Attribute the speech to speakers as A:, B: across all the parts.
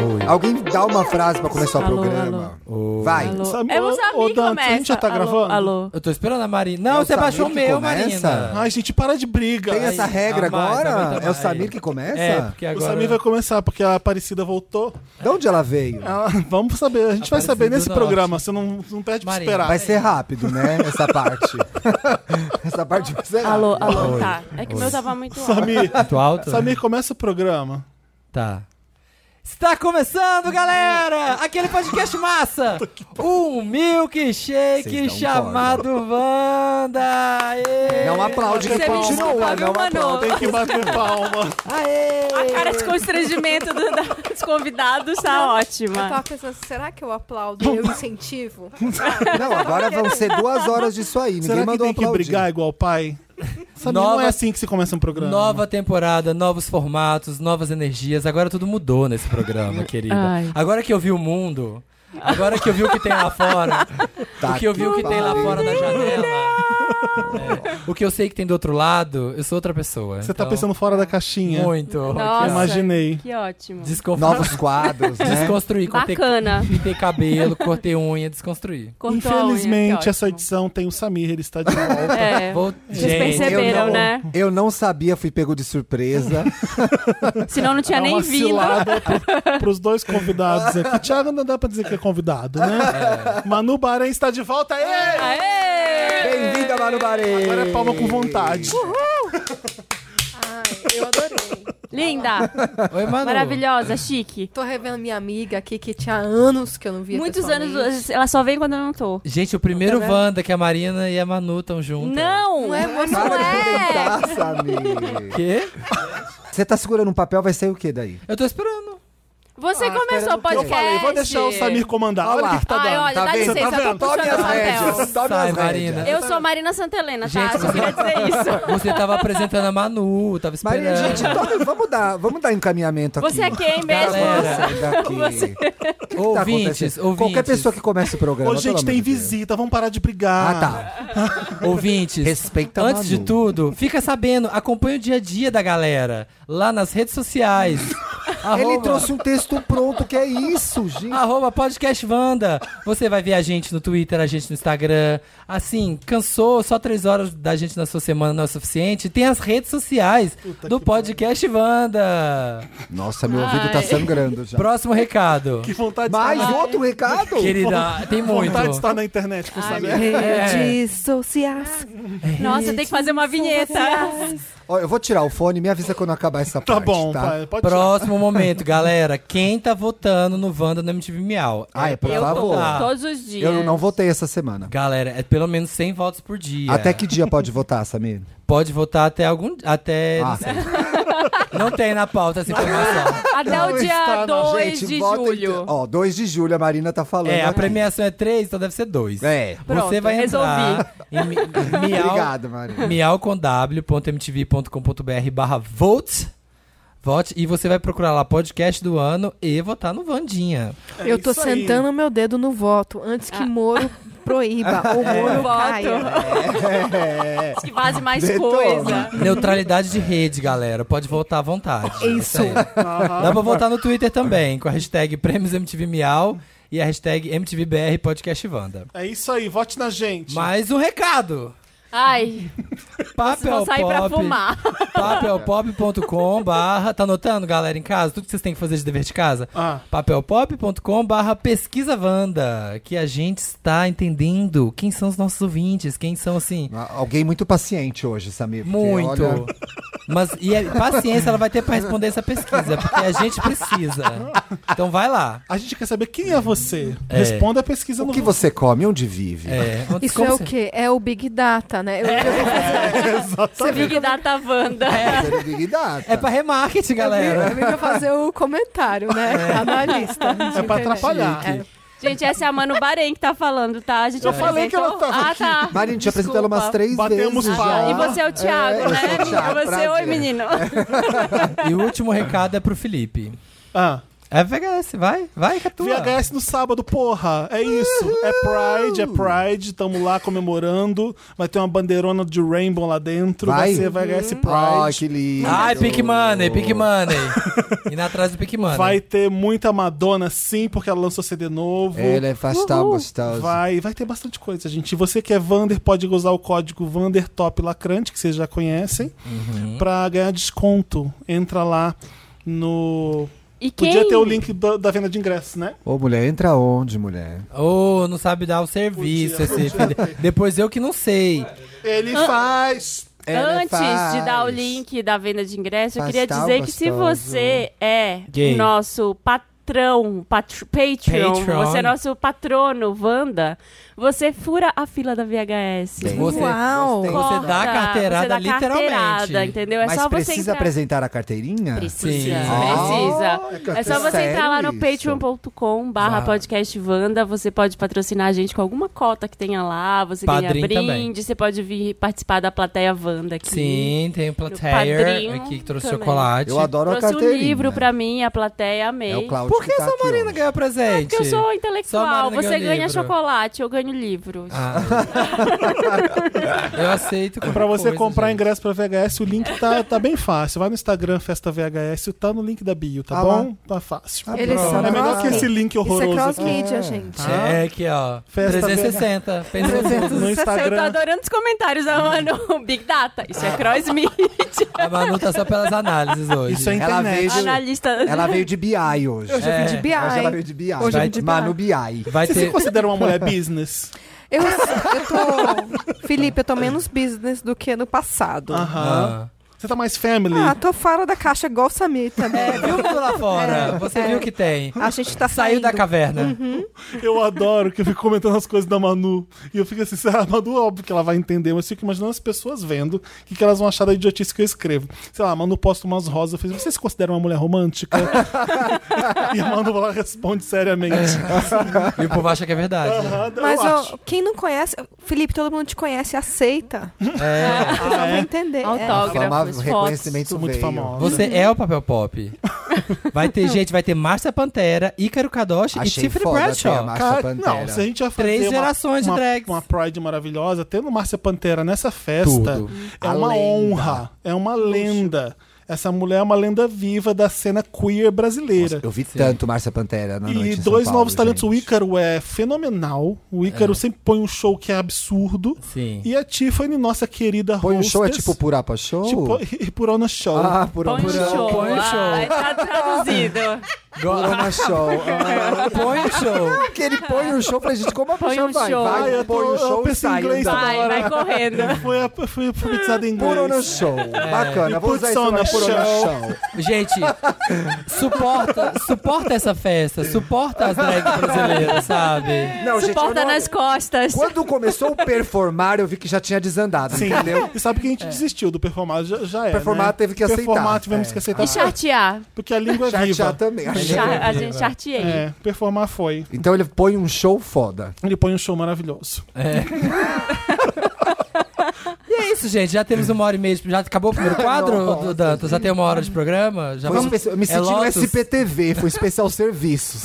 A: Oi.
B: Alguém dá uma frase pra começar
C: Alô,
B: o programa.
A: Ô,
B: Vai.
C: Alô.
D: Sabe-
C: É o
D: ô,
C: Samir
D: ô,
C: que
D: Dante,
C: começa.
D: a gente já tá
C: Alô,
D: gravando?
C: Alô.
A: Eu tô esperando a Marina.
B: É
A: Não,
B: o
A: você baixou o
B: Samir que
A: meu,
B: começa?
A: Marina.
D: Ai, gente, para de briga.
B: Tem
A: Ai,
B: essa regra
A: tá mais,
B: agora?
A: tá mais, tá
B: é o
A: mais.
B: Samir que começa?
A: É, porque
D: O
A: agora...
B: né?
D: Samir vai começar, porque a Aparecida voltou.
B: De onde ela veio?
D: Ah, vamos saber, a gente vai saber
A: Aparecida
D: nesse
A: do
D: programa, você não, não perde pra
A: Marina,
D: esperar.
B: Vai ser rápido, né? Essa parte. essa parte vai ser
C: Alô,
B: rápida.
C: alô,
A: Oi.
C: tá. É que o meu tava muito alto.
D: Samir,
A: Muito alto? né?
D: Samir, começa o programa.
A: Tá. Está
B: Hum.
A: começando, galera! Aquele podcast massa! Um
B: Vocês
A: milkshake
B: dão
A: chamado Wanda! Aê!
B: Não aplaude
C: Você
B: que
C: me desculpa,
B: continua,
C: viu,
B: não
C: Manu?
B: aplaude.
D: Tem que bater palma.
C: A
A: Aê!
C: cara de constrangimento do- da- dos convidados tá
E: Eu
C: ótima.
E: tava pensando, será que eu aplaudo? Eu incentivo?
B: Não, agora vão ser duas horas disso aí. Ninguém
D: Será que
B: mandou
D: tem que
B: aplaudir.
D: brigar igual o pai? Samir, não
A: Nova-
D: é assim que se começa um programa.
A: Nova temporada, novos formatos, novas energias. Agora tudo mudou nesse programa, querida.
C: Ai.
A: Agora que eu vi o mundo, agora que eu vi o que tem lá fora,
B: Tá
A: o que eu vi o que tem lá
B: pariu.
A: fora da janela, é, o que eu sei que tem do outro lado, eu sou outra pessoa.
D: Você tá
A: Então,
D: pensando fora da caixinha.
A: muito.
C: Nossa.
D: Imaginei.
C: Que ótimo.
A: Desconfortável.
B: Novos quadros, né?
A: Desconstruir, cortei,
C: É. Bacana.
A: pintei cabelo, cortei unha, desconstruir.
C: Cortou a unha,
D: Infelizmente,
C: que
D: essa tá
C: ótimo.
D: edição tem o Samir, ele está de volta.
C: É.
A: Vou...
C: Vocês
A: Gente,
C: perceberam,
B: eu não-
C: né?
B: Eu não sabia, fui pego de surpresa.
C: Senão não tinha
D: É
C: nem
D: uma
C: vindo.
D: cilada pro- pros dois convidados aqui. Thiago não dá pra dizer que é convidado, né?
B: É.
D: Manu Bahrein está de volta. Aê!
C: Aê!
B: Bem-vinda, Maru Barei!
D: Agora é palma com vontade.
E: Ai, eu adorei.
C: Linda,
A: Oi, Manu.
C: maravilhosa, chique.
E: Tô revendo minha amiga aqui que tinha anos que eu não via
C: Muitos
E: pessoalmente.
C: anos, ela só vem quando eu não tô.
A: Gente, o primeiro
E: Tá vendo?
A: Wanda que a Marina e a Manu estão juntas.
C: Não!
E: Não é, moça, não
B: Para de
E: é.
B: tentar, Samir.
A: Quê?
B: Você tá segurando um papel, vai sair o que daí?
A: Eu tô esperando.
C: Você
E: Ah,
C: começou o
E: espera, eu
C: podcast.
D: Eu falei, vou deixar o Samir comandar. Olha
B: Olha
D: o que, que tá
C: Ai,
D: dando.
C: olha, dá
B: vendo?
C: licença,
D: Tá
C: eu tô
D: vendo?
B: Tome
C: puxando
B: as
C: o papel.
B: rédeas, tome
A: Sai,
B: as
A: Marina.
B: rédeas.
C: Eu sou a Marina Santelena, tá?
A: Gente,
C: Eu só queria dizer isso.
A: Você tava apresentando a Manu, tava esperando.
B: Marina, gente, tome- vamos dar, vamos dar encaminhamento aqui.
C: Você é quem mesmo?
A: Galera,
B: daqui.
C: Você-
B: O que tá
A: ouvintes,
B: acontecendo?
A: ouvintes.
B: Qualquer pessoa que comece o programa.
D: Ô, gente,
B: pelo
D: tem
B: amor de Deus.
D: visita, vamos parar de brigar.
B: Ah, tá.
A: Ouvintes,
B: Respeita a
A: antes de
B: Manu.
A: tudo, fica sabendo, acompanha o dia a dia da galera lá nas redes sociais.
B: Ele
A: Arroba-
B: trouxe um texto pronto, que é isso, gente.
A: Arroba Podcast Wanda. Você vai ver a gente no Twitter, a gente no Instagram. Assim, cansou, só três horas da gente na sua semana não é suficiente. Tem as redes sociais do Podcast Wanda.
B: Nossa, meu ouvido tá
C: Ai.
B: sangrando já.
A: Próximo recado.
D: Que vontade
B: Mais
D: de estar na-
B: outro recado?
A: Querida, tem muito.
D: vontade de estar na internet com o Samir.
C: Nossa, tem que fazer uma vinheta. Ah,
B: Ó, eu vou tirar o fone, me avisa quando acabar essa
D: Tá
B: parte,
D: bom,
B: tá?
D: pai. Pode
A: Próximo momento, galera. Quem tá votando no Wanda no MTV Miau?
B: Ah, é por
A: pra
C: Eu tô
B: favor.
A: votar.
C: todos os dias.
B: Eu não votei essa semana.
A: Galera, é pelo menos 100 votos por dia.
B: Até que dia pode votar, Samir?
A: Pode votar até algum. Até.
B: Ah.
A: Não, sei. Não tem na pauta essa informação.
C: Até o
D: Não
C: dia
D: está, não.
C: 2
B: Gente,
C: de
B: vota
C: julho.
B: então. Ó, 2 de julho, a Marina tá falando.
A: É, a
B: aqui.
A: premiação é 3, então deve ser 2.
B: É.
A: Você
C: Pronto,
A: vai entrar em mi- miau,
B: Obrigado, Marina.
A: miau com w.mtv.com.br barra vote. Vote e você vai procurar lá podcast do ano e votar no Vandinha.
D: É
E: Eu tô
D: isso aí.
E: sentando o meu dedo no voto antes que Moro proíba ou Moro caia.
C: Voto.
B: É.
C: Que vaze mais
B: Detona.
C: coisa.
A: Neutralidade de rede, galera. Pode votar à vontade.
E: Isso.
A: aí. Dá pra votar no Twitter também, com a hashtag Prêmios MTV Miau e a hashtag MTVBR Podcast Vanda.
D: É isso aí, vote na gente.
A: Mais um recado.
C: Ai, vocês
A: Papel
C: vão sair pra
A: Pop.
C: fumar.
A: papelpop.com barra, tá anotando, galera, em casa? Tudo que vocês têm que fazer de dever de casa?
D: Ah,
A: papelpop.com barra pesquisa Wanda, que a gente está entendendo quem são os nossos ouvintes, quem são, assim,
B: Alguém muito paciente hoje, Samir. porque,
A: muito.
B: olha,
A: Mas, e a paciência ela vai ter pra responder essa pesquisa, porque a gente precisa. Então vai lá.
D: a gente quer saber quem é você.
A: É.
D: Responda a pesquisa
B: o
D: no
B: que você come, onde vive?
A: É,
E: Isso
A: como
E: é o
A: você-
E: quê? É o Big Data, né? Eu,
D: É,
E: eu-
C: Big Data tá Wanda.
A: É pra remarketing, galera.
E: eu vim pra fazer o comentário, né? Analista.
D: É pra atrapalhar.
C: Gente, essa é a Manu Bahrein que tá falando, tá? A gente
D: Eu falei que ela
C: apresentou-
D: tava
C: Ah,
D: aqui.
C: tá.
B: Marina, te apresentou
C: Desculpa.
B: ela umas três
D: Batemos
B: vezes.
D: palma.
B: já.
C: E você é o Thiago,
B: É, eu
C: né,
B: sou o
C: amiga?
B: Thiago, É.
C: Você,
B: prazer.
C: oi, menino.
A: E o último recado é pro Felipe.
D: Ah,
A: É VHS, vai, vai, é Catua.
D: VHS no sábado, porra! É isso. É Pride, é Pride. Tamo lá comemorando. Vai ter uma bandeirona de Rainbow lá dentro. Vai,
B: Vai?
D: ser VHS Pride.
B: Ai, que lindo.
A: Ai, Pick Money, Pick Money. Indo atrás do Pick Money.
D: Vai ter muita Madonna, sim, porque ela lançou CD novo.
B: Ele é faz tão gostoso.
D: Vai, vai ter bastante coisa, gente. Você que é Vander pode usar o código VanderTopLacrante, que vocês já conhecem,
B: Uhum.
D: pra ganhar desconto. Entra lá no.
C: E quem...
D: Podia ter o link do- da venda de ingressos, né?
B: Ô, mulher, entra onde, mulher?
A: Ô, não sabe dar o serviço
D: Podia,
A: esse filho. Depois eu que não sei.
D: Ele faz.
B: Ela
C: Antes
B: É, né? faz.
C: de dar o link da venda de ingresso, eu
B: Faz
C: queria
B: tal
C: dizer que se
B: gostoso.
C: você é
A: Gay.
C: o nosso patrão, patr Patreon,
A: Patreon.
C: você é nosso patrono, Wanda, você fura a fila da VHS.
B: Bem,
A: Você-
E: Uau!
B: gostei.
A: Você dá a
C: Corta,
A: carteirada
C: você dá a
A: literalmente.
C: carteirada, entendeu? É
B: Mas
C: só você
B: precisa
C: entrar.
B: apresentar a carteirinha? Ah,
C: Precisa,
A: Sim.
C: precisa.
B: Olha,
C: É só você
B: sério
C: entrar lá no
B: isso?
C: patreon.com
A: Vá.
C: barra podcast Wanda. Você pode patrocinar a gente com alguma cota que tenha lá. Você
A: Padrim
C: ganha brinde,
A: também.
C: você pode vir participar da plateia Wanda aqui.
A: Sim, tem o
C: padrinho
A: Plateia aqui que trouxe
C: também.
A: chocolate.
B: Eu adoro a
C: Trouxe um
B: carteirinha. né?
C: livro pra mim, a plateia amei.
B: É o Cláudio
A: Por que
B: que tá
A: essa
B: aqui,
A: Marina
B: ó.
A: ganhou presente?
C: É Porque eu sou
A: Só a
C: intelectual,
A: Marina
C: você
A: ganhou
C: ganha
A: livro.
C: chocolate, eu ganho livros.
A: Ah. eu aceito.
D: É Ah, Pra
A: qualquer
D: você
A: coisa,
D: comprar
A: gente.
D: ingresso pra VHS, o link tá, tá bem fácil. Vai no Instagram, Festa VHS, tá no link da bio, tá
B: Ah,
D: bom? Tá fácil.
B: Ah,
E: Eles
B: pronto.
E: são
D: é melhor que
E: cross-
D: esse link
E: Isso é
D: horroroso aqui.
E: cross-media, gente.
A: É aqui, ó.
D: né? Festa
A: 360. Pensa
D: No
C: Eu tô
D: Instagram.
C: adorando os comentários da Manu. Big Data, isso é cross media.
A: A Manu tá só pelas análises hoje.
D: Isso é
B: Ela
D: internet.
B: veio-
C: Analista.
B: Ela veio de BI hoje.
E: Hoje eu vim de
A: É.
E: BI.
B: Hoje ela veio de BI.
E: Hoje
A: eu vim de
B: Manu
E: BI.
B: BI.
A: Vai
D: Você se
A: ter.
D: considera uma mulher business?
E: Eu, eu tô. Felipe, eu tô menos business do que no passado.
D: Aham.
A: Ah.
D: Você tá mais family?
E: Ah, tô fora da caixa igual o Samir também.
A: É, viu tudo lá fora?
E: É,
A: Você
E: é.
A: viu que tem.
E: A gente tá
A: Saiu
E: saindo.
A: da caverna.
D: Eu adoro que eu fico comentando as coisas da Manu. E eu fico assim, a Manu, óbvio que ela vai entender, mas eu fico imaginando as pessoas vendo o que, que elas vão achar da idiotice que eu escrevo. Sei lá, a Manu posta umas rosas. Eu fiz, você se considera uma mulher romântica? e a Manu ela responde seriamente.
A: E o povo acha que é verdade. né?
D: Aham, eu
E: Mas ó,
D: acho.
E: quem não conhece. Felipe, todo mundo te conhece, aceita.
A: É.
E: Eu
D: Ah,
E: vou
D: é?
E: entender. É.
B: Fama,
C: Autógrafos, fotos.
B: reconhecimento
D: Sou muito
B: veio.
D: famosa.
A: Você é o papel pop. Vai ter gente, vai ter Márcia Pantera, Ícaro Kadoshi e
B: Achei
A: Tiffany
B: foda ter a
A: Bradshaw.
B: Márcia
D: Cara,
B: Pantera.
D: não, se a gente vai fazer
A: Três
D: uma,
A: gerações de
D: uma,
A: drags.
D: uma Pride maravilhosa, tendo Márcia Pantera nessa festa,
A: Tudo.
D: é
B: A
D: uma
B: lenda.
D: honra, é uma lenda. Essa mulher é uma lenda viva da cena queer brasileira.
B: Eu vi tanto Márcia Pantera na noite
D: E
B: em São
D: dois
B: Paulo,
D: novos talentos.
B: gente.
D: O Ícaro é fenomenal. O Ícaro sempre põe um show que é absurdo.
A: Sim.
D: E a Tiffany, nossa querida
B: Põe um show, é
D: hostess,
B: tipo Purapa Show?
D: Tipo, e por on show.
B: Ah, Purapa
C: Põe
A: Purão,
C: show.
A: põe
C: ah,
A: show.
C: tá traduzido.
B: Purama Show. Ah,
A: Põe o show.
B: que ele põe um show pra gente, como a
C: Põe
B: pessoa
C: um
B: vai?
C: show.
B: Vai,
D: Ai, Ah, eu
B: põe
D: tô-
B: um
D: eu
B: show e
D: pensei em
B: sai.
D: inglês
B: então.
C: Vai, vai correndo.
D: Foi, a- foi alfabetizado em inglês.
B: Purona Show.
D: É.
B: Bacana,
D: E
B: vou usar isso na
D: Putsona
B: Purona
D: Show.
B: Show.
A: Gente, suporta, suporta essa festa, suporta as drags brasileiras, sabe?
B: Não, gente, eu
C: Suporta
B: não...
C: nas costas.
B: Quando começou o performar, eu vi que já tinha desandado,
D: Sim.
B: entendeu? É.
D: E sabe que a gente desistiu do performar, já, já é.
B: Performar
D: né?
B: teve que aceitar.
D: Performar tivemos
B: É.
D: que aceitar.
C: E chartear.
D: Porque a língua é viva.
B: Chatear também.
C: Char- a
B: né?
C: gente charteei.
D: É, performar foi.
B: Então ele põe um show foda.
D: Ele põe um show maravilhoso.
A: É. E é isso, gente. Já temos uma hora e meia. de- Já acabou o primeiro quadro,
B: Nossa,
A: do Dantas? Já tem uma hora de programa? Já
B: Foi
A: vamos...
B: espe-
D: É
B: Eu me senti no
A: Lotus?
B: SPTV, foi especial serviços.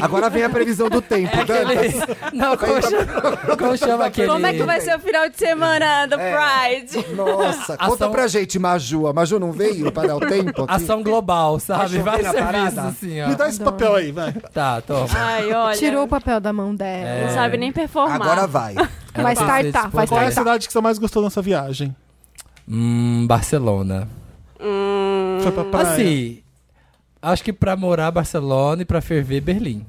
B: Agora vem a previsão
D: É
B: do tempo, Dantas.
A: Não, como chama, como chama aquele...
C: Como é que vai ser o final de semana
B: É.
C: da Pride?
B: Nossa, conta
A: Ação-
B: pra gente, Maju. A Maju não veio para dar o tempo aqui?
A: Ação global, sabe?
B: Vai chover
A: Vários
B: na
A: serviços
B: parada? Então-
A: assim,
D: Me
A: ó.
D: dá esse papel aí, vai.
A: Tá, toma.
B: É.
C: Ai, olha.
E: Tirou o papel da mão dela.
A: É.
C: Não sabe nem performar.
B: Agora vai.
E: Vai
A: Ela tem que ser
E: startar, vai
D: Qual é a
E: startar.
D: cidade que você mais gostou nessa viagem?
A: Hum, Barcelona.
D: Foi pra praia?
A: Assim, acho que pra morar Barcelona e pra ferver Berlim.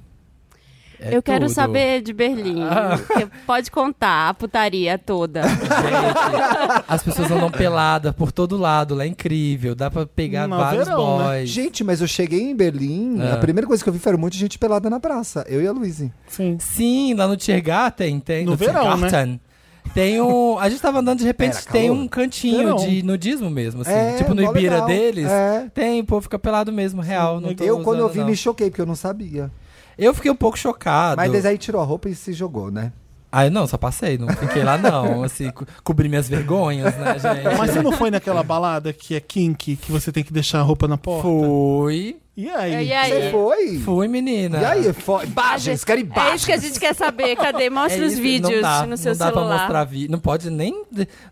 A: É
C: Eu quero
A: tudo. Ah.
C: saber de Berlim. Você Pode contar a putaria toda.
A: Gente, as pessoas
B: É.
A: andam peladas por todo lado, lá é incrível. Dá pra pegar
D: No
A: vários
D: verão, né?
A: boys.
B: Gente, mas eu cheguei em Berlim,
A: Ah.
B: a primeira coisa que eu vi foi um monte de gente pelada na praça. Eu e a Luísa.
D: Sim.
A: Sim, lá no Tiergarten tem.
D: No verão,
A: Tiergarten, Tem um. A gente tava andando, de repente,
B: Era né? calor?
A: tem um cantinho
D: Verão.
A: de nudismo mesmo, assim.
B: É,
A: tipo no
B: mó
A: Ibira
B: legal.
A: deles.
B: É.
A: Tem, pô, fica pelado mesmo, real. Não tô
B: eu, quando eu
A: usando,
B: vi,
A: não.
B: me choquei, porque eu não sabia.
A: Eu fiquei um pouco chocado.
B: Mas aí tirou a roupa e se jogou, né?
A: Ah, eu não, só passei, não fiquei lá não, assim, co cobri minhas vergonhas, né, gente?
D: é Mas você não foi naquela balada que é kink, que você tem que deixar a roupa na porta?
A: Fui.
D: E aí?
C: E aí?
B: Você foi?
A: Fui, menina.
B: E aí? Fo... Imagens, quero
C: É isso que a
B: imagens.
C: gente quer saber. Cadê? Mostra
A: É
C: os
A: isso,
C: vídeos
A: não dá,
C: no seu
A: não dá
C: celular.
A: Pra mostrar vi não pode nem,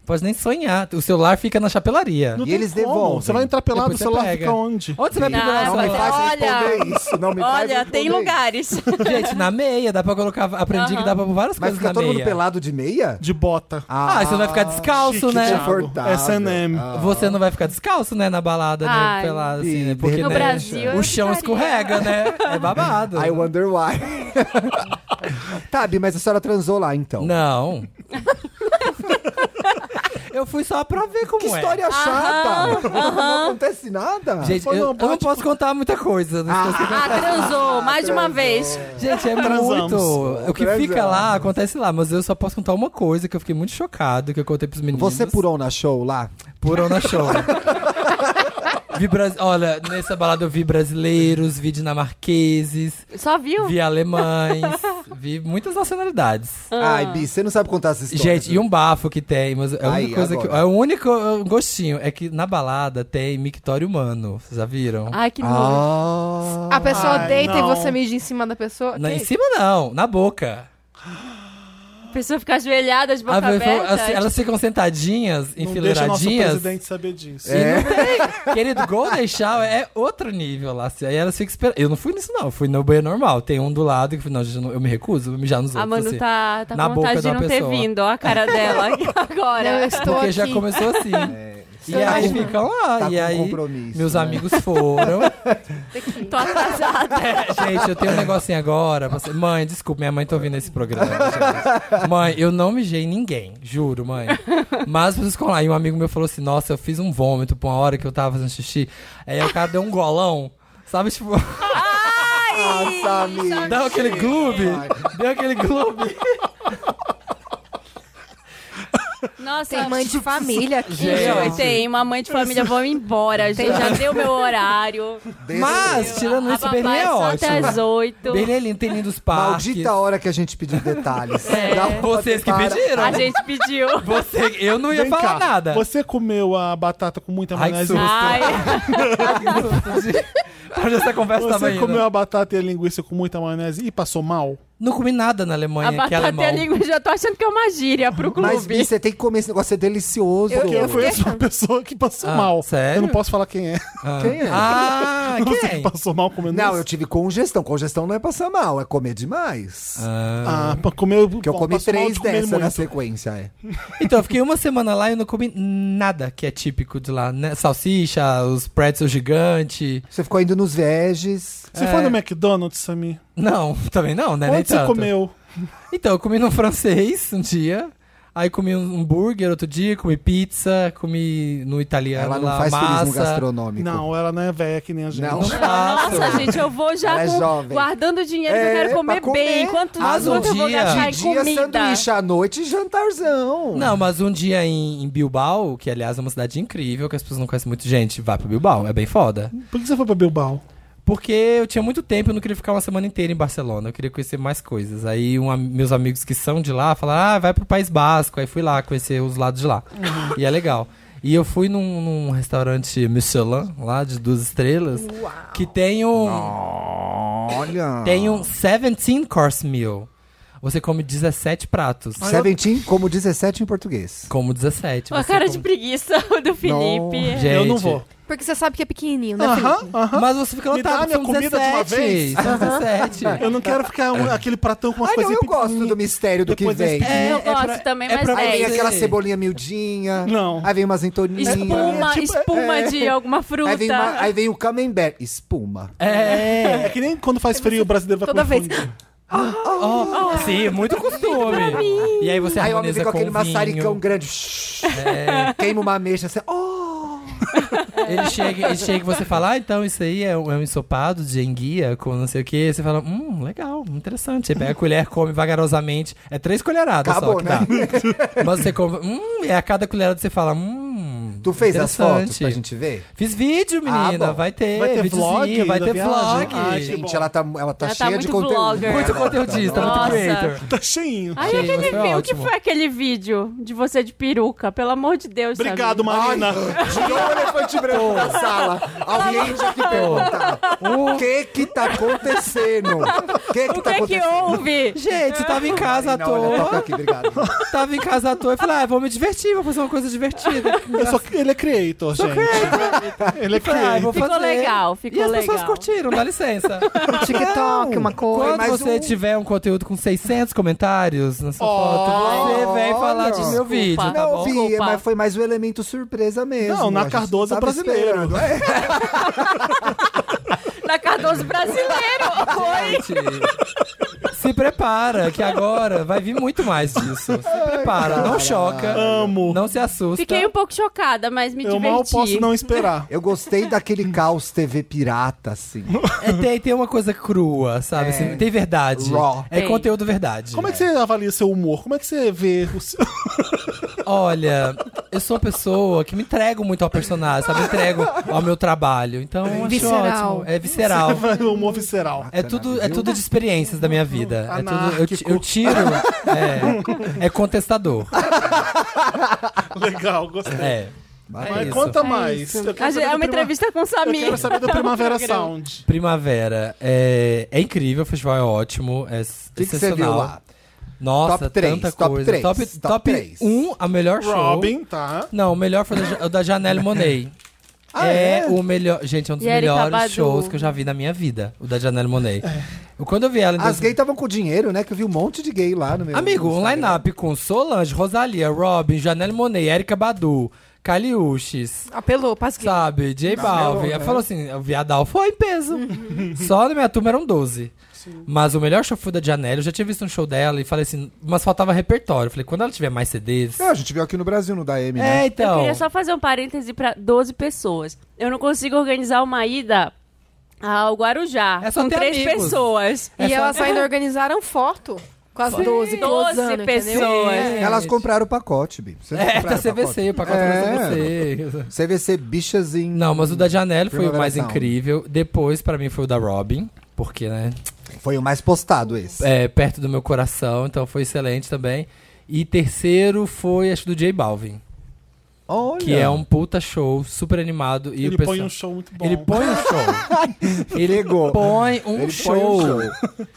A: pode nem sonhar. O celular fica na chapelaria.
D: Não
B: E
D: tem
B: eles
D: como.
B: devolvem.
D: Você vai entrar pelado,
A: Depois
D: o
A: você
D: celular
A: pega.
D: fica onde?
A: Onde você vai
C: Não,
A: pendurar o
B: Não me
A: celular?
C: mas
B: faz
C: Olha,
B: responder isso. Não me faz
C: Olha,
B: responder
C: tem
B: isso.
C: lugares.
A: Gente, na meia, dá pra colocar. Aprendi que dá pra pôr várias coisas
B: Mas fica
A: na
B: todo
A: meia.
B: mundo pelado de meia?
D: De bota. É
A: Ah, você não vai ficar descalço,
D: Chique,
A: né?
D: Thiago.
B: Confortável.
D: S&M.
B: Ah.
A: Você não vai ficar descalço, né, na balada, né?
C: Ai,
A: Pelado, assim,
B: sim,
A: né? Porque,
B: No
A: né,
C: Brasil, eu
A: o chão
C: ficaria.
A: escorrega, né? É babado.
B: Ah, I wonder why. tá, Bi, mas a senhora transou lá, então.
A: Não. eu fui só pra ver como
B: Que
A: é.
B: história chata! Não acontece nada.
A: Gente, eu,
D: Foi
A: eu
D: uma
A: não,
D: boa, tipo-
A: posso contar muita coisa. não tá sei se eu-
C: Ah, transou. Mais de uma vez.
A: Gente, é
D: Transamos.
A: muito. O que
B: Transamos.
A: fica lá, acontece lá. Mas eu só posso contar uma coisa que eu fiquei muito chocado, que eu contei pros meninos.
B: você purou na show lá?
A: Purou na show. vi Bras- Olha, nessa balada eu vi brasileiros, vi dinamarqueses,
C: Só viu?
A: vi alemães, vi muitas nacionalidades.
D: Ah.
B: Ai, Bi, você não sabe contar essa história. né?
A: Gente, e um bafo que tem, mas é a
B: Aí,
A: única coisa que.
B: agora.
A: É o único uh, gostinho. É que na balada tem mictório humano. Vocês já viram?
C: Ai, que nojo.
B: Ah,
E: A pessoa
D: Ai,
E: deita
D: não.
E: e você mija em cima da
C: Ah,
E: pessoa?
A: Na,
E: Que
A: em
E: isso?
A: cima não, na boca.
C: A pessoa fica ajoelhada, de boca
A: Ah. A ver-
C: aberta. é tipo
A: assim, elas ficam sentadinhas,
D: Não deixa nosso
A: enfileiradinhas. É.
D: presidente saber disso.
B: É.
A: E não tem. Querido, Golden Shower é outro nível lá. assim, Aí elas ficam esperando. Eu não fui nisso, não. Eu fui no banheiro normal. Tem um do lado que eu falei, não, gente, eu não- eu me recuso, eu vou mijar nos
C: A
A: outros.
C: Manu
A: assim.
C: tá, tá
A: na
C: com
A: boca
C: vontade de
A: da
C: não ter
A: pessoa.
C: vindo. Ó a cara dela
E: Não, eu
C: agora.
E: estou
A: Porque
E: aqui.
A: já começou assim. E
E: Tá
A: aí
E: com-
A: ficam lá.
B: tá
A: e
B: com
A: aí,
B: compromisso,
A: meus
B: né?
A: amigos foram.
C: Tô atrasada.
A: Gente, eu tenho um negocinho agora. pra você- Mãe, desculpa, minha mãe tá ouvindo esse programa. gente. Mãe, eu não mijei em ninguém, juro, mãe. Mas vocês ficam lá. E um amigo meu falou assim: Nossa, eu fiz um vômito pra uma hora que eu tava fazendo xixi. Aí o cara deu um golão. Sabe, tipo,
B: nossa, amiga.
A: deu aquele gloob. Deu aquele gloob.
C: Nossa,
E: Tem mãe de família aqui.
A: Gente.
C: Não, Tem uma mãe de família, vou embora. gente. Já deu meu horário.
A: Mas, Ah, tirando
C: A
A: isso, Berlim
C: babá
A: é
C: só até as
A: ótimo.
C: oito.
A: Berlim é lindo, tem lindos parques.
B: Maldita hora que a gente pediu detalhes.
C: É.
B: Dá uma
A: Vocês que
B: para-
A: pediram.
C: A gente pediu.
A: Você, eu não ia
D: Vem
A: falar
D: cá,
A: nada.
D: Você comeu a batata com muita
A: Ai, que
D: maionese?
A: susto.
C: Ai,
A: Hoje essa conversa tá
D: Você
A: manhã.
D: comeu a batata e a linguiça com muita maionese e passou mal?
A: Não comi nada na
C: a
A: Alemanha, que é
C: batata e a
A: alemão.
C: língua já tô achando que é uma gíria pro
B: Mas, Bi,
C: clube.
B: você tem que comer esse negócio, é delicioso.
E: Eu- eu fiquei-
D: Conheço uma pessoa que passou
A: Ah,
D: mal.
A: sério?
D: Eu não posso falar quem é.
B: Quem é?
A: Ah,
D: Você
A: quem?
D: que passou mal comendo
B: Não,
D: isso?
B: eu tive congestão. Congestão não é passar mal, é comer demais.
D: Ah, pra comer...
B: Porque eu comi
D: passou mal
B: três
D: de comer
B: dessa na
D: muito.
B: sequência, é.
A: Então, eu fiquei uma semana lá e eu não comi nada que é típico de lá, né? Salsicha, os pretzels gigante.
B: Você ficou indo nos veges.
D: Você
A: É.
D: foi no McDonald's, Samir?
A: Não, também não, né? Nem
D: Onde você
A: tanto.
D: comeu?
A: Então, eu comi no francês um dia. Aí comi um hambúrguer outro dia, comi pizza, comi no italiano
B: Ela não
A: lá,
B: faz
A: massa.
B: turismo gastronômico.
D: Não, ela não é velha que nem a gente.
B: Não.
A: Não faço.
C: Nossa, gente, eu vou já
B: Ela é
C: com-
B: jovem.
C: guardando dinheiro que eu
B: É,
C: quero comer,
B: pra comer.
C: bem. Enquanto,
A: Mas um
C: enquanto eu vou
A: dia-
C: gastar
B: De
C: em
B: dia,
C: comida.
B: sanduíche à noite, jantarzão.
A: Não, mas um dia em, em Bilbao, que aliás é uma cidade incrível, que as pessoas não conhecem muito, gente, vai pra Bilbao, é bem foda.
D: Por que você foi pra Bilbao?
A: Porque eu tinha muito tempo, eu não queria ficar uma semana inteira em Barcelona, eu queria conhecer mais coisas. Aí um am- meus amigos que são de lá falaram, ah, vai pro País Basco. Aí fui lá conhecer os lados de lá. E é legal. E eu fui num, num restaurante Michelin, lá de duas estrelas, que tem um,
B: Olha.
A: tem um 17 course meal. Você come 17 pratos.
B: 17 como 17 em português.
A: Como 17.
C: Uma
A: você
C: cara de
A: come-
C: preguiça do Felipe.
A: Gente,
D: Eu não vou.
E: Porque você sabe que é pequenininho, né,
D: Aham,
E: Felipe?
D: aham.
A: Mas você fica
D: Me dá a
A: lotado,
D: minha
A: são
D: comida
A: 17.
D: de uma vez?
A: São 17.
D: Eu não quero ficar um- aquele pratão com
B: É.
D: umas
B: Ai, não,
D: coisinhas
B: eu gosto
D: pequenininhas.
B: do mistério do que
D: Depois desse
B: vem.
D: pequenininho.
C: Eu gosto também, mas
A: É, pra
C: é
B: Aí vem
A: você-
B: aquela cebolinha miudinha.
D: Não.
B: Aí vem umas entoninhas.
C: Espuma,
D: tipo,
C: espuma
A: É.
C: de alguma fruta.
B: Aí vem, uma- aí vem o camembert. Espuma.
A: É.
D: É que nem quando faz frio o brasileiro vai
E: Toda
D: confundir.
A: ó, sim, muito costume. E aí você
B: aí o homem
A: harmoniza
B: vem com aquele
A: o
B: maçaricão
A: vinho.
B: grande. Shhh. Queima uma ameixa. Assim, oh.
A: Ele chega, ele chega e você fala, ah, então isso aí é um, é um ensopado de enguia com não sei o que. Você fala, hum, legal, interessante. Aí pega a colher, come vagarosamente. É três colheradas só
B: Acabou,
A: que
B: né?
A: dá. Mas você come, hum, e a cada colherada você fala, hum,
F: Tu fez as
A: Interessante.
F: fotos pra gente ver?
A: Fiz vídeo, menina.
F: Ah, bom.
A: vai ter.
D: Vai ter
A: videozinho,
D: vlog
A: Vai
D: da
A: ter
D: viagem?
A: vlog.
D: Ai,
B: Ah,
D: que bom.
F: Gente, ela tá, ela tá
C: Ela tá
F: cheia de
C: muito
F: conteúdo.
C: vlogger.
A: Muito
F: Ela tá-
A: conteúdista, muito
C: Nossa.
A: creator.
D: Tá cheinho.
C: Aí
A: Sim,
C: aquele
A: mas foi
C: vídeo, o que
A: ótimo.
C: foi aquele vídeo de você de peruca? Pelo amor de Deus,
D: Obrigado,
C: Samir.
D: Marina.
F: Tirou o elefante branco da sala. Alguém tinha que perguntar. O que que tá acontecendo? O que que
C: O
F: tá
C: que é que
F: acontecendo?
C: houve?
A: Gente, eu tava em casa à
F: Não, olha, toca
A: toa.
F: aqui, obrigado.
A: Tava em casa à toa e falei, ah, vou me divertir, vou fazer uma coisa divertida.
D: Eu sou- ele é creator, gente. Ele
A: Falei, ah,
D: é creator.
A: vou
C: Ficou
A: fazer.
C: legal, ficou
A: E as pessoas
C: legal.
A: curtiram, dá licença.
E: Um TikTok, uma coisa.
A: Quando
F: mas
A: você
F: o-
A: tiver um conteúdo com 600 comentários na sua
D: Oh,
A: foto, você vem falar de meu
F: desculpa.
A: vídeo, tá
F: Não
A: bom?
F: vi,
C: Desculpa.
F: mas foi mais um elemento surpresa mesmo.
D: Não, na
F: A gente
D: Cardoso é
F: tava
D: brasileiro.
F: esperando. É,
C: Na Cardoso brasileiro. Oi.
A: Gente, Se prepara, que agora vai vir muito mais disso. Se prepara, não
F: caralho.
A: choca,
D: Amo.
A: não se assusta.
C: Fiquei um pouco chocada, mas me
D: eu
C: diverti.
D: mal posso não esperar.
F: Eu gostei daquele caos TV pirata, assim.
A: É, tem, tem uma coisa crua, sabe? assim, tem verdade.
F: Raw.
A: É
C: Tem.
A: conteúdo verdade.
D: Como é que você avalia seu humor? Como é que você vê o seu...
A: Olha, eu sou uma pessoa que me entrego muito ao personagem, sabe? Eu Entrego ao meu trabalho. Então, acho
E: Visceral.
A: ótimo. É visceral.
D: o humor visceral?
A: É tudo, é tudo de experiências da minha vida. É tudo, eu, ti-
D: Anárquico.
A: eu tiro. É, é contestador.
D: Legal, gostei.
A: É.
F: Bacana.
A: É
D: Mas
A: isso.
D: conta
C: É
D: mais.
C: isso.
D: Eu quero
C: A gente- É
D: saber do
C: uma
D: Prima-
C: entrevista com o
D: Eu
C: Samir.
D: quero saber do Primavera
C: programa.
D: Sound.
A: Primavera é, é incrível, o festival é ótimo, é
F: O que, que você
A: excepcional.
F: viu lá?
A: Nossa,
F: Top três,
A: tanta
F: top
A: coisa.
F: três,
A: top
F: top
A: top
F: três.
A: 1, a melhor show.
D: Robin, tá?
A: Não, o melhor foi o da- o da Janelle Monet.
F: Ah,
A: é,
F: é?
A: o melhor. Gente, é um dos
C: E Erika
A: melhores
C: Badu.
A: shows que eu já vi na minha vida, o da Janelle Monet. Quando eu vi ela em
F: As
A: 2000
F: gays estavam com dinheiro, né? Que eu vi um monte de gay lá no meu
A: Amigo, um
F: Instagram.
A: line-up com Solange, Rosalia, Robin, Janelle Monet, Erika Badu, Caliuches,
E: Apelou, pasquei.
A: sabe, J Balvin. Ela falou assim: o Viadal foi em peso. Só na minha turma eram 12. Mas o melhor show foi da Janelle. Eu já tinha visto um show dela e falei assim, mas faltava repertório. Eu falei, quando ela tiver mais CDs.
F: É, a gente viu aqui no Brasil, no da M, né?
A: É,
C: Eu
A: então.
C: queria só fazer um parêntese pra 12 pessoas. Eu não consigo organizar uma ida ao Guarujá.
A: É só
C: com
A: ter
C: três
A: amigos.
C: pessoas.
E: E
A: Essa- é
E: elas ainda organizaram foto com as 12 closando,
C: 12
E: entendeu?
C: pessoas.
F: Elas
A: Gente.
F: compraram o pacote, Bi. Vocês
A: É,
F: compraram
A: da
F: o pacote? É.
A: CVC, o pacote tá da CVC.
F: CVC bichas em.
A: Não, mas o da Janelle foi o
F: Primavera
A: mais
F: Sound.
A: incrível. Depois, pra mim, foi o da Robin. Porque, né?
F: Foi o mais postado esse.
A: é, perto do meu coração, então foi excelente também. E terceiro foi, acho, do J Balvin,
F: Olha.
A: que é um puta show, super animado. E
D: Ele
A: o pessoal...
D: põe um show muito bom.
A: Ele põe um show. ele
F: Pegou.
A: põe um
F: Ele
A: show.
F: põe um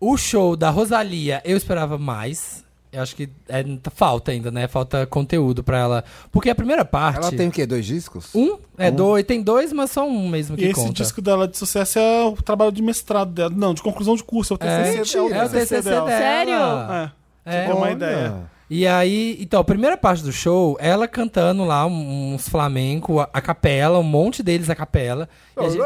A: O show da Rosalia, eu esperava mais. Eu acho que é, falta ainda, né? Falta conteúdo pra ela. Porque a primeira parte.
F: Ela tem o quê? Dois discos?
A: Tipo, Um? É, dois. Tem dois, mas só um mesmo
D: E
A: que
D: esse
A: conta.
D: disco dela de sucesso é o trabalho de mestrado dela. Não, de conclusão de curso. É o
A: é,
D: TCC
A: é
D: é
A: o TCC dela.
C: Sério?
D: É.
A: É.
D: Tipo, uma
F: Olha.
D: ideia.
A: E aí, então, a primeira parte do show, ela cantando lá um- uns flamenco, a, a capela, um monte deles a capela. E a gente,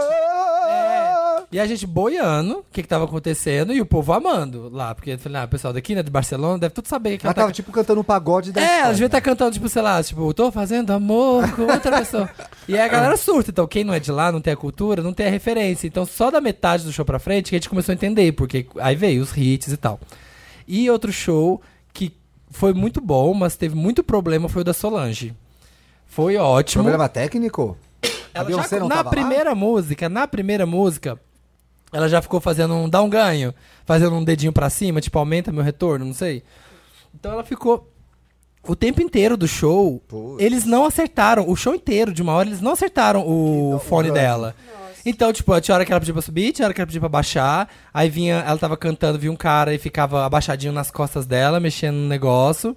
A: é, e a gente boiando o que, que tava acontecendo e o povo amando lá. Porque eu falei, ah, o pessoal daqui, né, de Barcelona, deve tudo saber que
F: Ela
A: ela,
F: tava
A: tá...
F: tipo cantando um pagode da
A: É, ela devia
F: Espanha.
A: estar cantando, tipo, sei lá, tipo, tô fazendo amor com outra pessoa. e aí a galera surta. Então, quem não é de lá, não tem a cultura, não tem a referência. Então, só da metade do show pra frente que a gente começou a entender, porque aí veio os hits e tal. E outro show que foi muito bom, mas teve muito problema, foi o da Solange. Foi ótimo.
F: Problema técnico?
A: tipo Ela
F: a Beyoncé
A: já-
F: não
A: na
F: tava lá?
A: primeira música, na primeira música, ela já ficou fazendo um dá um ganho, fazendo um dedinho pra cima, tipo aumenta meu retorno, não sei. Então ela ficou o tempo inteiro do show,
F: Putz.
A: eles não acertaram o show inteiro de uma hora, eles não acertaram o fone dela. Então, tipo, tinha hora que ela pedia pra subir, tinha hora que ela pedia pra baixar. Aí vinha, ela tava cantando, vinha um cara e ficava abaixadinho nas costas dela, mexendo no negócio.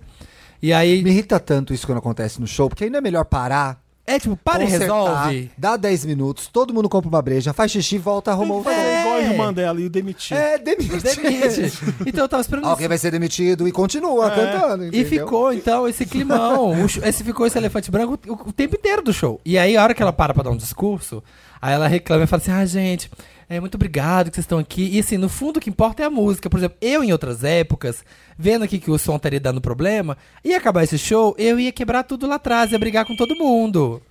A: E aí.
F: Me irrita tanto isso quando acontece no show, porque ainda é melhor parar.
A: É tipo, para e
F: consertar,
A: resolve.
F: Dá 10 minutos, todo mundo compra uma breja, faz xixi, volta, arruma
D: Vamos
F: um
D: fazer
A: É.
D: igual a irmã dela e demitir.
F: É, demite.
A: Demite. então eu tava esperando isso.
F: Alguém vai ser demitido e continua cantando.
A: E
F: entendeu?
A: ficou, então, esse climão. o sh- esse ficou esse elefante branco o, o tempo inteiro do show. E aí, a hora que ela para pra dar um discurso, aí ela reclama e fala assim: ah, gente, é muito obrigado que vocês estão aqui. E assim, no fundo, o que importa é a música. Por exemplo, eu, em outras épocas, vendo aqui que o som estaria dando problema, ia acabar esse show, eu ia quebrar tudo lá atrás, ia brigar com todo mundo.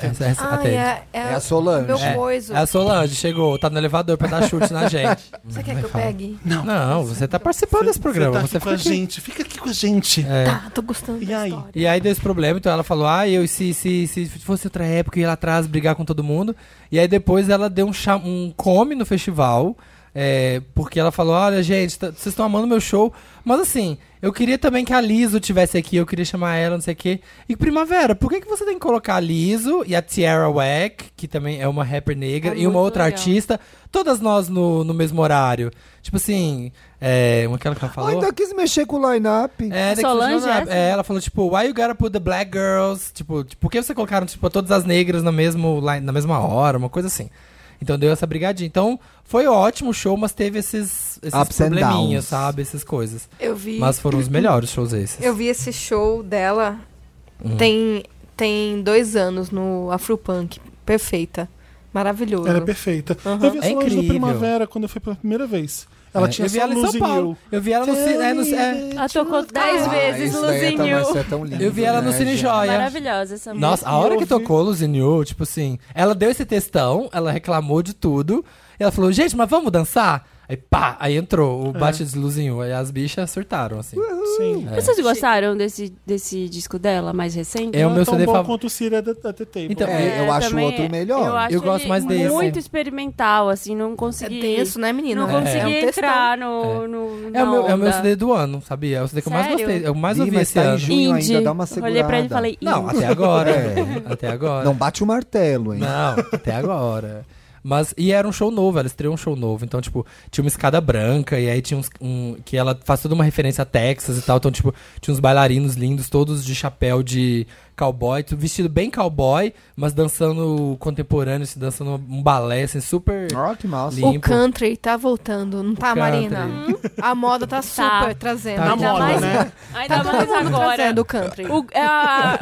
A: Essa, essa,
E: Ai,
A: atende.
E: é, é,
F: É a Solange.
E: Meu
A: É,
E: coiso.
A: é a Solange, chegou, tá no elevador pra dar chute na gente.
E: Você quer que eu pegue?
A: Não, você tá participando desse programa. Você,
D: Você tá aqui com a
A: fica aqui.
D: gente. Fica aqui com a gente.
A: É.
E: Tá, tô gostando
D: E
E: da
D: aí?
E: história.
A: E aí deu esse problema, então ela falou: ah, eu se, se, se fosse outra época, eu ia lá atrás brigar com todo mundo. E aí depois ela deu um, cha- um come no festival. é, porque ela falou: olha, gente, tá- vocês estão amando meu show. Mas assim, eu queria também que a Liso tivesse aqui, eu queria chamar ela, não sei o quê. E Primavera, por que, que você tem que colocar a Liso e a Tiara Wack, que também é uma rapper negra,
C: É
A: e uma
C: muito
A: outra
C: legal.
A: artista, todas nós no, no mesmo horário? Tipo assim, é, uma aquela que ela
C: então
A: falou.
B: Ainda quis mexer com o line-up.
A: É, daí que
C: Solange,
A: surgiu na-
C: essa?
A: é, ela falou, tipo, why you gotta put the black girls? Tipo, tipo, por que você colocaram, tipo, todas as negras na, mesmo, line- na mesma hora, uma coisa assim. Então deu essa brigadinha. Então, foi ótimo o show, mas teve esses, esses
F: Ups and
A: probleminhas,
F: downs.
A: sabe? Essas coisas.
E: Eu vi.
A: Mas foram os melhores shows esses.
E: Eu vi esse show dela
A: Hum.
E: tem, tem dois anos no Afropunk. Perfeita. Maravilhoso.
D: Ela é perfeita. Eu vi a
A: É
D: Solange no
A: incrível.
D: Primavera quando eu fui pela primeira vez. Ela
A: É,
D: tinha
A: eu vi
D: só
A: ela em
D: luz
A: São
D: e
A: Paulo.
D: mil.
A: Eu vi ela no cine... é, no ci- é.
C: Ela tocou dez
F: Ah,
C: vezes,
F: isso daí é tão-
C: Luzinho.
F: isso é tão lindo,
A: Eu vi ela no
F: né,
A: Cine
F: gente?
A: Joia.
C: Maravilhosa essa música.
A: Nossa, a hora
D: eu
A: que
D: vi-
A: tocou Lucy New, tipo assim, ela deu esse textão, ela reclamou de tudo, e ela falou, gente, mas vamos dançar? Aí pá, aí entrou o bate de Lucy New, aí as bichas surtaram, assim.
D: Sim.
A: É.
C: Vocês gostaram desse, desse disco dela, mais recente?
A: É o
D: Não
A: meu
D: tão
A: CD
D: bom
A: fav-
D: quanto o Siri é da, da The Table.
A: Então,
F: É, eu acho o
C: também
F: outro melhor.
C: Eu, acho
A: Eu gosto
C: ele
A: mais desse.
C: Muito experimental, assim, não
E: É
C: consegui.
E: tenso, né, menina?
C: não consegui
A: É um
C: entrar no, no-
A: É
C: na
A: o, meu, é o meu
C: onda.
A: CD do ano, sabia? É o CD que eu mais
C: Sério?
A: gostei. Eu mais
F: Ih,
A: ouvi
F: mas
A: esse
F: tá em
A: ano.
F: junho. ainda,
E: Indie.
F: dá uma
C: Eu olhei pra ele e
F: segurada.
C: falei,
A: Não,
C: indie.
A: até agora.
F: É.
A: Até agora.
F: Não bate o martelo, hein?
A: Não, até agora. Mas, e era um show novo, ela estreou um show novo. Então, tipo, tinha uma escada branca, e aí tinha uns. um- que ela faz toda uma referência a Texas e tal. Então, tipo, tinha uns bailarinos lindos, todos de chapéu de cowboy, tudo vestido bem cowboy, mas dançando contemporâneo, assim, dançando um balé, assim, super.
F: Ó, que massa.
A: Limpo.
E: O country tá voltando, não tá,
A: country.
E: Marina? A moda tá super trazendo.
A: Tá
E: Ainda
D: moda,
E: mais,
D: né?
C: Ainda
E: Tá
C: mais
E: todo mundo
C: agora.
E: trazendo o country.
C: O- é, a-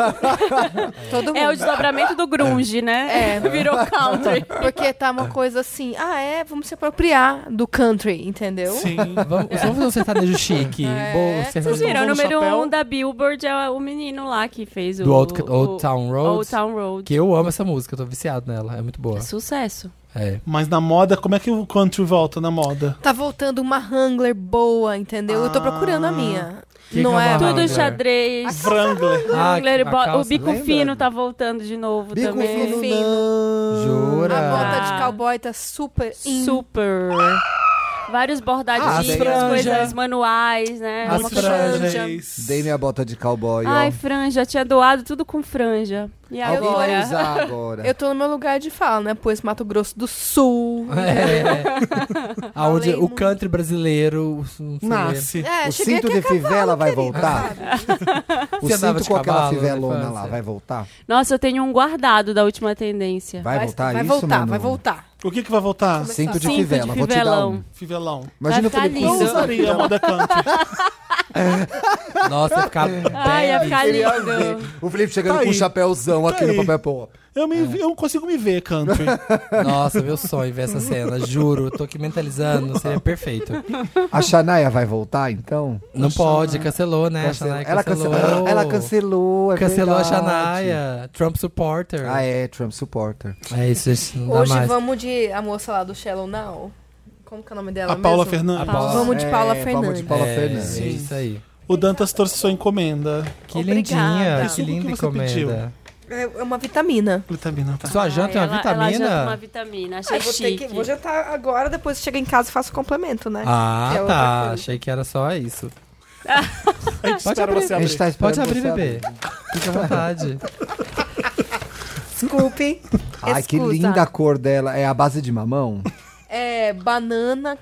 E: Todo mundo.
C: é o desdobramento do grunge, né?
E: É.
C: Virou country.
E: Porque tá uma coisa assim, ah, é, vamos se apropriar do country, entendeu?
D: Sim.
A: Vamos, vamos fazer um sertanejo chique.
E: É.
A: Bom, sertanejo
C: Vocês viram, o
D: usando
C: número
D: chapéu.
C: um da Billboard é o menino lá que fez o...
A: do Old,
C: o-
A: Old Town Road.
C: Old Town Road.
A: Que eu amo essa música, eu tô viciado nela, é muito boa.
C: Sucesso.
A: É.
D: Mas na moda, como é que o country volta na moda?
E: Tá voltando uma Wrangler boa, entendeu? Eu tô procurando a minha.
A: Que
E: não
A: que é
E: é?
A: uma
C: Tudo
A: Wrangler.
C: xadrez.
D: Wrangler.
A: Ah,
C: Wrangler,
A: a
C: bo- o
A: calça,
C: bico
F: lembra?
C: fino tá voltando de novo
F: Bico
C: também.
F: fino,
E: Fino.
F: não.
A: Jura?
E: A bota de
C: Ah.
E: cowboy tá super in.
C: Super. Vários
A: As
C: bordadinhos,
A: franja.
C: coisas manuais, né?
A: As
D: Muito
A: franjas.
D: xadrez.
F: Dei minha bota de cowboy,
C: Ai,
F: ó.
C: franja, tinha doado tudo com franja. E
F: Alguém vai
C: agora?
F: usar agora.
E: Eu tô no meu lugar de fala, né? Pois Mato Grosso do Sul.
A: É. Aonde
E: Falei
A: o
E: muito.
A: country brasileiro não sei,
D: Nasce.
E: É,
F: O
E: cheguei
F: cinto
E: aqui
F: de
E: a cavalo,
F: fivela vai
E: querida,
F: voltar?
E: sabe?
F: O
A: Você andava
F: cinto
A: de
F: com aquela
A: cavalo na
F: fivelona
A: infância?
F: lá, vai voltar?
C: Nossa, eu tenho um guardado da última tendência.
F: Vai, voltar é
E: vai
F: isso,
E: voltar,
F: Manu?
E: vai voltar.
D: O que que vai voltar?
B: é
F: Cinto de
C: Cinto de
F: fivela, vou te dar um.
C: fivelão.
D: Fivelão.
F: Imagina o
C: ficar
F: Felipe
C: lindo.
F: com
D: Eu
C: Isso.
F: cinto de
D: usaria a moda country.
A: é. Nossa, ia ficar
C: Ai, ia
A: bem-
C: ficar
F: Queria
C: lindo.
F: ver. O Felipe chegando
D: Tá
F: com um
D: aí.
F: chapéuzão aqui
D: Tá
F: no
D: aí.
F: papel pop.
D: Eu, me, eu consigo me ver country.
A: Nossa, meu sonho ver essa cena, juro. Eu tô aqui mentalizando, seria perfeito.
F: A Shania vai voltar, então?
A: Não pode, cancelou, né? A Shanaia
F: Ela
A: cancelou.
F: cancelou. Ela cancelou, é
A: Cancelou a
F: verdade.
A: Shanaia, Trump supporter.
F: Ah, é, Trump supporter.
A: É isso, isso não dá
E: Hoje
A: mais.
E: vamos de a moça lá do Shallow Now. Como que é o nome dela
D: a Paula
E: mesmo?
D: Fernandes.
A: A Paula.
E: Vamos de
F: É,
E: Paula
F: Vamos
E: Fernandes.
F: de Paula
A: é,
F: Fernandes.
A: É isso aí.
D: O Dantas trouxe sua encomenda.
A: Que
E: Obrigada.
A: lindinha,
E: Isso
A: que
D: que
A: linda
D: você
A: encomenda.
D: pediu.
E: É uma vitamina.
D: Vitamina, tá?
A: Sua janta é
C: Ai,
A: uma
C: ela, ela
A: vitamina?
C: janta uma vitamina, achei
E: Ai, Ah, vou, ter
C: chique.
E: que, vou jantar agora, depois chega em casa e faço complemento, né?
A: Ah,
E: É outra
A: tá.
E: coisa.
A: Achei que era só isso.
D: A gente
A: Pode
D: espera
A: abrir.
D: você
F: A
D: abrir.
B: É,
F: gente tá
A: É, Pode
F: esperando
A: abrir,
F: você
A: bebê. Fique à vontade.
E: Desculpe.
F: Ai, que
E: Escuta.
F: linda a cor dela. É a base de mamão?
E: É banana,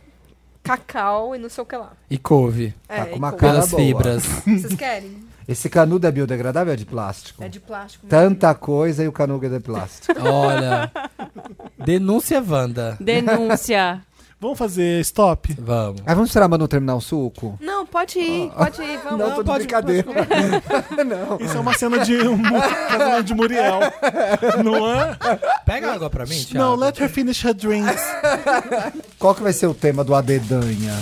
E: cacau e não sei o que lá.
A: E couve.
E: É,
F: Tá com
E: e
F: uma
E: coco.
F: cara-
A: Pelas
F: boa.
A: fibras.
E: Vocês querem?
F: Esse canudo é biodegradável ou é de plástico?
E: É de plástico.
F: Tanta coisa e o canudo é de plástico.
A: Olha. Denúncia Wanda.
C: Denúncia.
D: Vamos fazer stop?
A: Vamos.
F: Aí vamos esperar a Manu terminar o suco?
E: Não, pode ir, pode ir, vamos.
F: Ah. Não, tô de brincadeira. Não.
D: Isso é uma cena de um mu- casamento de Muriel. Não é?
A: Pega água pra mim, Thiago.
D: Não, let her finish her drinks.
F: Qual que vai ser o tema do Adedanha?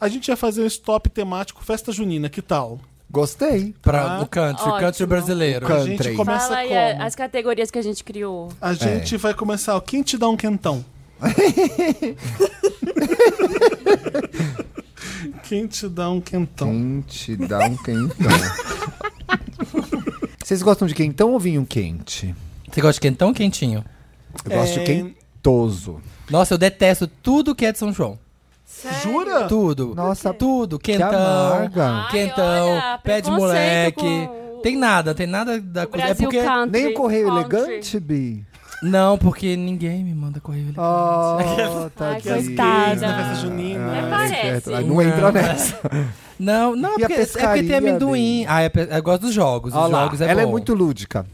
D: A gente ia fazer um stop temático festa junina, que tal?
B: Gostei.
A: Pra o country,
C: Ótimo.
A: country brasileiro.
B: O
D: A gente
B: Country.
D: começa
C: Fala aí
D: como? É
C: a- as categorias que a gente criou.
B: É.
D: A gente vai começar. ó, Quem te dá um quentão? Quem te dá um quentão?
B: Quem te dá um quentão? Vocês gostam de quentão ou vinho quente?
A: Você gosta de quentão ou quentinho?
B: Eu gosto de
D: É.
B: quentoso.
A: Nossa, eu detesto tudo que é de São João.
D: Jura?
A: Tudo.
B: Nossa,
A: Tudo.
B: que
A: Quentão.
B: amarga.
C: Ai,
A: quentão,
C: olha,
A: pé de moleque.
C: preconceito com o-
A: Tem nada, tem nada da coisa. É
C: Brasil
A: porque.
C: country.
B: nem
G: o correio
C: country.
G: elegante, Bi?
A: Não, porque ninguém me manda correio.
B: Ah,
G: Oh,
C: Ai,
G: tadinha.
D: é Na festa
C: coitada.
D: junina.
C: É, parece.
B: Ah, Não entra nessa.
A: Não, não, é
G: E a
A: porque, é porque tem
G: pescaria,
A: amendoim.
G: Bi?
A: Ah, é, pe- eu gosto dos jogos. Os
B: Olha lá,
A: jogos é
B: ela é
A: bom.
B: muito lúdica.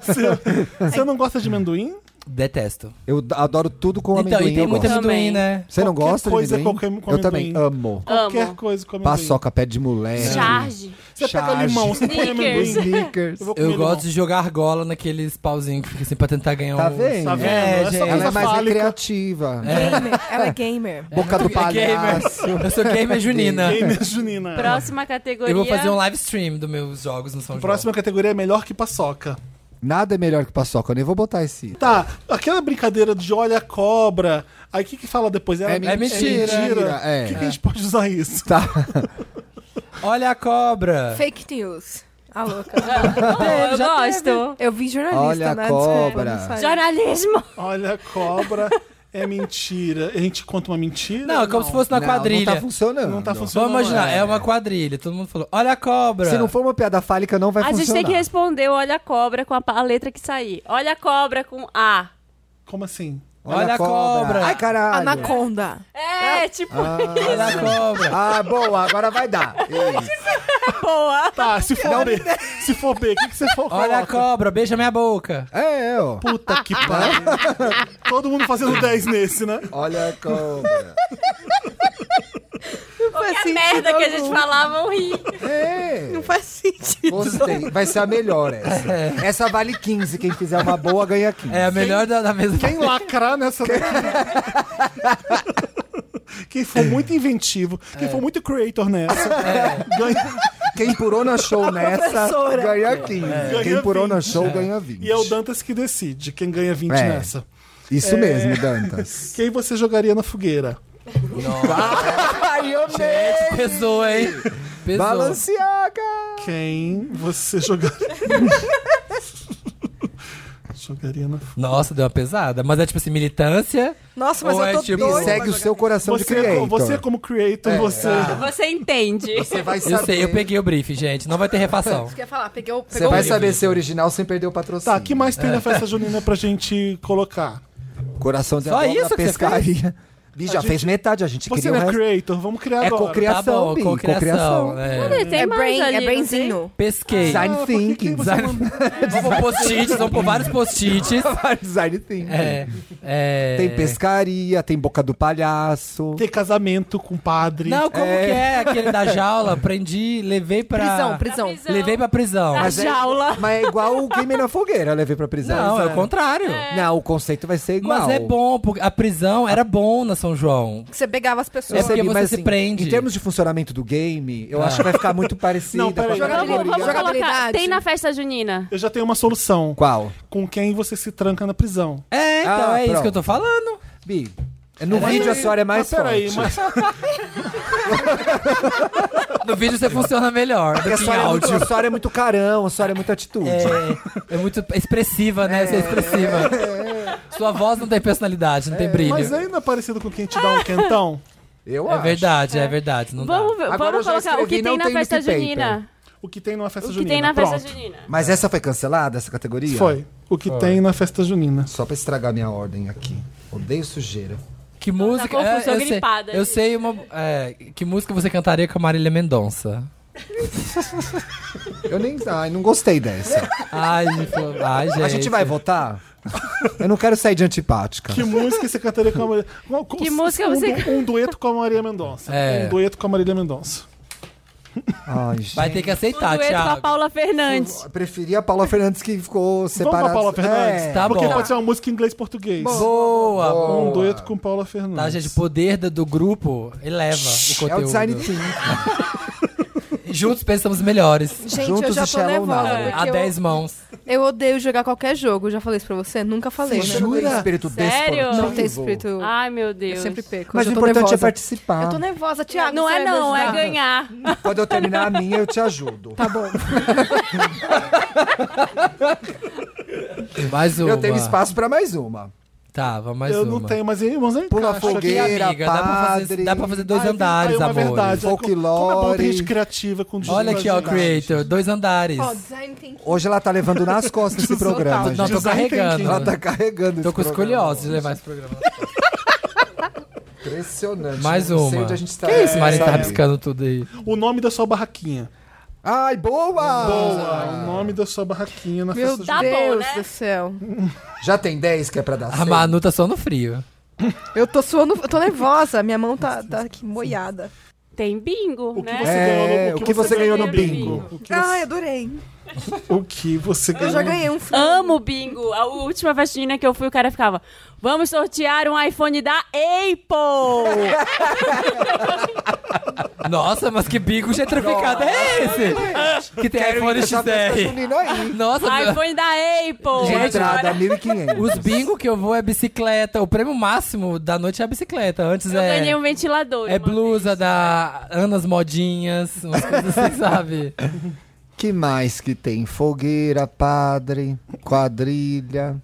D: Você- Você não gosta de amendoim?
A: Detesto.
B: Eu d- adoro tudo com
A: então,
B: Um amendoim.
A: e tem
B: eu
A: muito
B: gosto.
A: amendoim,
C: Também.
A: né?
B: Você não
D: Qualquer
B: gosta
D: coisa
B: de
D: com
B: amendoim?
D: com
B: eu também
D: amendoim.
B: amo.
D: Qualquer
C: Amo.
D: coisa com amendoim.
B: Paçoca, pé de moleque.
C: Charge.
D: Você pega
B: Charge.
D: limão, você põe
C: Snickers.
D: amendoim.
B: Snickers.
D: Eu vou comer
A: Eu
D: limão.
A: gosto de jogar argola naqueles pauzinhos que fica assim pra tentar ganhar
G: Tá
A: um.
G: vendo?
D: Tá vendo?
A: É,
D: Essa
A: gente.
B: Ela é
D: coisa
B: mais
D: fálica.
B: recreativa.
E: Gamer. Ela é gamer.
B: Boca do palhaço.
A: Eu sou gamer junina.
D: Gamer junina.
C: Próxima categoria.
A: Eu vou fazer um live stream dos meus jogos no São João.
D: Próxima categoria é melhor que paçoca.
B: Nada é melhor que paçoca. Eu nem vou botar esse.
D: Tá, aquela brincadeira de olha a cobra. Aí o que que fala depois?
B: É
A: mentira.
D: É mentira.
B: É.
D: O que, que a gente pode usar isso?
B: Tá.
A: Olha a cobra.
E: Fake news. A louca.
C: Oh, eu gosto.
E: Eu vi jornalista né?
B: Olha a
E: na
B: cobra.
C: Jornalismo.
D: Olha a cobra. É mentira. A gente conta uma mentira?
A: Não, é como se fosse uma
B: Não,
A: quadrilha.
B: Não tá funcionando. né?
D: Não tá funcionando.
A: Vamos imaginar,
D: é.
A: é uma quadrilha. Todo mundo falou, olha a cobra.
B: Se não for uma piada fálica, não vai
C: A gente
B: funcionar.
C: tem que responder o Olha a Cobra com a, pa- a letra que sair. Olha a Cobra com A.
D: Como assim?
A: Olha a cobra.
B: Ai, caralho.
E: Anaconda.
C: É, tipo,
A: Olha a cobra.
B: Ah, boa, agora vai dar. Isso.
C: boa.
D: Tá, se for B, se for B, o que, que você
B: Ah,
D: for
A: Olha a cobra, beija minha boca.
B: É, ó.
D: Puta que pariu. Ah. Todo mundo fazendo 10 nesse, né?
B: Olha a cobra.
E: Faz
C: Que
E: sentido
C: merda que a gente
E: algum.
C: falava, eu ri.
B: É.
E: Não faz sentido.
B: Gostei. Vai ser a melhor essa. Essa vale 15. Quem fizer uma boa, ganha 15.
A: É a melhor da, da mesa.
D: Quem lacrar nessa daqui. Quem for muito inventivo,
A: É.
D: quem for muito creator nessa, ganha.
B: Quem purou na show nessa,
E: Professora.
B: É. ganha 15.
D: Ganha
B: Quem purou na
D: 20.
B: show, ganha 20.
D: E é o Dantas que decide quem ganha 20
B: É.
D: nessa.
B: Isso mesmo, Dantas.
D: Quem você jogaria na fogueira?
B: Ai, eu
A: Gente, pesou, hein? Pesou.
B: Balenciaga!
D: Quem você jogaria. jogaria na fogueira.
A: Nossa, deu uma pesada. Mas é tipo assim, militância.
E: Nossa, mas
A: Ou
E: eu tô
A: é tipo-
E: doida.
B: Segue o seu coração de
D: Você,
B: creator. É,
D: co- você como creator, você.
C: Você entende.
B: Você vai saber.
A: Eu sei, eu peguei o brief, gente. Não vai ter refação.
E: Quer falar? Peguei o.
B: Você
E: Pegou
B: vai
A: o
B: saber
A: livro.
B: ser original sem perder o patrocínio.
D: Tá, que mais tem
B: É.
D: na festa junina pra gente colocar?
B: Coração de
A: Só
B: abóbora,
A: isso que você
B: pescaria. Bi, já
D: A gente-
B: fez metade, a gente
D: Você
B: queria
D: não
B: o
D: é
B: resto.
D: creator, vamos criar
B: É
D: agora.
A: Tá
B: Criação,
A: bom,
B: Bi,
A: com criação.
B: cocriação.
A: É.
C: Tem
E: É,
C: mais ali,
E: brain, é
C: não tem?
E: brainzinho.
A: Pesquei.
B: Design
D: Ah, por que que
B: thinking.
D: você
B: Design,
D: mandou-
A: Vamos pôr post-its, vamos pôr vários post-its.
B: design thinking.
A: É, é...
B: Tem pescaria, tem boca do palhaço.
D: Ter casamento com padre.
A: Não, como que é aquele da jaula? Prendi, levei pra.
C: Ah.
E: Prisão,
C: Tá
E: prisão.
C: prisão.
A: Levei pra prisão.
C: A
B: Mas é-
C: jaula.
B: Mas é igual o queimei na fogueira, levei pra prisão.
A: Não, é o contrário.
B: Não, o conceito vai ser igual.
A: Mas é bom, porque a prisão era bom na São João.
E: Que você pegava as
A: É
E: pessoas.
A: porque
B: Percebi,
A: você
B: mas, assim,
A: se prende. Ah.
B: Em termos de funcionamento do game, eu acho que vai ficar muito parecido
D: Não, peraí.
E: Jogabilidade.
C: Vamos, vamos colocar.
E: Jogabilidade.
C: Tem na festa junina.
D: Eu já tenho uma solução.
B: Qual?
D: Com quem você se tranca na prisão.
A: É, então
B: Ah,
A: é isso
B: pronto.
A: que eu tô falando.
B: Bi, no vídeo a senhora é mais
D: mas peraí,
B: forte.
D: mas
A: No vídeo você funciona melhor
B: Porque a
A: do que em
B: senhora, é muito,
A: áudio.
B: a senhora é muito carão, a senhora é muito atitude.
A: É, é muito expressiva, né? Você é expressiva. Sua voz não tem personalidade, não tem brilho.
D: Mas
A: É,
D: ainda é parecido com quem te dá um
B: Ah.
D: quentão.
B: Eu acho.
A: verdade, é, verdade. Não
C: Vamos,
A: dá.
C: ver-
B: Agora eu
C: vamos
B: já
C: colocar o que
B: escrevi,
C: tem
B: não
C: na
B: tem
C: festa
B: nesse paper.
C: junina.
D: O que tem numa festa
C: O que
D: junina.
C: tem na festa
D: Pronto.
C: junina.
B: Mas essa foi cancelada, essa categoria?
D: Foi. O que tem na festa junina.
B: Só pra estragar minha ordem aqui. Odeio sujeira.
A: Que música. é,
C: confuso, sou
A: eu, sei,
C: gripada,
A: eu
C: gente.
A: sei uma. é, que música você cantaria com a Marília Mendonça?
B: Eu nem. Ai, não gostei dessa.
A: Ai, gente. Ai, gente.
B: A gente vai votar? Eu não quero sair de antipática.
D: Que música você cantaria com a Maria... Qual- qual-
C: Que música
D: um,
C: você
D: du- Um dueto com a Maria Mendonça.
A: É.
D: Um dueto com a Marília Mendonça.
B: Ai, gente.
A: Vai ter que
C: O
A: aceitar,
C: dueto com a
A: Tá, Thiago.
C: Paula Fernandes.
B: Eu Preferi a Paula Fernandes que ficou separada.
D: Vamos pra Paula Fernandes?
B: É.
A: Tá
D: Porque
A: bom.
D: pode ser uma música em inglês e português.
A: Boa, boa.
D: Um dueto com Paula Fernandes.
A: Tá, gente, o poder do, do grupo eleva o
B: É o
A: conteúdo.
B: design thinking.
A: Juntos pensamos melhores.
E: Gente, eu
B: Juntos
E: já
B: e
E: tô
B: Shallow
E: nervosa.
C: É,
B: Now.
E: porque
A: A
E: eu-
A: 10 mãos.
E: Eu odeio jogar qualquer jogo. Já falei isso pra você? Nunca falei.
B: Você
E: né?
B: não tem
A: Jura?
B: espírito
C: Sério?
B: desportivo?
E: Não tem espírito.
C: Ai, meu Deus.
E: eu sempre perco.
H: Mas o
E: hoje eu tô
H: importante é
E: nervosa.
H: participar.
E: Eu tô nervosa, Thiago.
C: Não é
E: você vai me
C: não, é
E: ajudar?
C: ganhar.
B: Quando eu terminar a minha, eu te ajudo.
E: Tá bom.
A: Mais uma.
B: Eu tenho espaço pra mais uma.
A: Tá, vamos mais
D: eu
A: uma.
D: não tenho, mas aí, mas aí
B: Pula
D: encaixa.
A: E,
B: fogueira.
A: amiga, dá pra, fazer,
B: padre.
A: dá pra fazer dois
D: Aí vem- aí
A: andares,
D: uma
A: amor.
D: verdade. Aí, Como é bom ter gente
B: Folclore.
D: criativa com
A: Olha aqui, ó,
D: diversidade.
A: creator, dois andares.
E: Ó, design tem que...
B: Hoje ela tá levando nas costas esse programa.
A: Não, tô
B: gente. Ela
A: carregando.
B: tá carregando
A: Tô
B: esse
A: com
B: programa.
A: escolhose de levar esse programa.
B: Impressionante.
A: Mais
B: Não
A: uma.
B: Sei onde a gente tá.
A: Que isso, Mari
D: é,
A: tá
D: é.
A: rabiscando tudo aí.
D: O nome da sua barraquinha.
B: Ai, boa!
D: Boa! O nome da sua barraquinha na
E: Meu
D: festa
C: Tá bom,
E: Deus
C: né?
E: do céu.
B: Já tem 10 que é pra dar
A: A
B: cem?
A: Manu tá só no frio.
E: Eu tô suando, eu tô nervosa. Minha mão tá, tá aqui moiada.
C: Tem bingo,
D: O que
C: né?
D: você
B: É,
D: ganhou no,
B: o que você ganhou no
C: bingo?
D: O que
E: Ai,
D: você,
E: adorei.
D: o que você
E: Ah, Eu
D: ganhou?
E: já
D: no-
E: ganhei um frango.
C: Amo bingo. A última festinha que eu fui, o cara ficava: Vamos sortear um iPhone da Apple!
A: Nossa, mas que bico gentrificado é esse? Que tem iPhone
B: Essa festa
A: XR.
B: junina aí.
A: Nossa,
C: iPhone da Apple!
A: Gente,
B: Entrada,
C: agora-
B: 1.500.
A: os bingo que eu vou é bicicleta. O prêmio máximo da noite é a bicicleta. Antes
C: eu
A: é.
C: ganhei um ventilador.
A: É
C: uma
A: blusa
C: vez.
A: da Anas Modinhas, umas coisas assim, sabe?
H: Que mais que tem? Fogueira, padre, quadrilha.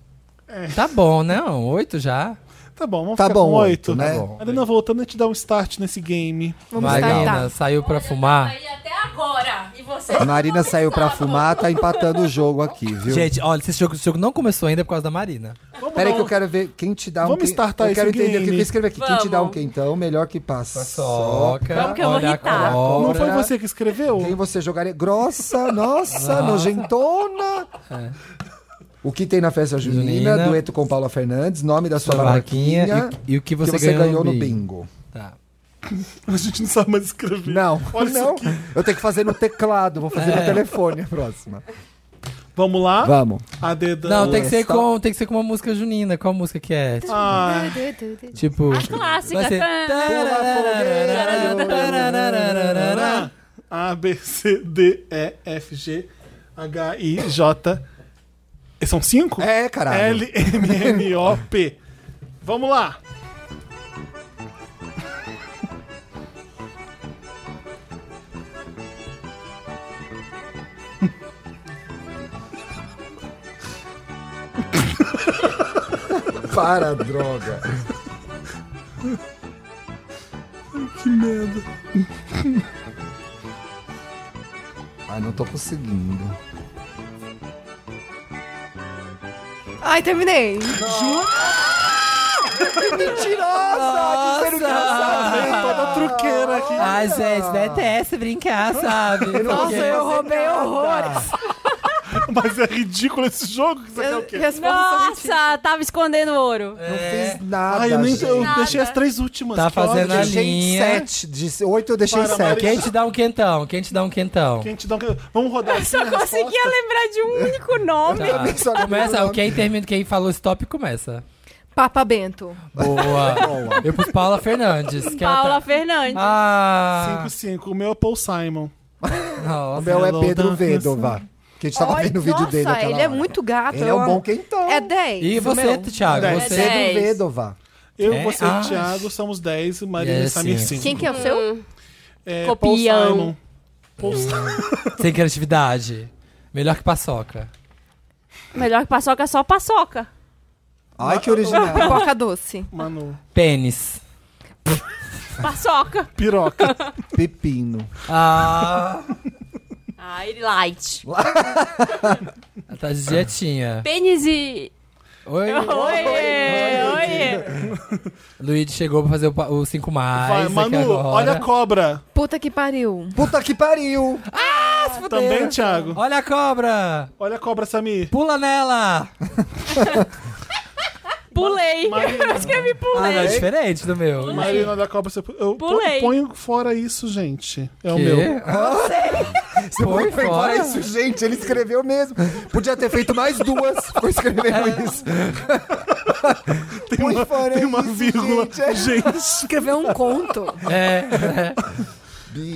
A: Tá bom, não? Oito já?
D: Tá bom, vamos
H: Tá
D: ficar
H: bom,
D: com oito.
H: oito, né?
A: Tá bom.
D: Marina, voltando a te dar um start nesse game.
E: Vamos
A: Marina
E: startar.
A: saiu pra fumar.
C: Aí até agora. E você?
H: Marina saiu pra fumar, tá empatando o jogo aqui, viu?
A: Gente, olha, esse jogo, esse jogo não começou ainda por causa da Marina.
D: Vamos
B: Peraí
D: dar
B: que
D: um-
B: eu quero ver quem te dá um
D: Vamos
B: quem-
D: startar
B: Eu quero
D: esse
B: entender
D: game.
B: o que eu escrevi aqui. Quem te dá um
C: Vamos.
B: quentão, melhor que paçoca.
A: Soca,
C: Vamos que eu vou
A: olha a
C: irritar.
A: cobra.
D: um- Não foi você que escreveu?
B: Quem você jogaria? Grossa, nossa, nojentona. O que tem na festa junina,
A: Junina.
B: dueto com Paula Fernandes, nome da sua
A: sua
B: barraquinha,
A: barraquinha e, e o que
B: que
A: você, ganhou, um
B: no bingo.
A: Tá.
D: A gente não sabe mais escrever.
B: Não,
D: Olha
B: não.
D: isso aqui.
B: Eu tenho que fazer no teclado, vou fazer no telefone a próxima.
D: Vamos lá.
B: Vamos.
D: A dedão.
A: Não, tem que, ser
B: Tá.
A: com, tem que ser com uma música junina. Qual música que é?
C: Tá.
D: Ah,
A: Tipo.
C: A é clássica.
A: Vai
C: tá?
A: ser.
D: tarará. né? A, B, C, D, E, F, G, H, I, J. E São cinco?
B: É, caralho.
D: L, M, N, O, P. Vamos lá.
B: Para, droga.
D: Que merda.
B: Ai, não tô conseguindo.
E: Ai, terminei.
B: Mentirosa! Dizendo que não
D: Vem
B: sabe.
D: toda truqueira aqui.
A: Ai, gente, deteste brincar, sabe?
E: Nossa, eu roubei horrores.
D: Mas é ridículo esse jogo. que Você quer o quê?
E: Nossa!
C: Nossa, tava escondendo ouro.
A: É,
B: Não fiz nada.
D: É. Ai, eu, nem, eu
B: gente.
D: deixei as três últimas.
A: Tá
D: que ódio.
A: fazendo
B: Eu
A: a
B: deixei
A: linha.
B: sete. De oito eu deixei
D: Para,
B: sete.
A: Quem te dá um quentão? Quem te dá um quentão?
D: Quem te dá um... Vamos rodar assim a
C: Só conseguia lembrar de um único nome.
A: Tá.
B: também só lembro o
A: Começa,
B: nome.
A: quem termina, quem falou stop, começa.
E: Papa Bento.
A: Boa. Eu pus Paula Fernandes. que ela
C: Paula
A: tá-
C: Fernandes.
A: Ah,
D: 5-5. O meu é Paul Simon.
B: O
A: nossa.
B: meu é
D: Hello,
B: Pedro
D: Darkness.
B: Vedova. Que a gente tava
E: Ai,
B: vendo o vídeo
E: nossa,
B: dele naquela
E: ele é
B: hora.
E: muito gato.
B: Ele é
E: eu
B: um bom
E: amo.
B: quentão.
E: É 10.
A: E
E: o meu.
A: você, Thiago?
D: Dez.
A: Você
C: Dez.
B: Pedro Vedova.
D: Eu,
A: É?
D: você
A: Ah.
D: e Thiago somos 10, Marina
A: É,
D: e Samir
A: sim.
D: 5.
E: Quem que é o seu?
D: É,
C: Copião.
D: Paul Simon. Paul Simon.
A: sem criatividade. Melhor que paçoca.
C: Melhor que paçoca, é só paçoca.
B: Ai, que original.
E: Pipoca doce.
D: Manu.
A: Pênis.
C: Paçoca.
D: Piroca.
H: Pepino.
A: Ah,
C: Ai, Ah, light.
A: tá de dietinha.
C: Pênis e...
A: Oi.
C: Oiê, oiê.
A: Luigi chegou pra fazer o, pa- o 5 mais.
D: Vai,
A: Ah, aqui
D: Manu,
A: agora.
D: olha a cobra.
E: Puta que pariu.
B: Puta que pariu.
D: Também, Thiago.
A: Olha a cobra!
D: Olha a cobra, Samir.
A: Pula nela!
C: Pulei.
D: Marina.
C: Eu escrevi
A: Ah, não, é
C: pulei.
A: diferente do meu.
D: Marina da cobra. Você... Eu
C: Pulei.
D: ponho, ponho fora isso, gente. É o
A: Que? Ah,
D: meu.
B: Você
A: Foi
B: foi fora
A: fora.
B: isso, gente. Ele escreveu mesmo. Podia ter feito mais duas. Ficou escrevendo isso.
D: Tem
B: Põe
D: uma,
B: fora
D: tem uma
B: isso,
D: vírgula.
B: gente.
D: Gente.
E: Escreveu um conto.
A: É,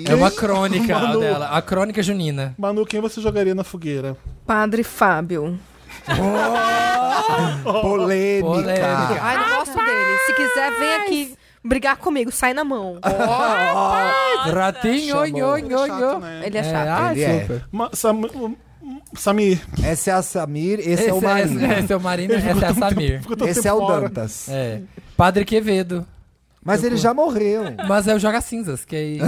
A: é. É uma crônica a dela. A crônica junina.
D: Manu, quem você jogaria na fogueira?
E: Padre Fábio.
F: Polêmica.
A: Polêmica.
E: Ai, não gosto dele. Se quiser, vem aqui brigar comigo, sai na mão.
A: Ratinho,
F: Chamou.
A: nho, nho,
D: Chato,
A: nho.
D: né?
E: Ele é
A: É,
E: chato.
A: ah,
F: Ele é.
A: super.
D: Ma- Sam- um, Samir,
B: Essa é a Samir, esse, é o marido.
A: Esse, esse é o Marina, essa é a Samir.
D: ficou tanto
B: Esse
D: tempo
B: é o
D: fora.
B: Dantas.
A: É. Padre Quevedo.
B: Mas ele já morreu.
A: Mas é o Joga Cinzas, que aí.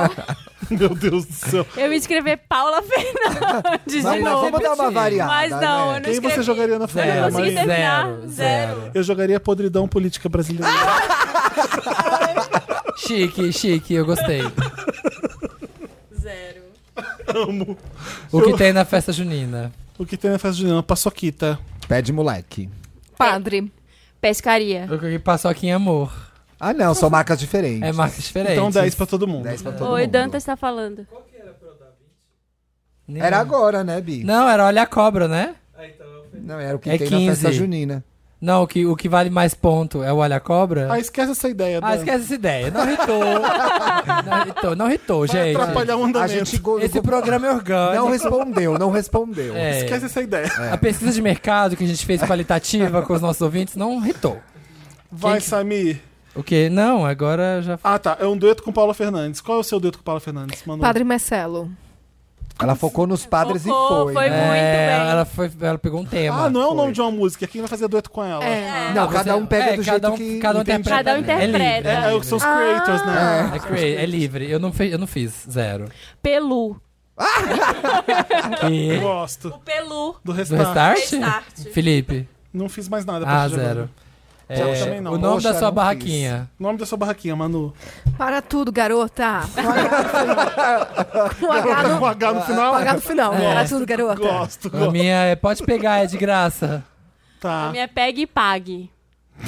D: Meu Deus do céu.
C: Eu ia escrever Paula Fernandes de
B: Vamos,
A: não,
C: novo.
B: vamos dar uma
A: repetir.
B: variada.
C: Mas não,
B: né?
C: eu não
D: Quem você
C: escrevi.
D: jogaria na fogueira,
A: Zero,
C: consegui
D: Marina?
C: terminar.
A: zero,
C: Zero.
A: zero.
D: Eu jogaria podridão política brasileira.
A: Chique, chique, eu gostei.
C: Zero.
D: Amo.
A: O que tem na festa junina?
D: O que tem na festa junina? Paçoquita.
B: Pé de moleque.
E: Padre.
C: Pescaria.
A: O que passou aqui em amor.
B: Ah, não, são marcas diferentes.
A: É marca diferente.
D: Então 10 pra todo mundo.
B: 10 pra todo
C: Oi,
B: mundo.
C: Dantas tá falando.
B: Era agora, né, Bi?
A: Não, era olha a cobra, né?
B: Não, era o que
A: É
B: tem na
A: 15.
B: festa junina.
A: Não, o que, o que vale mais ponto é o olha a cobra.
D: Ah, esquece essa ideia.
A: Ah,
D: Dan.
A: esquece essa ideia. Não irritou. não irritou, não irritou,
D: Vai
A: gente.
D: atrapalhar o
B: A
D: andamento.
B: gente go-
A: Esse programa é orgânico.
B: não respondeu, não respondeu.
A: É.
D: Esquece essa ideia.
A: A pesquisa de mercado que a gente fez qualitativa com os nossos ouvintes não irritou.
D: Vai,
A: que-
D: Samir.
A: O quê? Não, agora já.
D: Ah, tá. É um dueto com Paula Fernandes. Qual é o seu dueto com Paula Fernandes, um Manu?
E: Padre Marcelo.
B: Ela focou nos padres
C: Focou,
B: e
C: foi
B: foi. né?
C: muito bem.
A: É, Ela, foi, ela pegou um tema.
D: Ah, não é o nome de uma música. Quem vai fazer duet com ela?
E: É.
B: Não, cada um pega
A: é,
B: do
A: cada
B: jeito
A: um-
B: que
A: cada um
B: entende.
A: interpreta.
C: Cada um interpreta.
A: É,
D: É,
A: livre, é,
D: o que são os
E: Ah.
D: creators, né?
A: livre. É cre- é livre. Eu não, fe... eu não fiz zero.
C: Pelu.
A: E...
D: Eu gosto.
C: O Pelu.
A: É. Do
D: Do restart.
A: restart?
C: Restart.
A: Felipe.
D: Não fiz mais nada pra
A: Ah,
D: esse jogo.
A: zero. É,
D: Eu também não.
A: o nome
B: Poxa,
A: da sua
B: não
A: barraquinha.
D: O nome da sua barraquinha, Manu.
E: Para tudo, garota.
D: Com H no
E: Com H no, Ah,
D: final?
E: com H no final. Para tudo, garota.
D: Gosto,
A: A
D: gosto.
A: minha é Pode Pegar, é de graça.
D: Tá.
C: A minha é Pegue e Pague.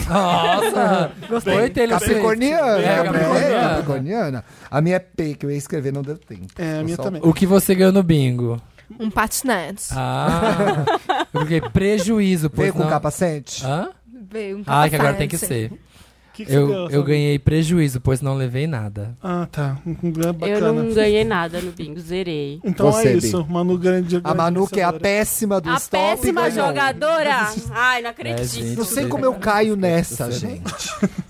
A: Nossa! Gostei. Taylor Swift.
B: Capricorniana,
A: É,
B: né?
A: Capricorniana.
B: É, Capricorniana. A minha é P, que eu ia escrever, não deu tempo.
D: É, a minha
B: Só-
D: também.
A: O que você ganhou no bingo?
E: Um patinete.
A: Ah! Eu coloquei prejuízo, pois
B: Veio com
A: não...
B: capacete?
A: Hã?
E: Veio um
A: Ah, que agora tem que
E: capacete.
A: ser.
D: O que que você
A: Eu,
D: ganhou,
A: eu
D: Samir?
A: ganhei prejuízo, pois não levei nada.
D: Ah, tá. Hum, hum,
C: Eu
D: Bacana.
C: não ganhei nada no bingo, zerei.
D: Então
B: Você,
D: é
B: Bi.
D: isso. Manu grande.
B: A
D: grande
B: Manu, que é a
D: vencedora.
B: péssima do
C: a
B: stop.
C: péssima
B: ganhou.
C: jogadora. Ai, não acredito.
A: gente.
B: Não sei como eu caio nessa, gente.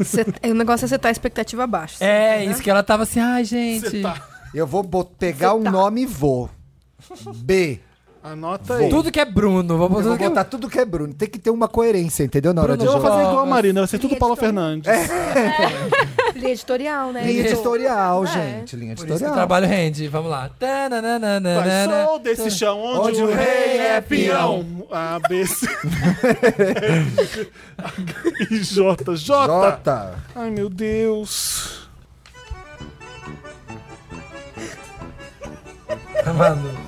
E: Cê- o negócio é setar a expectativa baixa.
A: É, isso que ela tava assim, ai, gente.
D: tá- Você tá.
B: Eu vou bot- pegar
A: tá-
B: um nome e vou. B.
D: Anota aí.
A: Tudo que é Bruno, vou botar
B: Eu vou
A: tudo que é
B: botar tudo que é Bruno. Tem que ter uma coerência, entendeu? Na hora de
A: Bruno,
D: Eu vou
A: Joga.
B: jogar.
D: fazer igual a Marina, vai ser
C: é
D: tudo Paula
C: tá
D: Fernandes.
E: Linha editorial, né?
B: Linha editorial,
E: É.
B: gente. Linha
A: Por isso que o
B: editorial.
A: trabalho rende. Vamos lá.
D: Vai,
A: Tananana.
D: sou desse chão onde, o rei é peão. A, B, C. H, I, J, J.
B: Jota.
D: Ai, meu Deus.
A: Manu.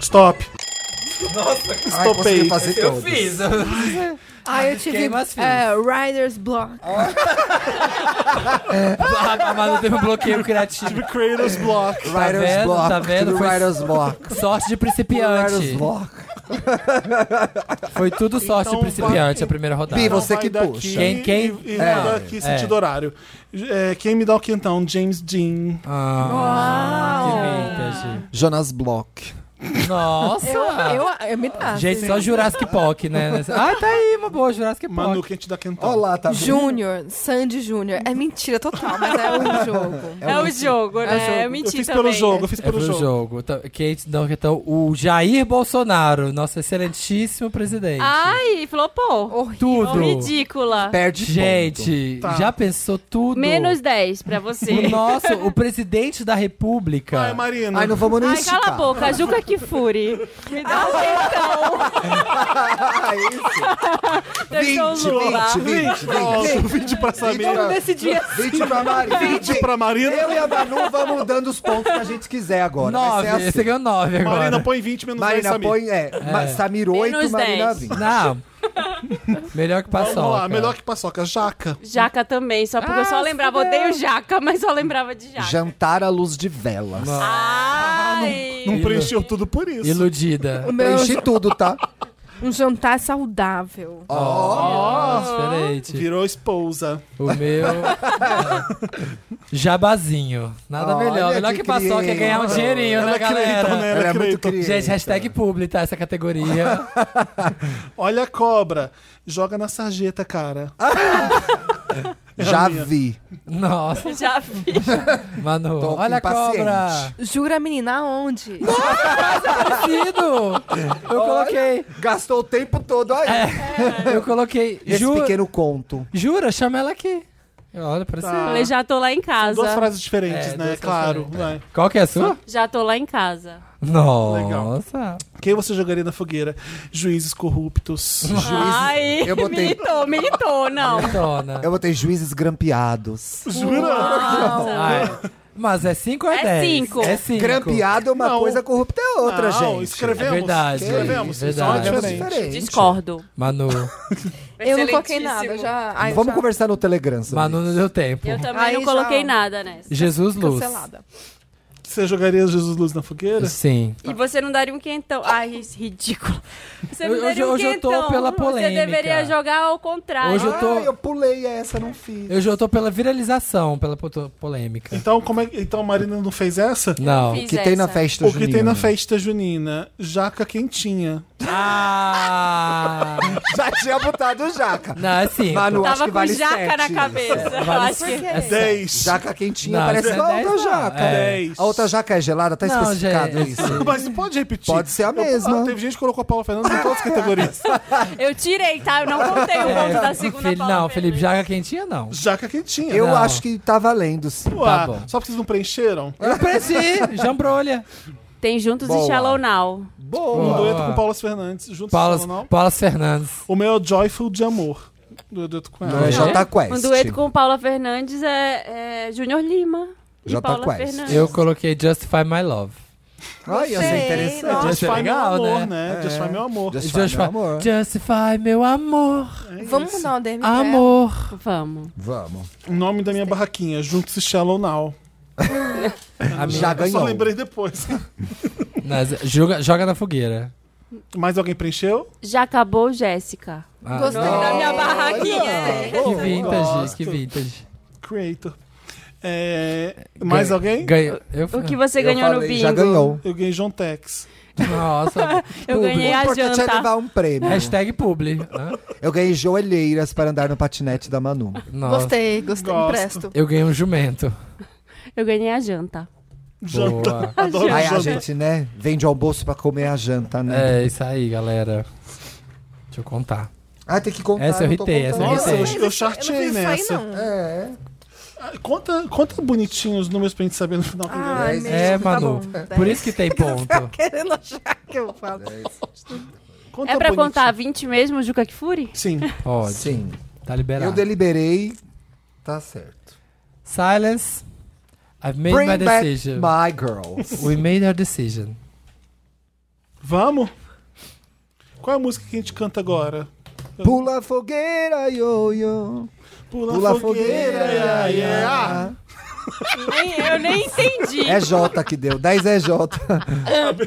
D: Stop.
B: Ai, consegui
D: Stopei.
B: fazer
A: Eu
B: todos.
A: fiz.
E: Ah, eu tive
A: Queima as fios.
E: é, Riders Block.
A: A Manu teve um bloqueio criativo.
D: Tive Creators Block.
B: Writer's
A: vendo?
B: Block.
A: Tá vendo?
B: tudo
A: Foi-
B: Writer's Block.
A: Sorte de
B: Writer's
A: principiante.
B: Block.
A: Foi tudo sorte
D: Então
A: de principiante a primeira rodada.
B: Bi, você
D: Então vai
B: que
D: daqui
B: puxa.
A: Quem- quem-
D: E, e
A: É.
D: roda aqui
A: É.
D: sentido horário. É, quem me dá o quentão? James Dean.
A: Ah,
B: Jonas Block.
A: que vintage. Nossa.
E: Eu, eu, eu me
C: Ah,
E: dá.
A: Gente, só Jurassic Park, né? Ah, tá aí, uma boa, Jurassic Park.
D: Manu, quem te dá quentão?
B: Olá, tá vendo?
E: Júnior, Sandy Júnior. É mentira total, mas é um jogo.
C: É, o jogo, né? É,
D: Eu
C: mentira
D: fiz
C: também.
D: pelo jogo, eu fiz
A: É
D: pelo
A: pro jogo.
D: jogo.
A: Então, Kate, não, então, o Jair Bolsonaro, nosso excelentíssimo presidente.
C: Ai, flopou.
E: Horrível.
A: tudo.
C: Ridícula.
B: Perde ponto.
A: Gente,
D: Tá.
A: já pensou tudo?
C: Menos 10 pra
A: o
C: você.
A: nosso, o presidente da república.
D: Ai, Marina.
B: Ai, não vamos nem
C: Ai, cala a
B: esticar.
C: boca, Juca Kifuri. Me dá um quentão.
B: Ah, isso.
C: Deixou
B: 20,
C: o Lula.
B: 20, 20, 20.
D: Nossa, 20
B: pra-
D: pra Samira.
E: decidir assim.
B: 20 pra Marina.
D: 20 pra Marina.
B: Eu e a Manu vamos dando os pontos que a gente quiser agora.
A: nove, É.
B: Vai ser assim.
A: você ganhou nove agora.
D: Marina, põe 20 menos 10,
B: Marina
D: Samir.
B: põe, é, Ma- Samir 8,
C: Menos
B: Marina
C: 10.
B: 20.
A: Não, Melhor que
D: Vamos
A: paçoca.
D: lá, melhor que paçoca, jaca.
C: Jaca também, só porque eu só lembrava, odeio jaca, mas só lembrava de jaca.
B: Jantar à luz de velas.
C: Ai!
D: Não
A: Ilu-
D: preencheu tudo por isso.
A: Iludida.
E: O meu
B: Preenchi tudo, tá?
E: um jantar saudável.
A: Diferente.
D: Virou esposa.
A: O meu. Jabazinho. Nada
B: Olha
A: melhor. Melhor
B: que
A: que, paçoca é ganhar um dinheirinho,
D: Ela
A: né, galera?
D: acredita, né?
B: Ela é muito
D: acredita.
B: criança.
A: Gente, hashtag publi, tá? Essa categoria.
D: Olha a cobra. Joga na sarjeta, cara.
A: é
B: Já vi.
A: Nossa,
C: Já vi.
A: Manu.
B: Tô
A: olha a
B: impaciente.
A: cobra.
E: Jura, menina, aonde?
A: Parecido. Eu coloquei.
B: Gastou o tempo todo aí.
A: Eu coloquei.
B: Esse
A: É, Ju-
B: pequeno conto.
A: Jura? Chama ela aqui. Olha,
B: Tá.
A: parecido.
C: Falei, já tô lá em casa.
D: Duas frases diferentes,
A: É,
D: né?
A: duas
D: Claro.
A: frases
D: vai.
A: Qual que é a sua?
C: Já tô lá em casa.
A: Nossa.
D: Quem você jogaria na fogueira? Juízes corruptos.
C: Ai,
B: eu botei-
C: militou, militou, não.
A: Dona.
B: Eu botei juízes grampeados.
D: Jura?
A: Ai, Mas é 5 ou é
C: É
A: 10?
C: cinco.
A: É 5.
B: Grampeado é uma
D: Não.
B: coisa, corrupta é outra,
D: Não,
B: gente.
D: Ah, escrevemos.
A: É verdade,
D: Escrevemos.
A: é
D: Só uma
A: verdade.
B: Escrevemos
D: diferente.
B: diferente.
C: Discordo.
A: Manu.
E: Eu não coloquei nada. eu
C: Excelentíssimo.
E: Já, ai,
B: Vamos
E: já-
B: conversar no Telegram sobre
A: Manu não deu tempo.
C: Eu também
E: Aí
C: não coloquei
E: já-
C: nada nessa.
A: Jesus Luz.
E: Cancelada.
D: Você jogaria Jesus Luz na fogueira?
A: Sim.
C: E você não daria um quentão. Ai, isso é ridículo. Você não
A: Hoje-
C: daria um
A: hoje eu tô
C: quentão.
A: pela
C: Você
A: polêmica.
C: deveria jogar ao contrário.
A: Hoje
B: isso.
A: eu tô-
B: Ah, eu pulei essa, não fiz.
A: Eu já tô pela viralização, pela poto- polêmica.
D: Então, como é... então a Marina não fez essa?
A: Não.
C: Fiz
B: O que tem na
C: essa.
B: festa
D: O que
B: junina?
D: tem na festa junina? Jaca quentinha.
A: Ah!
B: Já tinha botado jaca.
A: Não, é 5.
B: Manu, acho
C: Tava
B: que
C: com
B: vale
C: jaca
B: sete.
C: na cabeça. Eu
A: Vale
C: acho que...
A: É
D: 10.
B: Jaca quentinha
A: Não,
B: parece
A: isso é
B: igual a
A: dez,
B: outra
A: não.
B: jaca.
A: É.
D: Dez.
B: A outra jaca é gelada? Tá
A: Não,
C: é
B: especificado
A: gente,
B: isso.
D: Mas não pode repetir.
B: Pode ser a
D: Eu-
B: mesma.
D: Ah, teve gente que colocou a Paula Fernandes em todas as categorias.
C: Eu tirei, tá? Eu não contei
B: É.
C: o ponto da segunda
A: Fili-
C: palavra. né?
A: Não, É, Felipe, jaca quentinha não.
D: Jaca quentinha.
B: Eu
A: Não.
B: acho que tá valendo, sim.
D: Uá,
A: tá bom.
D: Só porque vocês não preencheram?
A: Eu preci, jambrolha.
C: Tem Juntos
B: Boa.
C: e Shallow Now.
D: Um
A: Boa.
D: dueto com Paula Fernandes. Juntos
A: Paulo,
D: solo, não?
A: Paulo Fernandes.
D: O meu é Joyful de Amor. Du- Dueto com ela.
A: Não, é
B: Jota Quest.
C: Um dueto com Paula Fernandes é, é Júnior Lima. E
B: Jota
C: Paula
B: tá Quest.
C: Fernandes.
A: Eu coloquei Justify My Love.
B: Ai, essa é interessante.
A: Nossa.
D: Just
A: Isso é
D: Fine
A: legal,
D: meu
A: né?
D: amor, né? Just Fine meu amor.
B: Just
A: Justify,
B: Fine, meu amor.
C: É.
A: Justify meu amor.
E: Vamos mudar o né? DM pra ela?
A: Amor.
C: Vamos.
B: Vamos.
D: O nome da minha barraquinha, Juntos e Shallow Now.
A: A minha-
B: Já
D: Eu só
B: ganhou.
D: lembrei depois.
A: Mas joga, joga na fogueira.
D: Mais alguém preencheu?
C: Já acabou, Jéssica.
A: Ah,
E: Gostei da minha barraquinha.
A: Que vintage,
D: Gosto.
A: que vintage.
D: Creator. É, mais
A: Ganhei-
D: alguém?
A: Ganhei. Eu,
C: O que você
B: Eu
C: ganhou no
B: falei,
C: bingo?
B: Já ganhou.
D: Eu ganhei John Tex.
A: Nossa.
C: Eu
A: publi.
C: ganhei a
B: O importante é
C: janta.
B: levar um prêmio.
A: Hashtag publi. né? Hã?
B: Eu ganhei joelheiras para andar no patinete da Manu.
A: Nossa.
E: Gostei, gostei.
D: Gosto.
E: Empresto.
A: Eu ganhei um jumento.
C: Eu ganhei a janta.
D: Janta.
A: Boa.
B: Aí
D: Adoro
B: a
D: janta.
B: gente, né, vende o almoço pra comer a janta, né?
A: É isso aí, galera. Deixa eu contar.
B: Ah, tem que contar.
A: Essa eu
B: não tô
A: ritei,
B: contando.
A: essa
D: Nossa,
A: Tem.
D: eu,
A: ritei.
D: eu chartei
E: eu não fiz isso
D: nessa.
E: aí, não.
B: É.
D: Ah, Conta, conta bonitinho os números pra gente saber no
C: Ah,
D: final.
E: Ai, Ah, meu
A: É,
E: Deus, tá
A: Manu.
E: bom. Tá
A: Por isso que tem ponto.
E: Querendo achar que eu falo.
D: Conta
C: É pra
D: bonitinho.
C: contar 20 mesmo, Juca Kifuri?
D: Sim.
A: Pode.
B: Sim.
A: Tá liberado.
B: Eu deliberei. Tá certo.
A: Silence. I've made my
B: Bring back
A: decision.
B: my girls.
A: We made our decision.
D: Vamos? Qual é a música que a gente canta agora?
B: Pula a fogueira, yo, yo.
D: Pula,
B: Pula a fogueira, ia,
D: ia, ia.
B: ia.
C: Nem- Eu nem entendi.
B: É J que deu. 10 é J.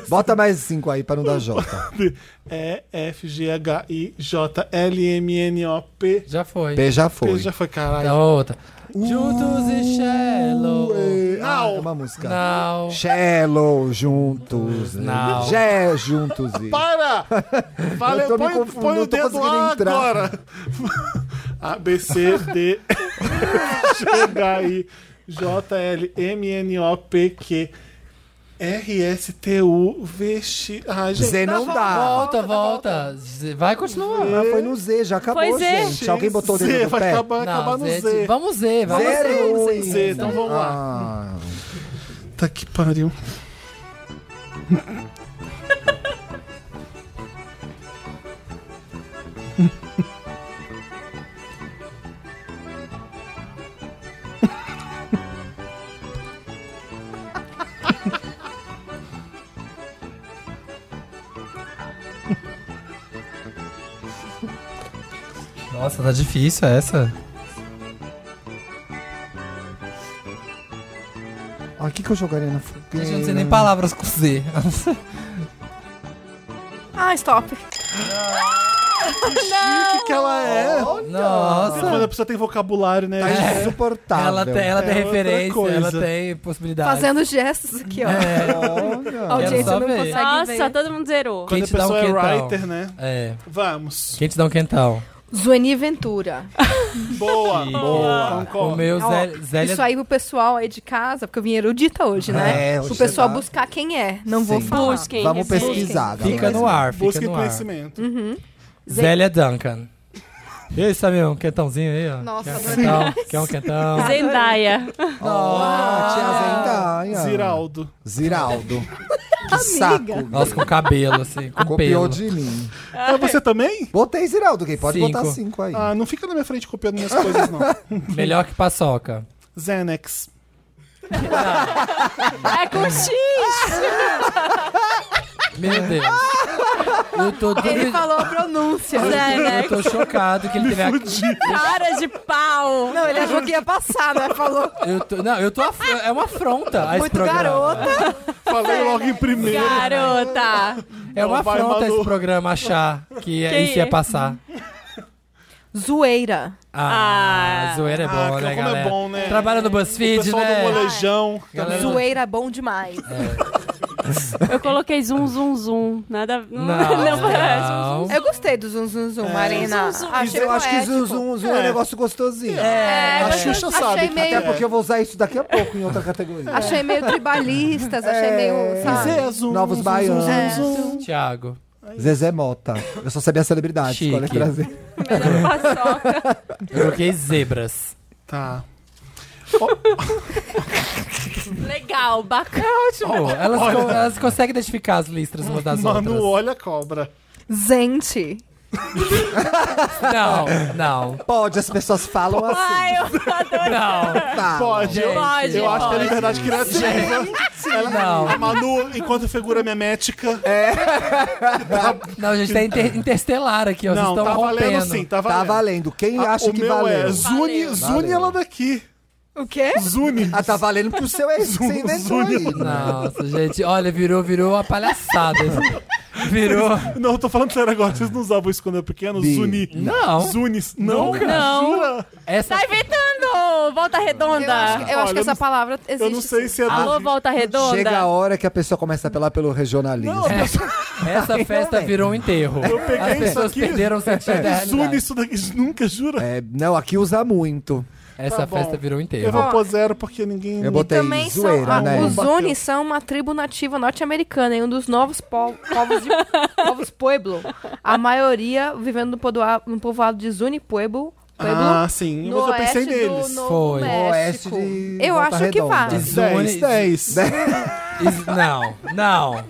B: Bota mais 5 aí pra não dar J.
D: E, É F, G, H, I, J, L, M, N, O, P.
A: Já foi.
B: P já foi. Então,
D: P já foi, caralho.
A: Da Tá outra. Juntos e Shallow.
B: Ué. Ah,
D: Não.
B: é uma música.
A: Não.
B: Shallow, juntos.
A: Não.
B: Gé, juntos. E...
D: Para! Valeu,
B: Eu tô me
D: põe,
B: confundindo,
D: põe o
B: eu tô
D: dedo
B: conseguindo
D: lá
B: entrar.
D: agora. A, B, C, D, G, H, I, J, L, M, N, O, P, Q, R, S, T, U, V, X... Ai, gente, tá
B: Z não dá.
A: Volta, volta. Vai continuar.
B: Ah, foi no Z, já acabou,
C: Foi Z.
B: gente. Alguém botou o
D: Z,
B: dedo no
D: vai
B: pé?
D: acabar,
A: Não,
D: acabar no
A: Zé,
D: Z.
A: tipo, Vamos ver, vamos ver.
B: é ruim.
D: Z, então vamos lá.
B: Ah,
D: Tá que pariu.
A: Nossa, tá difícil essa.
B: Ah, o que, que eu jogaria na fogueira?
A: Gente, eu não sei nem palavras com Z.
E: Ah, stop.
D: que, que ela é? Quando a
A: Nossa.
D: pessoa tem vocabulário, né?
B: Tá insuportável.
A: É. Ela tem, ela tem
D: É outra
A: referência,
D: coisa.
A: ela tem possibilidade.
E: Fazendo gestos aqui, ó.
A: É,
E: a
B: Olha.
A: quero
E: audiência
A: só
E: não
A: ver.
E: consegue
C: Nossa,
E: ver.
C: todo mundo zerou.
A: Quem
D: Quando a
A: te dá um
D: pessoa é
A: quentão?
D: writer, né?
A: é.
D: Vamos.
A: Quem te dá um quentão?
E: Zueni Ventura.
D: Boa.
A: Boa. O
D: Concordo.
A: meu
E: Ó,
A: Zé- Zélia...
E: Isso aí pro pessoal aí de casa, porque eu vim erudita hoje, né?
B: É,
E: o
B: hoje
E: pessoal
B: você tá-
E: buscar quem é. Não
B: Sim.
E: vou falar.
C: Busquem.
B: Vamos
C: resenha.
B: pesquisar,
A: Fica no ar, fica
D: Busque
A: no ar.
D: conhecimento.
A: Zélia Duncan. E aí, Samir, um quentãozinho aí, ó.
E: Nossa,
A: Quer um
E: adorei.
A: quentão? Quer um quentão?
C: Zendaya.
B: Ah, tia Zendaya.
D: Ziraldo.
B: Ziraldo. Que saco.
A: Nossa, com cabelo, assim, com pelo.
B: Copiou de mim.
D: É você também?
B: Botei Ziraldo, quem pode botar
A: Cinco.
B: cinco aí.
D: Ah, não fica na minha frente copiando minhas coisas, não.
A: Melhor que paçoca.
D: Xanax.
C: É com X.
A: Meu Deus. Eu tô,
E: Ele
A: duvi-
E: falou né? a pronúncia.
A: eu tô chocado que ele teve a...
C: Cara de pau.
E: Não, ele achou que ia passar, né? Falou
A: Eu tô... Não, eu tô... Af... É uma afronta a esse
E: muito
A: programa.
E: garota.
D: Falei logo em primeiro.
C: Garota.
A: É uma
D: Não, vai,
A: afronta
D: Manu.
A: esse programa achar que é-
C: Que
A: isso ia passar.
E: Zoeira.
A: Ah,
C: Ah.
A: zoeira é
D: Ah,
A: bom,
D: como
A: né,
D: é
A: galera?
D: bom, né?
A: Trabalha no
D: O
A: BuzzFeed,
D: pessoal um do
A: né?
D: molejão.
A: Galera-
E: Zoeira é bom demais.
C: Eu coloquei zoom, zoom, zoom. Nada. Não,
A: Não, é
C: não é, parece.
A: não.
E: Eu gostei do zum zum zum, Marina. Achei
B: eu acho que Zum
E: poético.
B: Zum Zum é um
D: É.
B: negócio gostosinho.
E: É,
D: A
E: mas
D: Xuxa
E: eu
D: sabe
E: Achei
D: que
E: meio,
B: Até porque eu vou usar isso daqui a pouco em outra categoria.
E: achei meio tribalistas, achei
B: É.
E: meio, sabe?
D: Zé, zum,
B: Novos
D: zum,
B: baianos.
D: zum,
E: É.
D: zum, zum.
A: Tiago.
B: Zezé Mota. Eu só sabia a celebridade.
A: Chique.
B: Escolha trazer.
C: Paçoca.
A: Eu coloquei zebras.
D: Tá.
C: Legal, bacana.
A: Pô, elas, co- elas conseguem identificar as listras umas das
D: Manu,
A: outras.
D: olha a cobra.
E: Gente.
A: Não, não,
B: Pode, as pessoas falam assim. Tá,
C: Ai, eu adorei.
A: não.
B: Falam.
D: Pode, eu,
C: Pode,
D: eu acho que é
C: pode.
D: liberdade criativa. Ela,
A: Não.
D: A Manu, enquanto figura memética.
B: É,
A: Não, gente, tá inter- interestelar aqui, ó. Vocês
D: não,
A: estão
D: tá valendo
A: rompendo.
D: sim, tá
B: Tá
D: valendo.
B: valendo. Quem
D: Ah,
B: acha
D: o
B: que
D: meu
B: valeu?
D: é Zune,
C: Valeu.
D: Zune
B: Valeu.
D: ela daqui.
E: O quê?
D: Zune.
B: Ah, tá valendo pro seu é isso que você inventou
D: Zune.
B: aí.
A: Nossa, gente, olha, virou, virou uma palhaçada. esse- Virou.
D: Não, eu tô falando sério agora, vocês não usavam isso quando eu era pequeno?
B: Bi.
D: Zuni.
A: Não.
D: Zunis. Não,
A: Nunca.
C: Não.
D: Jura?
A: Essa
C: Tá inventando! Volta
E: Eu acho
C: redonda!
E: que, eu acho
D: Olha,
E: que
D: eu
E: essa
D: não-
E: palavra existe.
D: Eu não sei se é
C: Alô,
D: da...
C: volta redonda!
B: Chega a hora que a pessoa começa a apelar pelo regionalismo.
D: Não, eu
A: Essa festa virou um enterro.
D: Eu peguei
A: As
D: isso
A: pessoas
D: aqui.
A: perderam o sentido da
D: Zune
A: realidade.
D: isso daqui. Nunca, jura?
B: É, não, aqui usa muito.
A: Essa
D: Tá bom.
A: festa virou um
D: Eu
A: enterro.
D: vou pôr zero porque ninguém...
B: Eu botei
E: Também
B: zoeira,
E: são,
B: né?
E: os Zuni são uma tribo nativa norte-americana e um dos novos po- povos de povos Pueblo. A maioria vivendo no, podoa- no povoado de Zuni Pueblo. Pueblo
D: Ah, sim.
E: no
D: Mas eu pensei
E: oeste
D: neles.
E: do Novo
A: Foi.
B: Oeste
E: México.
B: de
E: Eu
B: Volta
E: acho que
B: Redonda.
E: vá.
A: Isso.
D: Dez,
A: Zune-
B: É
D: dez.
A: Is- Não, não.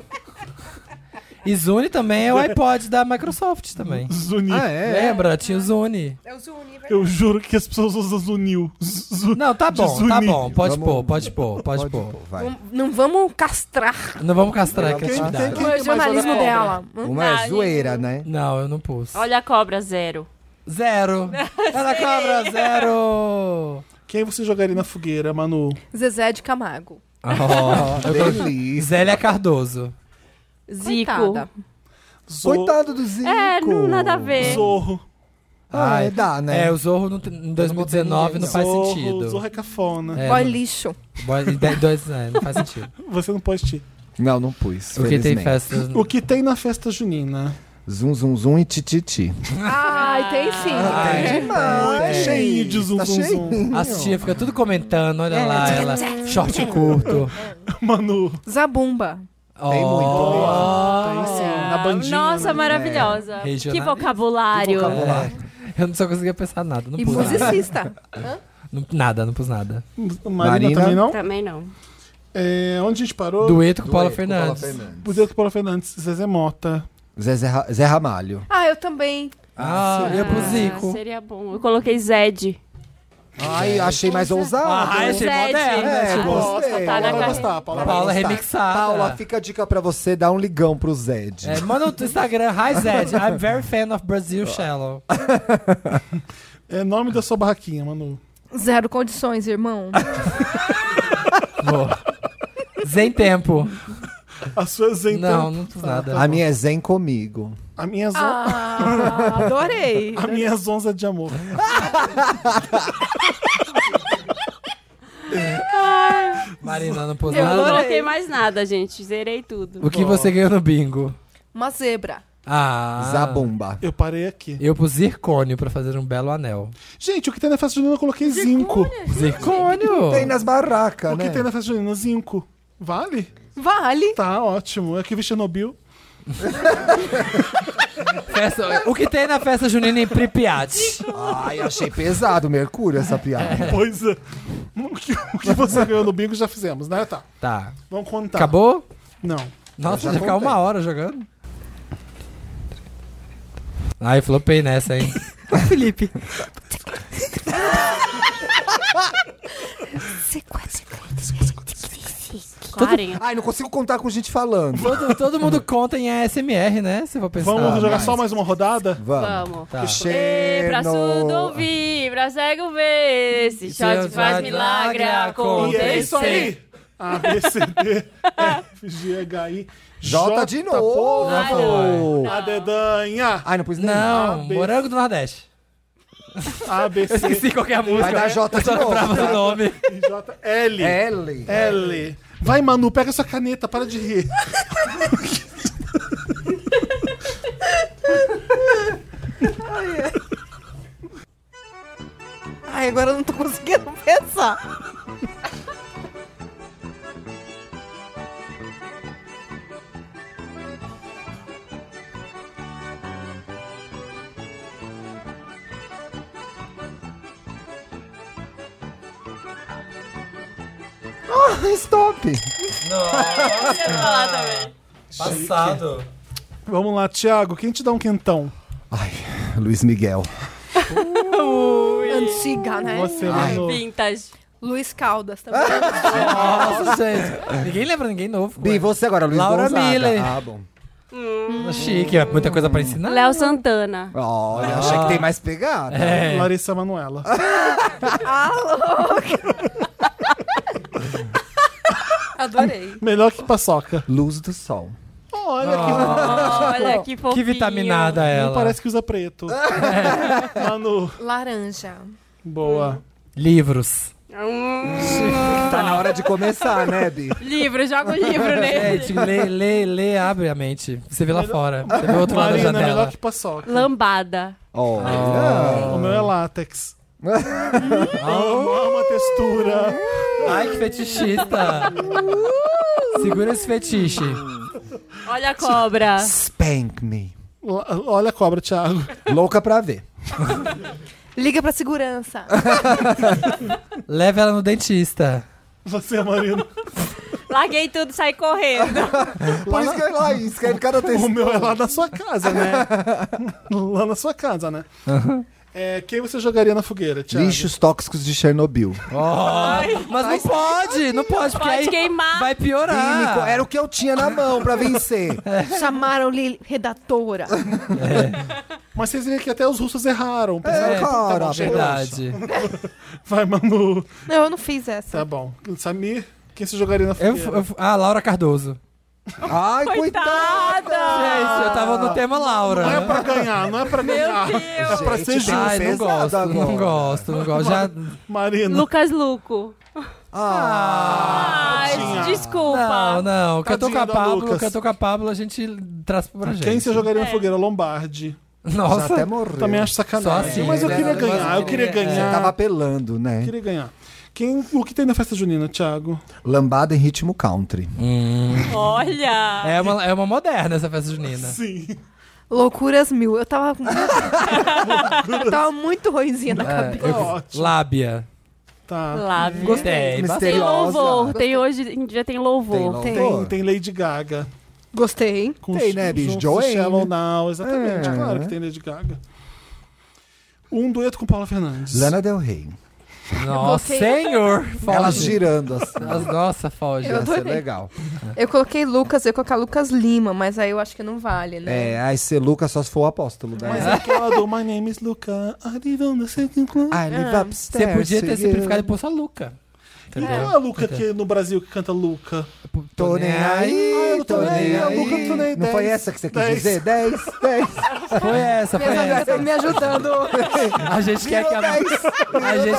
A: E Zune também é o iPod da Microsoft também.
D: Zuni.
B: Ah, é?
A: Lembra? Tinha o Zune.
E: É o Zuni,
D: Eu juro que as pessoas usam Zunil. Zu-
A: Não, tá bom,
D: Zune.
A: tá bom. Pode
B: Vamos-
A: pôr, pode pôr, pode
B: Pode
A: pôr.
B: pôr, vai.
E: Não vamos castrar
A: Não vamos castrar a
B: Quem-
A: criatividade.
D: quem-
E: o regionalismo
C: olha
E: dela. Hum?
B: Uma
C: Não,
B: é zoeira, né?
A: Não, eu não pus.
C: Olha a cobra, zero.
A: Zero. Ela cobra zero.
D: Quem você jogaria na fogueira, Manu?
E: Zezé de Camargo.
A: Oh, eu coloquei-
B: Delícia.
A: Zélia Cardoso.
C: Zico.
E: Coitada.
D: Zo-
B: Coitado do Zico.
C: É, não, nada a ver.
D: Zorro.
B: Ah, é, dá, né?
A: É, o Zorro no, em 2019 não, faz
D: Zorro,
A: sentido.
D: Zorro é cafona.
A: É,
E: Boy
A: não-
E: lixo.
A: boy- em dez- dois- é, não faz sentido.
D: Você não pode te.
B: Não, não pus.
A: Porque tem
B: felizmente.
A: festa.
D: O que tem na festa junina?
B: Zum, zum, zum e tititi.
E: Ai, Ah, tem sim.
A: Ai,
B: né?
D: É cheio de zum,
B: Ah, Tá
D: zum,
B: cheio.
D: zum.
A: As tias ficam tudo comentando, olha lá, ela. Short curto.
D: Manu.
E: Zabumba.
A: Tem
D: Tem sim, na bandinha.
C: Ah, Nossa,
D: né?
C: maravilhosa. Que
A: Regionalista.
C: vocabulário.
A: Eu não só conseguia pensar nada, não
E: E
A: pus nada.
E: musicista.
A: Não- Nada, não pus nada.
D: Marina,
B: Marina?
D: também não?
C: Também não.
D: É, onde a gente parou?
A: Dueto com
B: Dueto
A: Paula
B: com
A: Fernandes.
D: O Deus que Paulo Fernandes, Zezé Mota.
B: É. Zezé Ra- Zé Ramalho.
E: Ah, eu também.
A: Ah, eu pus Zico.
C: Seria bom. Eu coloquei Zed.
B: Ai, achei mais ousado.
A: Ah, achei
C: Sete.
A: moderno, né?
B: É,
A: Tipo,
B: gostei.
C: Nossa, tá na
D: Paula vai
C: carreira.
D: gostar, Paula vai
A: Paula
D: gostar.
A: remixada.
B: Paula, fica a dica pra você, dá um ligão pro Zed.
A: É, manda no Instagram, hi Zed, I'm very fan of Brazil Shallow.
D: É nome da sua barraquinha, Manu.
E: Zero condições, irmão.
A: Boa. Zen Tempo.
D: A sua Zen
A: Não,
D: Tempo.
A: não fiz nada.
B: A minha é Zen comigo.
D: então? A minha, zon...
E: Ah, adorei.
D: a minha zonza de amor.
A: Marina, não pôs
E: Eu
A: nada.
C: Não
E: adorei.
C: coloquei mais nada, gente. Zerei tudo.
A: O que você ganhou no bingo?
E: Uma zebra.
A: Ah.
B: Zabumba.
D: Eu parei aqui.
A: Eu pus zircônio pra fazer um belo anel.
D: Gente, o que tem na festa junina eu coloquei zinco.
A: Zircônio?
B: Tem nas barracas,
D: O que
B: né?
D: tem na festa junina? Zinco. Vale?
E: Vale.
D: Tá, ótimo. É que vi Chernobyl.
A: Festa- O que tem na festa junina em Pripyat?
B: Ai, achei pesado, Mercúrio, essa piada.
D: Pois é. O que, o que você ganhou no bingo já fizemos, né? Tá.
A: Tá.
D: Vamos contar.
A: Acabou? Ah,
D: Não.
A: Nossa,
B: já
A: já ficar
B: contei.
A: uma hora jogando. Ai, flopei nessa, hein?
E: Felipe.
C: Quarenta.
B: Ai, não consigo contar com gente falando.
A: Todo, todo mundo conta em ASMR, né? Se eu for pensar.
D: Vamos jogar
B: mais.
D: só mais uma rodada?
B: Vamos.
C: Vamos.
A: Tá.
C: Ei, pra surdo
B: Cherno...
C: ouvir, pra cego ver, esse
A: Isso
C: shot
A: é
C: faz
A: verdade.
C: milagre
D: E é
C: acontecer.
D: isso aí. A, B, C, D, F, G, H, I,
B: Jota de novo.
C: Ai,
D: A dedanha.
B: Ai, não pus nem.
A: Não,
D: A, B.
A: Morango do Nordeste.
D: A, B,
A: Eu
D: C,
A: esqueci qualquer música.
B: Vai dar Jota de
A: Só lembrava
B: novo.
A: do nome.
D: I, J, L.
A: É.
B: L.
D: L. Vai, Manu, pega sua caneta, para de rir.
E: Ai, agora eu não tô conseguindo pensar.
B: Ah, stop.
A: Passado.
D: Vamos lá, Thiago, quem te dá um quentão?
B: Ai, Luiz Miguel.
E: Antiga, né?
D: Você,
B: Ai.
D: Manu.
C: Vintage.
E: Luiz Caldas também.
A: Nossa, gente. Ninguém lembra ninguém novo.
B: Bi,
A: ué.
B: você agora, Luiz
A: Laura
B: Gonzaga.
A: Miller.
B: Ah, bom.
A: Chique, é muita coisa pra ensinar.
C: Léo Santana.
B: Olha, achei que tem mais pegada.
A: É.
D: Larissa Manuela.
E: Adorei.
D: Melhor que paçoca.
B: Luz do sol.
D: Olha
C: Olha que
A: Que
C: fofinho.
A: vitaminada
D: que. Não
A: Ah, ela. É.
D: parece que usa preto. Manu.
E: Laranja.
D: Boa.
A: Livros.
B: Tá na hora de começar, né, Bi?
C: Livro, joga o
A: É.
C: livro nele.
A: Gente, tipo, lê, lê, lê, abre a mente. Você vê lá fora. Você vê o outro lado da
D: Marina,
A: janela.
D: melhor que paçoca.
C: Lambada.
B: Ah. Olha.
A: Ah.
D: O meu é látex. Amo, amo a textura.
A: Ai, que fetichista. Segura esse fetiche.
C: Olha a cobra.
B: Spank me.
D: Lá- Olha a cobra, Thiago.
B: Louca pra ver.
E: Liga pra segurança.
A: Leve ela no dentista.
D: Você, Marina.
C: Larguei tudo, saí correndo.
B: Por isso que é lá, escreve cada
D: O
B: texto.
D: meu é lá na sua casa, né? lá na sua casa, né? É, quem você jogaria na fogueira, Thiago?
B: Lixos tóxicos de Chernobyl.
A: Mas não pode, não pode, porque
C: Pode
A: aí
C: queimar.
A: vai
B: Ah. Químico,
A: piorar.
B: era o que eu tinha na mão pra vencer.
E: Chamaram-lhe redatora.
D: Mas vocês viram que até os russos erraram. Pensaram,
A: É,
D: tá bom,
B: cara,
D: relaxa.
A: Verdade.
D: Vai, Manu.
E: Não, eu não fiz essa.
D: Tá bom. Samir, quem você jogaria na
A: Eu,
D: fogueira?
A: eu, ah, Laura Cardoso.
B: Ai, coitada!
A: Gente, eu tava no tema
D: Não é
A: Laura.
D: pra ganhar, não é pra ganhar.
C: Deus.
B: Pra
D: ser justo.
A: Ai, não gosto, não gosto, não gosto. Já,
D: Marina.
C: Lucas Luco.
B: Ah,
C: Ai,
D: Tadinha.
A: não,
C: desculpa.
A: não. Cantou com a
D: Tadinha da
A: Pablo,
D: Lucas.
A: cantou com a Pablo, a gente traz pra gente.
D: Quem você jogaria
C: É.
D: na fogueira? Lombardi.
B: já até
A: Nossa,
B: morreu.
D: Também acho
A: Só
D: sacanagem.
A: assim,
D: mas eu
A: né?
D: queria
A: Mas
D: ganhar, eu
A: eu
D: queria
A: queria- é,
D: ganhar.
B: Tava apelando, né?
D: Queria ganhar. Quem, o que tem na festa junina, Thiago?
B: Lambada em ritmo country.
C: Olha.
A: é uma, é uma moderna essa festa junina.
D: Sim.
E: Loucuras mil. Eu tava. Eu tava muito ruimzinha na
A: É,
E: cabeça.
A: eu-
D: Ótimo.
A: lábia.
D: Tá.
C: Lábio.
A: Gostei. bastante.
C: Tem
B: Misteriosa.
C: louvor. Tem hoje em dia tem louvor.
B: Tem louvor.
D: Tem, tem Lady Gaga.
E: Gostei, hein?
D: Com
B: Tem,
D: os-
B: né,
D: os-
B: bicho?
D: os
B: Joanne.
D: Shallow Now, exatamente.
B: É.
D: Claro que tem Lady Gaga. Um dueto com Paula Fernandes.
B: Lana Del Rey.
A: Nossa,
E: coloquei-
A: senhor! Foge.
B: Ela girando assim.
A: As- Nossa, foge.
E: Eu
B: Ia ser
E: adorei.
B: legal.
A: É.
E: Eu coloquei Lucas, eu ia colocar Lucas Lima, mas aí eu acho que não vale, né?
B: É, aí ser Lucas só se for o apóstolo, né?
D: Mas é aquela do My Name is Luca, I live on the second floor.
B: I live
A: Você
B: upstairs.
A: podia ter
B: yeah.
A: simplificado e pôr só Luca.
D: E
A: Entendeu?
D: qual é a Luca que no Brasil que canta Luca?
B: Tô nem
D: Ah,
B: aí,
D: eu
B: tô nem
D: a Luca
B: aí.
D: tô nem
B: Não foi
D: dez.
B: essa que você quis
D: Dez.
B: dizer? 10, 10.
A: Foi essa, foi
E: Minhas amigas
A: essa.
E: estão me ajudando.
A: A gente quer que a, a gente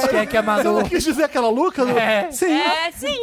A: quer que a
D: Você
A: Manu
D: não quis dizer aquela Luca? Lu?
A: É.
D: Sim.
C: É, sim.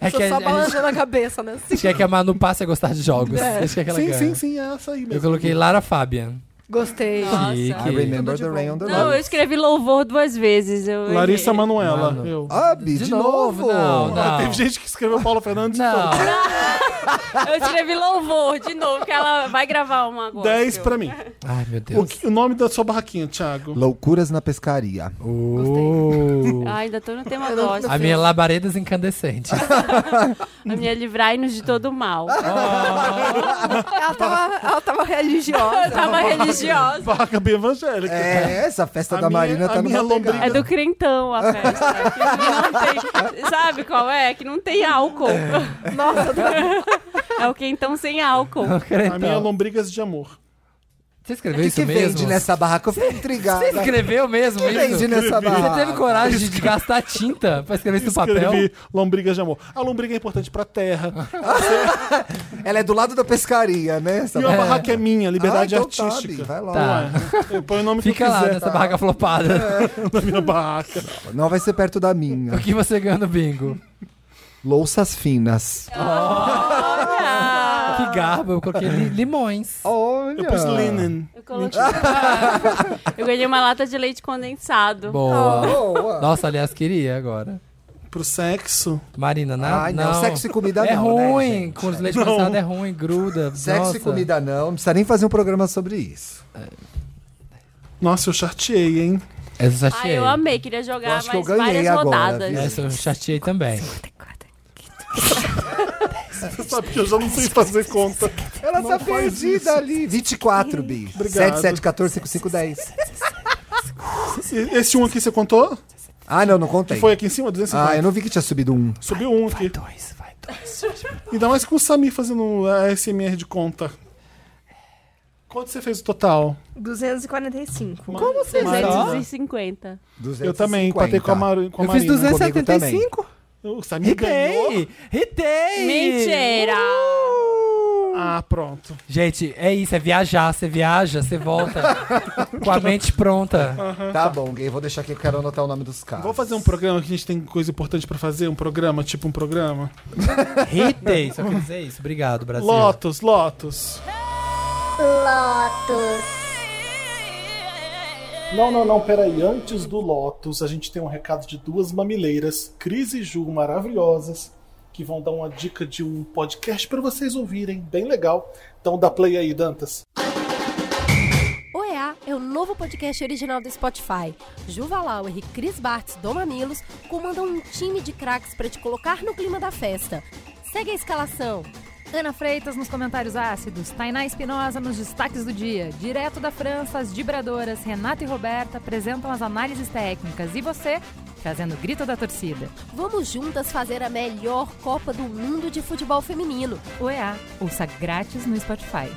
A: é que
E: Tô
A: a,
E: só
A: a gente
E: balançando a cabeça, né? Sim.
A: quer que a Manu passe a gostar de jogos. A gente quer que ela
D: Sim,
A: ganhe.
D: sim, sim, é essa aí mesmo.
A: Eu coloquei Lara Fabian.
E: Gostei.
C: Nossa.
B: I
A: Chique.
B: remember the rain on the
C: Não, eu
B: road.
C: escrevi louvor duas vezes. Eu
D: Larissa
C: errei.
D: Manuela.
A: Manu.
D: Eu.
B: Abi, Ah, de,
A: De novo?
B: novo.
A: Não, não.
D: Ah, Teve gente que escreveu Paulo Fernandes. então,
A: Não,
C: Eu escrevi louvor de novo, que ela vai gravar uma agora.
D: 10 pra mim.
A: ai meu Deus.
D: O, que- o nome da sua barraquinha, Thiago?
B: Loucuras na pescaria.
A: Oh.
C: Ah, ainda tô no tema gospel.
A: A minha labaredas incandescentes.
C: A minha livrai-nos de todo mal.
E: Ela tava, ela tava religiosa.
C: Eu tava religiosa.
D: Barraca bem evangélica.
B: É, essa festa
D: A
B: da
D: minha-
B: Marina
D: a
B: tá
D: minha
B: numa
D: lombriga-
B: pegada.
C: É do crentão a festa. né? que não tem- sabe qual é? Que não tem álcool.
E: Nossa,
C: É o crentão sem álcool.
D: A minha Lombrigas de Amor.
A: Você
B: O
A: escreveu
B: que,
A: É isso
B: que
A: mesmo?
B: vende nessa barraca? Eu fiquei intrigada.
A: Você escreveu mesmo
B: O que
A: isso?
B: vende nessa barraca?
A: Você teve coragem de- de gastar tinta pra escrever isso no papel? Ah,
D: Escrevi Lombrigas de Amor. A lombriga é importante pra terra.
B: Ela é do lado da pescaria, né? Essa
D: E uma
B: barraca.
D: barraca é minha, liberdade
B: Ah, então tá, Bi,
D: artística.
B: vai lá.
A: Tá.
D: Ué, eu ponho o nome que
A: Fica
D: eu
A: lá tá.
D: quiser
B: tá.
A: nessa barraca flopada.
D: na minha barraca.
B: Não vai ser perto da minha.
A: O que você ganhou no bingo?
B: Louças finas.
C: Olha! Ah.
A: Que garbo, eu coloquei li- limões.
B: Olha.
D: Eu né? pus linen.
C: Eu, coloquei... eu ganhei uma lata de leite condensado.
A: Boa.
C: Ah.
B: Boa.
A: Nossa, aliás, queria agora.
D: Pro sexo.
A: Marina, na,
B: Ai, não, sexo e comida
A: é
B: não, né,
A: ruim.
B: gente?
A: Com os leite condensado é ruim, gruda.
B: Sexo
A: nossa.
B: e comida não. Não precisa nem fazer um programa sobre isso.
D: Nossa, eu chateei, hein?
A: Essa eu
C: Ah,
A: chateei.
C: eu
A: amo.
C: amei, queria
B: Eu
C: jogar
B: acho que eu
C: mais
B: ganhei
C: várias
B: agora,
C: rodadas.
B: viu?
A: Essa eu chateei também.
D: Você sabe que eu já não sei fazer conta.
B: Ela tá perdida ali. 24, Bi.
D: Obrigado.
B: 7, 7, 14, 5, 5, 10.
D: E- Esse um aqui você contou?
B: Ah, não, não contei.
D: Que foi aqui em cima? 250.
B: Ah, eu não vi que tinha subido um.
D: Subiu um aqui.
A: Dois, vai, dois.
D: Ainda mais com o Samir fazendo a SMR de conta. Quanto você fez o total?
E: 245.
D: Como você
C: 250.
D: Eu também, empatei com a, Maru, com a
A: Eu fiz
D: Marina.
A: 275.
D: O Samir ganhou.
A: Ritei! Ritei!
C: Mentira!
D: Ah, pronto.
A: Uh! Gente, é isso, é viajar. Você viaja, você volta com a mente pronta.
B: Tá bom, gay. Vou deixar aqui que eu quero anotar o nome dos caras.
D: Vou fazer um programa que a gente tem coisa importante pra fazer? Um programa, tipo um programa?
A: Ritei, só quer dizer isso. Obrigado, Brasil.
D: Lotus, Lotus. Não, não, não, peraí. Antes do Lotus, a gente tem um recado de duas mamileiras, Cris e Ju, maravilhosas, que vão dar uma dica de um podcast pra vocês ouvirem, bem legal. Então dá play aí, Dantas.
I: OEA é o novo podcast original do Spotify. Juva Lauer e Cris Bartz do Mamilos comandam um time de craques para te colocar no clima da festa. Segue a escalação.
J: Ana Freitas nos comentários ácidos, Tainá Espinosa nos destaques do dia, direto da França, as vibradoras Renata e Roberta apresentam as análises técnicas e você trazendo o grito da torcida.
I: Vamos juntas fazer a melhor Copa do Mundo de futebol feminino.
J: OEA, ouça grátis no Spotify.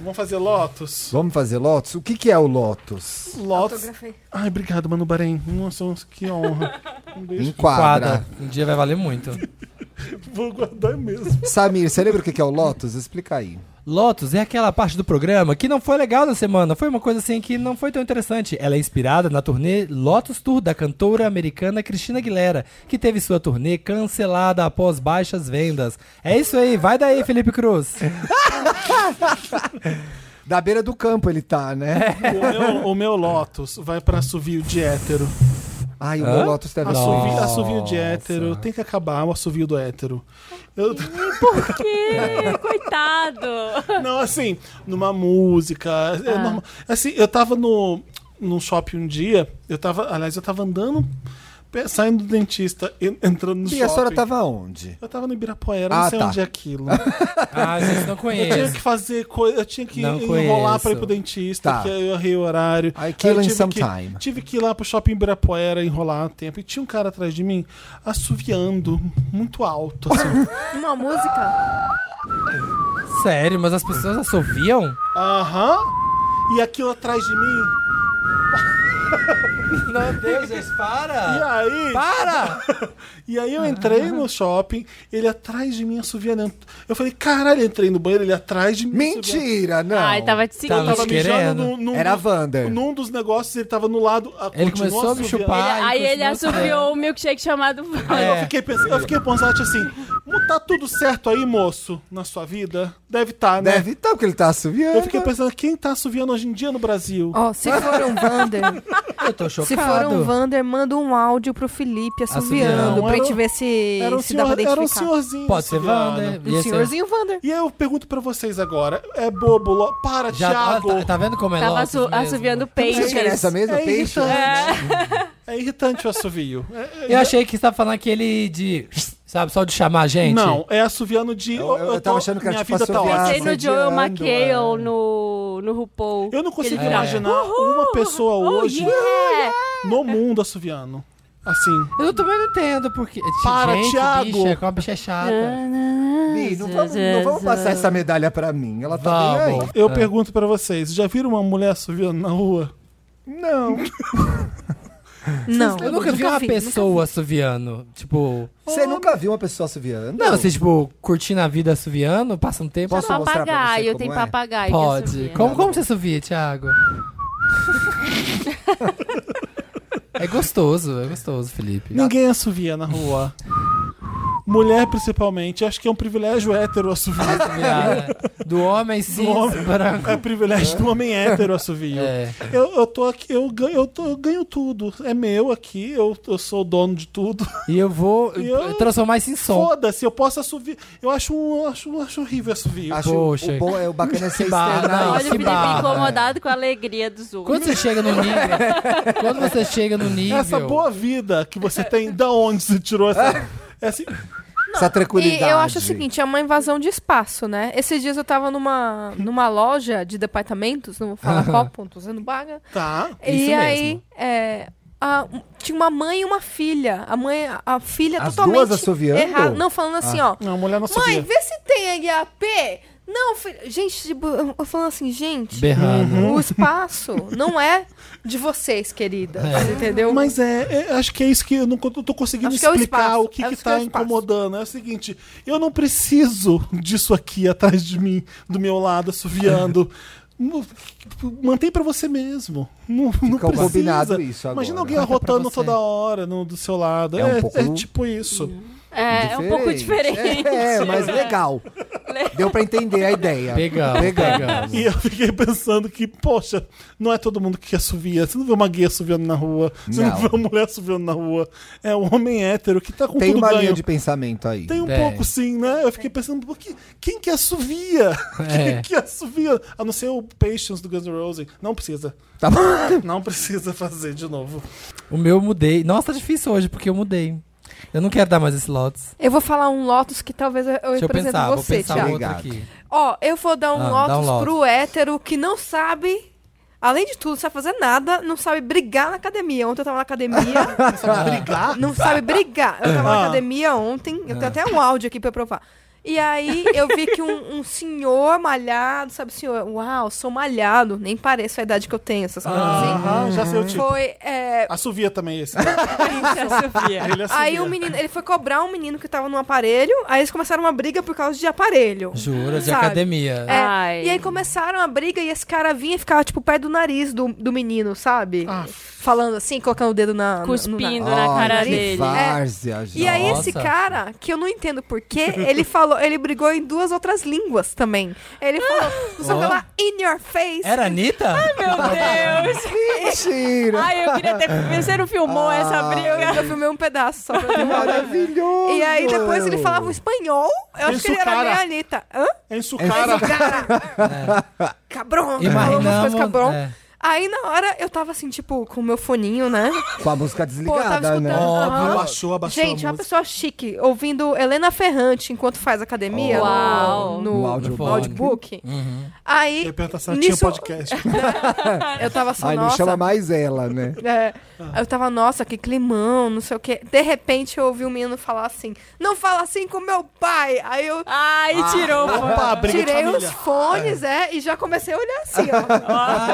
D: Vamos fazer Lotus?
B: Vamos fazer Lotus? O que, que é o Lotus?
D: Lotus. Ai, obrigado, Mano Bahrein. Nossa, nossa, que honra. Um beijo.
B: Enquadra.
A: Quadra. Um dia vai valer muito.
D: Vou guardar mesmo.
B: Samir, você lembra o que, que é o Lotus? Explica aí.
A: Lotus é aquela parte do programa que não foi legal na semana. Foi uma coisa assim que não foi tão interessante. Ela é inspirada na turnê Lotus Tour da cantora americana Cristina Aguilera, que teve sua turnê cancelada após baixas vendas. É isso aí, vai daí, Felipe Cruz.
B: Da beira do campo ele tá,
A: É.
B: né?
D: O meu, o meu Lotus vai pra assovio de hétero.
B: Ai, o
A: Hã?
B: meu Lotus deve
D: Assovi,
A: Nossa.
D: assovio de hétero. Tem que acabar o assovio do hétero. Eu,
C: Que coitado!
D: não, assim, numa música.
B: Ah.
D: é normal. Assim, eu tava no, num shopping um dia. Eu tava, aliás, eu tava andando pe- saindo do dentista, en- entrando no
B: E
D: shopping.
B: a senhora tava onde?
D: Eu tava no Ibirapuera, não
B: Ah,
D: sei
B: tá.
D: onde é aquilo.
A: Ah, gente, não
D: Eu tinha
A: conheço.
D: que fazer coisa, eu tinha que
A: Não
D: enrolar
A: conheço.
D: pra ir pro dentista,
B: Tá.
D: que eu errei o horário.
B: I kill
D: Aí eu
B: in
D: tive
B: some
D: que-
B: time.
D: Tive que ir lá pro shopping Ibirapuera enrolar um tempo. E tinha um cara atrás de mim assoviando muito alto, assim.
E: Uma música.
A: Sério, mas as pessoas assoviam?
D: Aham. E aquilo atrás de mim.
A: Meu Deus, gente,
D: E
A: para!
D: aí.
A: Para!
D: E aí eu entrei no shopping, ele atrás de mim assoviando. Eu falei, caralho, eu entrei no banheiro, ele atrás de mim. assoviando.
B: Mentira, não.
C: Ai, tava te
A: Tava
C: seguindo.
A: te
D: Tava mijando
A: querendo.
D: num, num,
B: Era a Wander.
D: num dos negócios, ele tava no lado. a-
A: Ele
D: continuou
A: começou a me
D: assoviando.
A: chupar.
C: Ele- aí
A: Ai,
C: ele
A: continua
C: assoviou o milkshake chamado
D: Aí
A: É.
D: eu fiquei pensando, eu fiquei pensando assim, "Mo- tá tudo certo aí, moço, na sua vida? Deve tá, né?
B: Deve estar, porque ele tá assoviando.
D: Eu fiquei pensando, quem tá assoviando hoje em dia no Brasil?
E: Ó, se for um Vander,
A: Eu tô chocado.
E: se for um Vander, manda um áudio pro Felipe assoviando,
A: Assoviando.
E: pra
D: Era
E: gente
D: um-
E: ver se,
D: Era um,
E: se dá pra
D: senhor, era um
E: identificar.
D: senhorzinho.
A: Pode ser né?
D: assoviando.
A: Wander.
E: O senhorzinho Vander.
D: E aí eu pergunto pra vocês agora, é bobo, lo... para,
A: Já, ó,
D: Thiago.
A: tá, tá vendo como é
C: Tava
A: nosso
C: assu-
A: mesmo?
C: assoviando
B: Você quer
C: peixes.
B: essa mesma?
D: É
B: Peixe?
D: irritante. É irritante o assovio. É- é-
A: Eu achei que você tava falando aquele de... Sabe, só de chamar a gente?
D: Não, é assoviando de.
B: Eu- eu- eu tava achando que era
D: minha
B: tipo
D: vida tá
B: assoviar.
C: Pensei
D: ótima.
C: no Joel
B: assediando,
C: McHale
B: é.
C: ou no, no RuPaul.
D: Eu não consigo
A: É.
D: imaginar uma pessoa
C: Oh,
D: hoje
C: yeah!
D: no mundo assoviando. Assim.
A: Eu também não entendo, porque... tipo,
D: Para,
A: gente,
D: Thiago.
A: Bicha, como a bicha é chata.
B: Mi, não vamos, não vamos passar essa medalha pra mim. Ela tá bem aí.
A: Vamos.
D: Eu
A: É.
D: pergunto pra vocês: já viram uma mulher assoviando na rua?
B: Não.
E: Não.
A: Eu nunca vi uma
E: vi,
A: pessoa assoviando. Tipo...
B: Você nunca viu uma pessoa assoviando?
A: Não, você, tipo, curtindo a vida assoviando, passa um tempo...
B: Posso mostrar pra você
C: papagaio,
B: como
C: tem
B: é?
C: papagaio. que
A: Pode.
C: assovia.
A: Como, como você assovia, Thiago? é gostoso, é gostoso, Felipe.
D: Ninguém é assovia na rua. Mulher, principalmente. Acho que é um privilégio hétero assoviar.
A: Virar, né? Do homem sim,
D: homem.
A: branco.
D: É privilégio do homem hétero assovio.
A: É.
D: Eu, eu tô aqui, eu ganho, eu, tô- eu ganho tudo. É meu aqui, eu, eu sou o dono de tudo.
A: E eu vou
D: E eu-
A: transformar isso em som.
D: Foda-se, eu posso assovio. Eu acho, um- acho, acho horrível assovio.
B: Acho
A: Poxa.
B: o bom, é o bacana é você
A: Que barra,
B: externar
A: não.
B: isso.
C: Olha o Felipe
A: barra.
C: incomodado com a alegria dos outros.
A: Quando você chega no nível. quando você chega no nível.
D: Essa boa vida que você tem, da onde você tirou essa. essa
B: Essa
E: E
B: tranquilidade.
E: eu acho o seguinte, é uma invasão de espaço, né? Esses dias eu tava numa, numa loja de departamentos, não vou falar qual, porque não tô sendo baga.
D: tá.
E: E
A: Isso
E: aí, é, a- tinha uma mãe e uma filha. A mãe, a- a filha
B: As
E: totalmente
B: duas assoviando?
E: errada. Não, falando assim, ó.
D: Não, mulher não
E: Mãe,
D: assovia.
E: vê se tem HAP. Não, filha. Gente, tipo, eu eu falando assim, gente,
A: Berrando.
E: o espaço não é de vocês, querida. Entendeu?
D: Mas é, é, acho que é isso que eu não co- eu tô conseguindo
E: Acho que é o
D: explicar
E: espaço.
D: o que,
E: Acho
D: que
E: que é o
D: tá
E: espaço.
D: incomodando. É o seguinte, eu não preciso disso aqui atrás de mim, do meu lado, assoviando. Não- Mantém pra você mesmo. Não, não precisa.
B: combinado isso agora.
D: Imagina alguém
A: Conta pra
D: arrotando
A: você.
D: toda hora no, do seu lado. É,
B: É um pouco- Uhum.
D: é tipo isso.
C: É, é um pouco diferente.
B: É, mas legal. Deu pra entender a ideia.
A: Pegamos, pegamos.
D: E eu fiquei pensando que, poxa, não é todo mundo que assovia. Você não vê uma gay assoviando na rua, você não,
B: Não.
D: vê uma mulher assoviando na rua. É um homem hétero que tá com
B: Tem
D: tudo
B: uma
D: ganho.
B: linha de pensamento aí.
D: Tem um
A: Tem.
D: pouco sim, né? Eu fiquei pensando, por que- quem que assovia? Quem
A: É.
D: que assovia? A não ser o Patience do Guns N' Roses. Não precisa.
B: Tá bom?
D: Não precisa fazer de novo.
A: O meu eu mudei. Nossa, tá difícil hoje, porque eu mudei. Eu não quero dar mais esse Lotus.
E: Eu vou falar um Lotus que talvez eu
A: Deixa eu
E: represente
A: pensar, vou
E: você,
A: pensar
E: Thiago.
A: outro
B: Obrigado.
A: aqui.
E: Ó, eu vou dar um
A: Ah,
E: Lotus,
A: dá um Lotus.
E: pro hétero que não sabe. Além de tudo, não sabe fazer nada, não sabe brigar na academia. Ontem eu tava na academia,
A: Ah.
D: Brigar?
E: não sabe brigar. Eu tava
D: Ah.
E: na academia ontem, eu
A: Ah.
E: tenho até um áudio aqui pra eu provar. E aí eu vi que um, um senhor malhado, sabe, senhor, uau, sou malhado, nem pareço a idade que eu tenho, essas coisas
A: Ah.
E: assim.
D: Aham, já sei o tipo.
E: Foi, é,
D: Assovia também esse. né? Ele assovia.
E: Aí o menino, ele foi cobrar um menino que tava num aparelho, aí eles começaram uma briga por causa de aparelho.
A: Jura, de
E: Sabe?
A: academia.
E: É,
C: Ai.
E: E aí começaram a briga e esse cara vinha e ficava, tipo, perto do nariz do, do menino, sabe?
A: Ah.
E: Falando assim, colocando o dedo na. no-
C: Cuspindo
E: No, na...
C: na cara
B: Ai, que
C: dele.
B: várzea,
E: é. E aí esse
A: Nossa.
E: cara, que eu não entendo porquê, ele falou, ele brigou em duas outras línguas também. Ele falou, não sei o que
A: Ó.
E: lá, in your face.
A: Ah. Era a Anitta?
C: Meu Deus!
B: Mentira!
C: Ai, eu queria ter. Você não filmou essa
E: Ah.
A: Ah.
C: briga?
E: Eu filmei um pedaço só pra ver.
B: Maravilhoso!
E: E aí depois ele falava um o espanhol, eu acho que ele era
D: Ensucara.
E: meio Anitta. Hã?
D: Ensucara.
E: Cabrão, falou umas coisas
A: É. Imaginamos.
E: cabrão.
A: é.
E: Aí na hora eu tava assim, tipo, com o meu foninho, né?
B: Com a música
E: Pô, eu tava
B: desligada,
E: escutando.
B: né?
E: aham.
D: Abaixou, abaixou
E: Gente,
D: a
E: uma
D: música.
E: pessoa chique, ouvindo Helena Ferrante enquanto faz academia
C: Uau.
E: no, no,
B: No audiobook.
E: no audiobook.
D: Eu ia
E: Aí
D: perguntar se ela
E: Nisso-
D: tinha tá podcast.
E: eu tava assim,
B: Ai, não
E: nossa.
B: chama mais ela, né?
E: É, eu tava, nossa, que climão, não sei o quê. De repente eu ouvi um menino falar assim: Não fala assim com meu pai! Aí eu
C: Ai, tirou.
D: Opa, briga de
E: tirei os
D: família.
E: fones, é. e já comecei a olhar assim, ó.
C: Ó,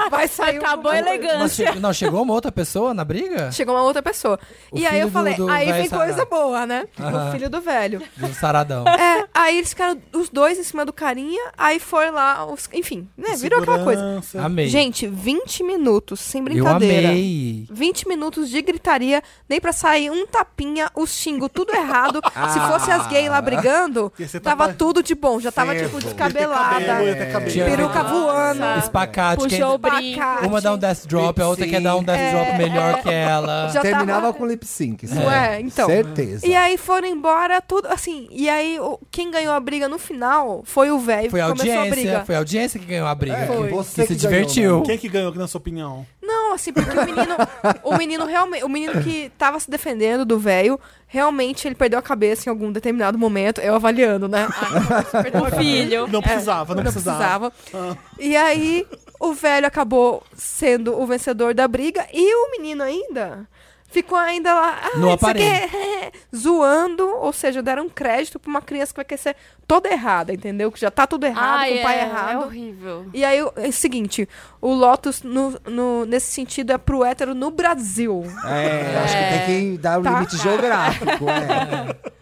C: já
E: Vai sair. um-
C: acabou a
A: Mas
C: elegância.
A: che- não, chegou uma outra pessoa na briga?
E: Chegou uma outra pessoa.
A: O
E: e aí
A: filho
E: eu
A: do-
E: falei,
A: do
E: aí
A: velho
E: vem coisa
A: sarado.
E: boa, né?
A: Aham.
E: O filho do velho.
A: Do saradão.
E: É, aí eles ficaram os dois em cima do carinha, aí foi lá, os- enfim, né? Virou aquela coisa.
D: Segurança.
A: Amei.
E: Gente, 20 minutos, sem
A: eu
E: brincadeira.
A: amei.
E: 20 minutos de gritaria, nem pra sair um tapinha, o xingo, tudo errado. Se fosse as gays
A: Ah.
E: lá brigando,
D: Ia ser
E: tava
D: tapa-
E: tudo de bom, já tava tipo
D: Cabelo,
A: né?
E: descabelada,
D: até cabelo.
A: Tinha-
E: peruca voando,
A: Espacate. Quem...
C: Puxou o brinco.
E: espacate.
A: Uma dá um death drop, a outra quer dar um death drop
E: É.
A: melhor que ela.
E: já
B: Terminava
E: tava...
B: com lip sync. sabe?
E: Ué, então.
B: Certeza.
E: E aí foram embora, tudo assim. E aí, o- quem ganhou a briga no final foi o velho que
A: Foi a
E: começou a
A: audiência,
E: briga.
A: foi a audiência que ganhou a briga.
B: É,
A: que,
B: você
A: que se
B: que ganhou,
A: divertiu.
D: Quem é que ganhou, na sua opinião?
E: Não, assim, porque o menino. o menino realmente. O menino que tava se defendendo do velho, realmente ele perdeu a cabeça em algum determinado momento, eu avaliando, né?
C: ah, O filho.
D: Não precisava, não,
E: É. não
D: precisava.
E: precisava. E aí, o velho acabou sendo o vencedor da briga e o menino ainda ficou ainda lá ah,
A: No
E: não sei o
A: aparelho.
E: quê, zoando, ou seja, deram um crédito pra uma criança que vai crescer toda errada, entendeu? Que já tá tudo errado,
C: Ai,
E: com o pai
C: é, É
E: errado.
C: horrível.
E: E aí, o- é o seguinte, o Lotus, no, no- nesse sentido, é pro hétero no Brasil.
B: É, acho que tem que dar um
E: Tá.
B: limite geográfico. É.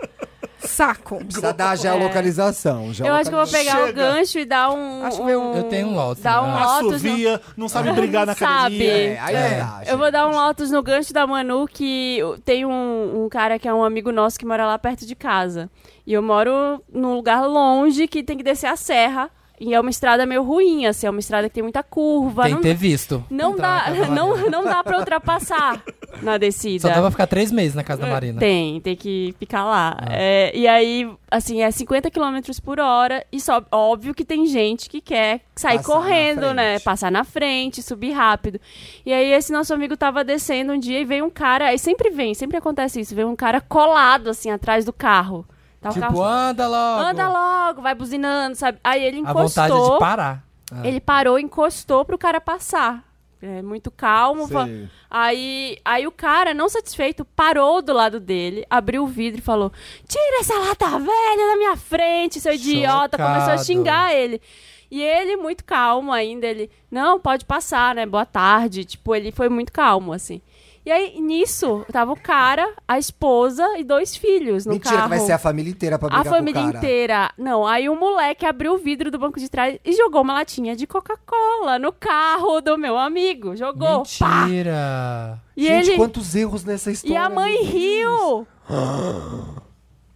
E: Saco.
B: Precisa dar
E: É.
B: a geolocalização.
C: Eu acho que eu vou pegar o
D: Chega.
C: gancho e dar um.
E: Acho que eu-
A: Eu tenho um Lotus,
C: Dar
A: né?
C: um Lotus. no-
D: Assovia, não sabe brigar na
C: Sabe.
D: academia.
B: É, aí não dá,
C: Eu
B: gente.
C: vou dar um Lotus no gancho da Manu, que tem um, um cara que é um amigo nosso que mora lá perto de casa. E eu moro num lugar longe que tem que descer a serra. E é uma estrada meio ruim, assim, é uma estrada que tem muita curva.
A: Tem
C: não
A: que ter visto.
C: não dá,
A: Contrata,
C: não, não dá pra ultrapassar na descida.
A: Só dava ficar três meses na casa da Marina.
C: Tem, tem que ficar lá.
A: Ah.
C: É, e aí, assim, é 50 km por hora e só, óbvio que tem gente que quer sair
B: Passar na
C: correndo, né?
B: frente.
C: Passar na frente, subir rápido. E aí esse nosso amigo tava descendo um dia e veio um cara, aí sempre vem, sempre acontece isso, veio um cara colado, assim, atrás do carro. Tá o
A: Tipo,
C: carro-
A: anda logo.
C: Anda logo, vai buzinando, sabe? Aí ele
A: A
C: encostou.
A: vontade de parar. Ah.
C: Ele parou, encostou pro cara passar. É, muito calmo. fa-
B: Sei.
C: Aí, aí o cara, não satisfeito, parou do lado dele, abriu o vidro e falou: Tira essa lata velha da minha frente, seu idiota! Começou a
A: Chocado.
C: xingar ele. E ele, muito calmo ainda, ele, não, pode passar, né? Boa tarde. Tipo, ele foi muito calmo, assim. E aí, nisso, tava o cara, a esposa e dois filhos no
B: Mentira é
C: carro.
B: que vai ser a família inteira pra brigar
C: A família
B: com o cara.
C: inteira. Não, aí um moleque abriu o vidro do banco de trás e jogou uma latinha de Coca-Cola no carro do meu amigo. Jogou. Pá!
A: Mentira.
C: E
B: Gente,
C: ele.
B: quantos erros nessa história.
C: E a mãe
B: meu Deus.
C: riu.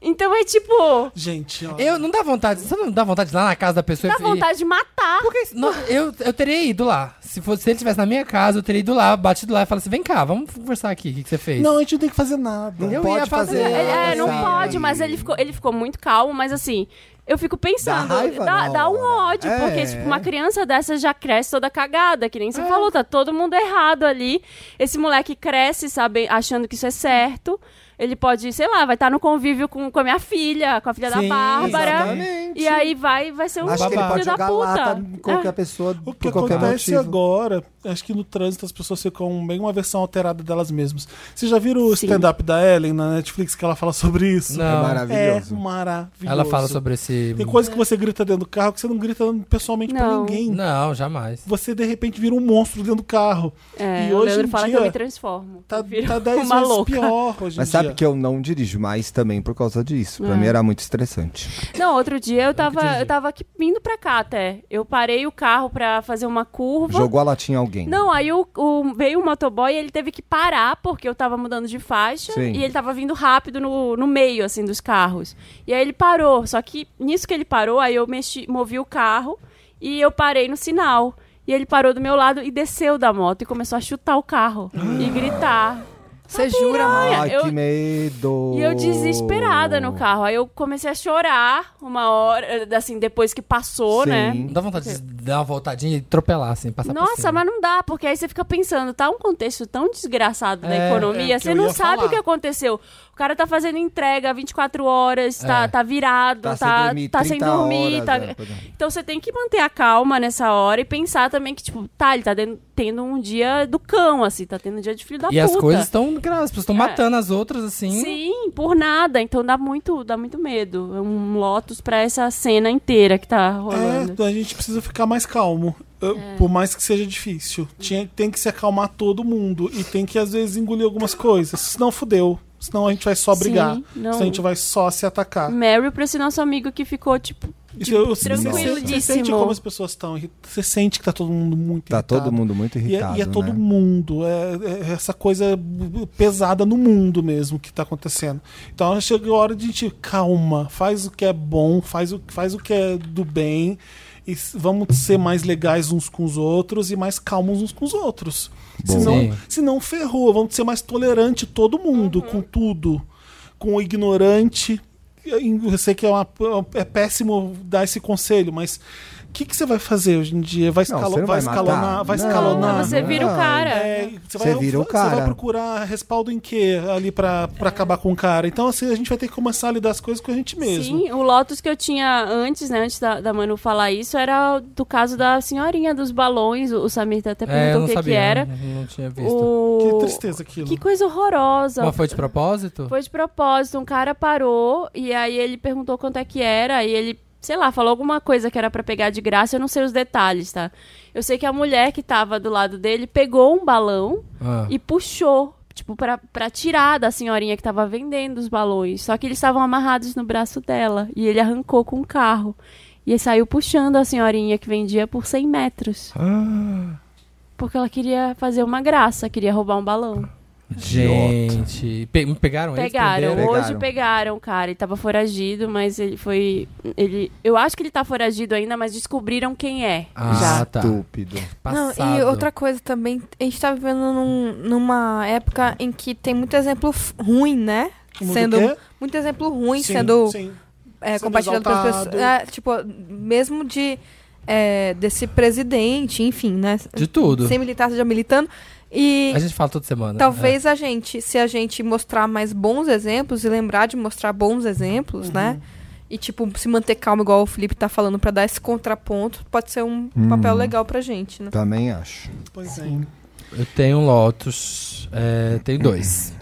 C: então é tipo.
D: Gente, ó.
A: Eu não dá vontade. Você não dá vontade de ir lá na casa da pessoa
C: Dá
A: e-
C: vontade de matar.
A: Por que- não, eu, eu teria ido lá. Se, fosse, se ele estivesse na minha casa, eu teria ido lá, batido lá e falado assim: vem cá, vamos conversar aqui. O que, que você fez?
D: Não, a gente não tem que fazer nada.
B: Não
A: Eu
B: pode
A: ia fazer-
B: fazer.
A: Ele-
C: Ele- é,
B: nada,
C: não
B: sabe?
C: pode, mas ele ficou, ele ficou muito calmo, mas assim. Eu fico pensando,
B: Dá raiva
C: dá,
B: na
C: dá um
B: hora.
C: ódio,
B: É.
C: porque tipo, uma criança dessa já cresce toda cagada, que nem você falou, tá todo mundo errado ali. Esse moleque cresce, sabe, achando que isso é certo. Ele pode, sei lá, vai estar no convívio com, com a minha filha, com a filha da
A: Sim,
C: Bárbara.
B: exatamente.
C: E aí vai, vai ser um
B: Acho que ele
A: Babado.
B: pode
C: filho da
B: jogar tá lata
C: puta. É.
B: em qualquer pessoa,
D: O que
B: por qualquer
D: acontece
B: motivo.
D: agora, acho que no trânsito as pessoas ficam bem uma versão alterada delas mesmas. Vocês já viram o stand-up da Ellen na Netflix que ela fala sobre isso?
A: Não.
B: É
D: É
B: maravilhoso.
D: maravilhoso.
A: Ela fala sobre esse.
D: Tem coisa assim. que você grita dentro do carro que você não grita pessoalmente pra
C: Não.
D: ninguém.
A: Não, jamais.
D: Você de repente vira um monstro dentro do carro.
C: É,
D: e
C: o
D: hoje
C: Leandro
D: em
C: fala
D: dia,
C: que eu me transformo.
D: Tá,
C: Eu viro
D: tá 10
C: uma
D: vezes
C: louca.
D: pior hoje em
B: Mas sabe
D: dia.
B: que eu não dirijo mais também por causa disso. Pra
C: É.
B: mim era muito estressante.
C: Não, outro dia eu tava,
A: entendi.
C: eu tava aqui, vindo pra cá até. Eu parei o carro pra fazer uma curva.
B: Jogou a latinha em alguém.
C: Não, aí o, o- veio o motoboy e ele teve que parar porque eu tava mudando de faixa
B: Sim.
C: e ele tava vindo rápido no, no meio, assim, dos carros. E aí ele parou, só que nisso que ele parou, aí eu mexi, movi o carro e eu parei no sinal. E ele parou do meu lado e desceu da moto e começou a chutar o carro e gritar.
E: Você jura?
C: Olha,
B: Ai,
C: eu-
B: que medo.
C: E eu desesperada no carro. Aí eu comecei a chorar uma hora, assim, depois que passou,
B: Sim.
C: né?
A: Dá vontade de dar uma voltadinha e atropelar, assim, passar por
C: Nossa,
A: cima.
C: mas não dá, porque aí você fica pensando, tá um contexto tão desgraçado da
A: É,
C: economia,
D: é, que
C: você
D: eu
C: não
D: ia
C: sabe
D: falar.
C: o que aconteceu. O cara tá fazendo entrega 24 horas, tá, tá virado,
B: Tá
C: tá,
B: sem dormir
C: tá sem
B: 30
C: dormir,
B: horas,
C: tá-
B: é, pois é.
C: Então você tem que manter a calma nessa hora e pensar também que, tipo, tá, ele tá den- tendo um dia do cão, assim, tá tendo um dia de filho da
A: E
C: puta. É.
A: as coisas estão graves, as pessoas estão matando as outras, assim.
C: Sim, por nada. Então dá muito, dá muito medo. É um Lotus pra essa cena inteira que tá rolando.
D: É, a gente precisa ficar mais calmo. Eu-
C: É.
D: Por mais que seja difícil. Tinha- tem que se acalmar todo mundo. E tem que, às vezes, engolir algumas coisas. Senão fudeu. Senão a gente vai só
C: Sim,
D: brigar.
C: não. Hum,
D: Senão a gente vai só se atacar.
C: Meryl pra esse nosso amigo que ficou, tipo,
D: Isso, eu- você- você- Você sente
C: tranquilíssimo.
D: como as pessoas estão. irri- Você sente que tá todo mundo muito
B: Tá
D: irritado.
B: todo mundo muito
D: E é-
B: irritado.
D: e é, todo
B: né?
D: mundo, é, é essa coisa pesada no mundo mesmo que tá acontecendo. Então chega a hora de gente calma, faz o que é bom, faz o, faz o que é do bem, e s- vamos ser mais legais uns com os outros e mais calmos uns com os outros.
B: Boa.
D: Senão,
A: Sim.
D: senão ferrou, vamos ser mais tolerante todo mundo, com tudo, com o ignorante. Eu sei que é, uma- é péssimo dar esse conselho, mas o que, que você vai fazer hoje em dia? Vai,
B: Não,
D: escalo-
B: você não
D: vai
B: vai
D: escalonar?
B: matar.
D: Vai
B: Não,
D: escalonar?
B: Ah,
C: você vira o
B: ah,
C: cara.
D: É, você,
B: Você
D: vai,
B: vira o
D: você
B: cara.
D: vai procurar respaldo em quê ali pra, pra acabar com o cara. Então, assim, a gente vai ter que começar a lidar as coisas com a gente mesmo.
C: Sim, o Lotus que eu tinha antes, né? Antes da, da Manu falar isso, era do caso da senhorinha dos balões. O o Samir até
A: É, eu
C: perguntou
A: não
C: o que,
A: sabia,
C: que era.
A: Não, não tinha visto.
C: O...
D: Que tristeza aquilo.
C: Que coisa horrorosa.
A: Mas foi de propósito?
C: Foi de propósito. Um cara parou e aí ele perguntou quanto é que era. E ele, sei lá, falou alguma coisa que era pra pegar de graça. Eu não sei os detalhes, tá? Eu sei que a mulher que tava do lado dele pegou um balão
A: Ah.
C: e puxou. Tipo, pra, pra tirar da senhorinha que tava vendendo os balões. Só que eles estavam amarrados no braço dela. E ele arrancou com o carro. E ele saiu puxando a senhorinha que vendia por 100 metros. Porque ela queria fazer uma graça, queria roubar um balão.
A: Gente. Pe me pegaram eles?
C: Pegaram,
A: Prenderam?
C: hoje
B: Pegaram.
C: pegaram, cara. Ele tava foragido, mas ele foi. Ele, eu acho que ele tá foragido ainda, mas descobriram quem é.
A: Ah,
C: já.
A: tá.
B: Estúpido.
A: Passado.
E: Não, e outra coisa também, a gente tá vivendo num- numa época em que tem muito exemplo f- ruim, né?
D: Muito
E: sendo
D: o quê?
E: muito exemplo ruim
D: é? Sim,
E: sendo
D: sim.
E: é,
D: Sendo
E: compartilhado pelas
D: exaltado.
E: pessoas. é, tipo, mesmo de é, desse presidente, enfim, né?
A: De tudo.
E: Sem militar, seja militando. E
A: A gente fala toda semana. né?
E: talvez a gente, se a gente mostrar mais bons exemplos e lembrar de mostrar bons exemplos,
A: Uhum.
E: né? E, tipo, se manter calmo, igual o Felipe tá falando, pra dar esse contraponto, pode ser um papel legal pra gente, né?
B: Também acho.
D: Pois é.
A: Eu tenho um Lotus. é, tenho dois.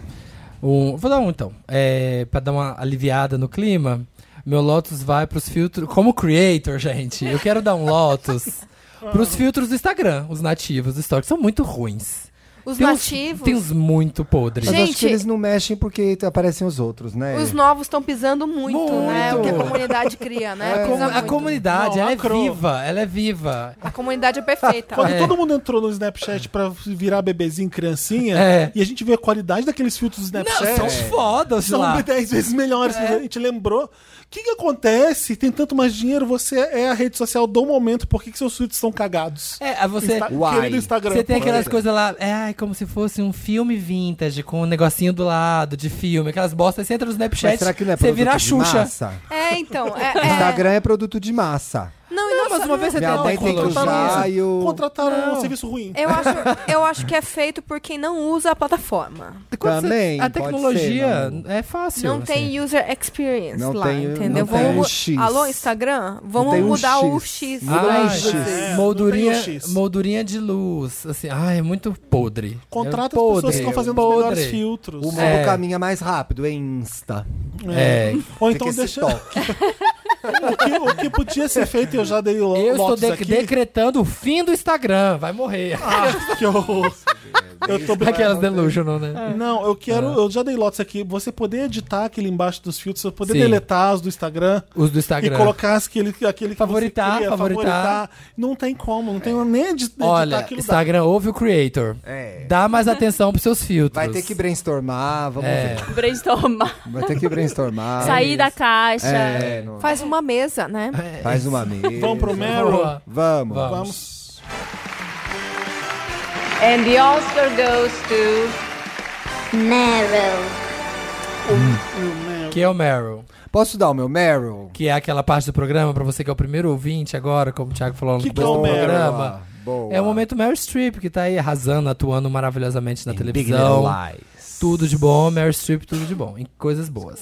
A: Um- vou dar um então. É, pra dar uma aliviada no clima, meu Lotus vai pros filtros. Como creator, gente, eu quero dar um Lotus pros filtros do Instagram, os nativos do Story, que são muito ruins.
E: Os
A: Tem uns-
E: nativos.
A: tem uns muito podres.
B: Mas acho
E: Gente-
B: que eles não mexem porque aparecem os outros, né?
E: Os novos estão pisando muito, né? O que a
A: É. Muito.
E: comunidade cria,
B: É,
E: né?
A: A, com-
E: Pisa
A: a
E: muito.
A: comunidade,
D: Não,
A: ela é
D: lacrou.
A: viva, ela é viva.
E: A comunidade é perfeita.
D: Quando
A: É.
D: todo mundo entrou no Snapchat pra virar bebezinho, criancinha,
A: É.
D: e a gente vê a qualidade daqueles filtros do
A: Não,
B: É,
D: Snapchat.
A: são fodas
D: São
A: lá.
D: 10 vezes melhores. A gente lembrou. O que, que acontece? Tem tanto mais dinheiro, você é a rede social do momento. Por que, que seus filtros estão cagados?
A: É, aí você,
D: Insta-
B: Uai.
D: Querido tá Instagram.
A: Você tem
D: por
A: aquelas
D: exemplo.
A: coisas lá, é ai, como se fosse um filme vintage, com um negocinho do lado de filme, aquelas bostas. Você entra no Snapchat,
B: Mas será que não é
A: você
B: produto
A: vira a
B: de
A: Xuxa.
B: massa?
E: É, então. É, é.
B: Instagram é produto de massa.
E: Não, e não
A: Mas
E: só-
A: uma vez você tem
B: Minha
A: uma
B: mãe tem que
A: tecnologia-
B: usar e o...
D: Contrataram um serviço ruim.
A: É,
E: Eu acho, eu acho que é feito por quem não usa a plataforma.
A: Quando você-
B: Também,
A: a
B: pode
A: tecnologia
B: ser, não-
A: é fácil.
E: Não tem user experience
B: Não
E: lá,
B: tem-
E: entendeu?
B: não tem
E: mu-
B: o X.
E: Alô, Instagram? Vamos
B: tem o
E: mudar o
B: X.
E: X.
A: Ah,
B: Muda
E: lá,
B: o X.
E: inclusive.
D: É,
A: moldurinha,
D: não tem o X.
A: moldurinha de luz. Assim, ai, é muito podre.
D: Contrata
A: é
D: as
A: podre,
D: pessoas que estão fazendo os
A: podre.
D: melhores filtros.
B: O mundo
A: É.
B: caminha mais rápido, é Insta.
A: É.
B: Fica
D: Ou então
B: esse
D: deixa.
B: toque.
D: O que, o que podia ser feito, eu já dei o
A: Eu estou
D: Lotus
A: de-
D: aqui.
A: decretando o fim do Instagram. Vai morrer.
D: Ah, que horror. Eu tô brincando.
A: Aquelas delusional, né?
D: Não, eu quero. Eu já dei lotes aqui. Você poder editar aquele embaixo dos filtros, você poder
A: Sim.
D: deletar os do Instagram.
A: Os do Instagram.
D: E colocar aquele, aquele que
A: Favoritar,
D: você queria,
A: favoritar.
D: Não tem como, não tem nem edi- editar
A: Olha,
D: aquilo dá.
A: Instagram, ouve o creator.
B: É.
A: Dá mais atenção pros seus filtros.
B: Vai ter que brainstormar, vamos
A: É.
B: ver.
C: Brainstormar,
B: Vai ter que brainstormar.
C: sair da caixa.
B: É, não-
E: Faz uma mesa, né?
B: Faz uma mesa.
D: Vamos pro Meryl?
A: Boa.
B: Vamos.
A: Vamos.
D: Vamos.
K: And the Oscar goes to Meryl.
A: Que é o Meryl.
B: Posso dar o meu Meryl?
A: Que é aquela parte do programa, pra você que é o primeiro ouvinte agora, como o Thiago falou no
D: Que que
A: começo
D: é o
A: do
D: Meryl?
A: programa.
B: Boa.
A: É o momento Meryl Streep, que tá aí arrasando, atuando maravilhosamente na
B: Big Little
A: televisão.
B: Lies.
A: Tudo de bom, Meryl Streep, tudo de bom. Em coisas boas.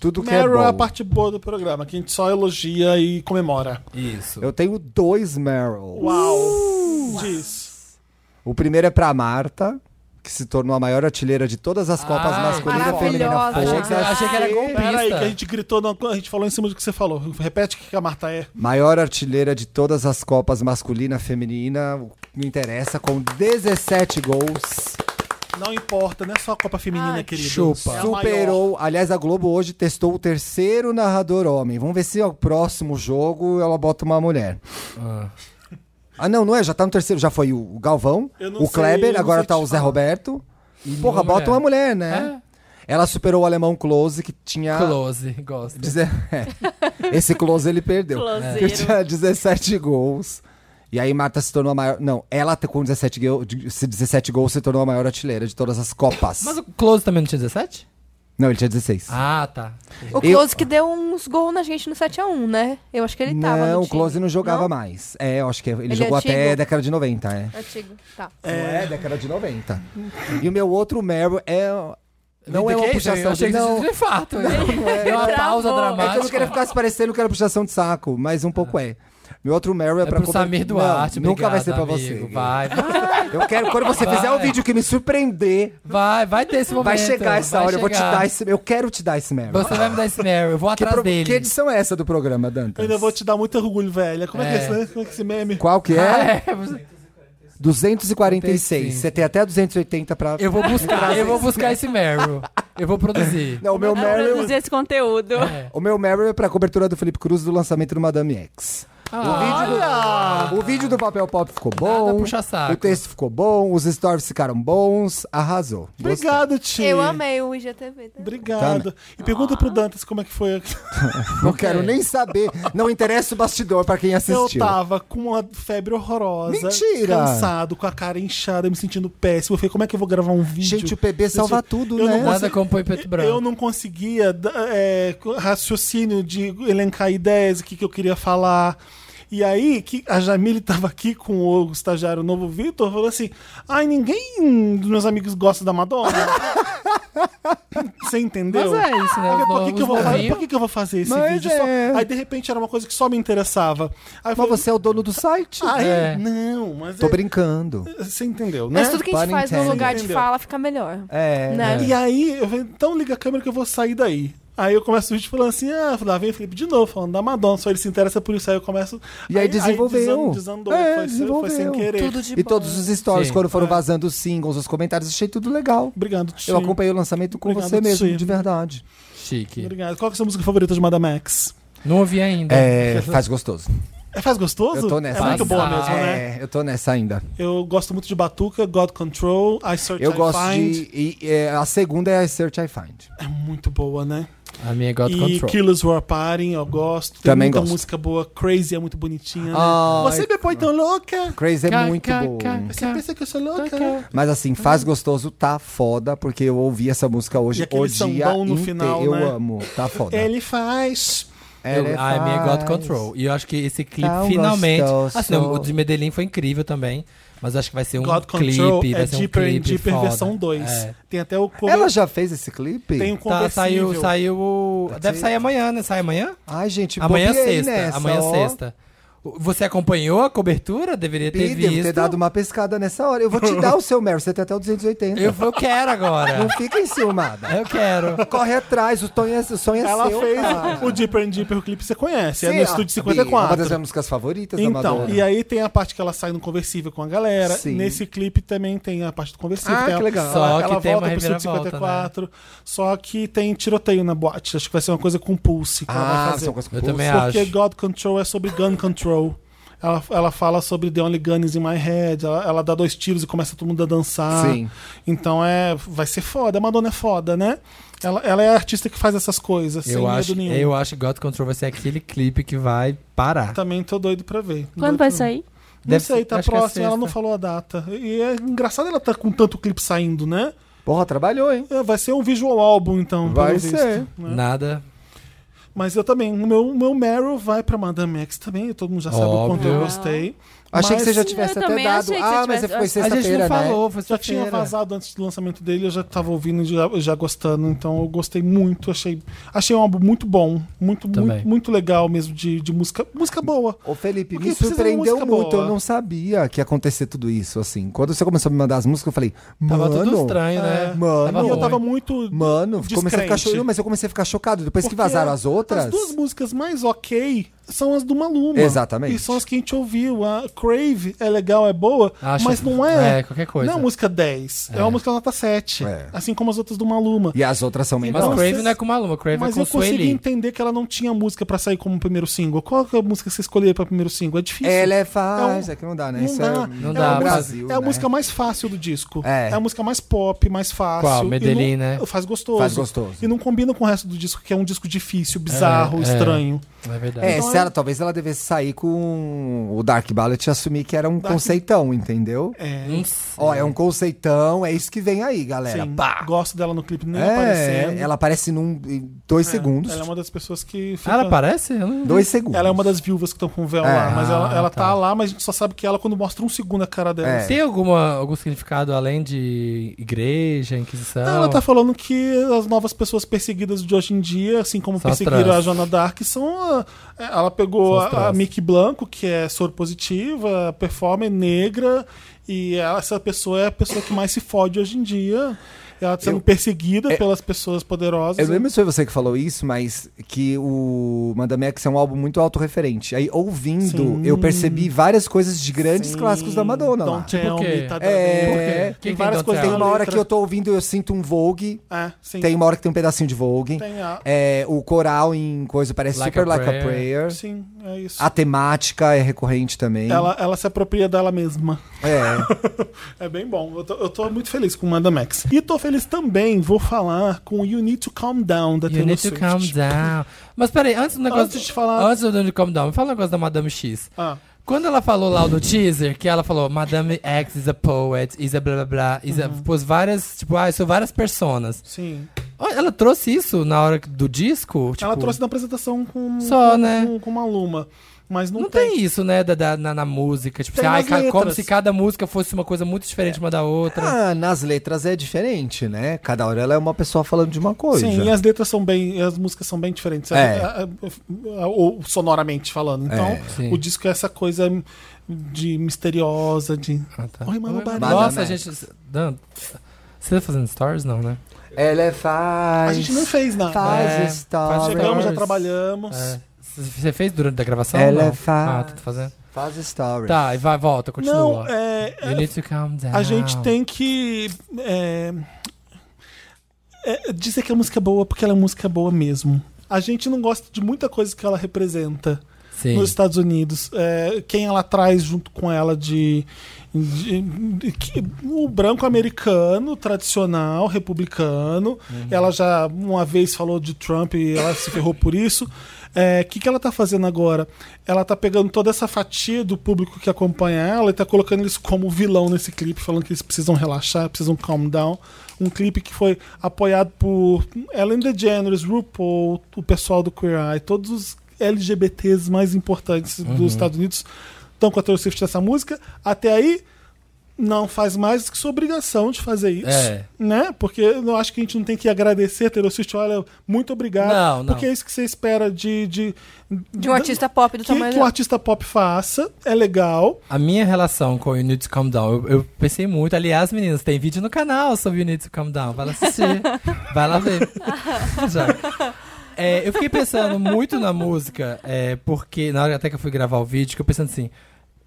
B: Tudo que
D: Meryl é,
B: é
D: a
B: bom.
D: parte boa do programa, que a gente só elogia e comemora.
A: Isso.
B: Eu tenho dois Meryl.
D: Uau! Diz.
B: O primeiro é pra Marta, que se tornou a maior artilheira de todas as Copas
A: Ai,
B: masculina e feminina.
E: maravilhosa.
A: Achei que,
B: Foda-se.
A: achei que era
D: Pera aí, que a
A: golpista.
D: gente gritou, não, a gente falou em cima do que você falou. Repete o que a Marta é.
B: Maior artilheira de todas as Copas masculina e feminina. o que Me interessa, com 17 gols.
D: Não importa, não é só a Copa Feminina, querido.
A: chupa.
D: É a maior.
B: Superou. Aliás, a Globo hoje testou o terceiro narrador homem. Vamos ver se ao próximo jogo ela bota uma mulher.
A: Ah.
B: Ah, não, não é? Já tá no terceiro. Já foi o Galvão,
D: Eu não
B: o
D: sei, eu
B: Kleber,
D: não
B: agora
D: sei
B: tá
D: te
B: o Zé
D: falar.
B: Roberto. Porra,
A: nenhuma É.
B: bota uma mulher, né? Ela superou o alemão Close, que tinha.
A: Close, gosto.
B: Deze- é. Esse Close ele perdeu.
C: Closeiro.
B: Que tinha 17 gols. E aí Marta se tornou a maior. Não, ela com 17, go- 17 gols se tornou a maior artilheira de todas as Copas.
A: Mas o Close também não tinha 17?
B: Não, ele tinha 16.
A: Ah, tá.
E: O Close que deu uns gols na gente no 7x1, né? Eu acho que ele tava.
B: não,
E: no
B: o Close
E: time.
B: não jogava mais. É, eu acho que ele,
E: Ele é
B: jogou até
E: antigo?
B: década de 90, é.
E: Antigo. Tá.
B: É, década de 90. E o meu outro Meryl é. Não é
A: Vindication,
B: uma
A: eu
B: puxação
A: achei
B: de
A: que
B: não,
A: você tinha infarto. Deu uma pausa
B: É que eu não
A: dramática.
B: queria ficar se parecendo que era puxação de saco, mas um pouco é. Meu outro Meryl
A: Ah.
B: é,
A: É
B: pra
A: pro Samir
B: Não,
A: Duarte,
B: Nunca vai ser pra
A: obrigado, amigo.
B: você.
A: Vai,
B: Eu quero, quando você
A: Vai.
B: fizer um vídeo que me surpreender,
A: vai, vai ter esse momento.
B: vai chegar essa
A: vai
B: hora. Eu vou te
A: chegar.
B: dar esse. Eu quero te dar esse Meryl.
A: Você vai me dar esse Meryl, eu vou
B: Que,
A: atrás
B: pro-
A: dele.
B: que edição é essa do programa, Dantas?
D: Eu ainda vou te dar muito orgulho, velha. Como é, que é,
A: É.
D: esse- como é que é esse meme?
B: Qual que
A: Ah,
B: é?
A: é, você-
B: 246. Você tem até 280 pra.
A: Eu vou buscar, eu vou buscar esse Meryl. Eu vou produzir.
B: Não, o meu
C: Pra
B: Meryl.
C: produzir esse conteúdo.
A: É.
B: O meu Meryl é pra cobertura do Felipe Cruz do lançamento do Madame X. O vídeo do papel pop ficou
A: Ah. Nada
B: bom.
A: puxa saco.
B: O texto ficou bom, os stories ficaram bons, arrasou. Gostei.
D: Obrigado, tio.
E: Eu amei o IGTV. Tá?
D: Obrigado. E pergunta pro Dantas como é que foi. a-
B: Não quero nem saber. Não interessa o bastidor pra quem
D: Eu
B: assistiu.
D: tava com uma febre horrorosa.
B: Mentira!
D: Cansado, com a cara inchada, me sentindo péssimo. Eu falei, como é que eu vou gravar um vídeo?
B: Gente, o PB salva
D: Eu-
B: tudo,
D: eu
B: né?
D: não
A: Nada
D: consegui-
A: como põe preto e branco.
D: Eu não conseguia da- é, co- raciocínio de elencar ideias, o que, que eu queria falar. E aí, que a Jamile tava aqui com o estagiário novo Vitor, falou assim: ai, ninguém dos meus amigos gosta da Madonna. Você entendeu?
A: Mas é isso, né?
D: Aí eu, Por, que,
A: Os
D: que eu vou, fazer-
A: novinhos-
D: por que, que eu vou fazer esse
B: Mas
D: vídeo?
B: é.
D: Só... Aí de repente era uma coisa que só me interessava. Aí
B: Mas
D: eu falei,
B: você é o dono do site.
D: Aí,
A: É.
D: não, mas
B: Tô
D: é-
B: brincando.
D: você entendeu, né?
E: Mas tudo que a gente
B: Para
E: faz no
B: entender.
E: lugar de
D: Entendeu?
E: fala fica melhor.
B: É.
E: Né?
D: E aí, eu falei, então liga a câmera que eu vou sair daí. Aí eu começo o vídeo falando assim, ah, lá vem o Felipe de novo, falando da Madonna, só ele se interessa por isso. Aí eu começo...
B: E aí desenvolveu.
D: desan- desandou,
B: É,
D: foi,
B: desenvolveu.
D: foi sem querer.
E: Tudo de
B: E todos os stories,
A: Sim.
B: quando
D: é.
B: foram vazando os singles, os comentários, achei tudo legal.
D: Obrigado, tio.
B: Eu acompanhei o lançamento com
D: Obrigado,
B: você mesmo,
D: sim.
B: de verdade.
A: Chique.
D: Obrigado. Qual que é a sua música favorita de Madame X?
A: Não ouvi ainda.
B: É, faz gostoso.
D: É, faz gostoso?
B: Eu tô nessa.
D: É muito
A: ainda.
D: boa mesmo, né?
B: É, eu tô nessa ainda.
D: Eu gosto muito de Batuca, God Control, I Search,
B: Eu
D: I
B: gosto
D: Find.
B: de. e- e a segunda é a Search I Find.
D: É muito boa, né?
A: A minha é God
D: e
A: Control.
D: Killers War Party, eu gosto. Tem
B: Também
D: muita
B: gosto.
D: música boa. Crazy é muito bonitinha, né?
B: Ai,
D: Você me põe tão louca!
B: Crazy Ah, é
A: Ca-
B: muito
A: ca-
B: boa.
A: ca-
D: Você
E: Tá.
D: pensa que eu sou louca?
B: Mas assim, faz gostoso, tá foda, porque eu ouvi essa música
D: E
B: hoje
D: aquele
B: o dia
D: sambão no
B: inteiro.
D: final,
B: eu
D: né?
B: amo, tá foda.
D: Ele faz.
A: Eu,
B: Ela é
A: a minha é
B: faz.
A: God Control. E eu acho que esse clipe
B: Tão
A: finalmente.
B: gostoso.
A: Assim, o de Medellín foi incrível também. Mas acho que vai ser um
D: God
A: clipe.
D: Control
A: vai
D: é
A: ser um
D: Deeper and
A: clipe.
D: Deeper
A: foda.
D: versão 2.
A: É.
D: Tem até o cover,
B: Ela já fez esse clipe?
D: tem um
A: Tá,
D: conversível.
A: saiu, saiu. o-
B: Tá
A: Deve sair amanhã, né? Sai amanhã?
B: Ai, gente,
A: amanhã é
B: bobiei
A: sexta.
B: nessa,
A: amanhã é
B: ó.
A: sexta. O- Você acompanhou a cobertura? Deveria ter
B: Ih,
A: visto.
B: Devo ter dado uma pescada nessa hora. Eu vou te dar o seu Meryl, você tem até o 280.
A: eu, eu quero agora.
B: Não fica enciumada.
A: eu quero.
B: Corre atrás, o sonho é, o sonho é
D: Ela
B: seu.
D: fez
B: cara.
D: o Deeper and Deeper, o clipe você conhece. é
B: Sim,
D: no
B: a-
D: Estúdio
B: Bia, Uma das
D: 54.
B: minhas músicas favoritas da
D: Então,
B: Madonna.
D: e aí tem a parte que ela sai no conversível com a galera.
B: Sim.
D: Nesse clipe também tem a parte do conversível.
B: Ah,
D: tem a-
B: que legal.
A: Só
D: ela,
A: que
D: ela
A: tem
D: volta
A: uma
D: pro Estúdio
A: reviravolta, né?
D: 54. Só que tem tiroteio na boate. Acho que vai ser uma coisa com pulse que ela vai
B: Ah,
D: fazer.
B: são coisas com
A: Eu
B: pulso.
A: também
D: Porque
A: acho.
D: God Control é sobre gun control. Ela, ela fala sobre The Only Gun is in My Head. Ela, ela dá dois tiros e começa todo mundo a dançar.
B: Sim.
D: Então é, vai ser foda. A Madonna é foda, né? Ela, ela é a artista que faz essas coisas, sem
A: Eu acho,
D: medo nenhum.
A: eu acho que God Control vai ser aquele clipe que vai parar.
D: Também tô doido pra ver.
C: Quando vai
D: Doido pra ver.
C: sair?
D: Não
A: Deve
D: sei,
A: ser-
D: tá
A: acho que é
D: próximo. ela não
A: sexta.
D: falou a data. E é engraçado ela tá com tanto clipe saindo, né?
B: Porra, trabalhou, hein?
D: É, Vai ser um visual álbum, então.
B: Vai
D: pelo visto,
B: ser.
D: né?
A: Nada.
D: Mas eu também, o meu, o meu Meryl vai pra Madame X também, todo mundo já sabe o quanto eu
A: Óbvio.
D: gostei.
B: Achei
D: Mas
B: que você já tivesse
C: Eu
B: até
C: também
B: dado.
C: achei que você
B: Ah, mas
C: tivesse-
B: você foi
A: A gente
B: sexta-feira,
A: não
B: né?
A: falou, foi
D: Já tinha
A: sexta-feira.
D: vazado antes do lançamento dele, eu já tava ouvindo e já, já gostando, então eu gostei muito, achei, achei um álbum muito bom, muito,
A: Também.
D: muito, muito legal mesmo de, de música, música
B: Hum.
D: boa.
B: Ô, Felipe,
D: Porque
B: me
D: precisa de
B: surpreendeu
D: música
B: muito.
D: boa.
B: Eu não sabia que ia acontecer tudo isso, assim. Quando você começou a me mandar as músicas, eu falei, mano. é,
A: Tava tudo estranho, né?
B: Mano.
A: Tava
D: e eu
A: ruim.
D: tava muito
B: Mano, comecei a ficar
D: Descrente.
B: chorando, mas eu comecei a ficar chocado. Depois que
D: Porque
B: vazaram as outras.
D: As duas músicas mais ok são as do Maluma.
B: Exatamente.
D: E são as que a gente ouviu. A Crave é legal, é boa,
A: Acho-
D: mas não é.
A: é, qualquer coisa.
D: Não é música 10. É, uma música nota 7.
B: É.
D: Assim como as outras do Maluma.
B: E as outras são meio
A: Mas
D: Não,
A: Crave
D: vocês-
A: não é com Maluma, Crave
D: Mas
A: é com
D: eu consegui
A: Sueli.
D: entender que ela não tinha música pra sair como primeiro single. Qual que é a música que você escolheria pra primeiro single? É difícil.
B: Ela é faz,
D: É um-
B: é que não dá, né?
D: Não
B: Isso
D: dá.
B: É,
A: Não
B: é
A: dá,
B: o
A: mas-
B: Brasil,
D: é a
B: né?
D: música mais fácil do disco.
B: É.
D: a música mais pop, mais fácil.
A: Qual?
D: E
A: Medellín,
D: não-
A: né?
D: Faz gostoso.
B: Faz gostoso.
D: E não combina com o resto do disco, que é um disco difícil, bizarro,
A: É, é.
D: estranho.
A: Não é
D: Então
A: verdade.
B: É, se ela, talvez ela devesse sair com o Dark Ballet e assumir que era um conceitão, entendeu?
D: É.
A: Não sei.
B: Ó, é um conceitão, é isso que vem aí, galera.
D: Sim,
B: Pá!
D: gosto dela no clipe nem
B: É,
D: aparecendo.
B: ela aparece num, em dois
D: É,
B: segundos.
D: Ela é uma das pessoas que fica...
A: Ela aparece? Eu não-
B: Dois segundos.
D: Ela é uma das viúvas que estão com o véu
B: É.
D: lá, mas ela,
A: Ah,
D: ela tá.
A: tá.
D: lá, mas a gente só sabe que ela quando mostra um segundo a cara dela.
B: É.
A: Tem alguma, algum significado além de igreja, inquisição?
D: Ela tá falando que as novas pessoas perseguidas de hoje em dia, assim como
A: São as
D: perseguiram
A: trans.
D: a Joana Dark, são. a- ela
A: São
D: pegou
A: as
D: a, a
A: trans.
D: Mickey Blanco, que é soropositiva, performer negra, e ela- essa pessoa é a pessoa que mais se fode hoje em dia. Ela tá sendo perseguida pelas pessoas poderosas.
B: Eu não lembro se foi você é- que falou isso, mas que o Madame X é um álbum muito autorreferente. Aí, ouvindo,
D: Sim.
B: eu percebi várias coisas de grandes
D: Sim.
B: clássicos da Madonna lá.
D: Don't tell
A: Por quê?
D: me, tá
A: Por
B: É,
D: dando-
A: quê? Que
D: Tem várias
A: que
D: coisas.
A: Tem
B: Tem
D: na
B: uma hora
D: letra.
B: que eu tô ouvindo, eu sinto um Vogue.
D: É, sim.
B: Tem uma hora que tem um pedacinho de Vogue.
D: Tem a-
B: É, o coral em coisa parece
A: Like
B: super
A: a
B: like a
A: Prayer.
B: prayer.
D: Sim, é isso.
B: A temática é recorrente também.
D: Ela, ela se apropria dela mesma.
B: É.
D: É bem bom. Eu tô, eu tô muito feliz com o Madame X. E tô feliz também, vou falar com o You Need to Calm Down da
A: You
D: Taylor
A: need to
D: Swift.
A: calm down. Mas peraí, antes do negócio.
D: Antes de falar-
A: Antes do de calm down, me fala um negócio da Madame X.
D: Ah,
A: Quando ela falou lá do teaser, que ela falou Madame X is a poet, is a blá blá blá, is a, pôs várias, tipo, ah, são várias personas.
D: sim.
A: Ó, Ela trouxe isso na hora do disco? Tipo,
D: ela trouxe na apresentação com,
A: Só,
D: com,
A: né?
D: com, com uma aluna. Mas não,
A: Não tem isso, né, da, da- na, na música. Tipo,
D: Tem
A: assim, ai,
D: nas
A: ca- como
D: letras.
A: se cada música fosse uma coisa muito diferente uma da outra.
B: Ah, nas letras é diferente, né? Cada hora ela é uma pessoa falando de uma coisa.
D: Sim, é- e as letras são bem. e As músicas são bem diferentes.
B: É.
D: a- a- a- é, Ou sonoramente falando. Então,
A: Sim.
D: o disco é essa coisa de misteriosa, de.
A: Ah, tá.
D: Oi, mano, barulho.
A: Nossa,
B: Madame
A: gente. Dan, você tá fazendo stories? Não, né?
B: Ela é faz.
D: A gente não fez nada.
B: Faz
A: É,
B: stories.
A: faz
D: Chegamos, já
A: stories.
D: trabalhamos.
A: É. C- Você fez durante a gravação?
B: Ela
A: não?
B: é faz.
A: Ah, tá fazendo.
B: Faz stories.
A: Tá, e vai, volta, continua.
D: Não, é,
A: You need to calm down.
D: A gente tem que. é, é, dizer que a música é boa porque ela é música boa mesmo. A gente não gosta de muita coisa que ela representa
A: Sim.
D: nos Estados Unidos. É, quem ela traz junto com ela de. de- de- que- o branco americano, tradicional, republicano. Ela já uma vez falou de Trump e ela se ferrou por isso. O que, que ela tá fazendo agora? Ela tá pegando toda essa fatia do público que acompanha ela e tá colocando eles como vilão nesse clipe, falando que eles precisam relaxar, precisam calm down. Um clipe que foi apoiado por Ellen DeGeneres, RuPaul, o pessoal do Queer Eye, todos os LGBTs mais importantes
A: Uhum.
D: dos Estados Unidos estão com a Taylor Swift nessa música. Até aí, não faz mais que sua obrigação de fazer isso.
A: É.
D: Né? Porque eu acho que a gente não tem que agradecer a Taylor Swift. Olha, muito obrigado.
A: Não, não.
D: Porque é isso que você espera de... De,
E: De um artista pop do
D: que,
E: tamanho
D: que um artista pop faça. É legal.
A: A minha relação com o You Need to Calm Down, eu, eu pensei muito. Aliás, meninas, tem vídeo no canal sobre You Need to Calm Down. Vai lá assistir. vai lá ver. Já. É, eu fiquei pensando muito na música, é, porque na hora até que eu fui gravar o vídeo, que eu pensando assim.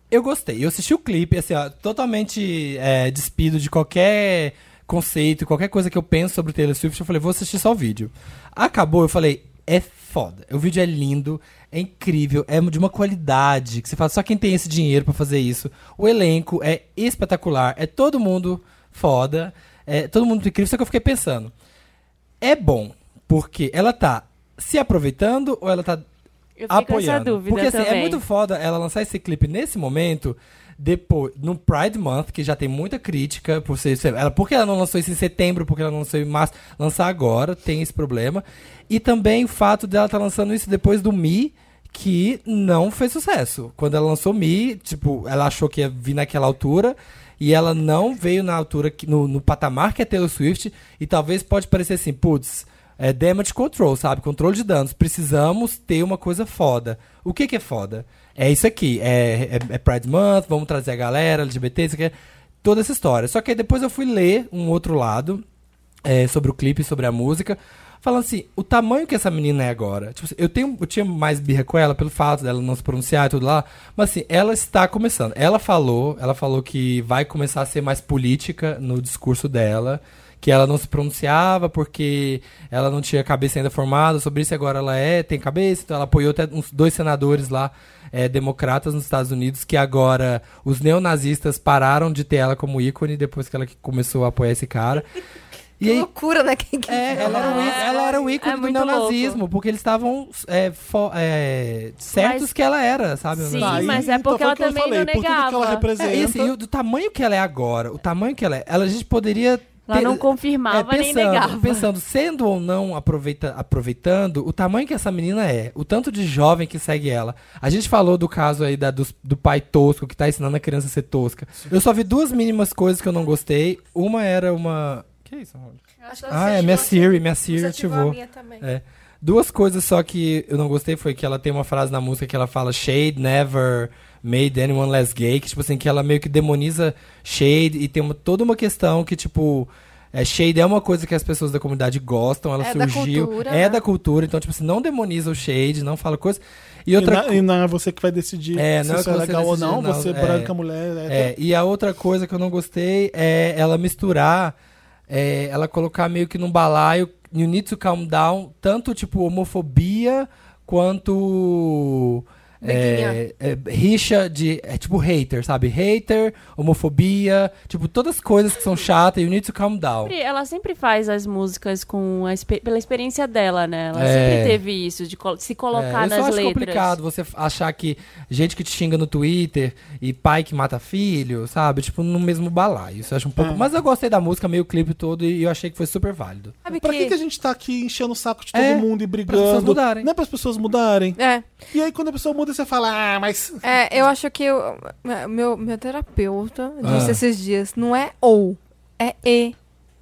A: Eu gostei. Eu assisti o clipe, assim, ó, totalmente é, despido de qualquer conceito, qualquer coisa que eu penso sobre o Taylor Swift. Eu falei, vou assistir só o vídeo. Acabou, eu falei, é foda. O vídeo é lindo, é incrível, é de uma qualidade que você fala, só quem tem esse dinheiro pra fazer isso. O elenco é espetacular, é todo mundo foda, é todo mundo incrível. Só que eu fiquei pensando, é bom porque ela tá se aproveitando ou ela tá
C: Eu fico com essa
A: apoiando.
C: dúvida
A: Porque assim,
C: também.
A: é muito foda ela lançar esse clipe nesse momento, depois, no Pride Month, que já tem muita crítica por ser. ser- Ela, por que ela não lançou isso em setembro? Porque ela não lançou em março? Lançar agora, tem esse problema. E também o fato dela estar lançando isso depois do Mi. Que não fez sucesso. Quando ela lançou Mi, tipo, ela achou que ia vir naquela altura e ela não veio na altura, que- no, no patamar que é Taylor Swift. E talvez pode parecer assim, putz, é damage control, sabe? Controle de danos. Precisamos ter uma coisa foda. O que, que é foda? É isso aqui. É, é, é Pride Month, vamos trazer a galera LGBT, isso aqui. é- Toda essa história. Só que aí depois eu fui ler um outro lado é, sobre o clipe, sobre a música. Falando assim, o tamanho que essa menina é agora. Tipo, assim, eu, tenho, eu tinha mais birra com ela pelo fato dela não se pronunciar e tudo lá. Mas assim, ela está começando. Ela falou, ela falou que vai começar a ser mais política no discurso dela. Que ela não se pronunciava porque ela não tinha cabeça ainda formada sobre isso. e Agora ela é, tem cabeça. Então ela apoiou até uns dois senadores lá é, democratas nos Estados Unidos que agora os neonazistas pararam de ter ela como ícone depois que ela que começou a apoiar esse cara. E
E: Que
A: aí,
E: loucura, né? Quem que...
A: é, ela era, o, í- ela era o ícone
C: É
A: do
C: muito
A: neonazismo, porque eles estavam é, fo- é, certos
C: Mas-
A: que ela era, sabe? o
C: Sim,
A: neonazismo.
D: e
C: mas é
D: então
C: porque
D: foi
C: ela
D: o que eu
C: também
D: falei,
C: não
D: por tudo que ela
C: negava.
D: representa.
A: É isso, e o, do tamanho que ela é agora, o tamanho que ela é, ela, a gente poderia.
C: Ela
A: ter-
C: não confirmava
A: é,
C: nem negava.
A: Pensando, sendo ou não aproveita- aproveitando, o tamanho que essa menina é, o tanto de jovem que segue ela. A gente falou do caso aí da- dos- do, pai tosco, que tá ensinando a criança a ser tosca. Eu só vi duas mínimas coisas que eu não gostei. Uma era uma. Que isso, Rony?
C: Tá
A: Ah, é minha Siri, minha Siri ativou. É. Duas coisas só que eu não gostei foi que ela tem uma frase na música que ela fala Shade never made anyone less gay, que tipo assim, que ela meio que demoniza shade e tem uma- toda uma questão que tipo é, shade é uma coisa que as pessoas da comunidade gostam, ela
E: É da
A: surgiu,
E: cultura,
A: é
E: né?
A: da cultura, então tipo assim, não demoniza o shade, não fala coisa. E
D: E
A: outra
D: na- E não é você que vai decidir
A: É,
D: se
A: não é
D: isso é
A: que você
D: legal ou
A: decide,
D: não.
A: não,
D: Você
A: é.
D: branca, mulher, então, hétero.
A: É, e a outra coisa que eu não gostei é ela misturar, é, ela colocar meio que num balaio, you need to calm down, tanto tipo homofobia quanto. É, é, rixa de. É tipo hater, sabe? Hater, homofobia, tipo, todas as coisas que são chatas, you need to calm down.
C: Sempre- ela sempre faz as músicas com a expe- pela experiência dela, né? Ela
A: É.
C: sempre teve isso, de col- se colocar
A: É, eu
C: nas
A: só acho
C: letras.
A: complicado você f- achar que gente que te xinga no Twitter e pai que mata filho, sabe? Tipo, no mesmo balaio. Isso eu acho um
D: Hum.
A: pouco. Mas eu gostei da música, meio clipe todo, e eu achei que foi super válido.
E: Sabe
D: Pra que,
E: que...
D: que a gente tá aqui enchendo o saco de todo
A: É,
D: mundo e brigando?
A: pessoas mudarem.
D: Não é pras pessoas mudarem.
E: É,
D: E aí, quando a pessoa muda, você fala, ah, mas.
E: é, eu acho que eu, meu, meu terapeuta disse
A: Ah.
E: esses dias, não é ou, é e.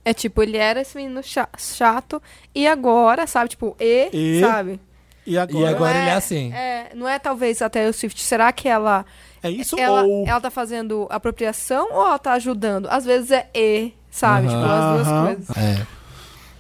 E: É tipo, ele era esse menino cha- chato e agora, sabe? Tipo, e,
D: E?
E: sabe?
D: E agora?
A: E agora
E: Não
A: ele é assim.
E: É, não é talvez até Taylor Swift. Será que ela,
D: É isso
E: ela,
D: ou.
E: ela tá fazendo apropriação ou ela tá ajudando? Às vezes é e, sabe?
A: Aham.
E: Tipo, as duas
D: Aham.
E: coisas.
A: É.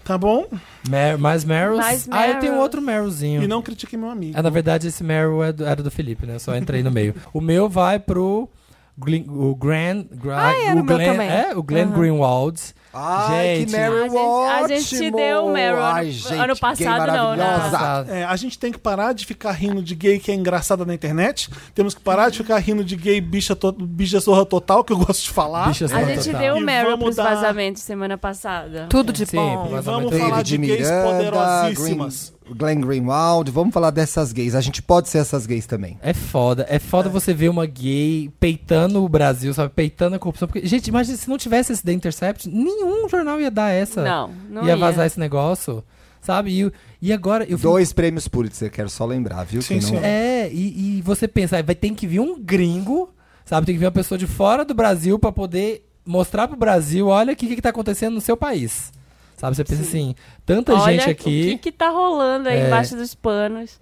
D: Tá bom?
A: Mer- mais Meryl.
C: Mais
A: Ah, eu tenho
C: Meryls.
A: outro Merylzinho.
D: E não critique meu amigo.
A: Ah, na verdade, esse Meryl é do- era do Felipe, né? Eu só entrei no meio. O meu vai pro. Glyn- o Glenn,
E: era
A: o
E: o meu
A: Glenn,
E: também.
A: é, o Glenn
E: Aham.
A: Greenwald.
B: Ai,
A: Gente.
B: que Meryl
C: A gente- a gente
B: ótimo!
C: deu o Meryl ano-
B: Ai,
C: ano
B: gente, que
C: passado,
B: gay
C: não, né?
B: maravilhosa.
D: É, a gente tem que parar de ficar rindo de gay que é engraçada na internet. Temos que parar de ficar rindo de gay bicha, to... bicha zorra total, que eu gosto de falar.
A: Bicha
C: A
A: santa,
C: gente
A: tá.
C: deu o
D: E
C: Meryl
D: vamos
C: pros
D: dar-
C: vazamentos semana passada.
E: Tudo de
A: Sim,
E: bom.
A: pro
D: E
A: vazamento.
D: vamos falar de
B: David
D: gays
B: Miranda,
D: poderosíssimas.
B: Green- Glenn Greenwald, vamos falar dessas gays. A gente pode ser essas gays também.
A: É foda. É foda você ver uma gay peitando o Brasil, sabe? Peitando a corrupção. Porque, gente, imagina se não tivesse esse The Intercept, nenhum jornal ia dar essa.
C: Não, não
A: ia vazar esse negócio, sabe? E, e agora... Eu fico-
B: Dois prêmios Pulitzer, quero só lembrar, viu?
D: Sim,
B: Que
D: sim.
A: É, e, e você pensa, vai ter que vir um gringo, sabe? Tem que vir uma pessoa de fora do Brasil pra poder mostrar pro Brasil, olha o que, que tá acontecendo no seu país. Sabe? Você pensa assim, tanta
C: Olha
A: gente
C: o
A: aqui...
C: que, que tá rolando aí
A: É.
C: embaixo dos panos.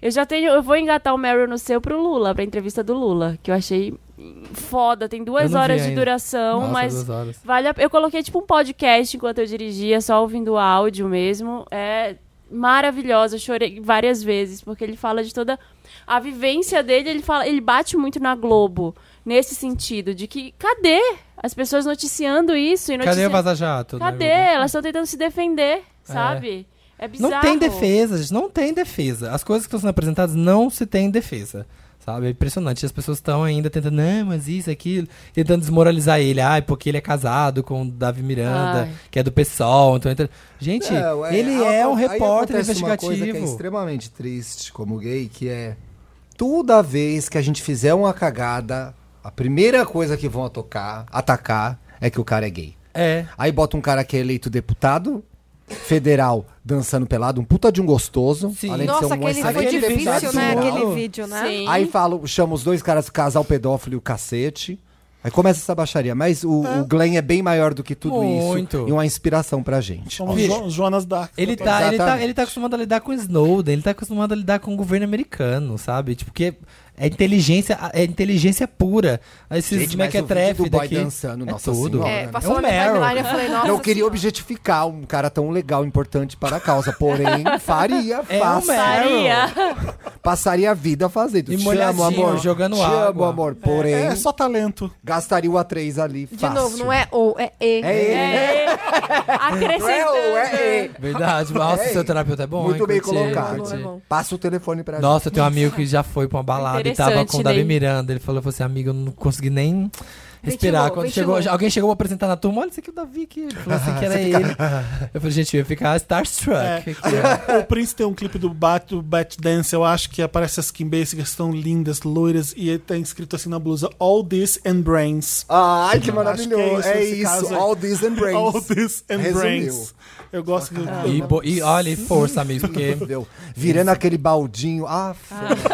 C: Eu já tenho. Eu vou engatar o Meryl no seu pro Lula, pra entrevista do Lula, que eu achei foda. Tem
A: Eu
C: duas
A: não vi
C: horas de
A: ainda.
C: duração,
A: Nossa,
C: mas
A: duas horas.
C: Vale a... Eu coloquei tipo um podcast enquanto eu dirigia, só ouvindo o áudio mesmo. É maravilhosa, eu chorei várias vezes, porque ele fala de toda a vivência dele, ele fala, ele bate muito na Globo nesse sentido de que cadê as pessoas noticiando isso e
A: Cadê o
C: noticiando
A: Vaza Jato? né?
C: Cadê? Elas estão tentando se defender, sabe? É bizarro.
A: Não tem defesa, gente. Não tem defesa. As coisas que estão sendo apresentadas não se tem defesa. Sabe? É impressionante. As pessoas estão ainda tentando, não, mas isso, aquilo, tentando desmoralizar ele. Ai, porque ele é casado com o Davi Miranda,
C: Ai.
A: que é do PSOL. Então, entra... Gente,
B: Não,
A: ele
B: aí
A: é um
B: acon- aí
A: repórter
B: acontece uma coisa que é
A: investigativo.
B: extremamente triste como gay, que é toda vez que a gente fizer uma cagada, a primeira coisa que vão atocar- atacar é que o cara é gay.
A: É.
B: Aí bota um cara que é eleito deputado federal dançando pelado, um puta de um gostoso.
A: Sim.
B: Além de
E: Nossa,
B: ser um
E: aquele foi
B: excelente
A: aquele
E: difícil,
B: deputado
E: né?
A: visual.
B: federal.
E: Aquele vídeo, né?
C: Sim.
B: Aí falam, chama os dois caras casal pedófilo e o cacete. Aí começa essa baixaria. Mas o,
E: Tá.
B: o Glenn é bem maior do que tudo
A: Muito.
B: isso. E uma inspiração pra gente.
D: Somos
A: Bicho.
D: Jo- Jonas Dark.
A: Ele tá, ele, tá,
B: Exatamente.
A: ele tá acostumado a lidar com Snowden, ele tá acostumado a lidar com o governo americano, sabe? Tipo, porque é inteligência, é inteligência pura. Esses
B: Gente, mas o vídeo
A: mequetrefe
B: do boy
A: daqui.
B: dançando,
A: é
B: nossa
A: tudo.
B: senhora.
A: É,
E: É,
B: um
E: passou na minha
A: Meryl.
E: timeline eu falei, nossa.
B: não queria
E: senhora.
B: objetificar um cara tão legal, importante para a causa. Porém, faria,
A: É um
B: faça.
C: Faria.
B: passaria a vida fazendo.
A: E
B: Te amo,
A: molhadinho,
B: amor.
A: jogando
B: Te amo,
A: água.
B: amor. Porém,
D: É só talento.
B: gastaria o A3 ali.
E: De
B: fácil.
E: novo, não é ou, é e.
B: É ele.
C: É.
B: Não é ou,
C: Acrescentando.
B: é ele.
A: Verdade, nossa,
B: Ei,
A: seu terapeuta é bom.
B: Muito
A: hein,
B: bem
A: curti,
B: colocado.
A: curti.
E: É bom, é bom.
B: Passa o telefone pra
A: Nossa, eu tenho um amigo que já foi pra uma balada e tava com o
C: Interessante,
A: Davi
C: Ney.
A: Miranda. Ele falou falou assim, amigo, eu não consegui nem respirar.
E: Ventilou,
A: Quando
E: ventilou.
A: chegou, alguém chegou pra apresentar na turma, olha isso aqui, é o Davi aqui. Ele falou assim que era
B: tá
A: ele. Eu falei, gente, eu ia ficar starstruck.
B: É.
A: aqui, ó.
D: O Prince tem um clipe do Bat, do Bat Dance, eu acho que aparece as Kim Basic, que estão lindas, loiras, e ele tá escrito assim na blusa: All This and Brains.
B: Ai, que maravilhoso.
D: Acho que
B: É
D: é isso, esse
B: isso.
D: caso aí.
B: All this and brains.
D: All This and
B: Resumiu.
D: Brains. Eu gosto do.
A: E, bo- e olha, e força, amigo, porque
B: Entendeu? Virando aquele baldinho. Ah,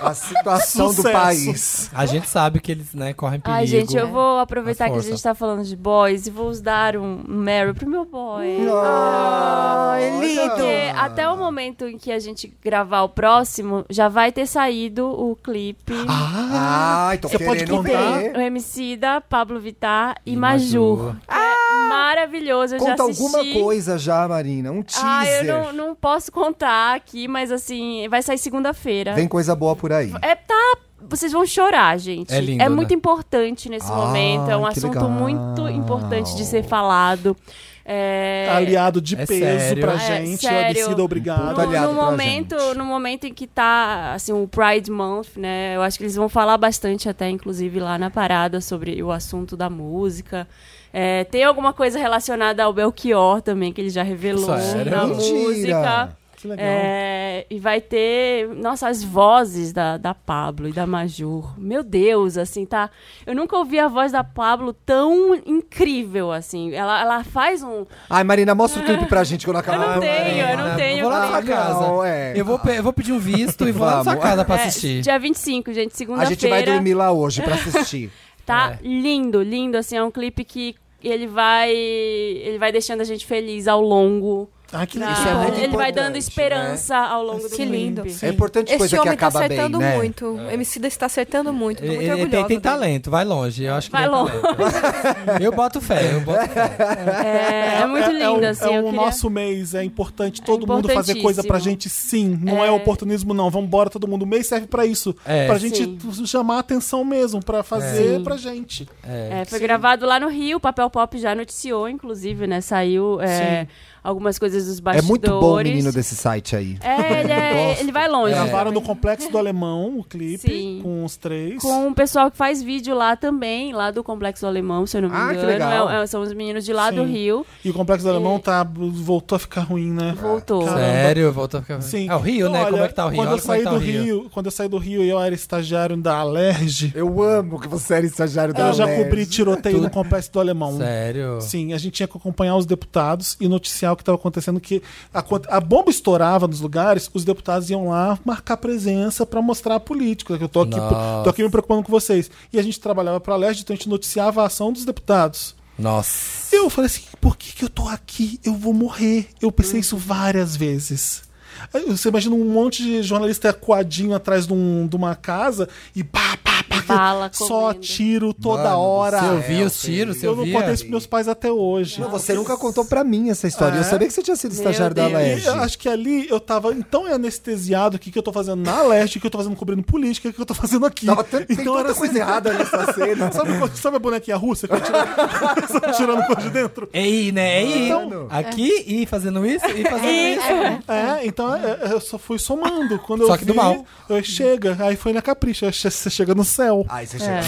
B: A situação do
D: Sucesso.
B: país.
A: a gente sabe que eles, né, correm perigo.
C: Ai, gente, eu vou aproveitar
A: Mas
C: que a
A: força.
C: gente tá falando de boys e vou dar um Mary pro meu boy. Ah,
B: Ai,
C: Porque até o momento em que a gente gravar o próximo, já vai ter saído o clipe.
B: Ah, Ai, tô
D: Você pode
B: querendo
C: Tem
D: contar?
B: ver.
C: o MC da Pablo Vittar e,
A: E
C: Maju.
A: Maju.
C: que É maravilhoso, eu
B: Conta
C: já assisti.
B: alguma coisa já, Marina. Um teaser.
C: Ah, eu não, não posso contar aqui, mas assim, vai sair segunda-feira.
B: Vem coisa boa por aí.
C: É, tá. Vocês vão chorar, gente.
A: É lindo,
C: É
A: né?
C: muito importante nesse
B: Ah,
C: momento. É um
B: que
C: assunto
B: legal.
C: muito importante de ser falado. É...
B: Tá
D: aliado de
A: É
D: peso
A: sério.
D: pra
A: É,
D: gente.
C: sério.
D: o Abicida, obrigado.
B: Puta tá aliado
C: no, no
B: pra
C: momento,
B: gente.
C: no momento em que tá assim o Pride Month, né? Eu acho que eles vão falar bastante até inclusive lá na parada sobre o assunto da música. É, tem alguma coisa relacionada ao Belchior também que ele já revelou
A: Sério?
B: Mentira.
C: na música.
D: Que legal.
C: É, e vai ter, nossa, as vozes da, da Pablo e da Majur. Meu Deus, assim, tá? Eu nunca ouvi a voz da Pablo tão incrível, assim. Ela, ela faz um.
B: Ai, Marina, mostra o clipe pra gente quando
C: Eu
B: acabar.
C: não tenho, eu
A: Ah,
C: não tenho.
A: Vou lá na
C: clipe.
A: sua casa.
B: Não, é.
A: Eu vou, pe- eu vou pedir um visto e vou lá na sua
B: Vamos.
A: casa pra
C: É,
A: assistir.
C: dia 25, gente,
B: A gente vai
C: segunda-feira.
B: dormir lá hoje pra assistir.
C: Tá lindo, lindo, assim, é um clipe que ele vai ele vai deixando a gente feliz ao longo.
D: Ah, que
E: Não.
D: legal.
E: Isso é muito
C: ele vai dando
B: importante,
C: esperança ao longo do
E: Que lindo.
C: clipe.
B: É importante
E: Esse
B: coisa que
E: homem tá
B: acaba bem,
E: acertando
B: né?
E: muito. O MC está acertando muito. Tô
A: É. Ele,
E: muito
A: ele
E: orgulhosa.
A: tem, tem
E: dele.
A: talento, vai longe. Eu acho que
C: Vai
A: tem
C: longe.
A: talento. Eu boto fé, eu boto fé.
C: É, é muito
D: É o,
C: lindo, assim.
D: é
C: eu
D: o
C: queria-
D: nosso mês, é importante todo mundo fazer coisa pra gente sim. Não é, oportunismo, não. Vambora, todo mundo. O mês serve pra isso.
A: É.
D: pra gente
C: Sim.
D: t- chamar a atenção mesmo, pra fazer
C: Sim.
D: pra gente.
C: É, foi gravado lá no Rio, o Papel Pop já noticiou, inclusive, né? Saiu é, algumas coisas dos
B: É
C: bastidores.
B: muito bom o menino desse site aí.
C: É, ele, é- ele vai longe.
D: Gravaram no Complexo do Alemão o clipe
C: Sim.
D: com os três.
C: Com o pessoal que faz vídeo lá também, lá do Complexo Alemão, se eu não me
B: Ah, que
C: engano.
B: legal.
C: É- é- são os meninos de lá do
D: Sim.
C: Rio.
D: E o Complexo do
C: É.
D: Alemão tá, voltou a ficar ruim, né?
C: Voltou.
D: Caramba.
A: Sério, voltou a ficar.
D: Sim.
A: É o Rio,
D: Então,
A: né?
D: olha,
A: como é que tá o Rio?
D: Quando eu
A: Olha como é
D: saí
A: que tá
D: do
A: o Rio.
D: Rio, quando eu saí do Rio e eu era estagiário da Alerj,
B: Eu amo que você era estagiário da
D: eu já
B: Alerj.
D: cobri tiroteio no Complexo do Alemão.
A: Sério.
D: Sim, a gente tinha que acompanhar os deputados e noticiar o que estava acontecendo, que a, quan- a bomba estourava nos lugares, os deputados iam lá marcar presença para mostrar a política, que eu tô aqui,
A: Nossa.
D: tô aqui me preocupando com vocês. E a gente trabalhava para a Leste, então a gente noticiava a ação dos deputados.
A: Nossa.
D: Eu falei assim, por que, que eu tô aqui? Eu vou morrer. Eu pensei isso várias vezes. Aí Você imagina um monte de jornalista coadinho atrás de, um- de uma casa e pá, pá, pá,
C: bala
D: só
C: comendo.
D: tiro toda
B: Mano do
D: hora.
A: Você
B: céu,
A: ouvia os
B: sim.
A: tiros, você
D: eu não
A: ouvia.
D: contei isso pros meus pais até hoje.
B: Não, você nunca contou pra mim essa história.
D: É?
B: Eu sabia que você tinha sido estagiário da
D: E
B: Laerd.
D: eu acho que ali eu tava tão anestesiado o que, que eu tô fazendo na Leste, o que eu tô fazendo cobrindo política, o que eu tô fazendo aqui.
B: Tava tendo, tem
D: então
B: tanta
D: era
B: coisa né? errada nessa cena.
D: Sabe, quando- sabe a bonequinha russa que eu tirando, tirando coisa de dentro?
A: Ei, né? Ei,
D: Então,
B: Mano.
A: aqui e fazendo isso e fazendo isso.
D: É, então é, é, eu só fui somando. Quando
A: Só
D: eu
A: que
D: vi,
A: do mal.
D: Eu chega, aí foi na capricha, che- você chega no céu.
C: É.
B: Ai, você chega.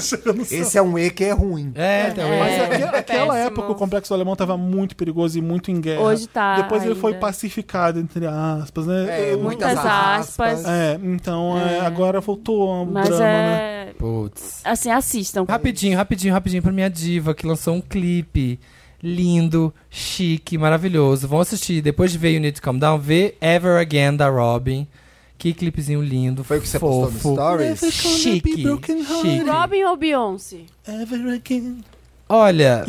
D: Chega no céu.
B: Esse é um E que é ruim.
A: É, então,
D: Mas
A: é.
D: aque- naquela
C: péssimo.
D: época o complexo alemão tava muito perigoso e muito em guerra.
C: Hoje tá
D: Depois ele foi
C: ainda.
D: pacificado, entre
B: É,
D: aspas, né? Eu-
C: muitas aspas.
D: É, então é, agora voltou o
C: Mas
D: drama, né?
C: é.
A: Putz.
C: Assim, assistam.
A: Rapidinho, rapidinho, rapidinho pra minha diva que lançou um clipe lindo, chique, maravilhoso. Vão assistir, depois de ver You Need to Calm Down, vê Ever Again da Robin. Que clipezinho lindo,
B: Foi o que você
A: fofo.
B: postou no Stories?
A: Chique, chique.
C: Robin ou Beyoncé?
D: Ever né? again.
A: Olha,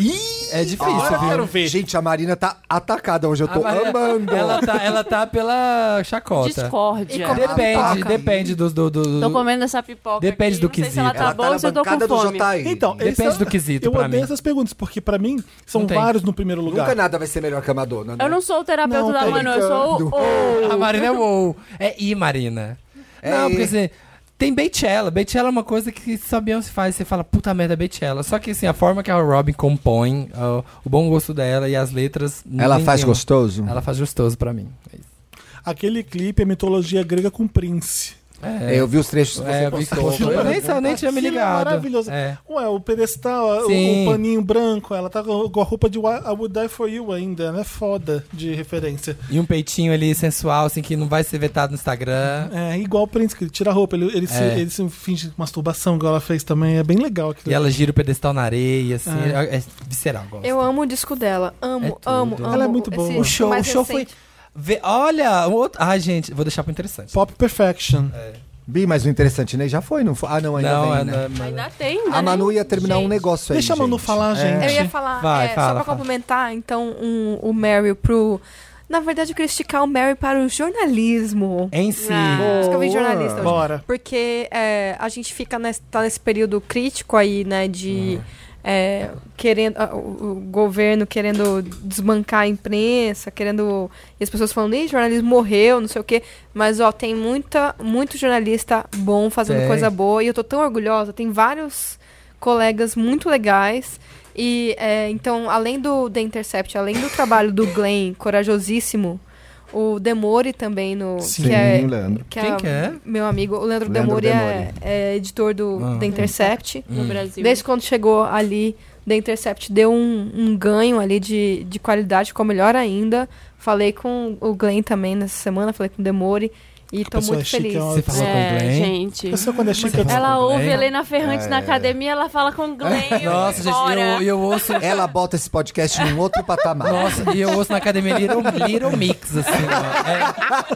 A: é difícil,
D: Agora eu
A: viu?
D: quero ver.
B: Gente, a Marina tá atacada hoje. Eu
A: A
B: tô
A: Maria-
B: amando.
A: Ela tá, ela tá pela chacota.
C: Discórdia.
E: E como-
A: Depende,
B: Pipoca.
A: depende do, do, do-
C: é Tô comendo essa pipoca.
A: Depende
C: aqui,
A: do
C: não sei se ela
A: quesito.
C: tá
B: Ela
C: boa ou se eu tô com
B: bancada do
C: fome.
B: JI.
D: Então,
A: Depende
D: essa-
A: do quesito
D: Eu
A: pra
D: odeio
A: mim.
D: essas perguntas, porque pra mim são
A: Não tem.
D: vários no primeiro lugar.
B: Nunca nada vai ser melhor que a Madonna. né?
C: Eu não sou o terapeuta
D: Não,
C: da
D: tô
C: Manu, eu sou o.
B: brincando.
C: o-
A: A Marina é wow. É I, Marina.
B: É
A: não,
B: I.
A: porque assim, tem Beychella. Beychella é uma coisa que só Beyoncé faz. Você fala, puta merda, Beychella. Só que assim, a forma que a Robin compõe, ó, o bom gosto dela e as letras...
B: Ela
A: ninguém
B: faz
A: tem.
B: gostoso?
A: Ela faz gostoso pra mim. É isso.
D: Aquele clipe é mitologia grega com Prince.
A: É,
B: eu vi os trechos que
A: é,
B: você
A: eu vi que
B: postou.
A: você postou. Eu nem, eu nem tinha me
D: Aquilo é
A: ligado.
D: maravilhoso.
A: É.
D: Ué, o pedestal, o-
A: Sim.
D: o paninho branco, ela tá com com a roupa de Why I Would Die For You ainda, né? Foda de referência.
A: E um peitinho ali sensual, assim, que não vai ser vetado no Instagram.
D: É igual o Prince, que ele tira a roupa, ele, ele, se,
A: É.
D: ele se finge masturbação, igual ela fez também. É bem legal
A: E
D: aquilo.
A: ela gira o pedestal na areia, assim. É, é visceral, gosto.
E: Eu amo o disco dela. Amo,
A: É tudo.
E: amo, amo.
A: Ela
D: é muito boa.
E: esse
A: O show,
E: mais
A: o show foi.
E: recente.
A: Vê- olha, um outro. Ai, gente, vou deixar pro interessante.
D: Pop Perfection.
A: É.
B: Bi, mas o interessante, né? Já foi, não foi? Ah, não, ainda
A: não,
B: bem,
A: é,
B: né?
A: não, não,
C: Ainda tem, né?
B: A Manu ia terminar um
E: Gente.
B: negócio aí,
D: Deixa a Manu
B: gente. É.
D: falar,
E: Eu
D: gente.
E: ia falar,
A: Vai,
E: é,
A: fala,
E: só pra
A: fala.
E: complementar, então, um- o Mary pro. Na verdade, eu queria esticar o Mary para o jornalismo.
A: Em si.
C: Ah.
E: Acho que eu vi jornalista hoje.
D: Bora.
E: Porque é, a gente fica nesse, tá nesse período crítico aí, né, de é, querendo ah, o, o governo querendo desbancar a imprensa, querendo e as pessoas falando, "Ih, jornalismo morreu, não sei o quê". Mas ó, tem muita muito jornalista bom fazendo
A: Tem.
E: coisa boa e eu tô tão orgulhosa, tem vários colegas muito legais. E é, então, além do The Intercept, além do trabalho do Glenn, corajosíssimo, o Demore também no
B: Sim,
E: que é
B: Leandro.
E: que
A: Quem
E: é,
A: que é?
E: Meu amigo, o Leandro,
B: Leandro
E: Demori é,
B: Demori.
E: é editor do
A: Ah.
E: The Intercept.
B: Hum.
A: Hum.
C: No Brasil.
E: Desde quando chegou ali, The Intercept deu um, um ganho ali de, de qualidade, ficou melhor ainda. Falei com o Glenn também nessa semana, falei com o Demori e tô
D: pessoa
E: muito
D: é chique,
E: feliz.
D: ela-
A: Você falou com o
C: É,
A: Glenn?
C: gente.
D: Eu sei quando é chique, eu
C: Ela
A: com o
C: ouve
A: Glenn?
C: Helena
B: É.
C: Ferrante na academia, ela fala com Glenn.
A: Nossa, gente, e eu, e eu ouço.
B: Ela bota esse podcast num outro patamar.
A: Nossa, e eu ouço na academia Little, Little Mix, assim, ó.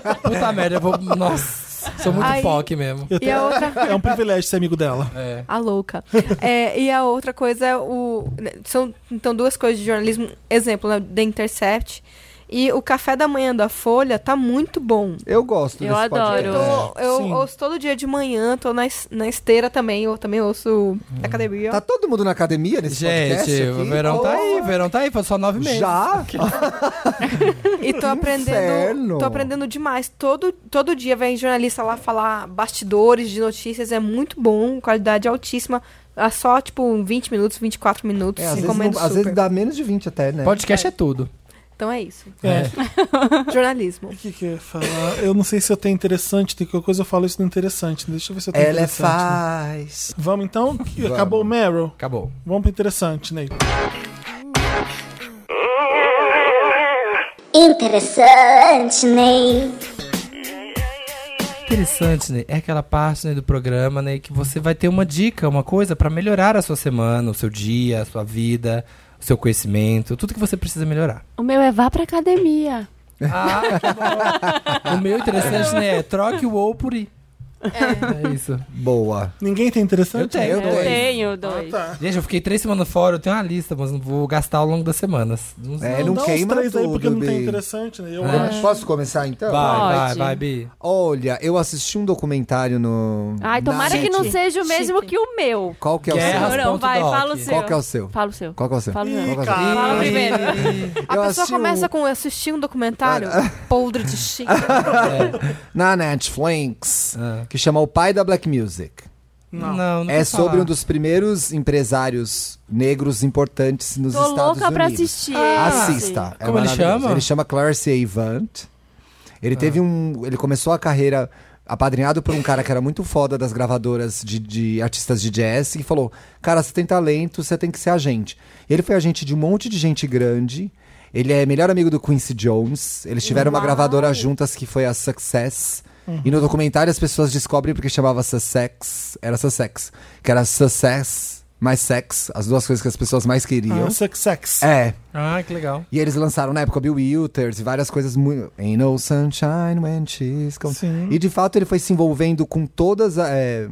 A: É. puta merda, eu vou. Nossa, sou muito
E: Aí-
A: POC mesmo.
E: E a outra
D: É um privilégio ser amigo dela.
A: É.
E: A louca. É, e a outra coisa é o. né, São, então, duas coisas de jornalismo. Exemplo, né, The Intercept. E o café da manhã da Folha tá muito bom.
B: Eu gosto
C: Eu
B: desse
C: adoro.
E: Eu,
B: podcast.
E: tô- eu
D: sim.
E: ouço todo dia de manhã, tô na, es- na esteira também, eu também ouço na academia.
B: Tá todo mundo na academia nesse podcast
A: Gente,
B: aqui?
A: o verão tá
B: Pô,
A: aí, o verão tá aí, foi só nove meses.
B: Já?
E: E tô aprendendo,
B: inferno.
E: tô aprendendo demais. Todo, todo dia vem jornalista lá falar bastidores de notícias, é muito bom, qualidade altíssima. É só, tipo, 20 minutos, 24 minutos,
B: É, às, vezes,
E: recomendo
B: não- às
E: super.
B: vezes dá menos de 20 até, né?
A: Podcast é tudo.
E: Então é isso.
D: É.
E: Jornalismo.
D: O que, que eu ia falar? Eu não sei se eu tenho interessante, tem qualquer coisa eu falo isso no interessante. Deixa eu ver se eu
A: é
D: tenho
B: Ela
D: interessante. né?
B: faz.
D: Vamos então? Que Acabou o Meryl.
A: Acabou.
D: Vamos pro interessante, Ney.
K: Interessante, Ney.
A: Interessante, né? É aquela parte né, do programa, né, que você vai ter uma dica, uma coisa pra melhorar a sua semana, o seu dia, a sua vida, o seu conhecimento, tudo que você precisa melhorar.
C: O meu é vá pra academia.
A: Ah, que bom. O meu interessante, né? É troque o ou por i. É isso.
B: Boa.
D: Ninguém tem interessante? Ah, tá.
A: Eu tenho.
B: Eu Ah, tá.
C: Eu
B: dois.
C: tenho dois.
A: Gente, eu fiquei três semanas fora, eu tenho uma lista, mas não vou gastar ao longo das semanas. Não sei.
B: É, não,
D: Dá uns
B: queima
D: três
B: tudo,
D: aí porque não tem
B: Bi.
D: interessante, né? Eu acho.
B: É. Posso começar então?
A: Vai, vai,
C: Pode.
A: vai, Bi.
B: Olha, eu assisti um documentário no.
C: Ai, tomara
B: na-
C: que não
I: Chique.
C: seja o mesmo
I: Chique.
C: que o meu.
B: Qual que é o
A: Guerra.
B: seu?
C: Não, não, vai,
A: Doc.
C: fala o seu.
B: Qual que é o seu?
C: Fala o seu.
B: Qual que é o seu?
C: Fala o
D: Ih,
C: meu.
B: Qual que é o seu?
D: cara.
C: Fala primeiro.
E: A
B: Eu
E: pessoa
B: assisti
E: começa
B: um-
E: com assistir um documentário podre de chique.
B: na Netflix,
A: Ah.
B: que chama O Pai da Black Music.
A: Não, não,
B: É sobre um dos primeiros empresários negros importantes nos
C: Tô
B: Estados
C: louca
B: Unidos. Ah,
C: pra assistir.
B: Assista. é
A: Como ele
B: maravilhoso.
A: chama? Ah.
B: Ele chama Clarence Avant. Ele teve um. Ele começou a carreira apadrinhado por um cara que era muito foda das gravadoras de, de artistas de jazz e falou: Cara, você tem talento, você tem que ser agente. E ele foi agente de um monte de gente grande. Ele é melhor amigo do Quincy Jones. Eles tiveram uma gravadora juntas que foi a Success. E no documentário as pessoas descobrem porque chamava Sussex. Era Sussex. Que era Success mais sex. As duas coisas que as pessoas mais queriam.
D: Ah, sex, sex.
B: É.
A: Ah, que legal.
B: E eles lançaram na época Bill Withers e várias coisas muito. Ain't no sunshine when she's gone.
D: Sim.
B: E de fato ele foi se envolvendo com todas. é,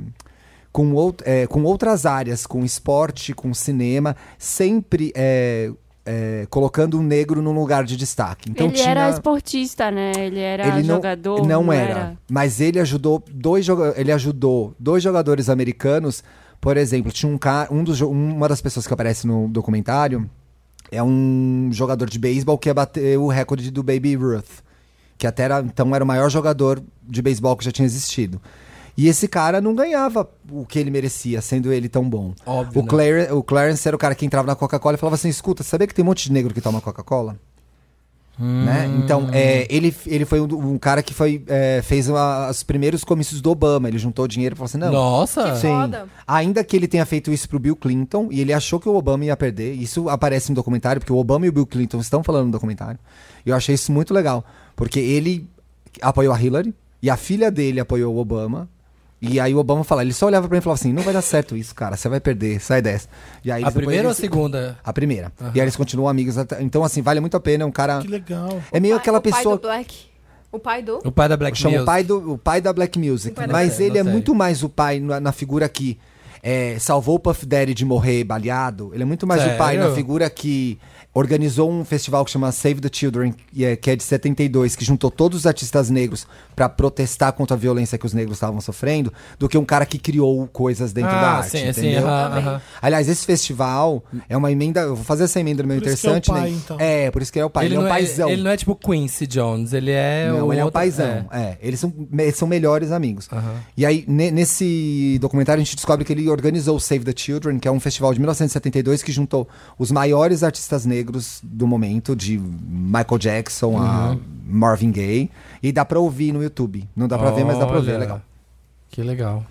B: com, out- é, com outras áreas, com esporte, com cinema, sempre é, é, colocando o negro num lugar de destaque. Então
C: ele
B: tinha.
C: era esportista, né? Ele era
B: ele não,
C: jogador.
B: não, era. Mas ele ajudou dois joga- ele ajudou dois jogadores americanos, por exemplo, tinha um cara, um dos, jo- uma das pessoas que aparece no documentário é um jogador de beisebol que ia bater o recorde do Baby Ruth, que até era, então era o maior jogador de beisebol que já tinha existido. E esse cara não ganhava o que ele merecia, sendo ele tão bom.
A: Óbvio,
B: O,
A: né?
B: Clare- o Clarence era o cara que entrava na Coca-Cola e falava assim: escuta, sabia que tem um monte de negro que toma Coca-Cola? Né?
A: Hum.
B: Então, é, ele, ele foi um, do- um cara que foi, é, fez uma- os primeiros comícios do Obama. Ele juntou dinheiro e falou assim: não.
A: Nossa.
E: Que
B: Sim.
E: Foda.
B: Ainda que ele tenha feito isso pro Bill Clinton e ele achou que o Obama ia perder. Isso aparece no documentário, porque o Obama e o Bill Clinton estão falando no documentário. E eu achei isso muito legal. Porque ele apoiou a Hillary e a filha dele apoiou o Obama. E aí o Obama fala, ele só olhava pra mim e falava assim, não vai dar certo isso, cara, você vai perder, sai dessa. E aí
A: A
B: depois
A: primeira ou a
B: eles-
A: segunda?
B: A primeira. E aí eles continuam amigos. até- Então, assim, vale muito a pena. É um cara.
D: Que legal.
B: É meio aquela
E: o pai-
B: pessoa.
E: O pai do Black. O pai do.
A: O pai da Black
B: Chama
A: News.
B: o pai, do, o pai da Black Music.
A: pai da
B: mas
A: Black-
B: ele é
A: não sei.
B: muito mais o pai na, na figura que é, salvou o Puff Daddy de morrer baleado. Ele é muito mais o pai
A: Sério?
B: na figura que organizou um festival que chama Save the Children, que é, que é de 72, que juntou todos os artistas negros pra protestar contra a violência que os negros estavam sofrendo, do que um cara que criou coisas dentro da
A: Ah,
B: arte.
A: sim, sim.
B: entendeu?
A: aham, aham.
B: Aliás, esse festival é uma emenda. Eu vou fazer essa emenda no meio
D: Por isso que é o
B: interessante.
D: pai,
B: né?
D: então.
B: É, por isso que ele é o pai. Ele, é um
A: não
B: paizão.
A: ele não é tipo Quincy Jones, ele é
B: Não,
A: o
B: ele é um
A: outro-
B: paizão. É. eles são, me- são melhores amigos. E aí, ne- nesse documentário, a gente descobre que ele organizou o Save the Children, que é um festival de 1972 que juntou os maiores artistas negros do momento, de Michael Jackson
A: Uhum.
B: a Marvin Gaye. E dá pra ouvir no YouTube. Não dá pra ver, mas dá pra ouvir. É
A: Olha,
B: legal.
A: Que legal.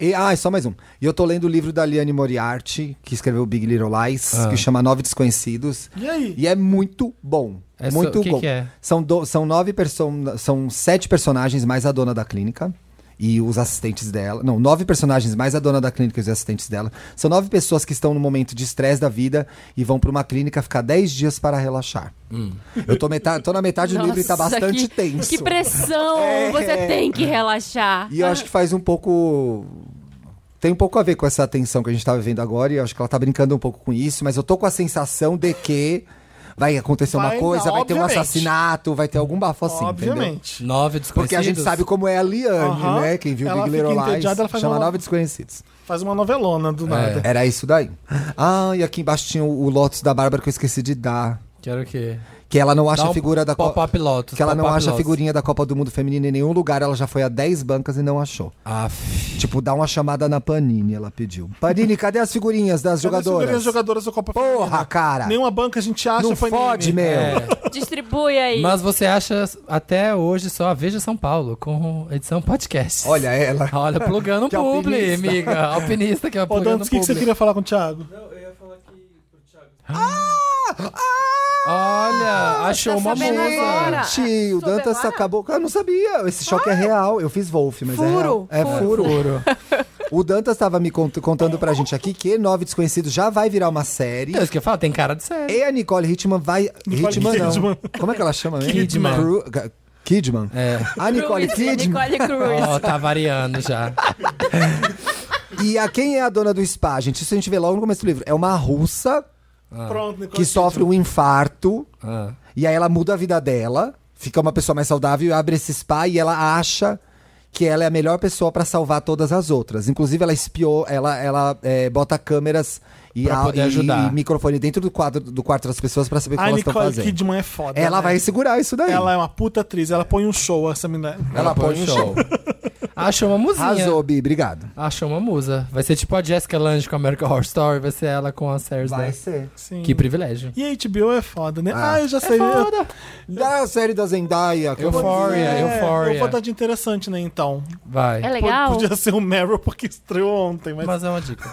B: E- ah, e só mais um. E eu tô lendo o livro da Liane Moriarty, que escreveu Big Little Lies,
A: Ah.
B: que chama Nove Desconhecidos.
D: E aí?
B: E é muito bom.
A: É so-
B: muito
A: o que
B: bom.
A: que é?
B: São, do- são nove personas. São sete personagens mais a dona da clínica. E os assistentes dela. Não, nove personagens mais a dona da clínica e os assistentes dela. São nove pessoas que estão no momento de estresse da vida e vão pra uma clínica ficar dez dias para relaxar. Eu tô, meta- tô na metade do livro e tá
C: Hum. Nossa,
B: bastante
C: que-
B: tenso. É.
C: Que pressão! Você tem que relaxar.
B: E eu acho que faz um pouco. Tem um pouco a ver com essa tensão que a gente tá vivendo agora, e eu acho que ela tá brincando um pouco com isso, mas eu tô com a sensação de que vai acontecer
D: Vai,
B: uma coisa, vai ter um
D: obviamente.
B: assassinato, vai ter algum bafo assim, entendeu?
D: Obviamente.
A: Nove desconhecidos.
B: Porque a gente sabe como é a Liane,
D: Aham.
B: né? Quem viu
D: Ela
B: Big
D: fica
B: Little Lies,
D: entediada, ela faz
B: chama
D: uma-
B: Nove Desconhecidos.
D: Faz uma novelona
B: É.
D: do nada.
B: Era isso daí. Ah, e aqui embaixo tinha o, o Lotus da Bárbara que eu esqueci de dar.
A: Quero que...
B: Que ela não acha
A: Dá um
B: a figura da Copa...
A: Pop-up Lotus.
B: Que ela não
A: pop-up
B: acha a
A: Lotus.
B: figurinha da Copa do Mundo Feminino em nenhum lugar. Ela já foi a 10 bancas e não achou.
A: Aff.
B: Tipo, dá uma chamada na Panini, ela pediu. Panini, cadê as figurinhas das
D: Cadê as
B: jogadoras?
D: figurinhas jogadoras da Copa
B: Porra,
D: Feminina?
B: cara!
D: Nenhuma banca a gente acha
B: não
D: Panini.
B: fode, meu!
A: É,
C: Distribui aí.
A: mas você acha até hoje só a Veja São Paulo com edição podcast.
B: Olha ela.
A: Olha, plugando um
B: Que
A: publi,
B: alpinista.
A: amiga. Alpinista que é
D: Ô,
A: plugando
D: Dantas,
A: um
D: o que, que você
A: publi.
D: queria falar com o Thiago?
A: Olha, achou uma
E: sabendo agora.
A: musa.
B: Gente, o
E: Soube
B: Dantas
E: agora?
B: acabou. Eu não sabia. Esse choque é real. Eu fiz Wolf, mas é real.
E: Furo,
B: É furo. O Dantas tava me cont- contando pra gente aqui que Nove Desconhecidos já vai virar uma série.
A: É isso que eu falo, tem cara de sério.
B: E a Nicole Hitman vai.
D: Nicole
B: Hitman não.
D: Kidman.
B: Como é que ela chama mesmo?
A: Kidman.
B: Cru- Ga- Kidman?
A: É.
B: A Nicole
C: Cruz,
B: Kidman.
C: Nicole Cruz.
A: Ó, tá variando já.
B: E a quem é a dona do spa, gente? Isso a gente vê logo no começo do livro. É uma russa
D: Pronto, Nicole
B: Ah. que sofre um infarto.
A: Ah.
B: E aí ela muda a vida dela, fica uma pessoa mais saudável e abre esse spa e ela acha que ela é a melhor pessoa pra salvar todas as outras. Inclusive, ela espiou, ela, ela é, bota câmeras e,
A: Pra poder
B: e-
A: ajudar.
B: e microfone dentro do, quadro, do quarto das pessoas pra saber o que
D: A
B: elas estão
D: Nicole
B: fazendo.
D: Kidman é foda.
B: Ela
D: né?
B: vai segurar isso daí.
D: Ela é uma puta atriz, ela põe um show, essa menina.
B: Ela põe um show.
A: Achou uma musinha.
B: Arrasou, Bi, obrigado.
A: Achou uma musa. Vai ser tipo a Jessica Lange com American Horror Story, vai ser ela com a Sarah Snow.
B: ser.
D: Sim.
A: Que privilégio.
D: E a HBO é foda, né? Ah, eu já sei.
B: Da série da Zendaya. que eu vou
A: Euphoria,
B: dizer.
D: É,
A: Euphoria.
D: Eu vou dar de interessante, né, então.
A: Vai.
C: É legal?
D: Podia ser o Meryl porque estreou ontem, mas.
A: Mas é uma dica.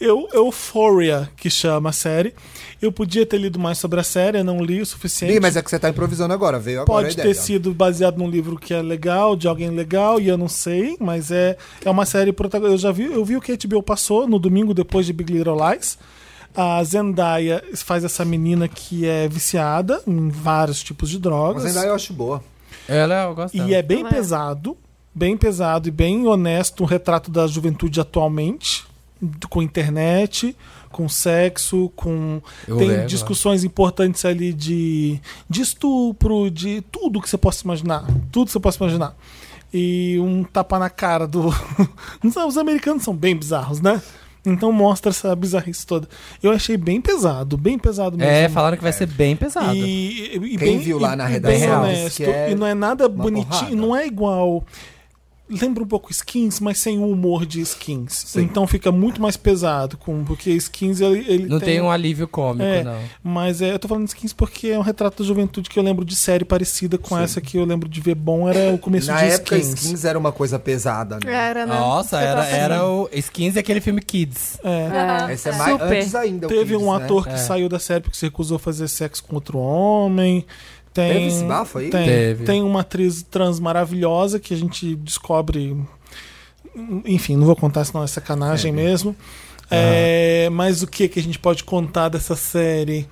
D: Eu, Euphoria, que chama a série. Eu podia ter lido mais sobre a série, eu não li o suficiente.
B: Bi, mas é que você tá improvisando agora, veio agora a
D: Pode
B: ideia.
D: ter sido baseado num livro que é legal, de alguém legal, e eu não sei, mas é, é uma série protagonista. Eu já vi, eu vi o que a HBO passou no domingo depois de Big Little Lies. A Zendaya faz essa menina que é viciada em vários tipos de drogas.
B: Mas Zendaya eu acho boa.
A: Ela, eu gosto
D: E
A: dela.
D: é bem pesado, bem pesado e bem honesto um retrato da juventude atualmente, d- com internet, com sexo, com.
A: Eu
D: tem
A: levo, né?
D: discussões importantes ali de, de estupro, de tudo que você possa imaginar. Tudo que você possa imaginar. E um tapa na cara do. Os americanos são bem bizarros, né? Então mostra essa bizarrice toda. Eu achei bem pesado, bem pesado mesmo.
A: É, falaram que vai ser bem pesado.
D: E, e- e
B: Quem
D: bem,
B: viu lá
D: e-
B: na
D: e
B: redação
D: bem
B: diz
D: honesto,
B: que é
D: e não é nada bonitinho,
B: porrada.
D: não é igual. Lembra um pouco skins, mas sem o humor de skins. Então fica muito mais pesado, com, porque skins ele, ele
A: Não tem, um alívio cômico,
D: é,
A: não.
D: Mas é, eu tô falando de skins porque é um retrato da juventude que eu lembro de série parecida com essa que eu lembro de ver bom, era o começo
B: Na
D: de
B: época,
D: skins.
B: skins. era uma coisa pesada, né?
E: Era, né?
A: Nossa,
E: Você
A: era,
E: tá
A: era o Skins e aquele filme Kids.
D: É.
E: Ah.
B: Essa é mais
C: Super.
B: antes ainda. o
D: Teve
B: Kids,
D: um
B: né?
D: ator que
A: É.
D: saiu da série porque se recusou a fazer sexo com outro homem. Tem,
B: Teve esse bafo aí?
D: Tem,
A: Teve.
D: tem uma atriz trans maravilhosa que a gente descobre. Enfim, não vou contar, senão é sacanagem mesmo.
B: Ah.
D: É, mas o que, que a gente pode contar dessa série?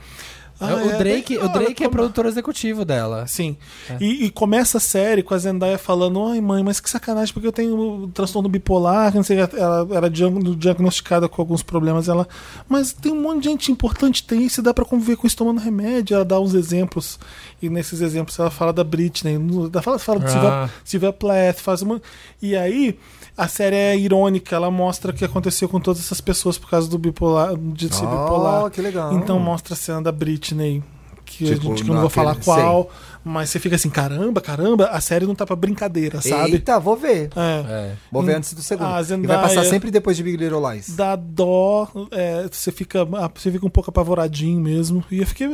D: Ah,
A: o
D: é,
A: Drake,
D: tem-
A: o Drake é
D: como-
A: produtor executivo dela.
D: Sim. E, e começa a série com a Zendaya falando: ai, mãe, mas que sacanagem, porque eu tenho transtorno bipolar. Não sei, ela era diag- diagnosticada com alguns problemas. Ela, mas tem um monte de gente importante, tem isso, e dá pra conviver com isso tomando remédio. Ela dá uns exemplos, e nesses exemplos ela fala da Britney, no- ela fala, fala do
A: Ah.
D: Silvia, Silvia Plath, faz uma. E aí. A série é irônica, ela mostra o que aconteceu com todas essas pessoas por causa do bipolar, de ser
B: Oh,
D: bipolar.
B: que legal.
D: Então mostra a cena da Britney, que a
B: Tipo,
D: gente que eu
B: naquele-
D: não vou falar
B: sei.
D: qual, mas você fica assim, caramba, caramba, a série não tá pra brincadeira, sabe?
B: Eita, vou ver.
D: É.
A: É.
B: Vou ver antes do segundo.
D: A
B: E vai passar
D: Zendaya-
B: sempre depois de Big Little Lies.
D: Dá dó, é, você, fica, ah, você fica um pouco apavoradinho mesmo. E eu fiquei.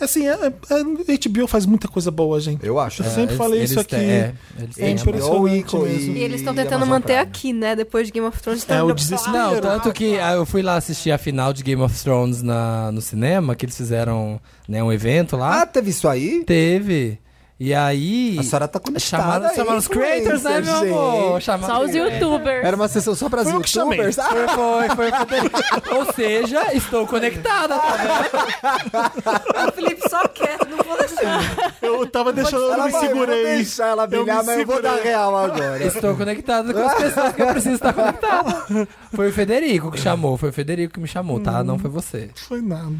D: Assim, é, é, é, HBO faz muita coisa boa, gente.
B: Eu acho.
D: Eu É sempre falei
A: eles
D: isso aqui.
A: têm- é, eles
D: É
A: têm
B: HBO,
A: uma-
D: impressionante
B: Ico
D: mesmo.
E: E eles estão
B: Amazon
E: tentando manter
B: Prime.
E: aqui, né? Depois de Game of Thrones. então
D: É, o
E: tentando-
D: desespero.
A: Não, tanto que ah, eu fui lá assistir a final de Game of Thrones na, no cinema, que eles fizeram né, um evento lá.
B: Ah, teve isso aí?
A: Teve. E aí.
B: A senhora tá conectada.
A: chamaram,
B: aí,
A: chamaram os creators, né, meu
B: gente.
A: amor? Chamaram É.
C: Só os youtubers.
B: Era uma sessão só para
D: Foi eu que chamei.
B: youtubers. Ah,
A: Foi, foi, foi. Ou seja, estou conectada, tá vendo?
E: O Ah, Felipe só quer, não vou deixar.
D: Eu tava deixando, eu
B: ela
D: me
B: vai, eu vou
D: segurei.
B: deixar ela
D: me
B: brilhar, mas eu vou dar
D: segurei.
B: real agora.
A: Estou conectada com as pessoas que eu preciso estar conectada. Foi o Federico que chamou, foi o Federico que me chamou, tá? Não foi você.
D: Foi nada.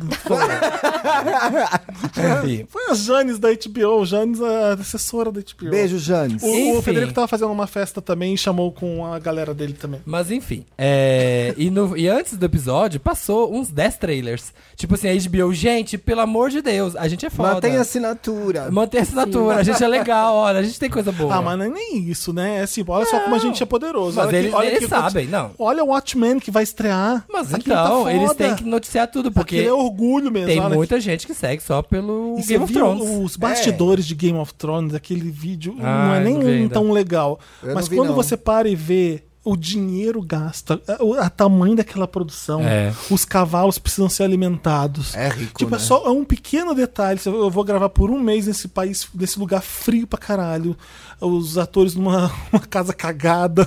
A: Enfim.
D: Foi a Janis da HBO, Janis, a assessora da HBO.
B: Beijo, Janis.
D: O,
A: Enfim.
D: o Federico tava fazendo uma festa também e chamou com a galera dele também.
A: Mas enfim. é, e, no- e antes do episódio, passou uns 10 trailers. Tipo assim, a HBO, gente, pelo amor de Deus, a gente é foda.
B: Mantém a assinatura.
A: Mantém a assinatura, a gente é legal, olha, a gente tem coisa boa.
D: Ah, mas não é nem isso, né? É assim, olha só como a gente é poderoso.
A: Mas
D: olha
A: eles,
D: olha
A: eles
D: que-
A: sabem, não.
D: Olha o Watchmen que vai estrear.
A: Mas
D: Aquilo
A: então,
D: tá
A: eles
D: foda.
A: têm que noticiar tudo, porque
D: Aquilo é orgulho mesmo.
A: tem
D: olha.
A: muita gente que segue só pelo
D: E você
A: Game of
D: viu
A: Thrones.
D: Os bastidores de Game of Thrones, aquele vídeo, não
A: Ah,
D: é
A: eu
D: nem
A: não vi ainda.
D: tão legal.
B: Eu
D: Mas
B: não vi,
D: quando
B: não.
D: você para e vê o dinheiro gasta, a- o a tamanho daquela produção,
A: É.
D: os cavalos precisam ser alimentados.
B: É rico,
D: Tipo,
B: né?
D: é só é um pequeno detalhe. se Eu eu vou gravar por um mês nesse país, nesse lugar frio pra caralho. Os atores numa uma casa cagada.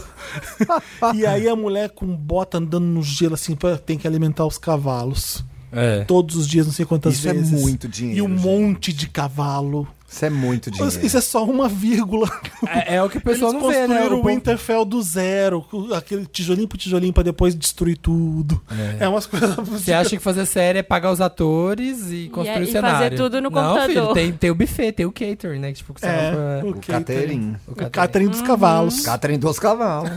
D: e aí a mulher com bota andando no gelo assim, pô, tem que alimentar os cavalos.
A: É.
D: Todos os dias, não sei quantas
B: Isso é
D: vezes.
B: muito dinheiro,
D: E um
B: gente.
D: monte de cavalo.
B: Isso é muito dinheiro.
D: Isso é só uma vírgula.
A: É, é o que o pessoal
D: Eles
A: não vê, né?
D: construíram
A: O
D: o
A: povo-
D: Winterfell do zero, com aquele tijolinho pro tijolinho pra depois destruir tudo. É, umas coisas.
A: Você acha que fazer série é pagar os atores e construir
C: é-
A: o
C: e
A: cenário.
C: fazer tudo no
A: não, Filho,
C: computador.
A: tem, tem o buffet, tem o catering, né? Que, tipo, que você
D: É,
A: não-
D: o
B: O
D: catering.
B: catering.
A: o
D: O
A: catering.
D: catering dos cavalos.
B: Catering dos cavalos.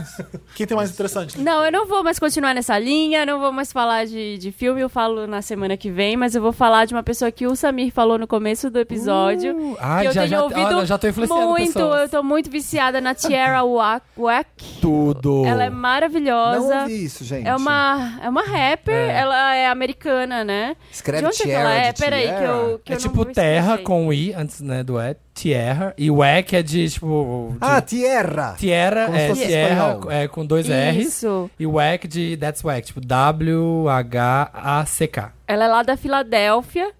D: Quem tem mais interessante?
C: Não, eu não vou mais continuar nessa linha, não vou mais falar de, de filme, eu falo na semana que vem, mas eu vou falar de uma pessoa que o Samir falou no começo do episódio.
A: Uh, ai,
C: que eu
A: já-
C: tenho
A: já-
C: ouvido
A: olha, já tô influenciando
C: muito, assim,
A: pessoas.
C: eu tô muito viciada na Tiara Wa- Wack.
A: Tudo.
C: Ela é
B: Não
C: maravilhosa.
B: ouvi isso, gente.
C: É uma, é uma rapper, ela é americana, né? de
B: Escreve
C: onde é que ela
B: Tierra
C: é?
B: de
C: Peraí, que
B: Tierra.
C: eu. Que
A: É
C: eu não
A: tipo
C: me
A: terra
C: esqueci.
A: com I, antes né, do E, Tierra. E o E que é de, tipo... de-
B: Ah, Tierra!
A: Tierra
B: como se
A: é
B: fosse
A: Tierra
B: espanhol.
A: é, com dois R's.
C: Isso.
A: E Wack de That's Wack, tipo W-H-A-C-K.
C: Ela é lá da Filadélfia.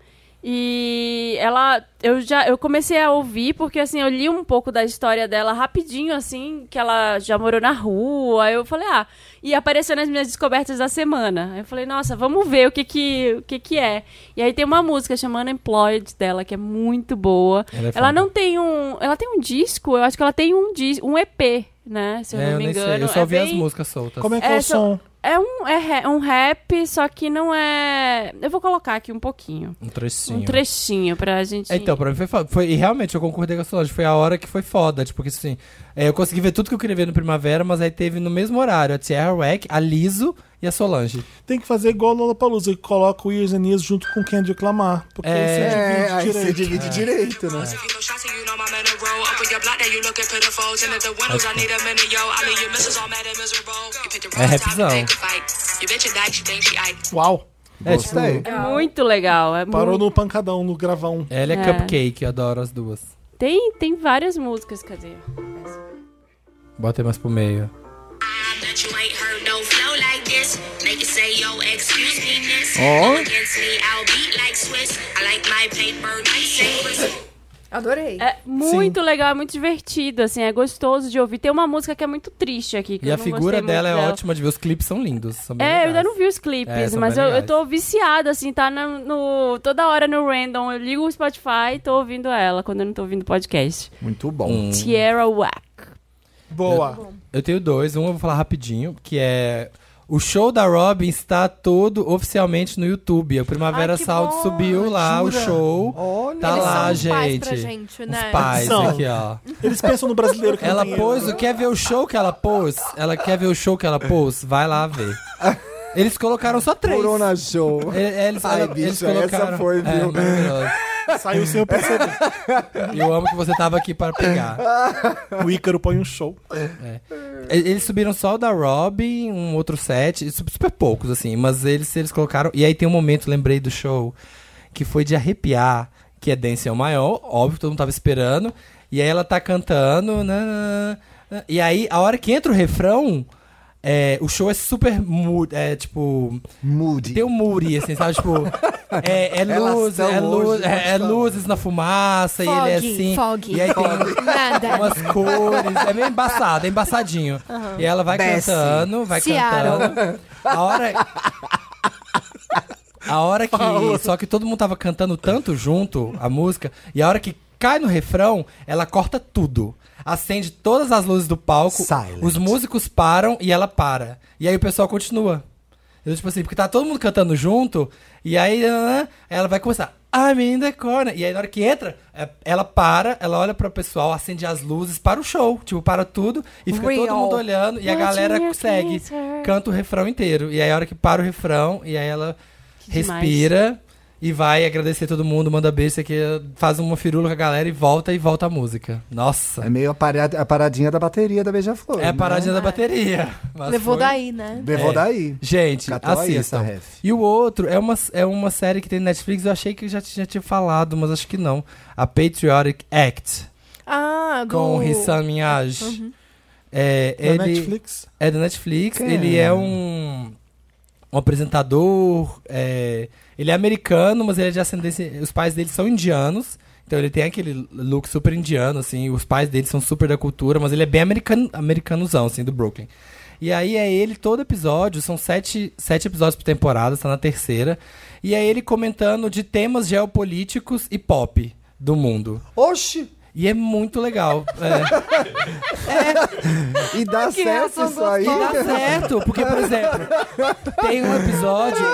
C: E ela, eu já, eu comecei a ouvir porque assim, eu li um pouco da história dela rapidinho assim, que ela já morou na rua. Eu falei: "Ah, e apareceu nas minhas descobertas da semana". Eu falei: "Nossa, vamos ver o que que, o que que é". E aí tem uma música chamada Employed dela que é muito boa.
A: Ela
C: Ela,
A: é foda.
C: não tem um, ela tem um disco, eu acho que ela tem um dis, um EP, né, se eu
A: É,
C: não me
A: nem
C: engano.
A: sei, eu só
C: É
A: ouvi as
C: bem-
A: músicas soltas.
D: Como é que é,
C: É,
D: o
C: só-
D: som?
C: É um é ra- um rap, só que não é, eu vou colocar aqui um pouquinho.
A: Um trechinho.
C: Um trechinho pra gente.
A: Então, pra mim foi foda. Foi, e realmente, eu concordei com a Solange. Foi a hora que foi foda. Tipo, que assim, é, eu consegui ver tudo que eu queria ver no Primavera, mas aí teve no mesmo horário a Tierra Wack, a Liso e a Solange.
D: Tem que fazer igual o Lollapalooza, que coloca o Years and Years junto com quem reclamar. Porque
B: É,
D: aí
B: aí
D: você divide
B: você
D: direito.
B: divide direito, né?
A: É rapzão.
D: Uau!
A: É,
B: Gostei.
A: tipo,
C: É muito legal. É
D: Parou
C: muito...
D: no pancadão, no gravão.
A: ela é,
C: É.
A: cupcake, eu adoro as duas.
C: Tem, tem várias músicas, cadê?
A: Bota aí mais pro meio.
E: Adorei.
C: É muito legal, é muito divertido, assim, é gostoso de ouvir. Tem uma música que é muito triste aqui. Que
A: E
C: eu
A: a
C: não
A: figura
C: gostei muito
A: dela é ótima de ver, os clipes são lindos. São bem
C: É, eu ainda
A: legais.
C: não vi os
A: É,
C: clipes,
A: são
C: mas
A: bem
C: eu, eu
A: legais.
C: tô viciada, assim, tá na- no, toda hora no random. Eu ligo o Spotify e tô ouvindo ela quando eu não tô ouvindo podcast.
B: Muito bom.
A: Um, Hum.
C: Tierra Whack.
D: Boa.
A: Eu tenho dois, um eu vou falar rapidinho, que é. O show da Robin está todo oficialmente no YouTube. A Primavera
E: Ai, que
A: Sound
E: bom,
A: subiu lá o
D: jura?
A: show.
B: Olha.
A: Tá lá,
E: Eles são os pais
A: gente.
E: pra gente,
A: Os
E: né?
A: pais
D: São.
A: aqui, ó.
D: É. Eles pensam no brasileiro que não
A: Ela
D: tem
A: pôs,
D: erro.
A: quer ver o show que ela pôs? Ela quer ver o show que ela pôs? Vai lá ver. Eles colocaram só três. É.
B: Corona Show.
A: E- Eles,
B: Ai,
A: ela- eles
B: bicho, essa
A: colocaram...
B: foi,
A: É,
B: viu?
A: maravilhoso.
D: Saiu sem eu perceber.
A: eu amo que você tava aqui para pegar.
D: o Ícaro põe um show.
A: E- Eles subiram só o da Robin, um outro set, su- super poucos, assim, mas eles, eles colocaram. E aí tem um momento, lembrei do show, que foi de arrepiar, que é Dance ao Maior, óbvio, todo mundo tava esperando. E aí ela tá cantando. nananana, e aí, a hora que entra o refrão, é, o show é super mu- é tipo.
B: Moody.
A: Tem um muri, assim, sabe? Tipo, é, é
B: Elas
A: luz,
B: tão
A: é, luz,
B: hoje,
A: é, é
B: elas tão.
A: luzes na fumaça, e ele é
E: Fog,
A: assim.
E: fog.
A: E aí tem
E: Nada.
A: umas cores, é meio embaçado, é embaçadinho. E ela vai
B: Desce.
A: cantando, vai
E: Seattle.
A: cantando. A hora. A hora que. Só que todo mundo tava cantando tanto junto a música, e a hora que cai no refrão, ela corta tudo. Acende todas as luzes do palco,
B: Silent.
A: os músicos param e ela para. E aí o pessoal continua. Eu, tipo assim, porque tá todo mundo cantando junto, e aí ah, ela vai começar. I'm in the corner. E aí na hora que entra, é, ela para, ela olha pro pessoal, acende as luzes, para o show. Tipo, para tudo. E fica todo
E: Real.
A: mundo olhando. E a
C: Watching
A: galera
C: your
A: segue.
C: kisser.
A: Canta o refrão inteiro. E aí a hora que para o refrão, e aí ela respira e vai agradecer todo mundo, manda beijo, que faz uma firula com a galera e volta e volta a música.
B: É
A: Nossa.
B: meio a, parada- a paradinha da bateria da Beija-Flor.
A: É a paradinha da bateria. Mas
E: Levou
A: foi-
E: daí, né?
B: Né? Levou
A: É.
B: daí.
A: Gente,
B: Catou aí essa
A: assistam.
B: ref.
A: E o outro é uma, é uma série que tem na Netflix, eu achei que já, t- já tinha falado, mas acho que não. A Patriotic Act,
E: Ah, do... Uhum.
A: com Rissam Minhaj. É,
D: Na
A: ele
D: Netflix.
A: é da Netflix,
B: Quem
A: ele
B: é?
A: é um, um apresentador, é, ele é americano, mas ele é de ascendência, os pais dele são indianos, então ele tem aquele look super indiano, assim, os pais dele são super da cultura, mas ele é bem americano, americanozão, assim, do Brooklyn. E aí é ele, todo episódio, são sete, sete episódios por tá temporada, está na terceira. E é ele comentando de temas geopolíticos e pop. do mundo.
B: Oxi!
A: E é muito legal. É,
B: E dá certo isso aí?
A: e dá Tá certo, porque, por exemplo, tem um episódio.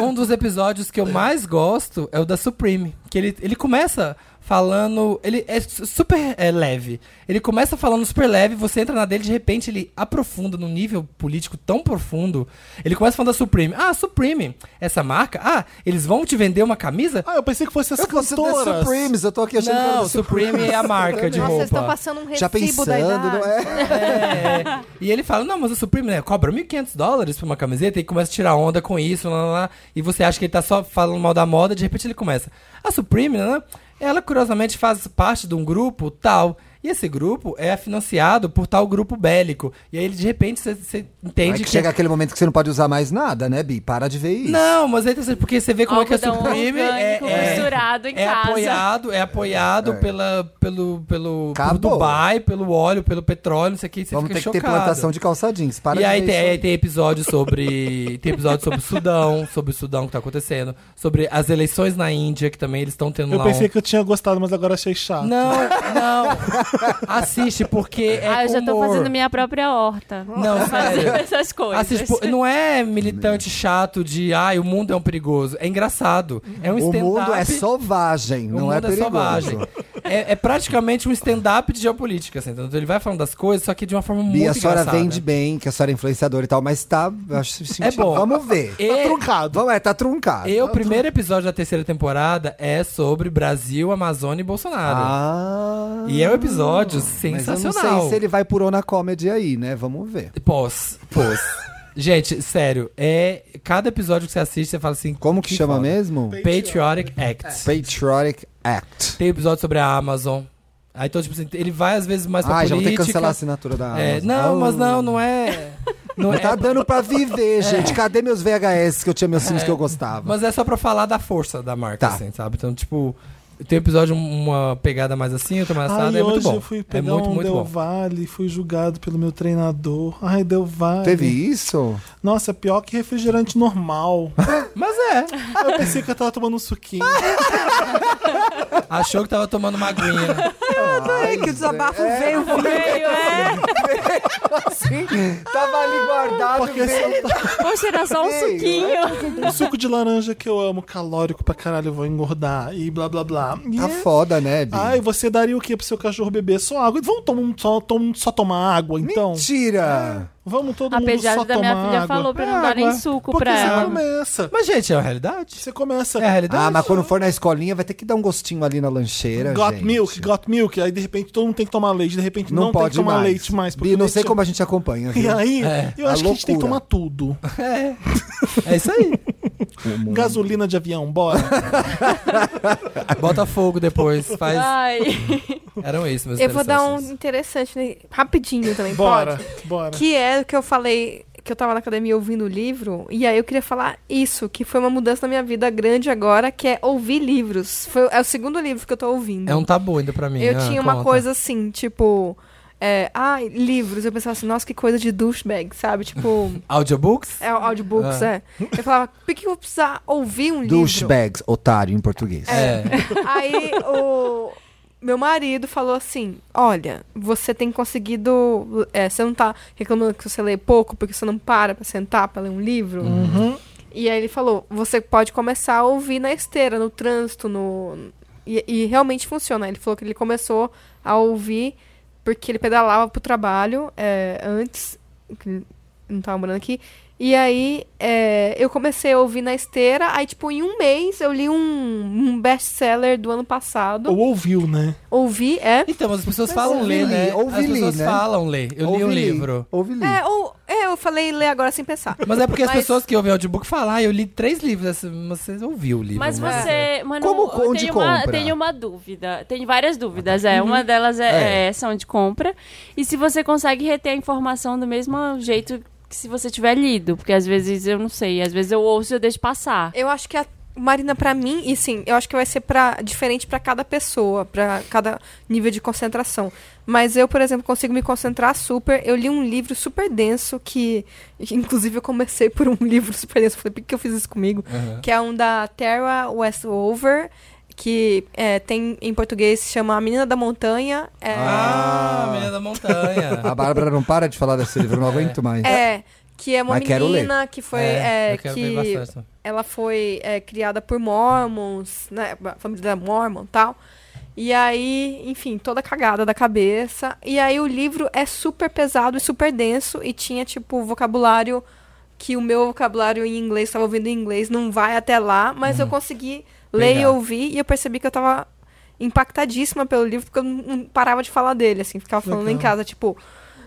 A: Um dos episódios que eu mais gosto é o da Supreme. Que ele, ele começa falando. Ele é su- super é, leve. Ele começa falando super leve, você entra na dele, de repente ele aprofunda num nível político tão profundo. Ele começa falando da Supreme. Ah, Supreme, essa marca? Ah, eles vão te vender uma camisa?
D: Ah, eu pensei que fosse as
B: Eu fosse The
D: cantoras.
B: Supremes, eu tô aqui achando que era
A: Não,
B: The
A: Supreme é a marca de
E: Nossa, vocês estão
A: roupa.
E: passando um recibo
B: Já pensando,
E: da idade.
B: não é?
A: É. E ele fala, não, mas o Supreme, né, cobra 1.500 dólares pra uma camiseta e começa a tirar onda com isso, lá, lá, lá. e você acha que ele tá só falando mal da moda, de repente ele começa. A Supreme, né, ela curiosamente faz parte de um grupo tal, e esse grupo é financiado por tal grupo bélico. E aí, ele, de repente, você- você
B: É
A: entende
B: que
A: que...
B: chega aquele momento que você não pode usar mais nada, né, Bi? Para de ver isso.
A: Não, mas é interessante, porque você vê como é que a
C: Algodão
A: Supreme é,
C: orgânico
A: é-
C: misturado em
A: é
C: casa.
A: apoiado, é apoiado pela, pelo, pelo por
B: Acabou.
A: Dubai, pelo óleo, pelo petróleo, isso aqui, você
B: Vamos
A: fica
B: ter que ter
A: chocado.
B: plantação de calça jeans. Para
A: e é
B: de
A: aí
B: ver
A: tem,
B: isso
A: aí tem episódio sobre. tem episódio sobre o Sudão, sobre o Sudão que tá acontecendo, sobre as eleições na Índia, que também eles estão tendo
D: Eu
A: lá.
D: pensei
A: um-
D: que eu tinha gostado, mas agora achei chato.
A: Não, não. Assiste, porque é
C: ah, eu já tô
A: humor.
C: fazendo minha própria horta.
A: Não,
C: Fazendo
A: sério.
C: essas coisas.
A: Assiste, pô, não é militante chato de ai, o mundo é um perigoso. É engraçado. É um
B: O
A: stand-up.
B: mundo é selvagem,
A: O
B: não é
A: mundo
B: perigoso.
A: selvagem. É, é praticamente um stand-up de geopolítica, assim, entendeu? Ele vai falando das coisas, só que de uma forma
B: Bi,
A: muito
B: a senhora
A: engraçada.
B: vende bem, que a senhora é influenciadora e tal, mas tá. Acho,
A: É bom.
B: Vamos ver.
A: E-
D: Tá truncado.
B: Vamos, é, tá truncado.
A: E o primeiro episódio da terceira temporada é sobre Brasil, Amazônia e Bolsonaro.
B: Ah.
A: e é um episódio
B: Mas eu
A: sensacional.
B: não sei se ele vai por Ona Comedy aí, né? Vamos ver.
A: Pós, pós. Gente, sério, é cada episódio que você assiste, você fala assim,
B: Como que, chama
A: foda.
B: mesmo?
A: Patriotic É. Act.
B: Patriotic Act.
A: Tem episódio sobre a Amazon. Aí então, tipo assim, ele vai às vezes mais pra
B: Ah, já vou ter que
A: política.
B: cancelar a assinatura da Amazon.
A: É, não,
B: Oh.
A: mas não, não é. Não
B: Não
A: é
B: tá dando pra viver, gente. Cadê meus VHS que eu tinha meus filmes que eu gostava?
A: Mas é só pra falar da força da marca,
B: Tá.
A: assim, sabe? Então, tipo, tem um episódio, uma pegada mais assim, outra mais
D: Ai,
A: assada, é muito
D: hoje
A: bom.
D: eu fui
A: é
D: pegar
A: muito,
D: um
A: muito
D: Del
A: bom.
D: Valle, fui julgado pelo meu treinador. Ai, Del Valle.
B: Teve isso?
D: Nossa, pior que refrigerante normal.
A: Mas é,
D: eu pensei que eu tava tomando um suquinho.
A: achou que tava tomando uma aguinha.
E: Ai, que desabafo veio.
C: Veio, é.
B: Sim. Tava ali guardado.
D: Porque
B: veio.
C: Poxa, era só um
B: Ei,
C: suquinho.
D: O Um suco de laranja que eu amo, calórico pra caralho, eu vou engordar e blá blá blá. E
B: Tá
D: é-
B: foda, né, Bi?
D: Ai, você daria o que pro seu cachorro beber? Só água. Vamos tomar um- só, tom- só tomar água, então?
B: Mentira!
D: Vamos todo
C: A
D: mundo só
C: pejada da minha
D: tomar
C: filha
D: água.
C: falou pra
D: É
C: não dar nem
D: água.
C: suco
D: Porque
C: pra
D: você
C: ela.
D: começa.
A: Mas, gente, é uma realidade?
D: Você começa.
A: É a realidade?
B: Ah, mas quando for na escolinha vai ter que dar um gostinho ali na lancheira.
D: Got
B: gente.
D: milk, got milk. Aí de repente todo mundo tem que tomar leite. De repente
B: Não,
D: não,
B: pode
D: tem que tomar
B: mais.
D: leite mais. porque
B: Bi, não sei
D: leite- é
B: como é a gente acompanha.
D: E
B: Viu?
D: aí,
A: É,
D: eu
B: a
D: acho que a gente tem que
B: loucura.
D: tomar tudo.
A: É. É isso aí.
D: Gasolina de avião, bora.
A: Ah, Bota fogo depois. Faz.
C: Ai.
A: Eram isso, meus
E: Ah, Eu vou dar um
A: interessantes.
E: interessante, né? rapidinho também,
D: bora,
E: pode?
D: bora.
E: Que é o que eu falei, que eu tava na academia ouvindo o livro, e aí eu queria falar isso, que foi uma mudança na minha vida grande agora, que é ouvir livros. Foi, é o segundo livro que eu tô ouvindo.
A: É um tabu ainda pra mim.
E: Eu
A: ah,
E: tinha uma
A: conta.
E: coisa assim, tipo. É, ah, livros. Eu pensava assim, nossa, que coisa de douchebag, sabe? Tipo,
A: Audiobooks?
E: é, audiobooks,
A: Ah.
E: é. Eu falava, por que eu vou precisar ouvir um livro?
B: Douchebags, otário em português.
A: É.
E: Aí o meu marido falou assim: Olha, você tem conseguido. é, você não tá reclamando que você lê pouco porque você não para pra sentar pra ler um livro. E aí ele falou: Você pode começar a ouvir na esteira, no trânsito, no. E, e realmente funciona. Ele falou que ele começou a ouvir porque ele pedalava pro trabalho é, antes. que ele Não tava morando aqui. E aí, é, eu comecei a ouvir na esteira. Aí, tipo, em um mês, eu li um, um best-seller do ano passado.
D: Ou ouviu, né?
E: Ouvi, é.
A: Então, mas as pessoas
B: Mas
A: falam
B: ouvi
A: ler, né?
B: li, ouvi
A: as
B: li,
A: pessoas
B: né?
A: falam ler. Eu li um
B: Ouve
A: livro.
B: Ouve li.
E: É, ou. É, eu falei ler agora sem pensar.
A: Mas é porque as
E: Mas-
A: pessoas que ouvem audiobook falam, ah, eu li três livros, assim, mas você ouviu o livro.
C: Mas
A: né?
C: você. Manu,
B: Como
C: eu
B: com de
C: tenho uma,
B: compra?
C: tenho uma dúvida. Tem várias dúvidas, é. Uma delas é, é, são de compra. E se você consegue reter a informação do mesmo jeito que se você tiver lido. Porque às vezes eu não sei. Às vezes eu ouço e eu deixo passar.
E: Eu acho que a Marina, pra mim, e sim, eu acho que vai ser pra, diferente pra cada pessoa, pra cada nível de concentração. Mas eu, por exemplo, consigo me concentrar super. Eu li um livro super denso que, inclusive, eu comecei por um livro super denso. Falei, por que que eu fiz isso comigo?
A: Aham.
E: Que é um da Tara Westover, que é, tem em português se chama A Menina da Montanha. É,
A: Ah, Menina da Montanha.
B: A Bárbara não para de falar desse livro, eu não aguento mais.
E: é, que é uma
B: Mas quero
E: menina que foi
A: É,
E: é,
A: eu quero
E: que
A: ver bastante.
E: ela foi é, criada por mormons, né? a Família da mormon e tal. E aí, enfim, toda cagada da cabeça. E aí o livro é super pesado e super denso. E tinha, tipo, vocabulário que o meu vocabulário em inglês, estava ouvindo em inglês, não vai até lá. Mas eu consegui ler e
A: Legal.
E: ouvir. E eu percebi que eu tava impactadíssima pelo livro, porque eu não- não parava de falar dele, assim. Ficava falando em casa, tipo...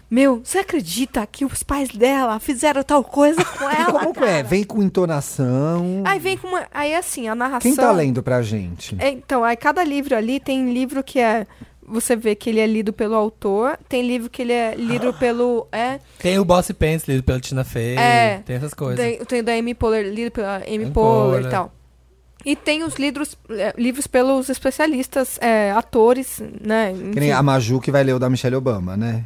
E: Meu, você acredita que os pais dela fizeram tal coisa com ela?
B: Como que é? Vem com entonação.
E: Aí vem com uma. Aí assim, a narração.
B: Quem tá lendo pra gente?
E: É, então, aí cada livro ali tem livro que é. Você vê que ele é lido pelo autor, tem livro que ele é
B: Ah.
E: lido pelo. É,
A: Tem o Boss Pants lido pela Tina Fey.
E: É.
A: Tem essas coisas.
E: tem, tem da Amy Poehler, lido pela Amy
A: Amy
E: Poehler
A: Poehler. né?
E: e tal. E tem os livros, é, livros pelos especialistas, é, atores, né?
B: Que nem
E: enfim.
B: a Maju que vai ler o da Michelle Obama, né?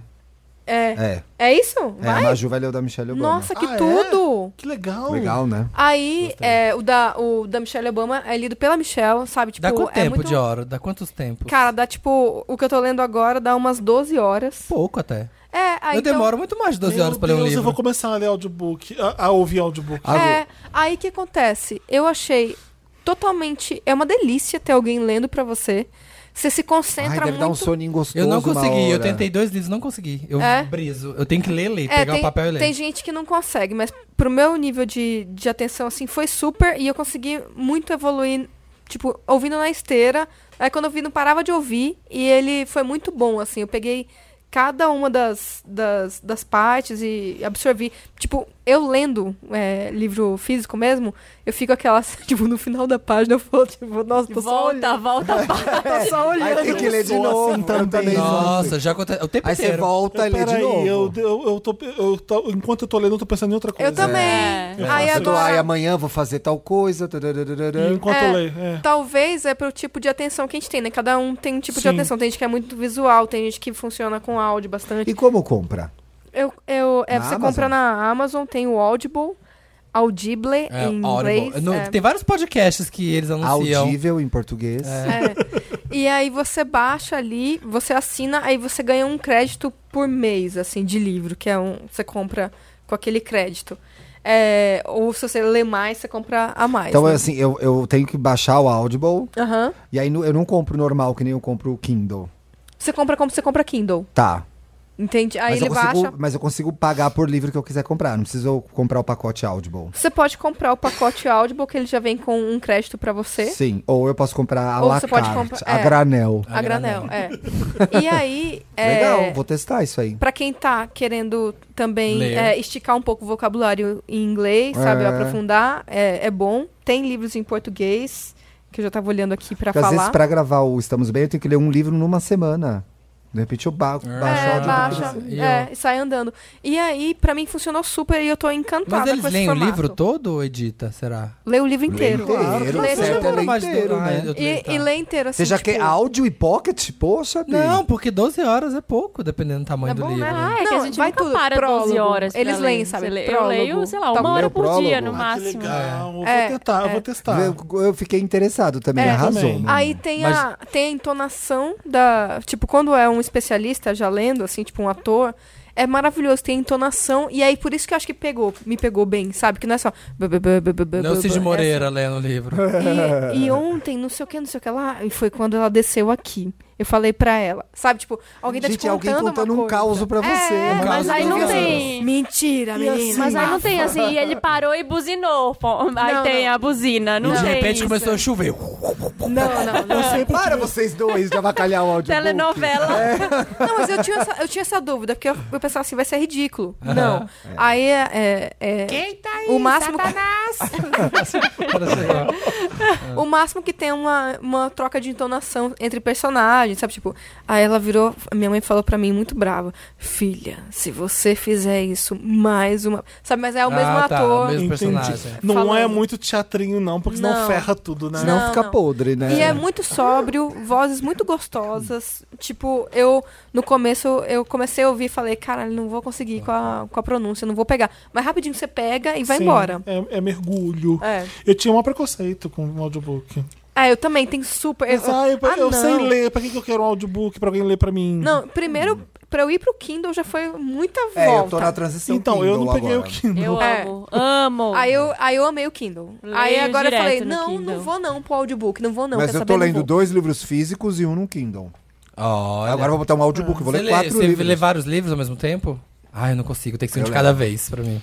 E: é,
B: É.
E: é isso?
B: é, a
E: Vai?
B: Maju vai ler o da Michelle Obama.
E: Nossa, que
D: Ah, é?
E: tudo!
D: Que legal.
B: Legal, né?
E: Aí, é, o, da, o da Michelle Obama é lido pela Michelle, sabe? Tipo,
A: Dá quanto
E: é
A: tempo
E: muito...
A: de hora? Dá quantos tempos?
E: Cara, dá tipo, o que eu tô lendo agora dá umas 12 horas.
A: Pouco até.
E: É, aí
A: eu
E: então-
A: demoro muito mais de 12
D: Meu
A: horas pra ler um
D: Deus,
A: livro.
D: Eu vou começar a ler audiobook, a, a ouvir audiobook.
E: É, aí que acontece? Eu achei totalmente. É uma delícia ter alguém lendo pra você. Você se
B: Ai,
E: concentra
B: deve
E: muito.
B: dar um soninho gostoso.
A: Eu não
B: uma
A: consegui, eu
B: hora.
A: tentei dois livros, não consegui. Eu
E: É?
A: briso. Eu tenho que ler, ler,
E: É,
A: pegar
E: tem,
A: o papel e ler.
E: tem gente que não consegue, mas pro meu nível de, de atenção, assim, foi super e eu consegui muito evoluir, tipo, ouvindo na esteira. Aí quando eu vi, não parava de ouvir e ele foi muito bom, assim. Eu peguei cada uma das, das, das partes e absorvi. Tipo, eu lendo é, livro físico mesmo, eu fico aquela, tipo, no final da página eu falo, tipo, nossa, tô só olhando.
C: Volta, volta,
E: Tô só
B: Aí tem
E: olhando.
B: que ler de
D: Eu sou
B: novo
D: assim
B: eu também. sou
A: Nossa,
B: assim.
A: já aconteceu. O tempo
B: tá Aí você
A: inteiro.
B: volta e lê de
D: Peraí,
B: novo.
D: eu, eu, eu tô, eu tô- enquanto eu tô lendo, eu tô pensando em outra coisa.
E: Eu também.
C: É.
E: Aí
B: Você fala, Ai,
E: agora...
B: amanhã vou fazer tal coisa. tarararara.
D: E enquanto
E: É.
D: eu leio. É.
E: Talvez é pro tipo de atenção que a gente tem, né? Cada um tem um tipo de
D: Sim.
E: atenção. Tem gente que é muito visual, tem gente que funciona com áudio bastante.
B: E como compra?
E: Eu, eu, é,
B: Na
E: você
B: Amazon?
E: compra na Amazon, tem o Audible, Audible
A: É,
E: em
A: Audible.
E: inglês.
A: No-
E: é.
A: Tem vários podcasts que eles anunciam.
B: Audível em português.
E: É. E aí você baixa ali, você assina, aí você ganha um crédito por mês, assim, de livro, que é um. Você compra com aquele crédito. É, ou se você lê mais, você compra a mais.
B: Então,
E: né?
B: assim, eu, eu tenho que baixar o Audible.
E: Aham.
B: E aí nu- eu não compro normal, que nem eu compro o Kindle.
E: Você compra como você compra Kindle.
B: Tá.
E: Entende? Aí
B: mas,
E: ele
B: eu consigo,
E: baixa.
B: mas eu consigo pagar por livro que eu quiser comprar. Não preciso eu comprar o pacote Audible.
E: Você pode comprar o pacote Audible, que ele já vem com um crédito pra você.
B: Sim. Ou eu posso comprar a
E: Ou
B: la
E: você pode
B: carte,
E: comprar-
B: a
E: é.
B: granel.
E: A granel, é. E aí, é,
B: Legal, vou testar isso aí.
E: pra quem tá querendo também
A: Ler.
E: é, esticar um pouco o vocabulário em inglês, sabe,
B: É.
E: aprofundar, é, é bom. Tem livros em português, que eu já tava olhando aqui pra
B: Porque às vezes
E: falar.
B: pra gravar o Estamos Bem, eu tenho que ler um livro numa semana. De repente eu ba baixo o
E: É,
B: áudio.
E: baixa,
A: E
E: é, e sai andando. E aí, pra mim, funcionou super e eu tô encantada
A: Mas eles
E: com esse
A: leem o
E: formato.
A: livro todo ou edita, será?
E: Lê o livro inteiro.
B: inteiro,
E: Lê,
B: certo,
E: tipo,
B: é ler
A: mais de-
B: inteiro,
A: Ah,
B: né?
A: eu-
E: e,
A: tá.
E: e lê inteiro, assim,
B: Você já
E: tipo,
B: quer áudio e pocket? Poxa, Bi.
A: Não, porque 12 horas é pouco, dependendo do tamanho
E: Tá
A: do
E: bom,
A: livro.
E: né?
C: Ah, é que
E: Não,
C: a gente
E: vai
C: nunca
E: tudo.
C: para
E: Prólogo.
C: 12 horas. pra
E: Eles
C: ler.
E: leem, sabe?
C: Você lê- Eu
E: Prólogo.
C: leio, sei lá,
E: Tá
C: uma
B: bom.
C: hora por dia,
B: Prólogo.
C: no
B: Ah, que
D: Ah, que
C: máximo.
D: legal. Eu
E: É,
D: vou tentar, eu
E: é.
D: vou testar.
B: Eu, eu fiquei interessado também,
E: É,
B: arrasou.
D: tá. também.
B: né?
E: Aí tem,
A: Mas-
E: a, tem a entonação da. Tipo, quando é um especialista já lendo, assim, tipo um ator, é maravilhoso, tem a entonação. E aí, por isso que eu acho que pegou, me pegou bem, sabe? Que não é só. bu- bu- bu- bu- bu- bu-
A: Não o
E: bu-
A: Cid
E: bu-
A: Moreira lendo o livro.
E: é assim. E, e ontem, não sei o que, não sei o que lá, e foi quando ela desceu aqui. Eu falei pra ela, sabe? Tipo, alguém tá
B: Gente,
E: te contando
B: alguém contando
E: uma
B: um
E: coisa.
B: caos pra você.
E: É,
B: Um
C: Mas
B: caos
C: aí
B: pra
C: não
B: você.
C: tem.
E: Mentira, menina.
C: Mas aí não tem assim, e ele parou e buzinou. pô. Aí
E: Não,
C: tem
E: não. é
C: a buzina, não
A: e de
C: tem
A: repente
C: isso.
A: começou a chover.
E: Não, não, não.
B: Você para vocês dois de avacalhar o áudio.
C: Telenovela.
E: Não, mas eu tinha essa, eu tinha essa dúvida, porque eu, eu pensava assim, vai ser ridículo. Não. Aí é. é, é-
I: Quem tá aí?
E: O máximo-
I: Satanás!
E: O máximo que tem é uma, uma troca de entonação entre personagens, sabe? Tipo, aí ela virou. Minha mãe falou pra mim muito brava: Filha, se você fizer isso mais uma. Sabe, mas é o mesmo
A: Ah, tá,
E: ator.
A: o mesmo personagem.
D: Entendi. Não
E: Falando.
D: é muito teatrinho, não, porque senão
E: Não.
D: ferra tudo, né?
B: Senão
E: Não,
B: fica
E: não.
B: podre, né?
E: E é muito sóbrio, vozes muito gostosas. Tipo, eu, no começo, eu comecei a ouvir e falei, cara, não vou conseguir com a, com a pronúncia, não vou pegar. Mas rapidinho você pega e vai
D: Sim,
E: embora.
D: É, é mergulho.
E: É.
D: Eu tinha um preconceito com o audiobook.
E: É, eu também, tem super. Eu,
D: Ah, eu,
E: Ah,
D: eu sei
E: não.
D: ler. Pra que, que eu quero um audiobook? Pra alguém ler pra mim?
E: Não, primeiro, pra eu ir pro Kindle já foi muita volta.
B: É, eu tô na transição.
D: Então, eu não
B: Kindle
D: peguei
B: agora.
D: o Kindle.
C: Eu
E: É.
C: amo, amo.
E: Aí eu, aí eu amei o Kindle.
C: Leio
E: aí agora eu
C: direto
E: falei,
C: no
E: não,
C: Kindle.
E: não vou não pro audiobook, não vou não.
B: Mas
E: quer
B: eu tô
E: saber, não
B: lendo
E: vou.
B: dois livros físicos e um no Kindle.
A: Olha.
B: Agora eu vou botar um audiobook, eu vou
A: você
B: ler quatro
A: você
B: livros.
A: lê vários livros ao mesmo tempo? Ah, eu não consigo, tem que ser um
B: Eu
A: de
B: levo.
A: cada vez pra mim.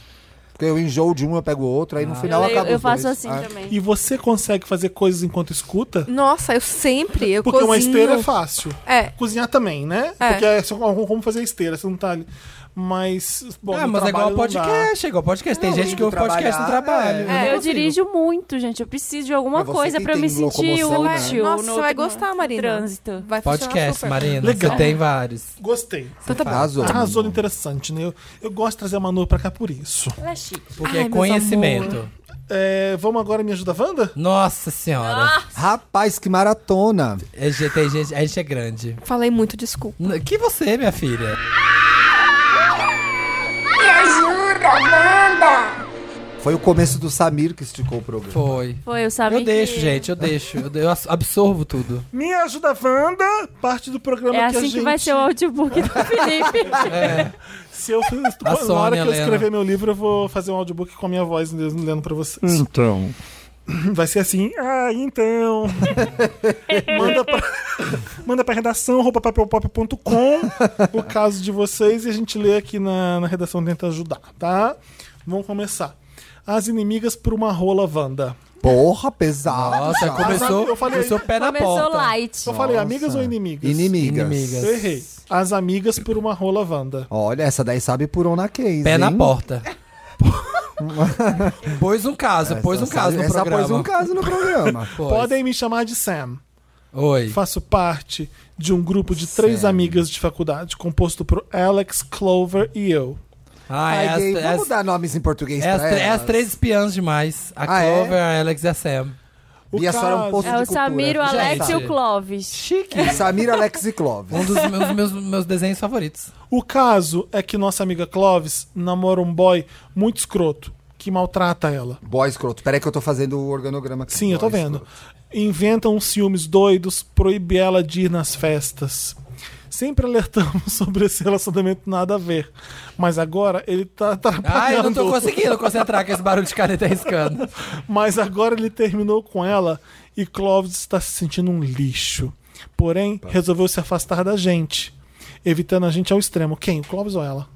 B: Porque eu enjoo de um, eu pego outro, aí no
A: Ah.
C: eu,
B: final
C: leio-
B: acaba
C: eu
B: os
C: faço
B: dois.
C: assim
B: Ah,
C: também.
D: E você consegue fazer coisas enquanto escuta?
E: Nossa, eu sempre, eu
D: Porque
E: cozinho.
D: uma esteira é fácil.
E: É,
D: Cozinhar também, né?
E: É.
D: Porque é só como como fazer esteira, você não tá ali. Mas. Bom,
A: ah,
D: no
A: mas é igual
D: trabalho
A: ao
D: não dá.
A: podcast, é igual ao podcast. Tem
B: Não,
A: gente
B: indo
A: que ouve podcast no
B: trabalhar,
A: trabalho.
B: é.
A: eu não
C: Eu,
A: consigo.
C: dirijo muito, gente. Eu preciso de
A: É
C: alguma
B: Mas você
C: coisa
B: que
C: pra eu me
B: tem
C: sentir
B: locomoção, né?
C: útil.
E: Nossa,
C: no,
E: você vai
C: no
E: gostar, Marina.
C: Trânsito.
E: vai funcionar
A: Podcast,
E: super.
A: Marina.
D: Legal.
A: Você tem vários.
D: Gostei.
E: Então tá bom.
B: Arrasou.
D: Arrasou no interessante, né? Eu, eu gosto de trazer a Manu pra cá por isso.
C: Ela é chique.
A: Porque
E: Ai,
A: é
E: meus
A: conhecimento.
D: É, vamos agora me ajuda, Wanda?
A: Nossa senhora.
B: Ah. Rapaz, que maratona.
A: É, ge- tem gente, a gente é grande.
E: Falei muito, desculpa.
A: N- Que você, minha filha?
K: Me ajuda, Wanda!
B: Foi o começo do Samir que esticou o programa.
A: Foi.
C: Foi, eu sabia.
A: Eu deixo,
C: que-
A: gente, eu deixo. Eu, eu as- absorvo tudo.
D: Me ajuda, Wanda! Parte do programa
C: É
D: que a
C: assim
D: gente...
C: que vai ser o audiobook do Felipe.
D: Se eu
B: Tá
A: A
D: na hora
B: né,
A: Sônia,
D: que eu
A: Helena.
D: escrever meu livro, eu vou fazer um audiobook com a minha voz mesmo lendo pra vocês.
B: Então.
D: Vai ser assim. Ah, então. manda pra manda pra redação roupapapelpop.com o caso de vocês e a gente lê aqui na, na redação tenta ajudar, tá? Vamos começar. As inimigas por uma rola Wanda.
B: Porra, pesado.
A: Nossa,
B: já.
A: começou,
D: eu falei-
A: começou pé Tá na
C: Começou
A: porta.
C: light.
D: Eu falei
B: Nossa.
D: amigas ou inimigas?
B: Inimigas.
A: Inimigas.
D: Eu errei. As amigas por uma rola Wanda.
B: Olha, essa daí sabe por onde a case,
A: Pé na
B: hein?
A: porta. pôs um caso,
B: Essa
A: pôs um caso
B: sabe-
A: no
B: essa
A: programa.
B: pôs um caso no programa.
A: Pôs.
D: Podem me chamar de Sam.
A: Oi.
D: Faço parte de um grupo de três
B: Sério?
D: amigas de faculdade, composto por Alex, Clover e eu.
A: Ah,
B: Ai,
A: é as, é
B: gay,
A: as-
B: vamos dar nomes em português
A: é as
B: pra
A: tre- é
B: elas?
A: as três espiãs demais. A
B: Ah, é?
A: Clover, a Alex e a Sam.
D: O
B: E a senhora é um
D: caso-
B: poço
C: É o
B: de cultura.
C: Samir, o Alex e
A: Gente.
C: o Clovis.
A: Chique.
B: Samir, Alex e Clóvis.
A: Um dos meus, meus, meus desenhos favoritos.
D: O caso é que nossa amiga Clovis namora um boy muito escroto que maltrata ela.
B: Boy escroto. Peraí que eu tô fazendo o organograma aqui.
D: Sim, eu tô
B: Boy
D: vendo.
B: escroto.
D: Inventam uns ciúmes doidos, proíbe ela de ir nas festas. Sempre alertamos sobre esse relacionamento nada a ver. Mas agora ele tá atrapalhando.
A: Ai, Ah, eu não tô conseguindo concentrar com esse barulho de caneta riscando.
D: Mas agora ele terminou com ela e Clovis está se sentindo um lixo. Porém,
B: Tá.
D: resolveu se afastar da gente, evitando a gente ao extremo. Quem? O Clovis ou ela?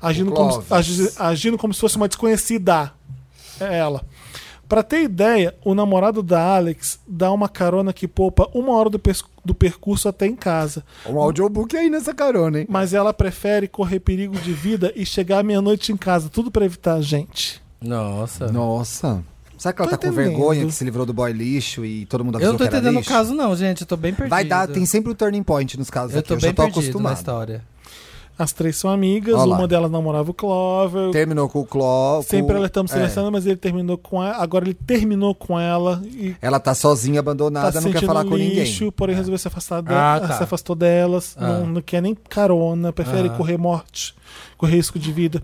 D: Agindo,
B: O
D: como,
B: Clovis.
D: agi- agindo como se fosse uma desconhecida. É ela. Pra ter ideia, o namorado da Alex dá uma carona que poupa uma hora do, pes- do percurso até em casa.
B: Um audiobook aí nessa carona, hein?
D: Mas ela prefere correr perigo de vida e chegar à meia-noite em casa. Tudo pra evitar a gente.
A: Nossa.
B: Nossa. Será que ela
D: Tô
B: tá com
D: entendendo.
B: vergonha que se livrou do boy lixo e todo mundo
A: Eu
B: avisou
A: não tô
B: que era
A: entendendo o
B: lixo?
A: caso, não, gente. Eu tô bem perdido.
B: Vai dar, tem sempre o turning point nos casos
A: Eu
B: aqui,
A: tô
B: eu
A: bem
B: já tô
A: perdido tá. na
B: acostumado.
A: história.
D: As três são amigas,
B: Olha lá.
D: uma delas namorava o Clover,
B: Terminou com o Cló.
D: Sempre
B: com-
D: alertamos
B: é.
D: selecionando, mas ele terminou com ela. Agora ele terminou com ela e
B: Ela tá sozinha,
D: tá
B: abandonada,
D: se
B: não quer
D: sentindo um
B: falar com
D: lixo,
B: ninguém. É.
D: porém resolveu se
A: Ah,
D: afastar dela,
A: tá.
D: se afastou delas,
A: Ah.
D: não, não quer nem carona, prefere
A: Ah. É.
D: correr morte, correr risco de vida.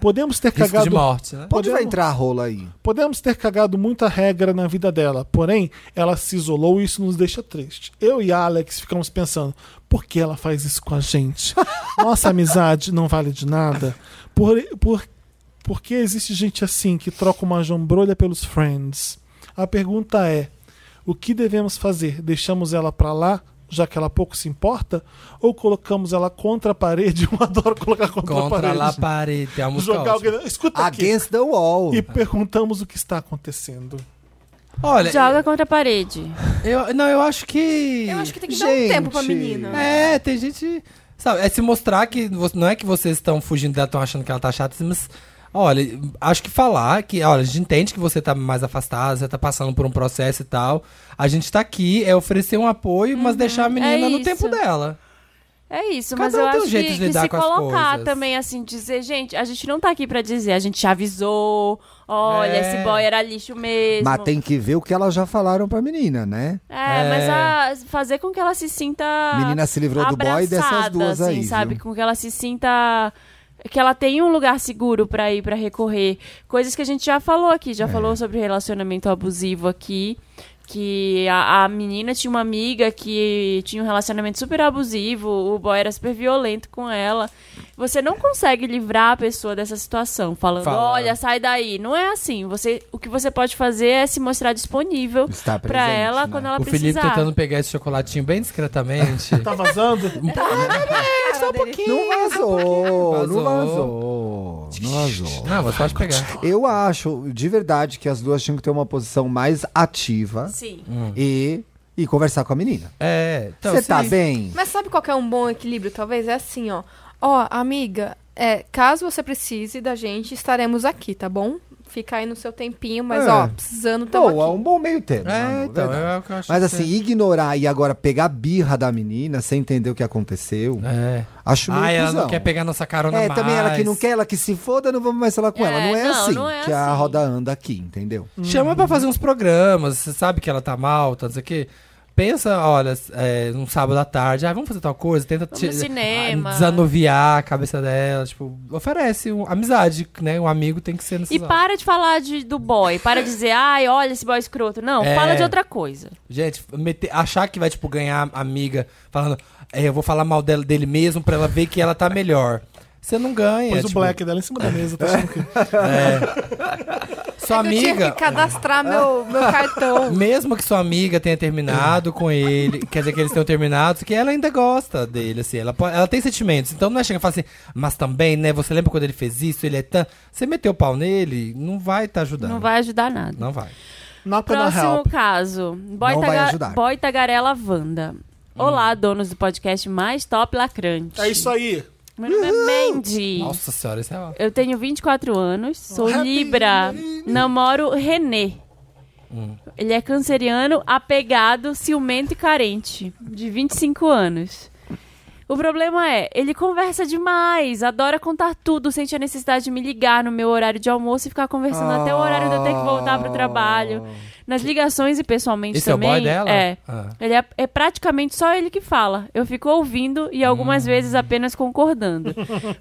D: Podemos ter
A: Risco de
D: cagado,
A: morte, né?
B: Pode vai
D: Podemos-
B: entrar a rola aí?
D: podemos ter cagado muita regra na vida dela, porém ela se isolou e isso nos deixa triste. Eu e Alex ficamos pensando, por que ela faz isso com a gente? Nossa amizade não vale de nada. Por, por, por que existe gente assim que troca uma jambrolha pelos friends? A pergunta é: o que devemos fazer? Deixamos ela pra lá, já que ela pouco se importa? Ou colocamos ela contra a parede? Eu adoro colocar contra, a
A: Contra
D: parede.
A: lá parede. É uma música
D: Jogar
A: ótima.
D: alguém. Escuta Tá aqui.
B: Against the wall.
D: E perguntamos o que está acontecendo.
A: Olha,
C: Joga contra a parede.
A: eu, não, eu acho que...
E: Eu acho que tem que
B: Gente.
E: dar um tempo pra menina.
A: É, tem gente... Sabe, é se mostrar que... vo- Não é que vocês estão fugindo dela, estão achando que ela tá chata, mas... Olha, acho que falar que... Olha, a gente entende que você tá mais afastada, você tá passando por um processo e tal. A gente tá aqui, é oferecer um apoio, mas deixar a menina no
C: Uhum. É isso.
A: tempo dela.
C: É isso,
A: Cada
C: mas
A: um
C: eu
A: tem um
C: acho
A: jeito
C: que,
A: de
C: que
A: lidar
C: se
A: com as
C: colocar
A: coisas.
C: também, assim, dizer, gente, a gente não tá aqui pra dizer, a gente já avisou, olha,
A: É.
C: esse boy era lixo mesmo.
B: Mas tem que ver o que elas já falaram pra menina, né?
C: É, mas
A: É.
C: a- fazer com que ela se sinta
B: Menina se livrou do boy
C: Ah, abraçada,
B: dessas duas
C: assim,
B: aí,
C: sabe?
B: viu?
C: Com que ela se sinta que ela tem um lugar seguro pra ir, pra recorrer. Coisas que a gente já falou aqui,
B: É.
C: já falou sobre relacionamento abusivo aqui. Que a, a menina tinha uma amiga que tinha um relacionamento super abusivo, o boy era super violento com ela. Você não consegue livrar a pessoa dessa situação, falando,
A: Fala.
C: olha, sai daí. Não é assim. Você, o que você pode fazer é se mostrar disponível
B: Estar
C: pra
B: presente,
C: ela
B: né?
C: quando ela
A: o Felipe
C: precisar.
A: tentando pegar esse chocolatinho bem discretamente.
D: Tá vazando?
E: Só um pouquinho.
B: Não vazou,
A: Vazou.
B: não vazou. Não vazou.
A: Não, você pode pegar.
B: Eu acho, de verdade, que as duas tinham que ter uma posição mais ativa
C: Sim.
B: e, e conversar com a menina.
A: É, Hum. então.
B: Você
A: se-
B: tá bem?
E: Mas sabe qual que é um bom equilíbrio, talvez? É assim, ó. Ó, amiga, é, caso você precise da gente, estaremos aqui, tá bom? Fica aí no seu tempinho, mas
B: É.
E: ó, precisando, tamo
B: Ou é
E: aqui.
B: um bom meio termo.
A: É,
B: Manu,
A: então,
B: verdade.
A: é o que eu acho.
B: Mas
A: que
B: assim,
A: você-
B: ignorar e agora pegar a birra da menina sem entender o que aconteceu,
A: É.
B: acho meio
A: Ah, ela não
B: cuzão.
A: quer pegar nossa carona
B: É,
A: mais.
B: também ela que não quer, ela que se foda, não vamos mais falar com
C: É,
B: ela. Não é
C: não,
B: assim
C: não é
B: que a
C: assim.
B: roda anda aqui, entendeu?
A: Chama pra fazer uns programas, você sabe que ela tá mal, tá, não sei o quê. Pensa, olha, é, num sábado à tarde, ah, vamos fazer tal coisa, tenta
C: Vamos no cinema.
A: ah, desanuviar a cabeça dela, tipo, oferece um- amizade, né? Um amigo tem que ser nesse
C: E para de falar de, do boy. Para de dizer, ai, olha esse boy escroto. Não,
A: É.
C: fala de outra coisa.
A: Gente, meter- achar que vai, tipo, ganhar amiga falando, é, eu vou falar mal dela, dele mesmo pra ela ver que ela tá melhor. Você não ganha.
D: Pôs o
A: tipo,
D: black dela em cima da mesa. Tá achando que...
C: É
A: Sua
E: Eu tinha
A: amiga.
E: que cadastrar meu, meu cartão.
A: Mesmo que sua amiga tenha terminado com ele, quer dizer que eles tenham terminado, que ela ainda gosta dele, assim, ela, po- ela tem sentimentos. Então não é chegar e falar assim, mas também, né? Você lembra quando ele fez isso? Ele é tão. Você meteu o pau nele, não vai tá ajudando.
C: Não vai ajudar nada.
A: Não vai.
D: Not gonna
C: Próximo
D: help.
C: caso. Boy,
B: Não vai
C: taga-
B: ajudar.
C: boy Tagarela Wanda. Olá, donos do podcast mais top lacrante.
D: É isso aí.
C: Meu nome é Mandy.
A: Nossa senhora, isso é ó.
C: Eu tenho 24 anos, sou Libra, namoro René.
A: Hum.
C: Ele é canceriano, apegado, ciumento e carente, de 25 anos. O problema é, ele conversa demais, adora contar tudo, sente a necessidade de me ligar no meu horário de almoço e ficar conversando até o horário de eu ter que voltar pro trabalho. Nas ligações e pessoalmente
A: Ah. Esse é o
C: também.
A: boy dela?
C: É.
A: Ah.
C: Ele é, é praticamente só ele que fala. Eu fico ouvindo e algumas vezes apenas concordando.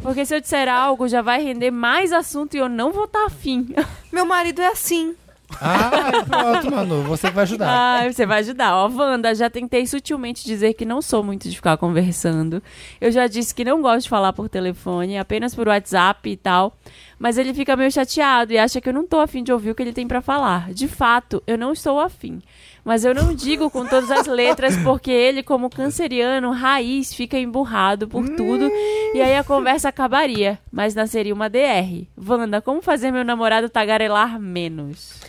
C: Porque se eu disser algo, já vai render mais assunto e eu não vou estar afim.
E: Meu marido é assim.
A: Ah, pronto, Manu, você que vai ajudar.
C: Ah, você vai ajudar. Ó, Wanda, já tentei sutilmente dizer que não sou muito de ficar conversando. Eu já disse que não gosto de falar por telefone, apenas por WhatsApp e tal. Mas ele fica meio chateado e acha que eu não tô afim de ouvir o que ele tem pra falar. De fato, eu não estou afim. Mas eu não digo com todas as letras, porque ele, como canceriano, raiz, fica emburrado por tudo. E aí a conversa acabaria. Mas nasceria uma DR. Wanda, como fazer meu namorado tagarelar menos?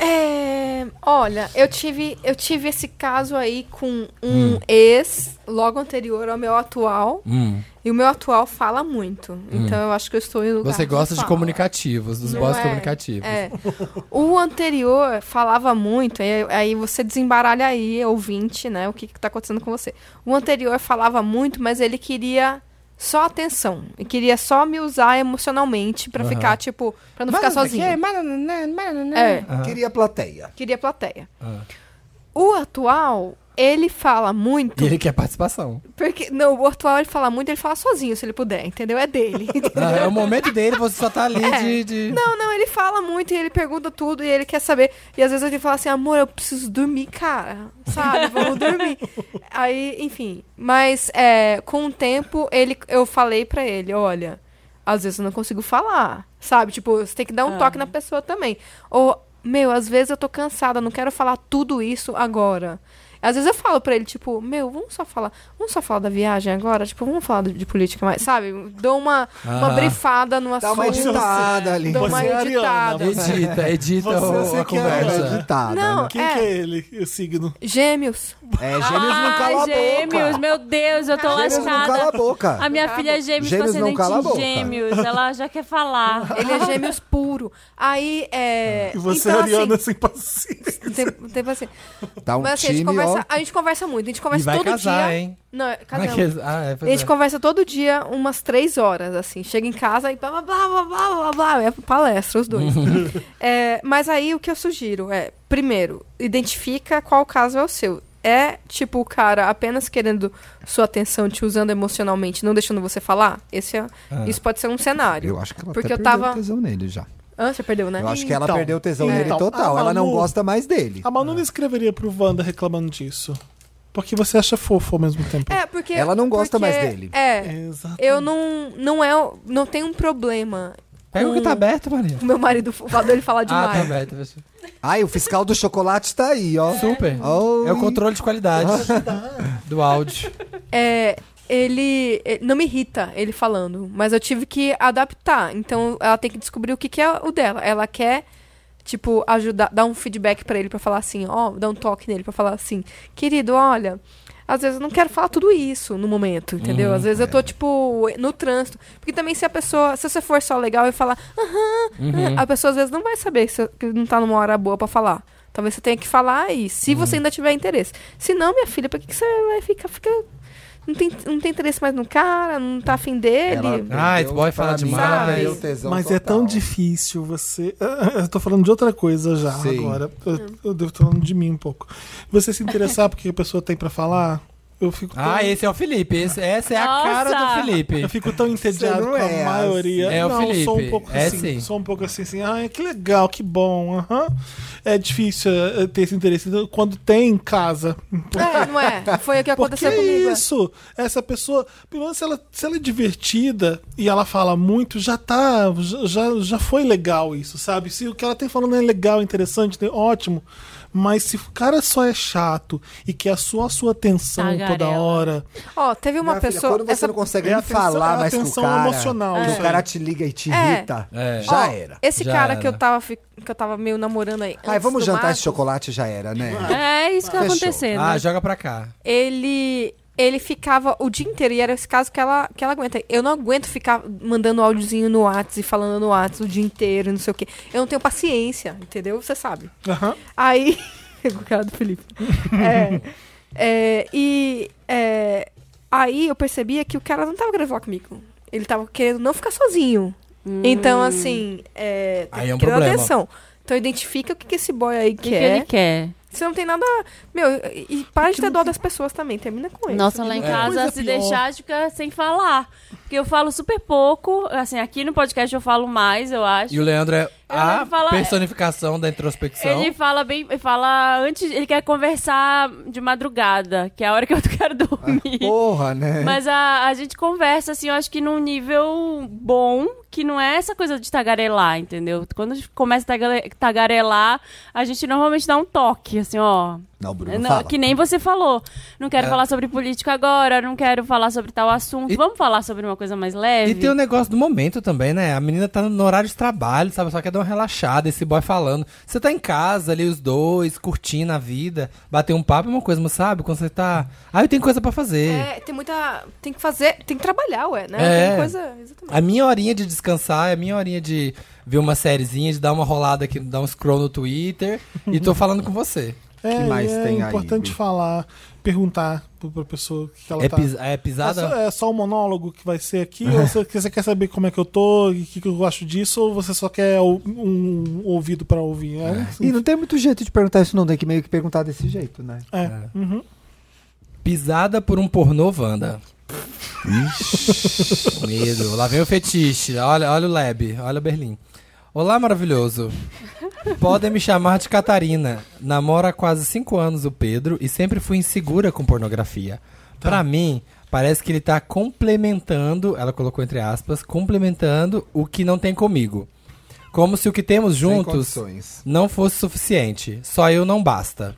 E: É, olha, eu tive, eu tive esse caso aí com um ex, logo anterior ao meu atual.
A: Hum,
E: E o meu atual fala muito. Então eu acho que eu estou em lugar
A: você gosta de
E: fala.
A: comunicativos, dos
E: Não
A: boys
E: é.
A: comunicativos.
E: É. O anterior falava muito, aí, aí você desembaralha aí, ouvinte, né? O que, que tá acontecendo com você. O anterior falava muito, mas ele queria só atenção. E queria só me usar emocionalmente pra ficar, tipo, pra não ficar sozinho. É,
B: Queria plateia.
E: queria plateia.
A: Ah.
E: O atual, ele fala muito.
A: E ele quer participação.
E: Porque, não, o atual ele fala muito, ele fala sozinho, se ele puder, entendeu? É dele.
A: Ah, é o momento dele, você só tá ali
E: É.
A: de. de-
E: Não, não, ele fala muito e ele pergunta tudo e ele quer saber. E às vezes ele fala assim, amor, eu preciso dormir, cara. Sabe, vamos dormir. Aí, enfim. Mas é, com o tempo, ele, eu falei pra ele, olha, às vezes eu não consigo falar. Sabe? Tipo, você tem que
B: Ah.
E: dar um toque na pessoa também. Ou, meu, às vezes eu tô cansada, não quero falar tudo isso agora. Às vezes eu falo pra ele, tipo, meu, vamos só falar, vamos só falar da viagem agora, tipo, vamos falar do- de política mais, sabe? Dou uma, uma
A: Ah.
E: brifada no
B: Dá uma
E: assunto.
B: editada ali.
E: Dá uma
D: Você é a Ariana,
A: Então
E: editada.
D: você-
A: Edita, edita
D: Você,
A: o-
D: você
A: a
D: que é a
A: conversa.
B: Editada.
E: Não,
B: né?
D: Quem
E: é.
D: que é ele? O signo.
E: Gêmeos.
B: É, gêmeos não cala a boca.
C: gêmeos, meu Deus, eu tô
E: é
B: Gêmeos não cala a
C: lascada.
B: boca.
C: A minha filha é gêmeos,
B: Gêmeos
C: com
B: não
C: ascendente
B: cala a
C: em
B: boca.
C: gêmeos. Ela já quer falar.
E: Ele é gêmeos puro. Aí, é...
D: E você
E: então,
D: é Ariana
E: assim,
D: sem paciência.
E: tem, tem assim.
B: Tá um
E: Mas assim, a
B: time,
E: gente, conversa,
B: ó.
E: a gente conversa muito. A gente conversa
A: E vai
E: todo
A: casar,
E: dia.
A: hein?
E: Não, é- casamos.
A: Naqueles- Ah, é,
E: A
A: pois
E: gente
A: é.
E: conversa todo dia umas três horas, assim. Chega em casa e blá, blá, blá, blá, blá, blá, blá. É palestra, os dois. É, mas aí, o que eu sugiro é, primeiro, identifica qual caso é o seu. é, tipo, o cara apenas querendo sua atenção, te usando emocionalmente, não deixando você falar, esse é- isso pode ser um cenário.
B: Ah. Eu acho que ela
E: Porque
B: até
E: eu
B: perdeu
E: tava-
B: o tesão nele já.
E: Ah, você perdeu, né?
B: Eu acho que ela
D: Então,
B: perdeu o tesão
D: é.
B: nele
D: então,
B: total.
D: a
B: Ela não
D: Manu-
B: gosta mais dele.
D: A Manu não escreveria pro Wanda reclamando disso. Porque você acha fofo ao mesmo tempo.
E: É, porque...
B: Ela não gosta
E: porque-
B: mais dele.
E: É,
D: Exato.
E: eu não... Não é... Não tem um problema.
A: Pega o que tá aberto, Maria.
E: O meu marido, o fato dele falar
A: Ah, tá
E: demais.
A: aberto. pessoal.
B: Ai, o fiscal do chocolate tá aí, ó.
A: Super.
B: Oh,
A: É o controle de qualidade do áudio.
E: é, ele, ele- não me irrita ele falando, mas eu tive que adaptar. Então ela tem que descobrir o que, que é o dela. Ela quer tipo ajudar, dar um feedback pra ele pra falar assim, ó, dar um toque nele pra falar assim, querido, olha, às vezes eu não quero falar tudo isso no momento, entendeu? às vezes eu tô tipo no trânsito, porque também se a pessoa, se você for só legal e falar, aham, aham", a pessoa às vezes não vai saber que você que não tá numa hora boa pra falar. Talvez você tenha que falar aí, se você ainda tiver interesse. Se não, minha filha, pra que, que você vai ficar, fica não tem, não tem interesse mais no cara, não tá afim dele.
A: Ah, esse boy fala demais.
D: Mas é tão difícil você. Ah, Eu tô falando de outra coisa já
B: Sim.
D: agora. Eu,
E: Hum.
D: eu devo estar falando de mim um pouco. Você se interessar porque a pessoa tem pra falar, eu fico tão,
A: Ah, esse é o Felipe. Esse- essa é a
C: Nossa!
A: cara do Felipe.
D: eu fico tão
B: Você
D: entediado
B: não
D: com a
B: é
D: maioria.
A: assim. É o
D: não, sou um
A: Felipe,
D: pouco
A: é
D: assim.
A: sim.
D: Sou um pouco assim, assim, ah, que legal, que bom. aham. É difícil eh, ter esse interesse quando tem em casa.
E: É, não é? Foi o
D: Porque
E: que aconteceu
D: é
E: comigo. é.
D: isso? Essa pessoa, pelo menos se ela, se ela é divertida e ela fala muito, já tá, já- já, já foi legal isso, sabe? Se o que ela tem falando é legal, interessante, né, ótimo. Mas se o cara só é chato e quer só a sua atenção toda
C: Tagarela.
D: hora.
E: Ó, teve uma pessoa.
B: quando você
E: essa-
B: não consegue
D: É
B: nem
D: atenção-
B: falar
D: é
B: mais com o
D: atenção
B: cara, é.
D: emocional,
B: que
D: isso
B: o
D: aí.
B: cara te liga e te
E: É.
B: irrita,
A: É.
E: ó,
B: já era.
E: Esse
A: Já
E: cara
A: era.
E: que eu tava fi- que eu tava meio namorando aí.
B: Ai,
E: antes
B: vamos
E: do
B: jantar
E: Marcos,
B: esse chocolate, já era, né?
C: É isso que tá
B: Fechou.
C: acontecendo.
A: Ah, joga pra cá.
E: Ele ele ficava o dia inteiro e era esse caso que ela que ela aguenta. Eu não aguento ficar mandando áudiozinho no WhatsApp e falando no WhatsApp o dia inteiro, não sei o quê. Eu não tenho paciência, entendeu? Você sabe.
D: Aham.
E: Aí. o cara do Felipe. É. É, e. é, aí eu percebia que o cara não tava querendo falar comigo. Ele tava querendo não ficar sozinho.
C: Hum.
E: Então, assim. É,
A: Aí é um
E: querendo
A: problema.
E: atenção. Então, identifica o que, que esse boy aí
C: O que, que
E: quer.
C: ele quer?
E: Você não tem nada. Meu, e e para de ter dó das pessoas também. Termina com ele.
C: Nossa, lá em
D: É.
C: casa,
D: Coisa
C: se
D: pior.
C: deixar, fica sem falar. Porque eu falo super pouco. Assim, aqui no podcast eu falo mais, eu acho.
A: E o Leandro é a
C: não falo-
A: personificação da introspecção.
C: Ele fala bem, ele fala antes, ele quer conversar de madrugada, que é a hora que eu quero dormir.
B: Porra,
A: É.
B: né?
C: Mas a, a gente conversa, assim, eu acho que num nível bom, que não é essa coisa de tagarelar, entendeu? Quando a gente começa a tagare- tagarelar, a gente normalmente dá um toque, assim, ó.
B: Não, Bruno,
C: Não,
E: é
B: fala.
C: que nem você falou. Não quero falar sobre política agora, não quero falar sobre tal assunto.
A: É. E-
C: Vamos falar sobre uma coisa mais leve?
A: E tem o negócio do momento também, né? A menina tá no horário de trabalho, sabe? Só quer dar uma relaxada, esse boy falando. Você tá em casa ali, os dois, curtindo a vida, bater um papo é uma coisa, mas sabe? Quando você tá. Ah, eu tenho coisa pra fazer.
E: É, tem muita. Tem que fazer. Tem que trabalhar, ué, né?
A: É.
E: Tem coisa. Exatamente.
A: A minha horinha de descansar, é a minha horinha de ver uma sériezinha, de dar uma rolada aqui, dar um scroll no Twitter. e tô falando com você.
D: É,
B: que mais
D: e é
B: tem aí,
D: importante
B: Bi?
D: falar, perguntar pro- pra pessoa o que ela
A: É,
D: tá.
A: pis- é
D: É só,
A: pisada?
D: é só o monólogo que vai ser aqui? ou você, você quer saber como é que eu tô, o que, que eu gosto disso, ou você só quer o- um, ouvido pra ouvir? É,
B: E não tem muito jeito de perguntar isso, não. Tem que meio que perguntar desse jeito, né?
D: é. Uhum.
A: Pisada por um pornô, Wanda. Medo. Lá vem o fetiche. Olha, olha o Lab. Olha o Berlim. Olá, maravilhoso. Podem me chamar de Catarina. Namoro há quase cinco anos o Pedro e sempre fui insegura com pornografia.
B: Tá.
A: Pra mim, parece que ele tá complementando, ela colocou entre aspas, complementando o que não tem comigo. Como se o que temos
B: Sem
A: juntos
B: condições.
A: não fosse suficiente. Só eu não basta.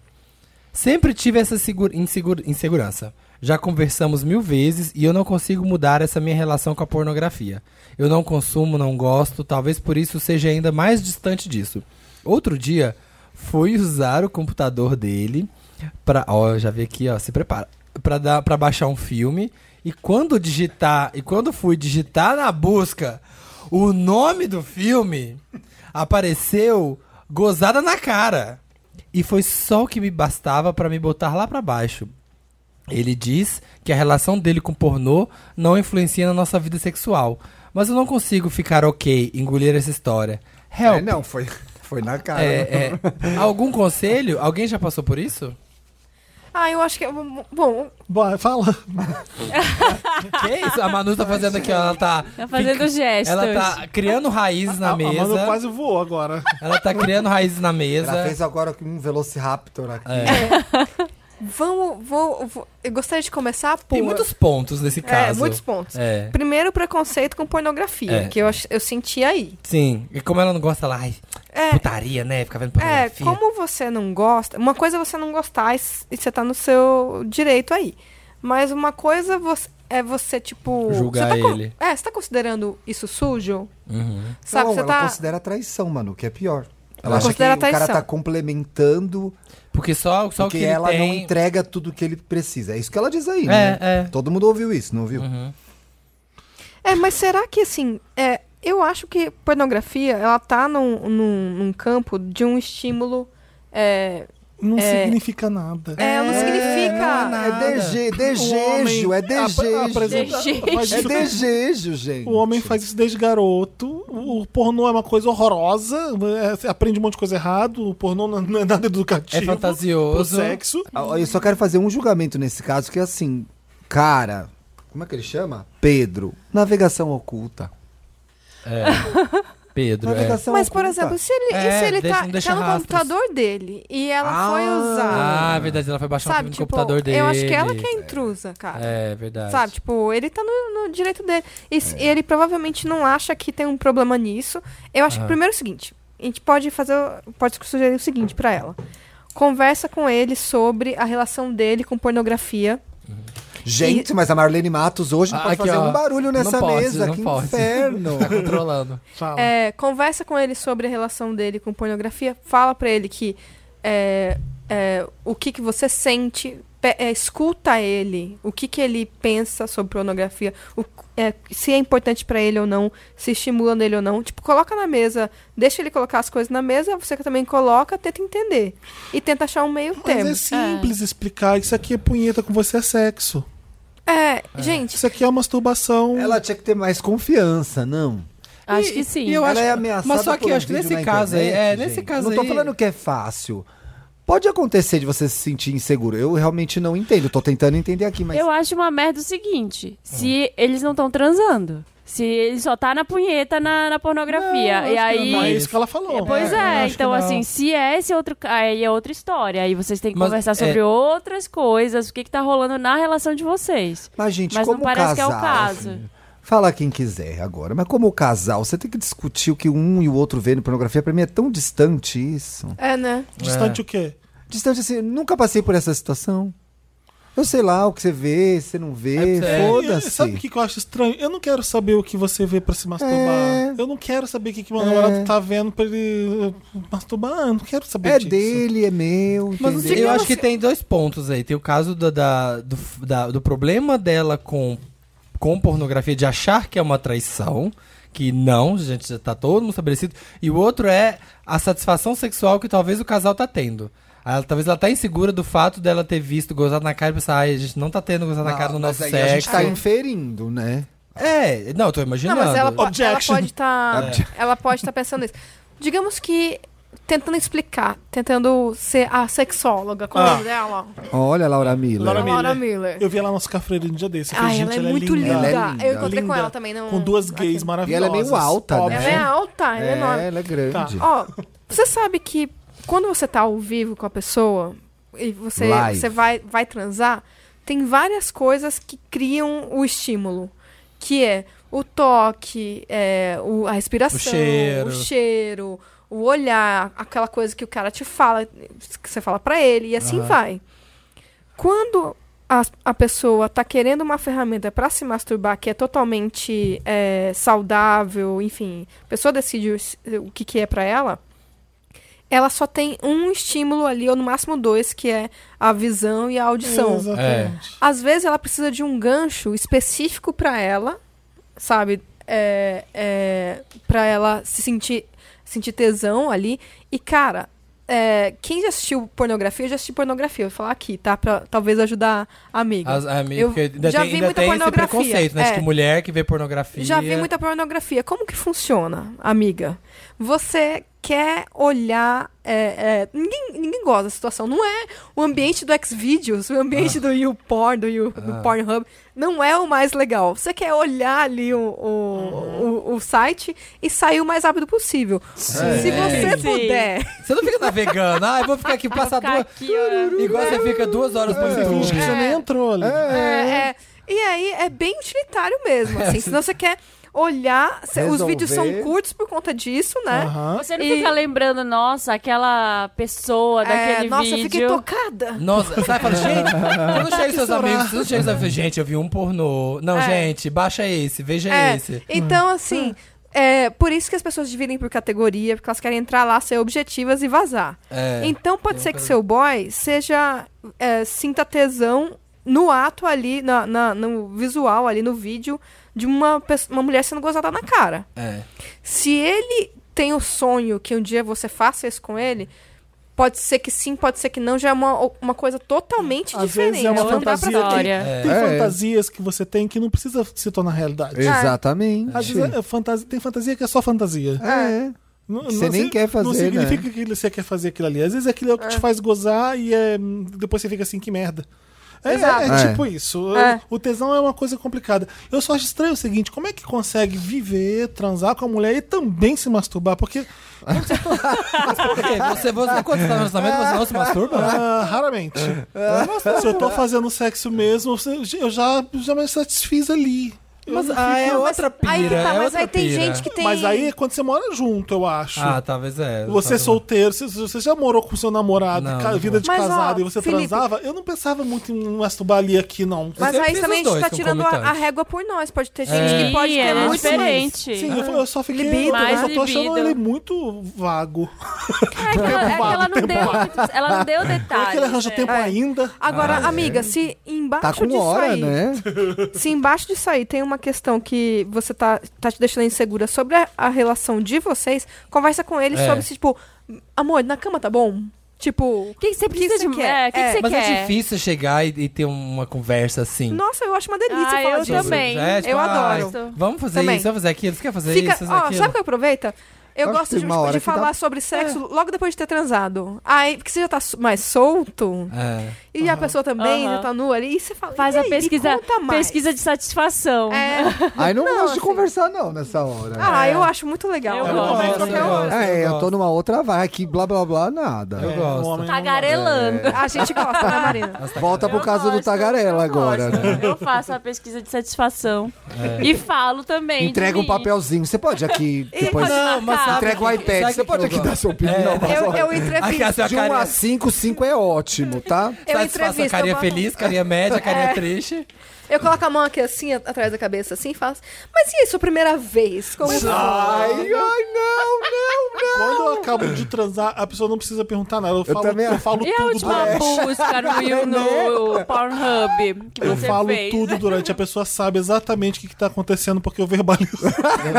A: Sempre tive essa segura- insegura- insegurança. Já conversamos mil vezes e eu não consigo mudar essa minha relação com a pornografia. Eu não consumo, não gosto, talvez por isso seja ainda mais distante disso. Outro dia, fui usar o computador dele pra. Ó, já vi aqui, ó, se prepara. Pra, dar, pra baixar um filme. E quando digitar. E quando fui digitar na busca o nome do filme, apareceu gozada na cara. E foi só o que me bastava pra me botar lá pra baixo. Ele diz que a relação dele com pornô não influencia na nossa vida sexual. Mas eu não consigo ficar ok, engolir essa história. Help.
B: É, não, foi, foi na cara. né?
A: É, é. Algum conselho? Alguém já passou por isso?
E: Ah, eu acho que. Bom,
D: Bora, fala.
A: Que isso? A Manu tá fazendo aqui, ó. Ela tá.
C: Tá fazendo
A: fica-
C: gestos.
A: Ela tá criando raízes na
D: A Manu
A: mesa.
D: quase voou agora.
A: Ela tá criando raízes na
B: Ela
A: mesa.
B: fez agora um Velociraptor aqui.
A: É.
E: vamos. Vou, vou- eu gostaria de começar por.
A: Tem muitos pontos nesse
E: é,
A: caso.
E: muitos pontos.
A: É.
E: Primeiro, preconceito com pornografia,
A: É.
E: que eu, ach- eu senti aí.
A: Sim. E como ela não gosta lá, ai,
E: É,
A: putaria, né? Ficar vendo
E: É,
A: pornografia.
E: como você não gosta, uma coisa é você não gostar e s- e você tá no seu direito aí. Mas uma coisa você- é você, tipo.
A: Julgar
E: você tá con-
A: ele.
E: É, você tá considerando isso sujo?
A: Uhum.
E: Sabe,
B: não,
E: você
B: ela
E: tá.
B: considera traição, mano, que é pior. Ela acha
E: É.
B: que
E: Considera
B: o cara
E: traição.
B: tá complementando
A: Porque só, só o
B: porque
A: que ele
B: ela não
A: tem...
B: entrega tudo que ele precisa. É isso que ela diz aí, né?
A: É, é.
B: Todo mundo ouviu isso, não ouviu?
A: Uhum.
E: É, mas será que assim. é, eu acho que pornografia, ela tá num, num- num campo de um estímulo. É,
D: Não
E: É.
D: significa nada.
E: é, não significa.
A: não
B: É dege- desejo, é
D: A- a-
B: desejo.
D: apresenta-
C: Desejo.
D: mas
B: É
D: isso-
B: desejo, gente.
D: O homem faz isso desde garoto. O o pornô é uma coisa horrorosa. é, você aprende um monte de coisa errada. O pornô não não é nada educativo.
A: É fantasioso.
D: pro sexo.
B: Ah, Eu só quero fazer um julgamento nesse caso, que é assim, cara. Como é que ele chama? Pedro. Navegação oculta.
A: Pedro, é.
B: Navegação
E: Mas, por
B: oculta.
E: exemplo, se ele, e
A: É,
E: se ele
A: deixa-
E: tá,
A: não deixa
E: tá no
A: rastros.
E: computador dele e ela foi
B: Ah.
E: usar.
A: Ah, é verdade, ela foi baixar um
E: sabe,
A: filme
E: tipo,
A: no computador dele.
E: eu acho que ela que é intrusa, cara.
A: É, verdade.
E: Sabe, tipo, ele tá no, no direito dele. E se- ele provavelmente não acha que tem um problema nisso. Eu acho que primeiro é o seguinte, a gente pode fazer, o- pode sugerir o seguinte pra ela. Conversa com ele sobre a relação dele com pornografia.
B: Gente, mas a Marlene Matos hoje não
A: Ah,
B: pode
A: aqui,
B: fazer
A: ó.
B: um
A: Não
B: barulho nessa
A: pode,
B: mesa.
A: não
B: que
A: pode.
B: inferno.
A: Tá controlando.
D: Fala.
E: É, conversa com ele sobre a relação dele com pornografia. Fala pra ele que é, é, o que, que você sente. Pe- é, escuta ele. O que, que ele pensa sobre pornografia. o- é, se é importante pra ele ou não. Se estimula nele ou não. Tipo, coloca na mesa. Deixa ele colocar as coisas na mesa. Você que também coloca. Tenta entender. E tenta achar um meio
D: Mas
E: termo.
D: é simples explicar. Isso aqui é punheta com você é sexo.
E: É, gente.
D: Isso aqui é masturbação.
B: Ela tinha que ter mais confiança, não?
C: Acho
A: E-
C: que sim.
A: e eu
B: Ela
A: acho-
B: é ameaçada
A: Mas só que
B: por um
A: eu acho que
B: vídeo
A: nesse
B: na
A: caso aí.
B: internet,
A: É, nesse
B: gente.
A: caso aí.
B: Não tô falando que é fácil. Pode acontecer de você se sentir inseguro. Eu realmente não entendo. Tô tentando entender aqui, mas.
C: Eu acho uma merda o
A: Ah.
C: seguinte: se eles não estão transando. Se ele só tá na punheta na, na pornografia. e aí.
D: Não, é isso que ela falou.
C: Pois
A: eu
C: é,
A: acho que
C: então
A: não.
C: assim, se é esse outro. ca- Aí é outra história. Aí vocês têm que
A: Mas,
C: conversar sobre
A: é.
C: outras coisas, o que, que tá rolando na relação de vocês.
B: Mas, gente,
C: Mas
B: como
C: não parece que é
B: casal,
C: o caso.
B: assim, fala quem quiser agora, mas como casal, você tem que discutir o que um e o outro vê no pornografia. Pra mim é tão distante isso.
E: É, né?
D: Distante o quê?
B: Distante assim, nunca passei por essa situação. Eu sei lá o que você vê, você não
A: É,
B: vê,
D: É, Sabe o
B: foda-se.
D: que que eu acho estranho? Eu não quero saber o que você vê pra se masturbar.
B: É.
D: Eu não quero saber o que, que meu
B: É.
D: namorado tá vendo pra ele eh, masturbar. Eu não quero saber
B: É
D: disso.
B: dele, é meu.
A: Mas
B: entendeu?
A: eu acho que tem dois pontos aí. Tem o caso do, da- do, f- da- do problema dela com, com pornografia, de achar que é uma traição. Que não, gente, já tá todo mundo estabelecido. E o outro é a satisfação sexual que talvez o casal tá tendo. Ela- talvez ela tá insegura do fato dela ter visto gozado na cara e pensar, ai, a gente não tá tendo gozado na cara no
B: Ah,
A: nosso
B: mas aí
A: sexo.
B: A gente tá inferindo, né?
A: É, não, eu tô
E: Não,
A: imaginando.
E: mas ela, po- ela
D: Objection.
E: pode estar. Ela pode estar pensando nisso. Digamos que. Tentando explicar, tentando ser a sexóloga, como
D: Ah.
E: é dela,
B: Olha, Laura Miller.
D: Laura
E: a Laura
D: Miller.
E: Miller.
D: Eu vi ela no cafreiro no um dia desse. Eu falei,
E: Ai,
D: gente,
E: ela é muito linda.
B: Ela é
E: Eu
B: linda.
E: encontrei com
D: Linda.
E: ela também não.
D: Com duas gays
B: E
D: maravilhosas.
B: ela é meio alta, né?
E: Ela é alta, ela é enorme. Tá.
B: ela é grande.
E: Ó, você sabe que quando você tá ao vivo com a pessoa e você,
B: Live.
E: você vai, vai transar, tem várias coisas que criam o estímulo. Que é o toque, é, o, a respiração,
A: O cheiro.
E: o cheiro, o olhar, aquela coisa que o cara te fala, que você fala pra ele, e assim vai. Quando a, a pessoa tá querendo uma ferramenta pra se masturbar que é totalmente é, saudável, enfim, a pessoa decide o, s- o que, que é pra ela, ela só tem um estímulo ali, ou no máximo dois, que é a visão e a audição.
D: Exatamente.
E: Às vezes ela precisa de um gancho específico pra ela, sabe? É, é, para ela se sentir, sentir tesão ali. E, cara, é, quem já assistiu pornografia, eu já assisti pornografia. Eu vou falar aqui, tá? Pra talvez ajudar a amiga.
A: As- a minha-
E: Eu
A: porque ainda
E: já
A: tem,
E: vi
A: ainda
E: muita
A: tem esse
E: pornografia,
A: preconceito, né? De
E: é.
A: que mulher que vê pornografia.
E: Já vi muita pornografia. Como que funciona, amiga? Você quer olhar. é, é, ninguém, ninguém gosta da situação. Não é o ambiente do Xvideos, o ambiente do YouPorn, do, You, do Pornhub, não é o mais legal. Você quer olhar ali o, o, o, o site e sair o mais rápido possível.
B: É.
E: Se você
C: Sim.
E: puder.
A: Você não fica navegando. Ah, eu vou ficar aqui, passar
C: ficar
A: duas...
C: aqui, ó.
A: Igual você fica duas horas
B: É.
A: um no
D: Você finge que
A: YouTube.
D: você nem entrou ali.
E: É, é. E aí é bem utilitário mesmo, assim. Senão você quer olhar. cê- os
B: Resolver.
E: vídeos são curtos por conta disso, né?
D: Aham.
C: Você não
E: E-
C: fica lembrando, nossa, aquela pessoa
E: É,
C: daquele
E: nossa, eu fiquei
C: vídeo.
E: tocada.
A: Nossa, sabe? Fala, gente, você não chega os seus amigos, você não chega os seus amigos. Gente, eu vi um pornô. Não,
E: É.
A: gente, baixa esse, veja
E: É,
A: esse.
D: Hum.
E: Então, assim, é por isso que as pessoas dividem por categoria, porque elas querem entrar lá, ser objetivas e vazar.
A: É.
E: Então pode ser que seu boy seja. é, sinta tesão no ato ali, na, na- no visual ali, no vídeo, de uma, pesso- uma mulher sendo gozada na cara.
A: É.
E: Se ele tem o sonho que um dia você faça isso com ele, pode ser que sim, pode ser que não, já é uma, uma coisa totalmente
D: Às
E: diferente.
D: vezes é uma
E: não dá pra
D: fantasia
E: saber.
D: que,
C: Olha.
D: Tem
B: É.
D: fantasias que você tem que não precisa se tornar realidade.
B: Exatamente.
D: Ah. Às vezes é fantasia- tem fantasia que é só fantasia.
B: É.
D: Não-
B: Você
D: não
B: nem
D: se-
B: quer
D: Não
B: fazer, né?
D: significa que você quer fazer aquilo ali. Às vezes aquilo é o que te faz gozar e é, hum, depois você fica assim, que merda. É,
E: Exato.
D: é
B: É.
D: tipo isso.
E: É.
D: O tesão é uma coisa complicada. Eu só acho estranho o seguinte: como é que consegue viver, transar com a mulher e também se masturbar? Porque
A: Por quê? Você, você, quando você tá no relacionamento, você não se masturba?
D: ah, raramente.
B: É.
D: Se eu tô fazendo sexo mesmo, eu já, já me satisfiz ali.
A: Mas ah, é
E: Não, mas
A: outra pira.
E: Aí que tá,
A: é
E: mas
A: outra
E: aí tem
A: pira.
E: gente que tem.
D: Mas aí é quando você mora junto, eu acho.
A: Ah, talvez é.
D: Você é
A: Talvez-
D: solteiro, você- você já morou com seu namorado,
A: Não,
D: ca-
A: não
D: vida de
E: Mas, ó,
D: casado, e você
E: Felipe-
D: transava, eu não pensava muito em masturbar ali aqui, não.
E: Mas
A: Sempre
E: aí
A: esses
E: também a gente
A: dois
E: tá tirando a, a
A: concomitantes.
E: régua por nós. Pode ter gente
A: É.
E: que pode
C: Sim,
E: ter
C: é
E: muito mais.
C: diferente.
D: Sim, eu, eu só fiquei.
E: Libido,
D: eu
C: mais
D: só tô
C: libido.
D: achando ele muito vago.
C: É que ela, é que ela não deu, muito- ela não deu
D: Como é
C: detalhes.
D: que ele arranja
C: né?
D: tempo ainda?
E: Agora,
A: Ah, é.
E: amiga, se embaixo
B: Tá com
E: disso
B: hora,
E: aí,
B: né?
E: se embaixo disso aí tem uma questão que você tá, tá te deixando insegura sobre a, a relação de vocês, conversa com ele
A: É.
E: sobre se, tipo, amor, na cama tá bom? Tipo,
C: O que que você precisa
E: você
C: de quer?
E: quer?
C: O que, que
E: É,
C: você
A: Mas
C: quer?
A: é difícil chegar e, e ter uma conversa assim.
E: nossa, eu acho uma delícia
C: Ah,
E: falar
C: eu
E: disso.
C: também.
A: É, tipo,
E: eu
A: ah,
E: adoro.
A: Vamos fazer
E: Também.
A: isso, vamos fazer aquilo. Você quer fazer
E: Fica,
A: isso? fazer
E: ó,
A: é aquilo?
E: sabe o que aproveita? Eu
B: Acho que
E: gosto
B: tem
E: de,
B: uma
E: tipo,
B: hora
E: de
B: que dá- É.
E: falar sobre sexo logo depois de ter transado. Aí, porque você já tá su- mais solto,
A: É.
E: e a pessoa também
C: Aham.
E: já tá nua ali, e você fala,
C: Faz
E: e
C: a
E: aí,
C: pesquisa,
E: me conta mais.
C: pesquisa de satisfação.
E: É.
B: Aí não, gosto
E: assim-
B: de conversar, não, nessa hora.
E: Ah,
A: É.
E: eu acho muito legal.
C: Eu
E: Eu
C: gosto. um.
E: gosto.
A: Eu
E: qualquer hora.
A: gosto,
B: É, eu
A: gosto.
B: tô numa outra vai aqui, blá blá blá, nada.
A: Eu
D: É,
A: gosto.
D: um homem não-
C: Tagarelando.
E: A gente gosta, né, Marina?
B: Volta pro
C: Eu
B: caso do
C: gosto,
B: Tagarela
C: eu
B: agora,
C: gosto.
B: né?
C: Eu faço a pesquisa de satisfação. E falo também. de
B: Entrega um
C: mim.
B: papelzinho. Você pode aqui depois.
A: Não, mas sabe
B: Ah, Entrega o
A: que-
B: iPad.
A: sabe
B: Você
A: que
B: pode
A: eu
B: aqui
A: gosto?
B: dar sua opinião. mas
E: Eu,
B: olha,
E: eu entrevisto.
A: Aqui, a sua
B: De 1
A: carinha.
B: a 5, 5 é ótimo, tá?
E: Eu
A: Satisfação,
E: entrevisto.
A: carinha
E: eu boto- É.
A: feliz, carinha média, carinha triste.
E: Eu coloco a mão aqui assim, a- atrás da cabeça, assim, e faço. Mas e aí, sua primeira vez? Como foi?
B: Ai, ai, não, não, não.
D: Quando eu acabo de transar, a pessoa não precisa perguntar nada. Eu falo,
B: também
D: eu
B: acho.
D: falo
C: E a
D: tudo
C: última
D: durante.
C: busca no, no Pornhub que
D: Eu
C: você
D: falo
C: fez?
D: tudo durante. A pessoa sabe exatamente o que, que tá acontecendo porque eu verbalizo.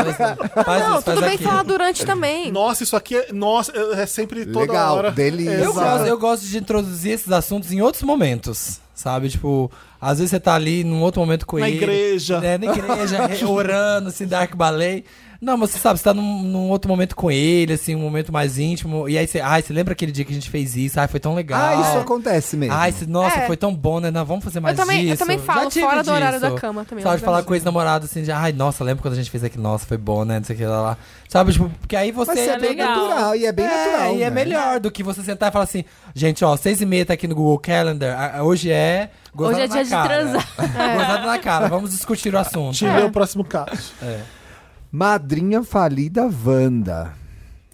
A: Faz
E: Não,
A: isso, faz
E: tudo bem
A: aquilo.
E: falar durante também.
D: Nossa, isso aqui é. Nossa, é é sempre toda
B: Legal,
D: hora.
B: delícia.
A: Eu
D: Exato.
A: gosto, eu gosto de introduzir esses assuntos em outros momentos, sabe? Tipo, às vezes você tá ali num outro momento com
D: Na
A: ele.
D: igreja.
A: né, Na igreja, re- orando, se dark ballet. Não, mas você sabe, você tá num, num outro momento com ele, assim, um momento mais íntimo. E aí você, ai, você lembra aquele dia que a gente fez isso? Ai, foi tão legal.
B: Ah, isso acontece mesmo.
A: Ai, se- nossa,
E: É.
A: foi tão bom, né? Não, vamos fazer mais
E: também- eu
A: isso.
E: também falo,
A: Já tive
E: fora do horário
A: disso.
E: da cama também,
A: Sabe,
E: eu
A: falar
E: também.
A: com ex-namorado assim, de, ai, nossa, lembra quando a gente fez aqui? Nossa, foi bom, né? Não sei o que lá. lá. Sabe, tipo, porque aí você...
B: Mas isso é,
C: é
B: bem
C: legal.
B: natural, e é bem natural.
A: E é
B: né?
A: melhor do que você sentar e falar assim, gente, ó, seis e meia tá aqui no Google Calendar, a- a- hoje é... gozada
C: Hoje é
A: na
C: dia de
A: cara.
C: transar.
A: Gozada na cara, vamos discutir o
B: Ah,
A: assunto.
B: É.
D: Tive o próximo caso.
B: Madrinha falida Wanda.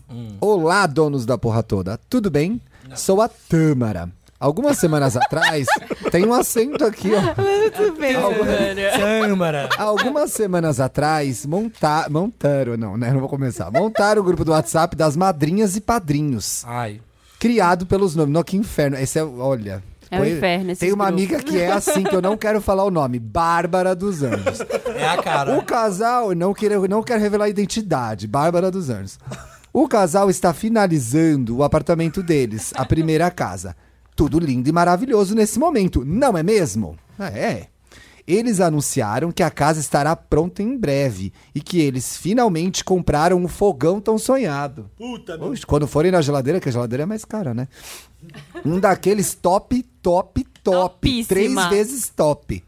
B: Hum. Olá, donos da porra toda. Tudo bem? Sou a Tâmara. Algumas semanas atrás, tem um acento aqui, ó.
A: Câmara.
B: Algumas semanas atrás, monta... montaram, não, né? Não vou começar. Montaram o grupo do WhatsApp das madrinhas e padrinhos.
A: Ai,
B: Criado pelos nomes. Não, que inferno. Esse é. Olha.
C: É um inferno esses
B: Tem uma
C: grupos.
B: amiga que é assim, que eu não quero falar o nome. Bárbara dos Anjos.
A: é a cara.
B: O casal, não quero, não quero revelar a identidade, Bárbara dos Anjos. O casal está finalizando o apartamento deles, a primeira casa. Tudo lindo e maravilhoso nesse momento, não é mesmo? É. Eles anunciaram que a casa estará pronta em breve e que eles finalmente compraram o fogão tão sonhado.
D: Puta, meu
B: Oxe, quando forem na geladeira, que a geladeira é mais cara, né? Um daqueles top, top, top. Três
C: Topíssima.
B: vezes top.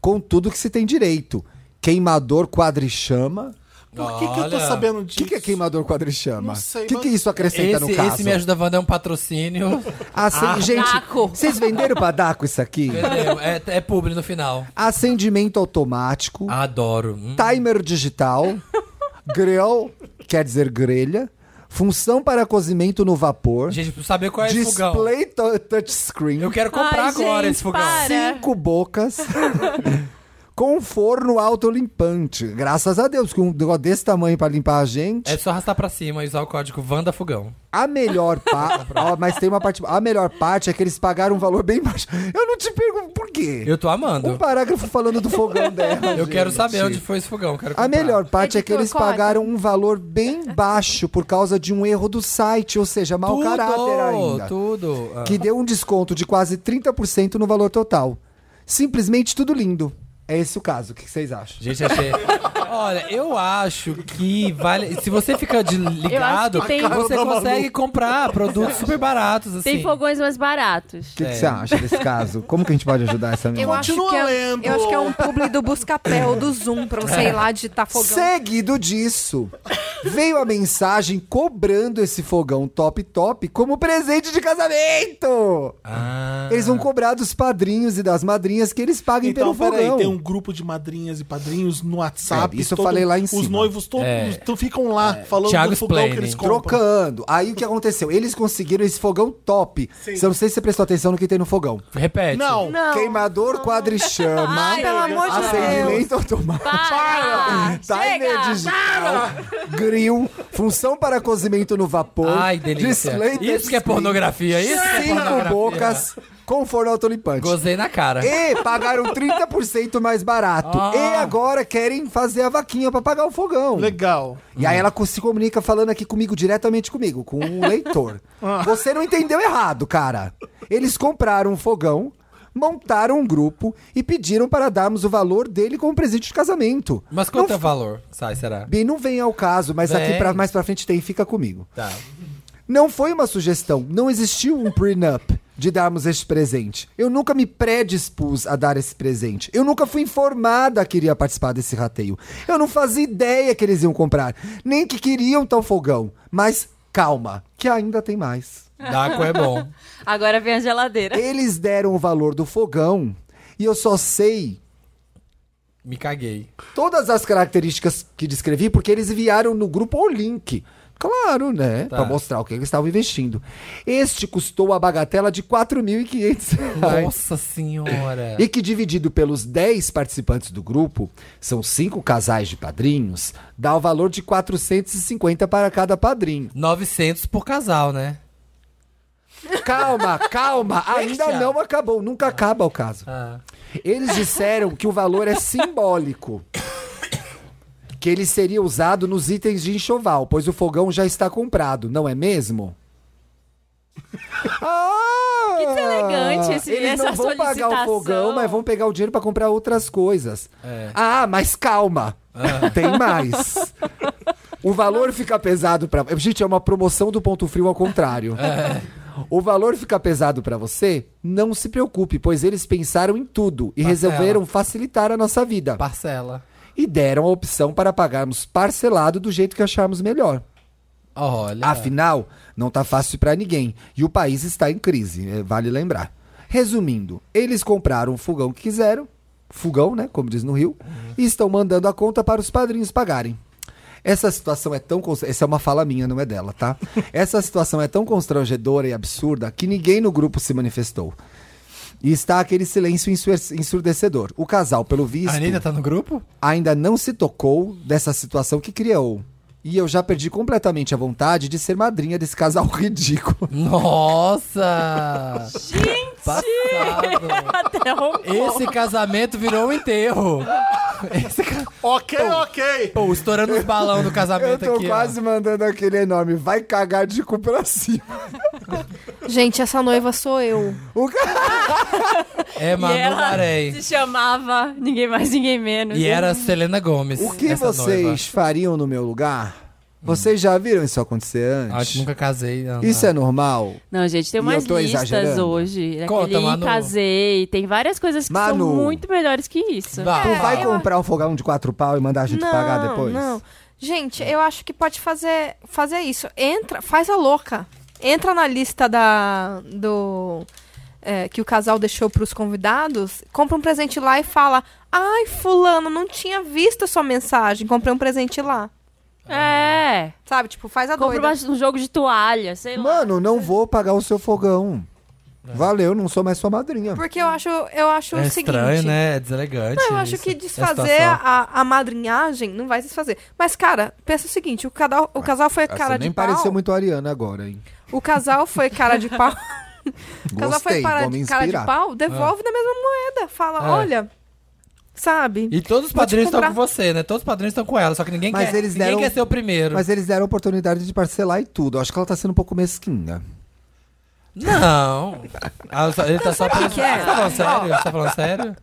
B: Com tudo que se tem direito. Queimador quadrichama.
D: Por que, que eu tô
A: Olha.
D: sabendo
B: O
D: disso?
B: que, que é queimador quadrichama?
D: Não sei,
B: O que,
D: mas-
B: que isso acrescenta
A: Esse,
B: no caso?
A: esse Me Ajuda Wanda é um patrocínio.
B: Ah, sim,
C: Daco.
B: gente, vocês venderam pra Daco isso aqui?
A: Entendeu? é, é publi no final.
B: Acendimento automático,
A: Adoro. Hum.
B: timer digital, grill, quer dizer grelha, função para cozimento no vapor,
A: Gente, pra saber qual é esse fogão.
B: display to- touchscreen,
A: Eu quero comprar
C: Ai,
A: agora
C: gente,
A: esse fogão.
C: para.
B: cinco bocas, com forno autolimpante. Graças a Deus, que um negócio desse tamanho pra limpar a gente.
A: É só arrastar pra cima e usar o código Wanda Fogão.
B: A melhor parte. mas tem uma parte. A melhor parte é que eles pagaram um valor bem baixo. Eu não te pergunto por quê.
A: Eu tô amando.
B: Um parágrafo falando do fogão dela.
A: Eu quero
B: gente.
A: saber onde foi esse fogão. Quero
B: A
A: comprar.
B: melhor parte é que
E: Editor,
B: eles
E: corta.
B: pagaram um valor bem baixo por causa de um erro do site, ou seja, mau
A: tudo,
B: caráter ainda.
A: Tudo. Ah.
B: Que deu um desconto de quase 30% no valor total. Simplesmente tudo lindo. É esse o caso. O que vocês acham?
A: Gente, achei. Olha, eu acho que vale. Se você fica de ligado,
C: Eu acho que tem-
A: você consegue comprar produtos super baratos, assim.
C: Tem fogões mais baratos.
D: é.
B: O que que você acha desse caso? Como que a gente pode ajudar essa menina?
E: Eu acho, que
D: Continua
E: é,
D: lendo.
E: eu acho que é um publi do Buscapé ou do Zoom pra
A: É.
E: você ir lá tá digitar fogão.
B: Seguido disso, veio a mensagem cobrando esse fogão top top como presente de casamento.
A: Ah.
B: Eles vão cobrar dos padrinhos e das madrinhas que eles paguem
D: Então,
B: pelo fogão.
D: tem um grupo de madrinhas e padrinhos no WhatsApp.
B: É, isso eu
D: todo-
B: falei lá em cima.
D: Os noivos todos
A: É.
D: to- ficam lá falando
A: Thiago
D: do fogão que
A: explaining.
D: eles compram.
B: Trocando. Aí o que aconteceu? Eles conseguiram esse fogão top.
D: Sim.
B: Só não sei se você prestou atenção no que tem no fogão.
A: Repete.
D: Não,
E: Não.
B: Queimador quadrichama.
C: Ai,
E: Pelo amor de Deus.
B: Acendimento automático.
C: Para!
B: Timer
C: Chega!
B: digital. Tá Grill. Função para cozimento no vapor.
A: Ai, delícia.
B: Display
A: Isso que é
B: touchscreen,
A: pornografia, isso que é
B: Cinco
A: pornografia.
B: bocas com forno autolimpante.
A: Gozei na cara.
B: E pagaram 30% mais barato.
A: Ah.
B: E agora querem fazer a vaquinha pra pagar o fogão.
D: legal.
B: E aí ela co- se comunica falando aqui comigo, diretamente comigo, com um leitor.
A: Ah.
B: Você não entendeu errado, cara. Eles compraram um fogão, montaram um grupo e pediram para darmos o valor dele como presente de casamento.
A: Mas quanto é o valor? Sai, será?
B: Bem, não vem ao caso, mas
A: Vem.
B: aqui pra, mais pra frente tem, fica comigo.
A: Tá.
B: Não foi uma sugestão, não existiu um prenup de darmos este presente. Eu nunca me predispus a dar esse presente. Eu nunca fui informada que iria participar desse rateio. Eu não fazia ideia que eles iam comprar, nem que queriam tal fogão. Mas calma, que ainda tem mais.
A: Daco é bom.
C: Agora vem a geladeira.
B: Eles deram o valor do fogão e eu só sei
A: Me caguei.
B: todas as características que descrevi, porque eles enviaram no grupo o link. Claro, né?
A: Tá.
B: Pra mostrar o que eles estavam investindo. Este custou a bagatela de 4.500 reais.
A: Nossa senhora.
B: E que dividido pelos 10 participantes do grupo, são cinco casais de padrinhos, dá o valor de 450 para cada padrinho.
A: 900 por casal, né?
B: Calma, calma, ainda
A: Deixa.
B: não acabou, nunca acaba o caso.
A: Ah.
B: Eles disseram que o valor é simbólico. Que ele seria usado nos itens de enxoval, pois o fogão já está comprado, não é mesmo? Ah!
C: Que deselegante esse-
B: Eles não
C: essa
B: vão pagar o
C: solicitação.
B: fogão, mas vão pegar o dinheiro para comprar outras coisas.
A: É.
B: Ah, mas calma. Tem mais. O valor fica pesado para. Gente, é uma promoção do ponto frio ao contrário. O valor fica pesado para você? Não se preocupe, pois eles pensaram em tudo e
A: Parcela.
B: resolveram facilitar a nossa vida.
A: Parcela.
B: E deram a opção para pagarmos parcelado do jeito que acharmos melhor.
A: Olha.
B: Afinal, não tá fácil pra ninguém e o país está em crise, eh, vale lembrar. Resumindo, eles compraram o fogão que quiseram, fogão, né, como diz no Rio, e estão mandando a conta para os padrinhos pagarem. Essa situação é tão const- essa é uma fala minha, não é dela, tá? Essa situação é tão constrangedora e absurda que ninguém no grupo se manifestou. E está aquele silêncio ensurec- ensurdecedor. O casal, pelo visto,
A: A Anitta tá no grupo?
B: ainda não se tocou dessa situação que criou. E eu já perdi completamente a vontade de ser madrinha desse casal ridículo.
A: Nossa!
C: Gente!
A: Passado.
C: Até um...
A: Esse casamento virou um enterro. Esse cara-
D: Ok, ok.
A: Pô, estourando os balão do
B: Eu
A: casamento
B: tô
A: aqui. ó.
B: quase mandando aquele enorme. Vai cagar de cu pra cima.
E: Gente, essa noiva sou eu.
B: O cara...
A: É Manu
C: e ela
A: Maré.
C: se chamava Ninguém Mais Ninguém Menos.
A: E era Selena Gomes.
B: O que
A: essa
B: vocês
A: noiva.
B: fariam no meu lugar? Vocês já viram isso acontecer
A: Acho
B: antes?
A: que nunca casei. não,
B: Isso
A: não.
B: é normal?
C: Não, gente, tem
B: E
C: umas
B: eu tô
C: listas
B: exagerando?
C: hoje. né?
A: Conta,
C: Aquele
A: Manu.
C: casei, tem várias coisas que
B: Manu.
C: são muito melhores que isso.
E: é-
A: Vá.
B: Tu vai comprar um fogão de quatro pau e mandar a gente pagar depois?
E: Não. Gente, eu acho que pode fazer, fazer isso. Entra, faz a louca. Entra na lista da do é, que o casal deixou pros convidados, compra um presente lá e fala: "Ai, fulano, não tinha visto a sua mensagem, comprei um presente lá".
C: É.
E: Sabe? Tipo, faz a
C: Compra
E: doida.
C: uma- um jogo de toalha, sei lá.
B: Mano, não vou pagar o seu fogão. Valeu, não sou mais sua madrinha.
E: Porque eu acho, eu acho
A: É
E: o seguinte,
A: estranho, né? É deselegante.
E: Não, eu acho
A: isso,
E: que
A: essa
E: desfazer
A: situação.
E: a, a madrinhagem não vai desfazer. Mas, cara, pensa o seguinte: o, cada, o casal
A: Ah,
E: foi
B: Essa
E: cara de
B: Ah, assim nem
E: pau.
B: pareceu muito a Ariana agora, hein?
E: O casal foi cara de pau. o casal foi
B: Gostei,
E: para
B: vou me
E: cara de
B: inspirar.
E: pau, devolve na mesma moeda. Fala,
A: Ah. É.
E: olha, sabe?
A: E todos os
E: Vou te
A: padrinhos estão
E: comprar.
A: com você, né? Todos os padrinhos estão com ela, só que ninguém,
B: Mas
A: quer,
B: eles
A: ninguém
B: deram-
A: quer ser o primeiro.
B: Mas eles deram a oportunidade de parcelar e tudo. Eu acho que ela tá sendo um pouco mesquinha.
A: Não. Ah, só- Ele tá só
E: sabe o
A: pelo...
E: que que é?
A: Você tá falando sério? Você tá falando sério?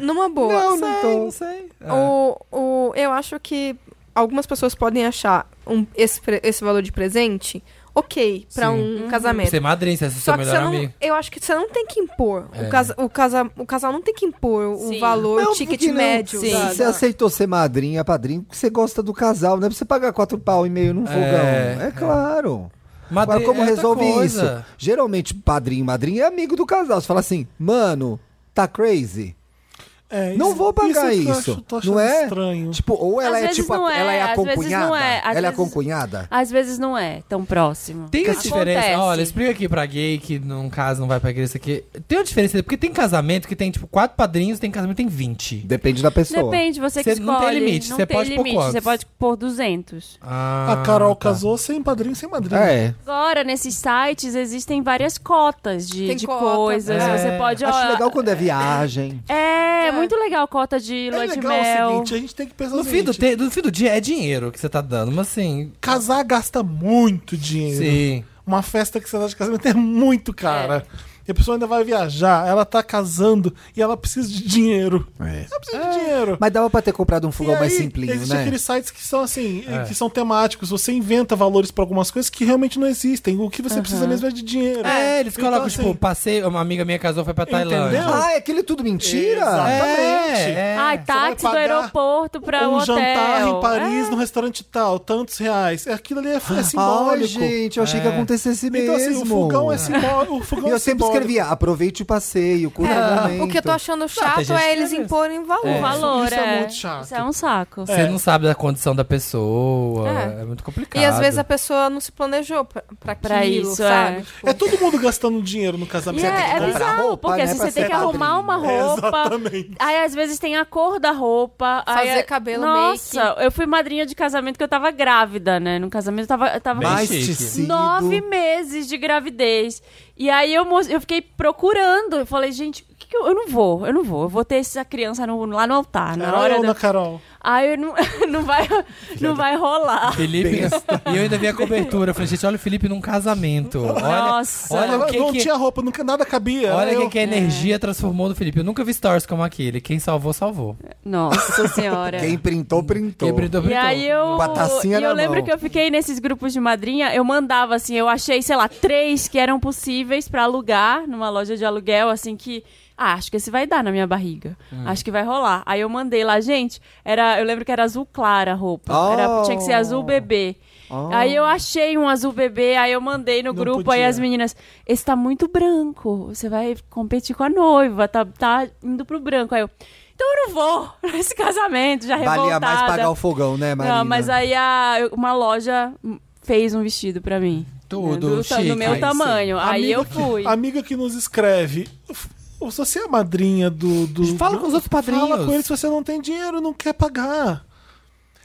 E: Numa boa.
A: não
B: Então-
A: tô. Não sei. É.
E: O, o, eu acho que algumas pessoas podem achar um, esse, pre- esse valor de presente ok para
A: Sim.
C: Uhum.
E: um casamento.
A: Você é madrinha, você é seu
E: Só que
A: melhor
E: você não,
A: amigo.
E: eu acho que você não tem que impor.
A: É.
E: O, casa, o, casa, o casal não tem que impor
C: Sim.
E: o valor,
B: Não,
E: o ticket
B: porque não.
E: médio.
C: Sim.
E: da-
B: Você
E: da-
B: aceitou ser madrinha, padrinho, porque você gosta do casal, não é pra você pagar quatro pau e meio num
A: É,
B: fogão. É,
A: é.
B: claro.
A: Madri-
B: Agora, como
A: é outra
B: resolve
A: coisa.
B: isso? Geralmente, padrinho e madrinha é amigo do casal. Você fala assim, mano, tá crazy?
D: É,
B: Não
D: isso-
B: vou pagar
D: que eu
B: isso.
D: acho- tô achando
B: não é?
D: estranho.
B: Tipo, ou ela
C: Às
B: é
C: vezes
B: tipo, a-
C: não é,
B: ela é
C: às vezes
B: acompanhada.
C: não é, às
B: Ela é
C: vezes-
B: acompanhada.
C: Às vezes não é tão próximo.
A: Tem a
C: Acontece.
A: diferença, olha, explica aqui pra gay que num caso não vai pra igreja isso aqui. Tem uma diferença, porque tem casamento que tem, tipo, quatro padrinhos, tem casamento que tem 20.
B: Depende da pessoa.
C: Depende, você que
A: Você
C: escolhe.
A: não tem limite,
C: Não
A: você
C: tem
A: pode pôr
C: limite,
A: quantos?
C: você pode pôr 200.
A: Ah,
D: A Carol
A: tá.
D: casou sem padrinho, sem madrinha.
B: É.
C: Agora, nesses sites, existem várias cotas de,
E: Tem
C: de
E: cota,
C: coisas.
A: é.
C: Você pode... ó,
B: Acho legal quando é viagem.
C: É,
E: É.
C: muito legal a cota de
D: É
C: lua de
D: legal
C: mel.
D: o seguinte, a gente tem que pensar
A: No
D: o
A: fim, do te-
D: seguinte,
A: no fim do dia é dinheiro que você tá dando, mas assim.
D: casar gasta muito dinheiro.
A: Sim.
D: Uma festa que você dá de casamento é muito cara. E a pessoa ainda vai viajar, ela tá casando e ela precisa de dinheiro. Ela precisa de dinheiro.
B: Mas dava pra ter comprado um
D: E
B: fogão mais
D: aí, tipo
B: simplinho,
D: existem
B: né?
D: aqueles sites que são assim,
A: É.
D: que são temáticos. Você inventa valores pra algumas coisas que realmente não existem. O que você precisa mesmo é de dinheiro.
A: É, eles
D: Então,
A: colocam,
D: assim,
A: tipo, passei, uma amiga minha casou, foi pra
D: Entendeu?
A: Tailândia.
D: Não.
B: Ah, é aquilo tudo mentira?
D: Exato.
A: É,
D: Exatamente.
A: é.
C: Ai, táxi do
D: pagar
C: aeroporto pra
D: um
C: o hotel.
D: jantar em Paris,
C: É.
D: num restaurante tal, tantos reais. É, Aquilo ali é, é
B: Ai,
D: simbólico.
B: gente, eu achei que
A: É.
B: acontecesse
D: então,
B: mesmo.
D: assim, o fogão é simbólico. O fogão
B: E
D: é
B: eu sempre
D: simbólico.
B: escrevia, aproveite o passeio, curta o momento.
E: É, O que eu tô achando chato
A: gente
E: é
A: que
E: eles
A: merece.
E: imporem valor.
C: O valor
D: isso é muito chato.
C: Isso é um saco.
A: Você não sabe da condição da pessoa. É,
E: É.
A: muito complicado.
E: E às vezes a pessoa não se planejou pra, pra,
C: Pra
E: aquilo,
C: isso,
E: sabe?
C: é.
E: Tipo,
D: É todo mundo gastando dinheiro no
C: E
D: casamento.
C: é,
B: tem que
C: é
B: comprar
C: bizarro,
B: roupa, né,
C: porque assim,
B: pra
C: você tem
B: ser
C: que arrumar uma
B: padrinho.
C: roupa.
D: Exatamente.
C: Aí às vezes tem a cor da roupa. aí
E: Fazer
C: é-
E: cabelo,
C: Nossa, eu fui madrinha de casamento que eu tava grávida, né? No casamento eu tava, eu tava
A: Bem
B: Mais
A: chique.
B: tecido.
C: nove meses de gravidez. E aí eu, mos- eu fiquei procurando. Eu falei, gente, o que que eu, eu não vou, eu não vou. Eu vou ter essa criança no- lá no altar. Na
D: Carol,
C: hora da-
D: Ana Carol.
C: Aí eu não, não, vai, não vai rolar.
A: Felipe. E eu ainda vi a cobertura. Eu falei, gente, olha o Felipe num casamento. Olha,
C: Nossa.
A: olha o
D: Ela não
A: que, é. que,
D: tinha roupa, nunca nada cabia. né?
A: olha o que,
D: Eu-
A: que a energia transformou do Felipe. Eu nunca vi stories como aquele. Quem salvou, salvou.
D: É.
C: Nossa senhora.
B: Quem printou, printou.
A: Quem brindou,
C: E
A: brindou.
C: aí eu.
B: Com a tacinha
C: e
B: na
C: eu lembro
B: mão.
C: que eu fiquei nesses grupos de madrinha, eu mandava assim, eu achei, sei lá, três que eram possíveis pra alugar numa loja de aluguel, assim que. Ah, acho que esse vai dar na minha barriga.
D: Hum.
C: Acho que vai rolar. Aí eu mandei lá, gente, era, eu lembro que era azul clara a roupa.
B: Oh.
C: Era, tinha que ser azul bebê. Aí eu achei um azul bebê, aí eu mandei no
D: Não
C: grupo, aí
D: podia.
C: as meninas, esse tá muito branco, você vai competir com a noiva, tá, tá indo pro branco. Aí eu, então eu não vou nesse casamento, já
B: Valia
C: Tá revoltada.
B: mais pagar o fogão, né, Marina?
C: Não, mas aí a- eu- uma loja fez um vestido pra mim.
A: Tudo,
C: do, ta-
A: chique.
C: do meu
A: Aí sim.
C: tamanho. Aí
D: Amiga
C: eu
D: que-
A: é
C: fui.
D: Amiga que nos escreve. f- Você é a madrinha do. do
A: Fala
D: do-
A: com os outros padrinhos.
D: Fala com eles se você não tem dinheiro, não quer pagar.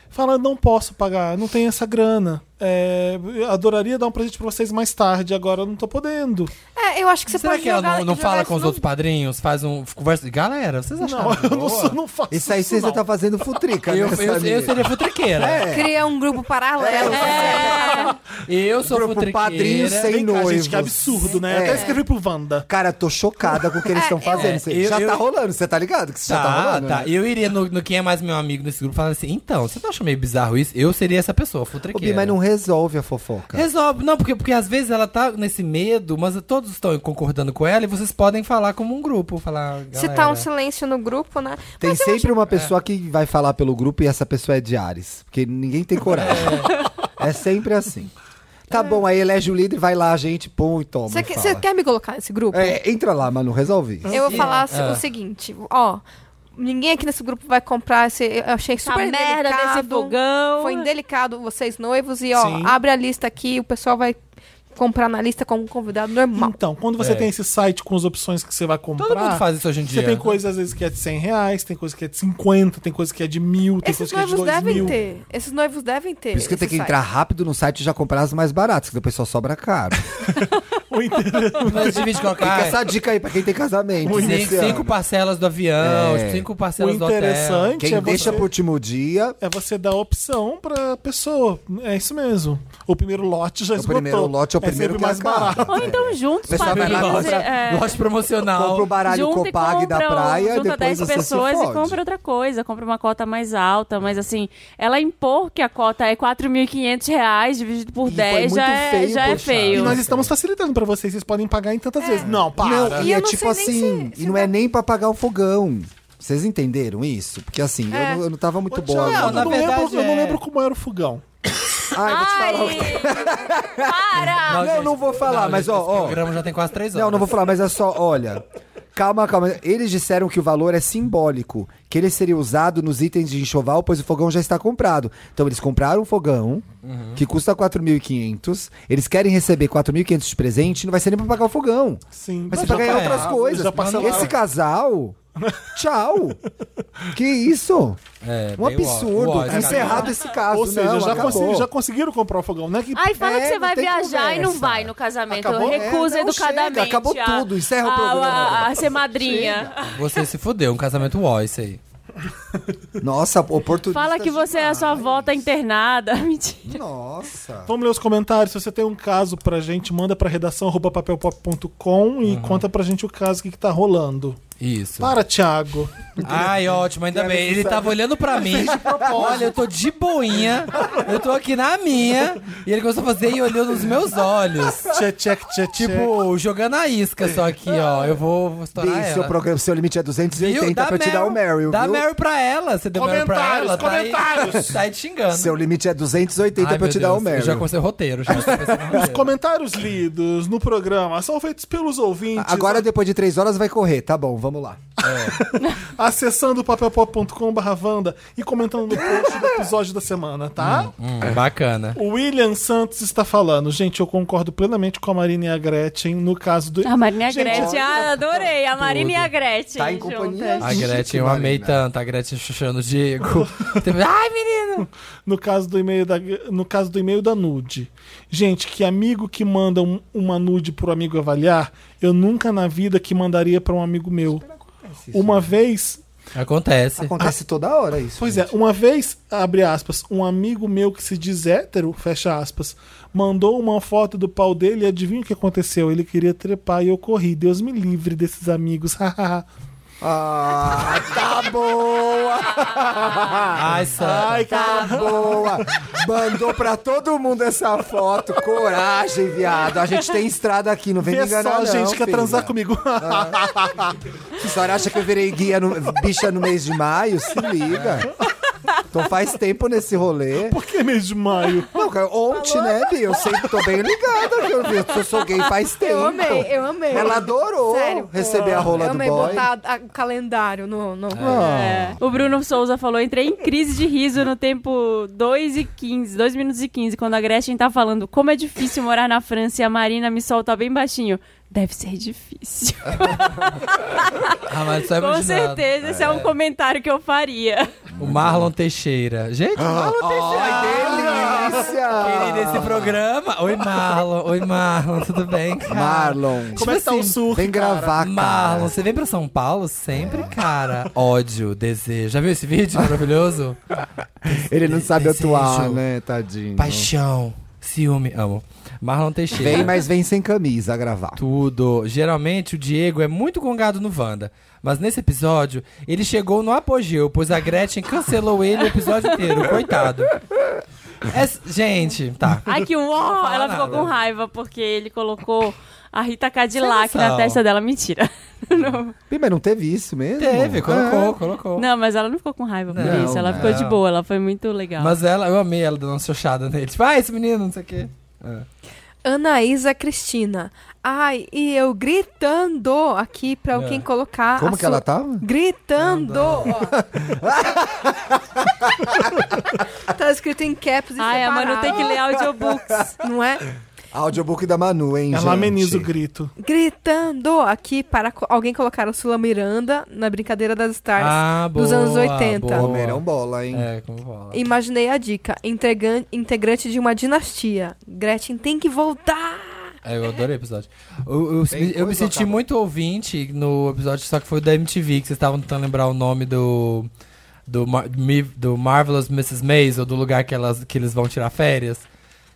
D: Fala, não posso pagar, não tenho essa grana. É, eu adoraria dar um presente pra vocês mais tarde, agora eu não tô podendo.
E: é, É, eu acho que você
A: Será
E: pode
A: que ela
E: jogar-
A: não, não
E: jogar assim,
A: fala
E: isso
A: com os
E: num-
A: outros padrinhos? Faz um. Conversa. Galera, vocês acharam?
D: Não, eu não, sou, não faço
B: Isso aí
D: isso,
B: você
D: não.
B: tá fazendo futrica,
A: Eu,
B: né,
A: eu, eu
B: Samir? É.
A: seria futriqueira.
D: É.
E: Cria um grupo paralelo. assim.
A: Eu sou
B: Grupo
A: futriqueira.
B: padrinho sem-
D: É, Vem cá, gente,
B: noivos.
D: que absurdo, né?
B: É.
D: Até escrevi pro Wanda.
B: Cara, tô chocada com o que eles estão fazendo. Você-
A: eu-
B: já tá
A: eu-
B: rolando, você tá ligado que isso já tá
A: Tá,
B: rolando.
A: tá.
B: né?
A: Eu iria no, no Quem é Mais Meu Amigo nesse grupo falando assim: então, você não acha meio bizarro isso? Eu seria essa pessoa,
B: Ô,
A: futriqueira.
B: Bi, mas não resolve a fofoca.
A: Resolve, não, porque, porque às vezes ela tá nesse medo, mas todos estão concordando com ela e vocês podem falar como um grupo. Falar,
C: É.
E: Se
A: "Galera,
E: tá um silêncio no grupo, né?
B: Tem sempre uma pessoa que vai falar pelo grupo e essa pessoa é de Ares. Porque ninguém tem coragem. É, sempre assim. Tá bom, aí elege o líder, vai lá, gente, põe e toma.
E: Você
B: e
E: que-
B: fala.
E: você quer me colocar nesse grupo?
B: É, entra lá, Manu, resolve. isso.
E: Eu vou
A: Sim.
E: falar assim,
A: Ah.
E: o seguinte, ó. Ninguém aqui nesse grupo vai comprar esse. Eu achei
C: Essa
E: super
C: merda
E: delicado.
C: desse fogão.
E: Foi indelicado vocês noivos e ó,
D: Sim.
E: abre a lista aqui, o pessoal vai comprar na lista como um convidado normal.
D: Então, quando você
A: É.
D: tem esse site com as opções que você vai comprar.
A: Todo mundo faz isso hoje em dia.
D: Você tem coisa, às vezes, que é de 100 reais, tem coisa que é de 50, tem coisa que é de mil, tem
E: Esses
D: coisa que é de
E: noivos
D: dois
E: devem
D: mil.
E: ter. Esses noivos devem ter.
B: Por isso que tem
E: esse
B: que
E: site.
B: entrar rápido no site e já comprar as mais baratas, que depois só sobra caro.
D: O inteiro-
A: Mas divide com a
D: Ah,
B: Fica
D: é.
A: cara.
B: essa dica aí pra quem tem casamento.
A: Cinco,
B: esse ano.
A: cinco parcelas do avião,
B: É.
A: cinco
D: o
A: parcelas do hotel.
D: interessante
B: Quem
D: é
B: deixa
D: você...
B: pro último dia,
D: É você dar opção pra pessoa. É isso mesmo. O primeiro lote já
B: o
D: esgotou.
B: primeiro lote é o primeiro
D: sempre
B: que
D: mais
B: acaba.
D: barato.
C: Ou então juntos,
B: Pessoal, vai lá
C: padrinhos.
B: comprar-
C: é,
A: Lote promocional.
B: Compra o baralho
C: junta e
B: Copag da
C: compra um-
B: praia,
C: junta
B: depois
C: 10
B: você
C: pessoas
B: se
C: e
B: fode.
C: compra outra coisa, compra uma cota mais alta, mas assim, ela impor que a cota é 4.500 reais dividido por
B: E foi
C: 10 já
B: muito
C: é
B: feio,
C: já é
B: poxa.
D: E
C: feio.
D: nós estamos facilitando pra vocês. Vocês podem pagar em tantas vezes. Não, para.
B: Não,
E: E
B: e
E: eu
B: é
E: É. não
B: tipo
E: sei nem
B: assim,
E: se- se
B: e não
E: dá-
B: é nem pra pagar o fogão. Vocês entenderam isso? Porque assim, eu,
E: É.
B: não, eu não tava muito né?
D: Ô,
B: boa.
D: Thiago,
A: Não,
D: eu,
A: na
D: não
A: verdade
D: lembro, eu não
A: é.
D: lembro como era o fogão.
B: Ai, vou te falar. o que-
C: Para!
A: Não,
B: Não,
A: gente,
B: não vou falar,
A: não,
B: mas
A: gente,
B: ó,
A: esse
B: ó.
A: programa já tem quase três horas.
B: Não, não vou falar, mas é só, olha. Calma, calma. Eles disseram que o valor é simbólico, que ele seria usado nos itens de enxoval, pois o fogão já está comprado. Então eles compraram um fogão,
D: Uhum.
B: que custa 4.500, eles querem receber 4.500 de presente, não vai ser nem pra pagar o fogão.
D: Sim.
B: Vai ser
D: Mas
A: já
B: pra ganhar
A: pagaram,
B: outras coisas.
D: já parcelaram.
B: Esse casal, tchau. que isso?
A: É,
B: Um
A: bem uó- uó,
B: absurdo.
A: esse
B: Encerrado
A: cara.
B: esse caso.
D: Ou seja,
B: não,
D: já,
B: acabou.
D: consegui- já conseguiram comprar o fogão, né? Que
C: Aí fala
B: É,
C: que você
B: não
C: vai
B: tem
C: viajar e não
B: conversa.
C: vai no casamento.
B: Acabou?
C: Recusa
B: É, não,
C: educadamente.
B: chega, acabou
C: a-
B: tudo, encerra o
C: a-
B: programa.
C: A, a ser madrinha.
A: Você se fudeu, um casamento uó, isso aí.
B: Nossa, oportunidade.
C: Fala que você é a sua avó tá internada. Mentira.
B: Nossa.
D: Vamos ler os comentários. Se você tem um caso pra gente, manda pra redação arroba papelpop.com
B: Uhum.
D: e conta pra gente o caso, o que, que tá rolando.
A: Isso.
B: Tá.
D: Para, Thiago.
A: Ai, ótimo, ainda bem.
B: é-
A: Ele tava olhando pra mim. Olha, eu tô de boinha. Eu tô aqui na minha. E ele começou a fazer e olhou nos meus olhos.
D: Tchê, tchê, tchê, tchê.
A: Tipo, jogando a isca só aqui, ó. Eu vou, vou
B: Bi,
A: estourar
B: seu,
A: ela.
B: programa, seu limite é 280
A: Viu? Dá
B: pra eu te dar o Meryl,
A: Dá
B: viu?
A: Mary pra ela. Você deu Meryl pra
D: Comentários,
A: ela. tá aí-
D: comentários.
A: Tá aí te xingando.
B: Seu limite é 280
A: Ai, meu
B: pra eu te dar o
A: Deus,
B: Meryl.
A: Eu já comecei o roteiro. Já. Tipo assim, Já comecei o roteiro.
D: Comentários lidos no programa são feitos pelos ouvintes.
B: Agora, depois de três horas, vai correr. Tá bom, vamos lá.
D: acessando papelpop.com/vanda e comentando no post do episódio da semana, tá?
B: Uhum.
A: Hum, bacana.
D: O William Santos está falando, gente, eu concordo plenamente com a Marina e a Gretchen no caso do
C: A Marina e a
D: Gente,
C: Gretchen. Ah, adorei. A Marina e a
A: Tudo.
C: Gretchen.
B: Tá em companhia.
A: A
C: juntas.
A: Gretchen, eu amei tanto. A Gretchen chuchando o Diego. Teve- Ai, menino!
D: no caso do e-mail da no caso do e-mail da nude. Gente, que amigo que manda um- uma nude pro amigo avaliar, eu nunca na vida que mandaria para um amigo meu.
B: né?
D: Uma vez
A: Acontece.
B: Acontece toda hora isso.
D: Pois é, uma vez, abre aspas, um amigo meu que se diz hétero, fecha aspas, mandou uma foto do pau dele e adivinha o que aconteceu? Ele queria trepar e eu corri. Deus me livre desses amigos.
B: Ah, tá boa, Ah, Tá
A: Ai, Sandra.
D: Ai,
C: Tá
D: cara.
B: boa. Mandou pra todo mundo essa foto. Coragem, viado. A gente tem estrada aqui, não vem
D: Vê
B: me enganar,
D: é só,
B: não,
D: gente, quer
B: filha.
D: transar comigo.
B: A senhora acha que eu virei guia no, bicha no mês de maio? Se liga. Tô faz tempo nesse rolê.
D: Por que mês de maio?
B: Não, cara, ontem, né, Bi? Eu sempre tô bem ligada. que Eu, vi, eu sou gay faz tempo.
E: Eu amei, eu amei.
B: Ela adorou
E: Sério.
B: receber a rola
E: eu
B: do
E: amei
B: boy.
E: botar a- o calendário no. no...
C: É. O Bruno Souza falou: entrei em crise de riso no tempo 2 e 15, 2 minutos e 15, quando a Gretchen tá falando como é difícil morar na França e a Marina me solta bem baixinho. Deve ser difícil.
A: Ah, mas só
C: Com
A: imaginando.
C: certeza, esse é um comentário que eu faria.
B: Ah.
A: O Marlon Teixeira. Gente, o Marlon Teixeira.
B: Ai, delícia!
A: Querida,
B: Márcia!
A: esse programa. Oi, Marlon. Oi, Marlon. Tudo bem, cara?
B: Marlon.
D: Como é que tá o
A: assim,
D: surf?
B: Vem gravar, cara.
A: Marlon, você vem pra São Paulo sempre, cara? Ódio, desejo. Já viu esse vídeo maravilhoso?
B: Ele não sabe
A: Desejo.
B: atuar, né, tadinho?
A: Paixão, ciúme. Amo. Marlon Teixeira.
B: Vem, mas vem sem camisa a gravar.
A: Tudo. Geralmente o Diego é muito congado no Wanda. Mas nesse episódio, ele chegou no apogeu, pois a Gretchen cancelou ele o episódio inteiro. Coitado. Essa- gente, tá.
C: Ai, que uó!
A: fala
C: Ela ficou
A: nada.
C: com raiva porque ele colocou a Rita Cadillac
A: Sem
C: na
A: noção.
C: testa dela. Mentira. Não,
B: Ih, Mas não teve isso mesmo?
A: Teve, colocou,
B: É.
A: colocou.
C: Não, mas ela não ficou com raiva por
A: Não,
C: isso. Ela
A: não.
C: ficou de boa, ela foi muito legal.
A: Mas ela, eu amei ela dando uma xoxada nele. Tipo, ah, esse menino, não sei o quê.
E: Anaísa Cristina. Ai, e eu gritando aqui pra alguém colocar.
B: É. Como
E: a
B: que
E: sua-
B: ela tava?
E: Gritando! ó. tá escrito em caps e
C: Ai, a Manu tem que ler audiobooks.
E: Não é?
B: Audiobook da Manu, hein, gente?
D: Ela ameniza o grito.
E: Gritando aqui para co- alguém colocar a Sula Miranda na brincadeira das stars
A: Ah,
E: dos
A: boa,
E: anos 80.
A: boa.
B: Comerão um bola, hein?
A: É, como
B: Ah.
A: fala.
E: Imaginei a dica. Entregan- integrante de uma dinastia. Gretchen tem que voltar!
A: É, eu adorei o episódio. Eu, eu-
B: Tem
A: eu me
B: coisa,
A: senti
B: Otávio?
A: muito ouvinte no episódio, só que foi o da MTV, que vocês estavam tentando lembrar o nome do. Do, Mar- Mi- do Marvelous Mrs. Maisel, do lugar que, elas, que eles vão tirar férias.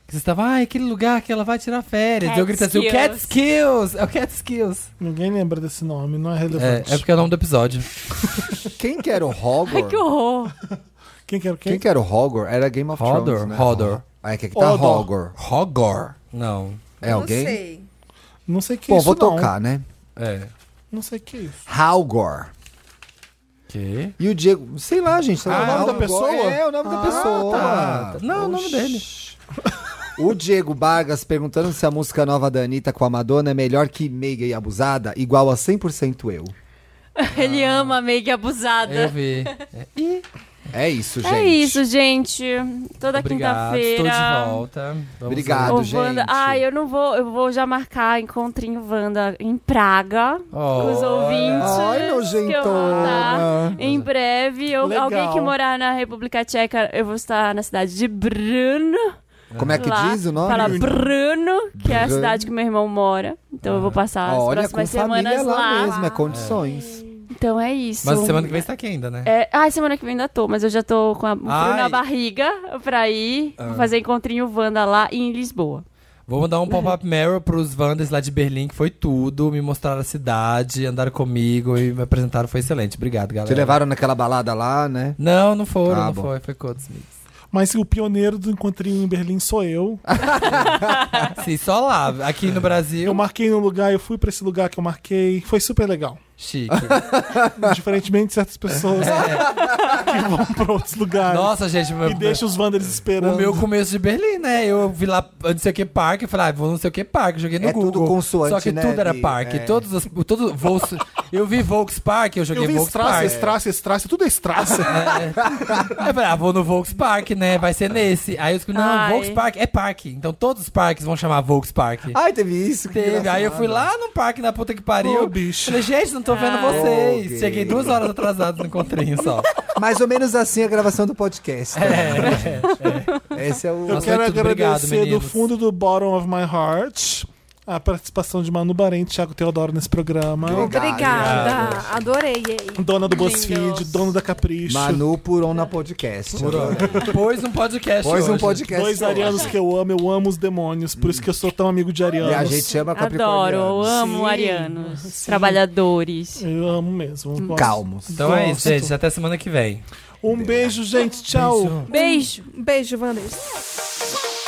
A: Que vocês estavam, ah, aquele lugar que ela vai tirar férias. eu grito assim, o Catskills! É o Catskills!
D: Ninguém lembra desse nome, não é
A: É,
D: relevante.
A: é porque é o nome do episódio.
B: Quem que era o Hogor?
C: Ai, que horror.
D: Quem quer o quê?
B: Quem que era o Hogor? Era Game of
A: Hodor,
B: Thrones, né?
A: Hodor.
B: Ah, é que aqui tá
D: Hodor.
B: Hogor.
A: Hogor. Não.
B: É alguém?
E: sei.
D: Não sei o que é
B: Bom,
D: isso,
B: vou
D: não.
B: tocar, né?
A: É.
D: Não sei o que é isso.
B: Halgor.
A: Que?
B: E o Diego, sei lá, gente. tá
D: Ah,
B: lá,
D: é o nome da
B: Halgor.
D: pessoa? Ah, tá.
B: É, o nome da pessoa.
A: Tá. Não, o nome dele.
B: O Diego Vargas perguntando se a música nova da Anitta com a Madonna é melhor que Meiga e Abusada, igual a 100% eu.
C: Ele
B: Ah.
C: ama a Meg
A: Eu
C: abusada.
A: vi.
B: É isso, gente.
C: É isso, gente. Toda
A: Obrigado.
C: quinta-feira.
A: Estou de volta. Vamos
B: Obrigado.
C: Ô,
B: gente.
C: Wanda. Ai, eu não vou. Eu vou já marcar encontrinho Wanda em Praga.
A: Olha.
C: Com os ouvintes.
B: Ai,
C: que eu vou estar
B: nojentona.
C: Em breve. Eu-
D: Legal.
C: alguém que morar na República Tcheca, eu vou estar na cidade de Brno.
B: Como é que
C: lá,
B: diz o nome?
C: Fala Brno, que é
B: Brno.
C: a
B: Ah.
C: cidade que meu irmão mora. Então eu vou passar as
B: Olha, com
C: próximas
B: família é
C: semanas Ah.
B: lá, mesmo, é condições.
C: Então é isso.
A: Mas semana que vem está aqui ainda, né?
C: É, ah, semana que vem ainda tô, mas eu já tô com a um frio na
A: Ai.
C: barriga pra ir vou fazer encontrinho Wanda lá e em Lisboa.
A: Vou mandar um pop-up Meryl pros Wanders lá de Berlim, que foi tudo. Me mostraram a cidade, andaram comigo e me apresentaram. Foi excelente. Obrigado, galera.
B: Te levaram naquela balada lá, né?
A: Não, não foram,
B: Ah,
A: não
B: bom.
A: foi. Foi com outros amigos.
D: Mas se o pioneiro do encontrinho em Berlim sou eu.
A: Ah, Sim, só lá. Aqui no
D: Eu
A: Brasil,
D: marquei no lugar, eu fui pra esse lugar que eu marquei. Foi super legal.
A: chique.
D: Diferentemente de certas pessoas que vão pra outros lugares.
A: É. Nossa, gente, meu,
D: e deixa os Wanders esperando.
A: o meu começo de Berlim, né? Eu vi lá não sei o que parque, eu falei, ah, vou não sei o que parque, joguei no
B: É tudo
A: Google.
B: consoante,
A: Só que
B: né,
A: tudo era
B: Bi?
A: parque.
B: É.
A: Todos os. Todos, Volks, eu vi Volkspark, eu joguei
D: Eu vi Strasse,
A: Volkspark.
D: Strasse, Strasse, tudo é Strasse.
A: Aí eu falei, ah, vou no Volkspark, né? Vai ser nesse. Aí eu escutei, não,
C: Ai.
A: Volkspark é parque. Então todos os parques vão chamar Volkspark.
B: Ai, teve isso. Ah, que
A: Teve. Aí eu
B: engraçado.
A: fui lá no parque na puta que pariu.
D: Ô, bicho.
A: Falei, gente, não tô vendo vocês.
B: Ok.
A: Cheguei duas horas atrasado no encontrinho só.
B: Mais ou menos assim a gravação do podcast. Né? Esse é o.
D: Eu
A: Nossa,
D: quero
A: é tudo. Obrigado,
D: agradecer do
A: meninos.
D: fundo do bottom of my heart a participação de Manu Barente e Thiago Teodoro nesse programa.
B: Obrigado.
E: Obrigada, adorei.
D: Dona do BuzzFeed, dona da Capricho.
B: Manu Puron na podcast.
A: Pôs um podcast.
B: Pôs um
A: hoje.
B: podcast.
D: Dois
B: hoje.
D: arianos que eu amo, eu amo os demônios, por isso que eu sou tão amigo de arianos.
B: E a gente chama
C: Adoro, eu
B: Capricorniano.
C: amo
D: Sim,
C: arianos,
D: sim.
C: trabalhadores.
D: Eu amo mesmo. eu gosto.
B: Calmos.
A: Então é isso,
D: Gosto.
A: gente. Até semana que vem.
D: Um beijo, gente. Tchau.
E: Beijo. Beijo, Vanessa.
K: Cheio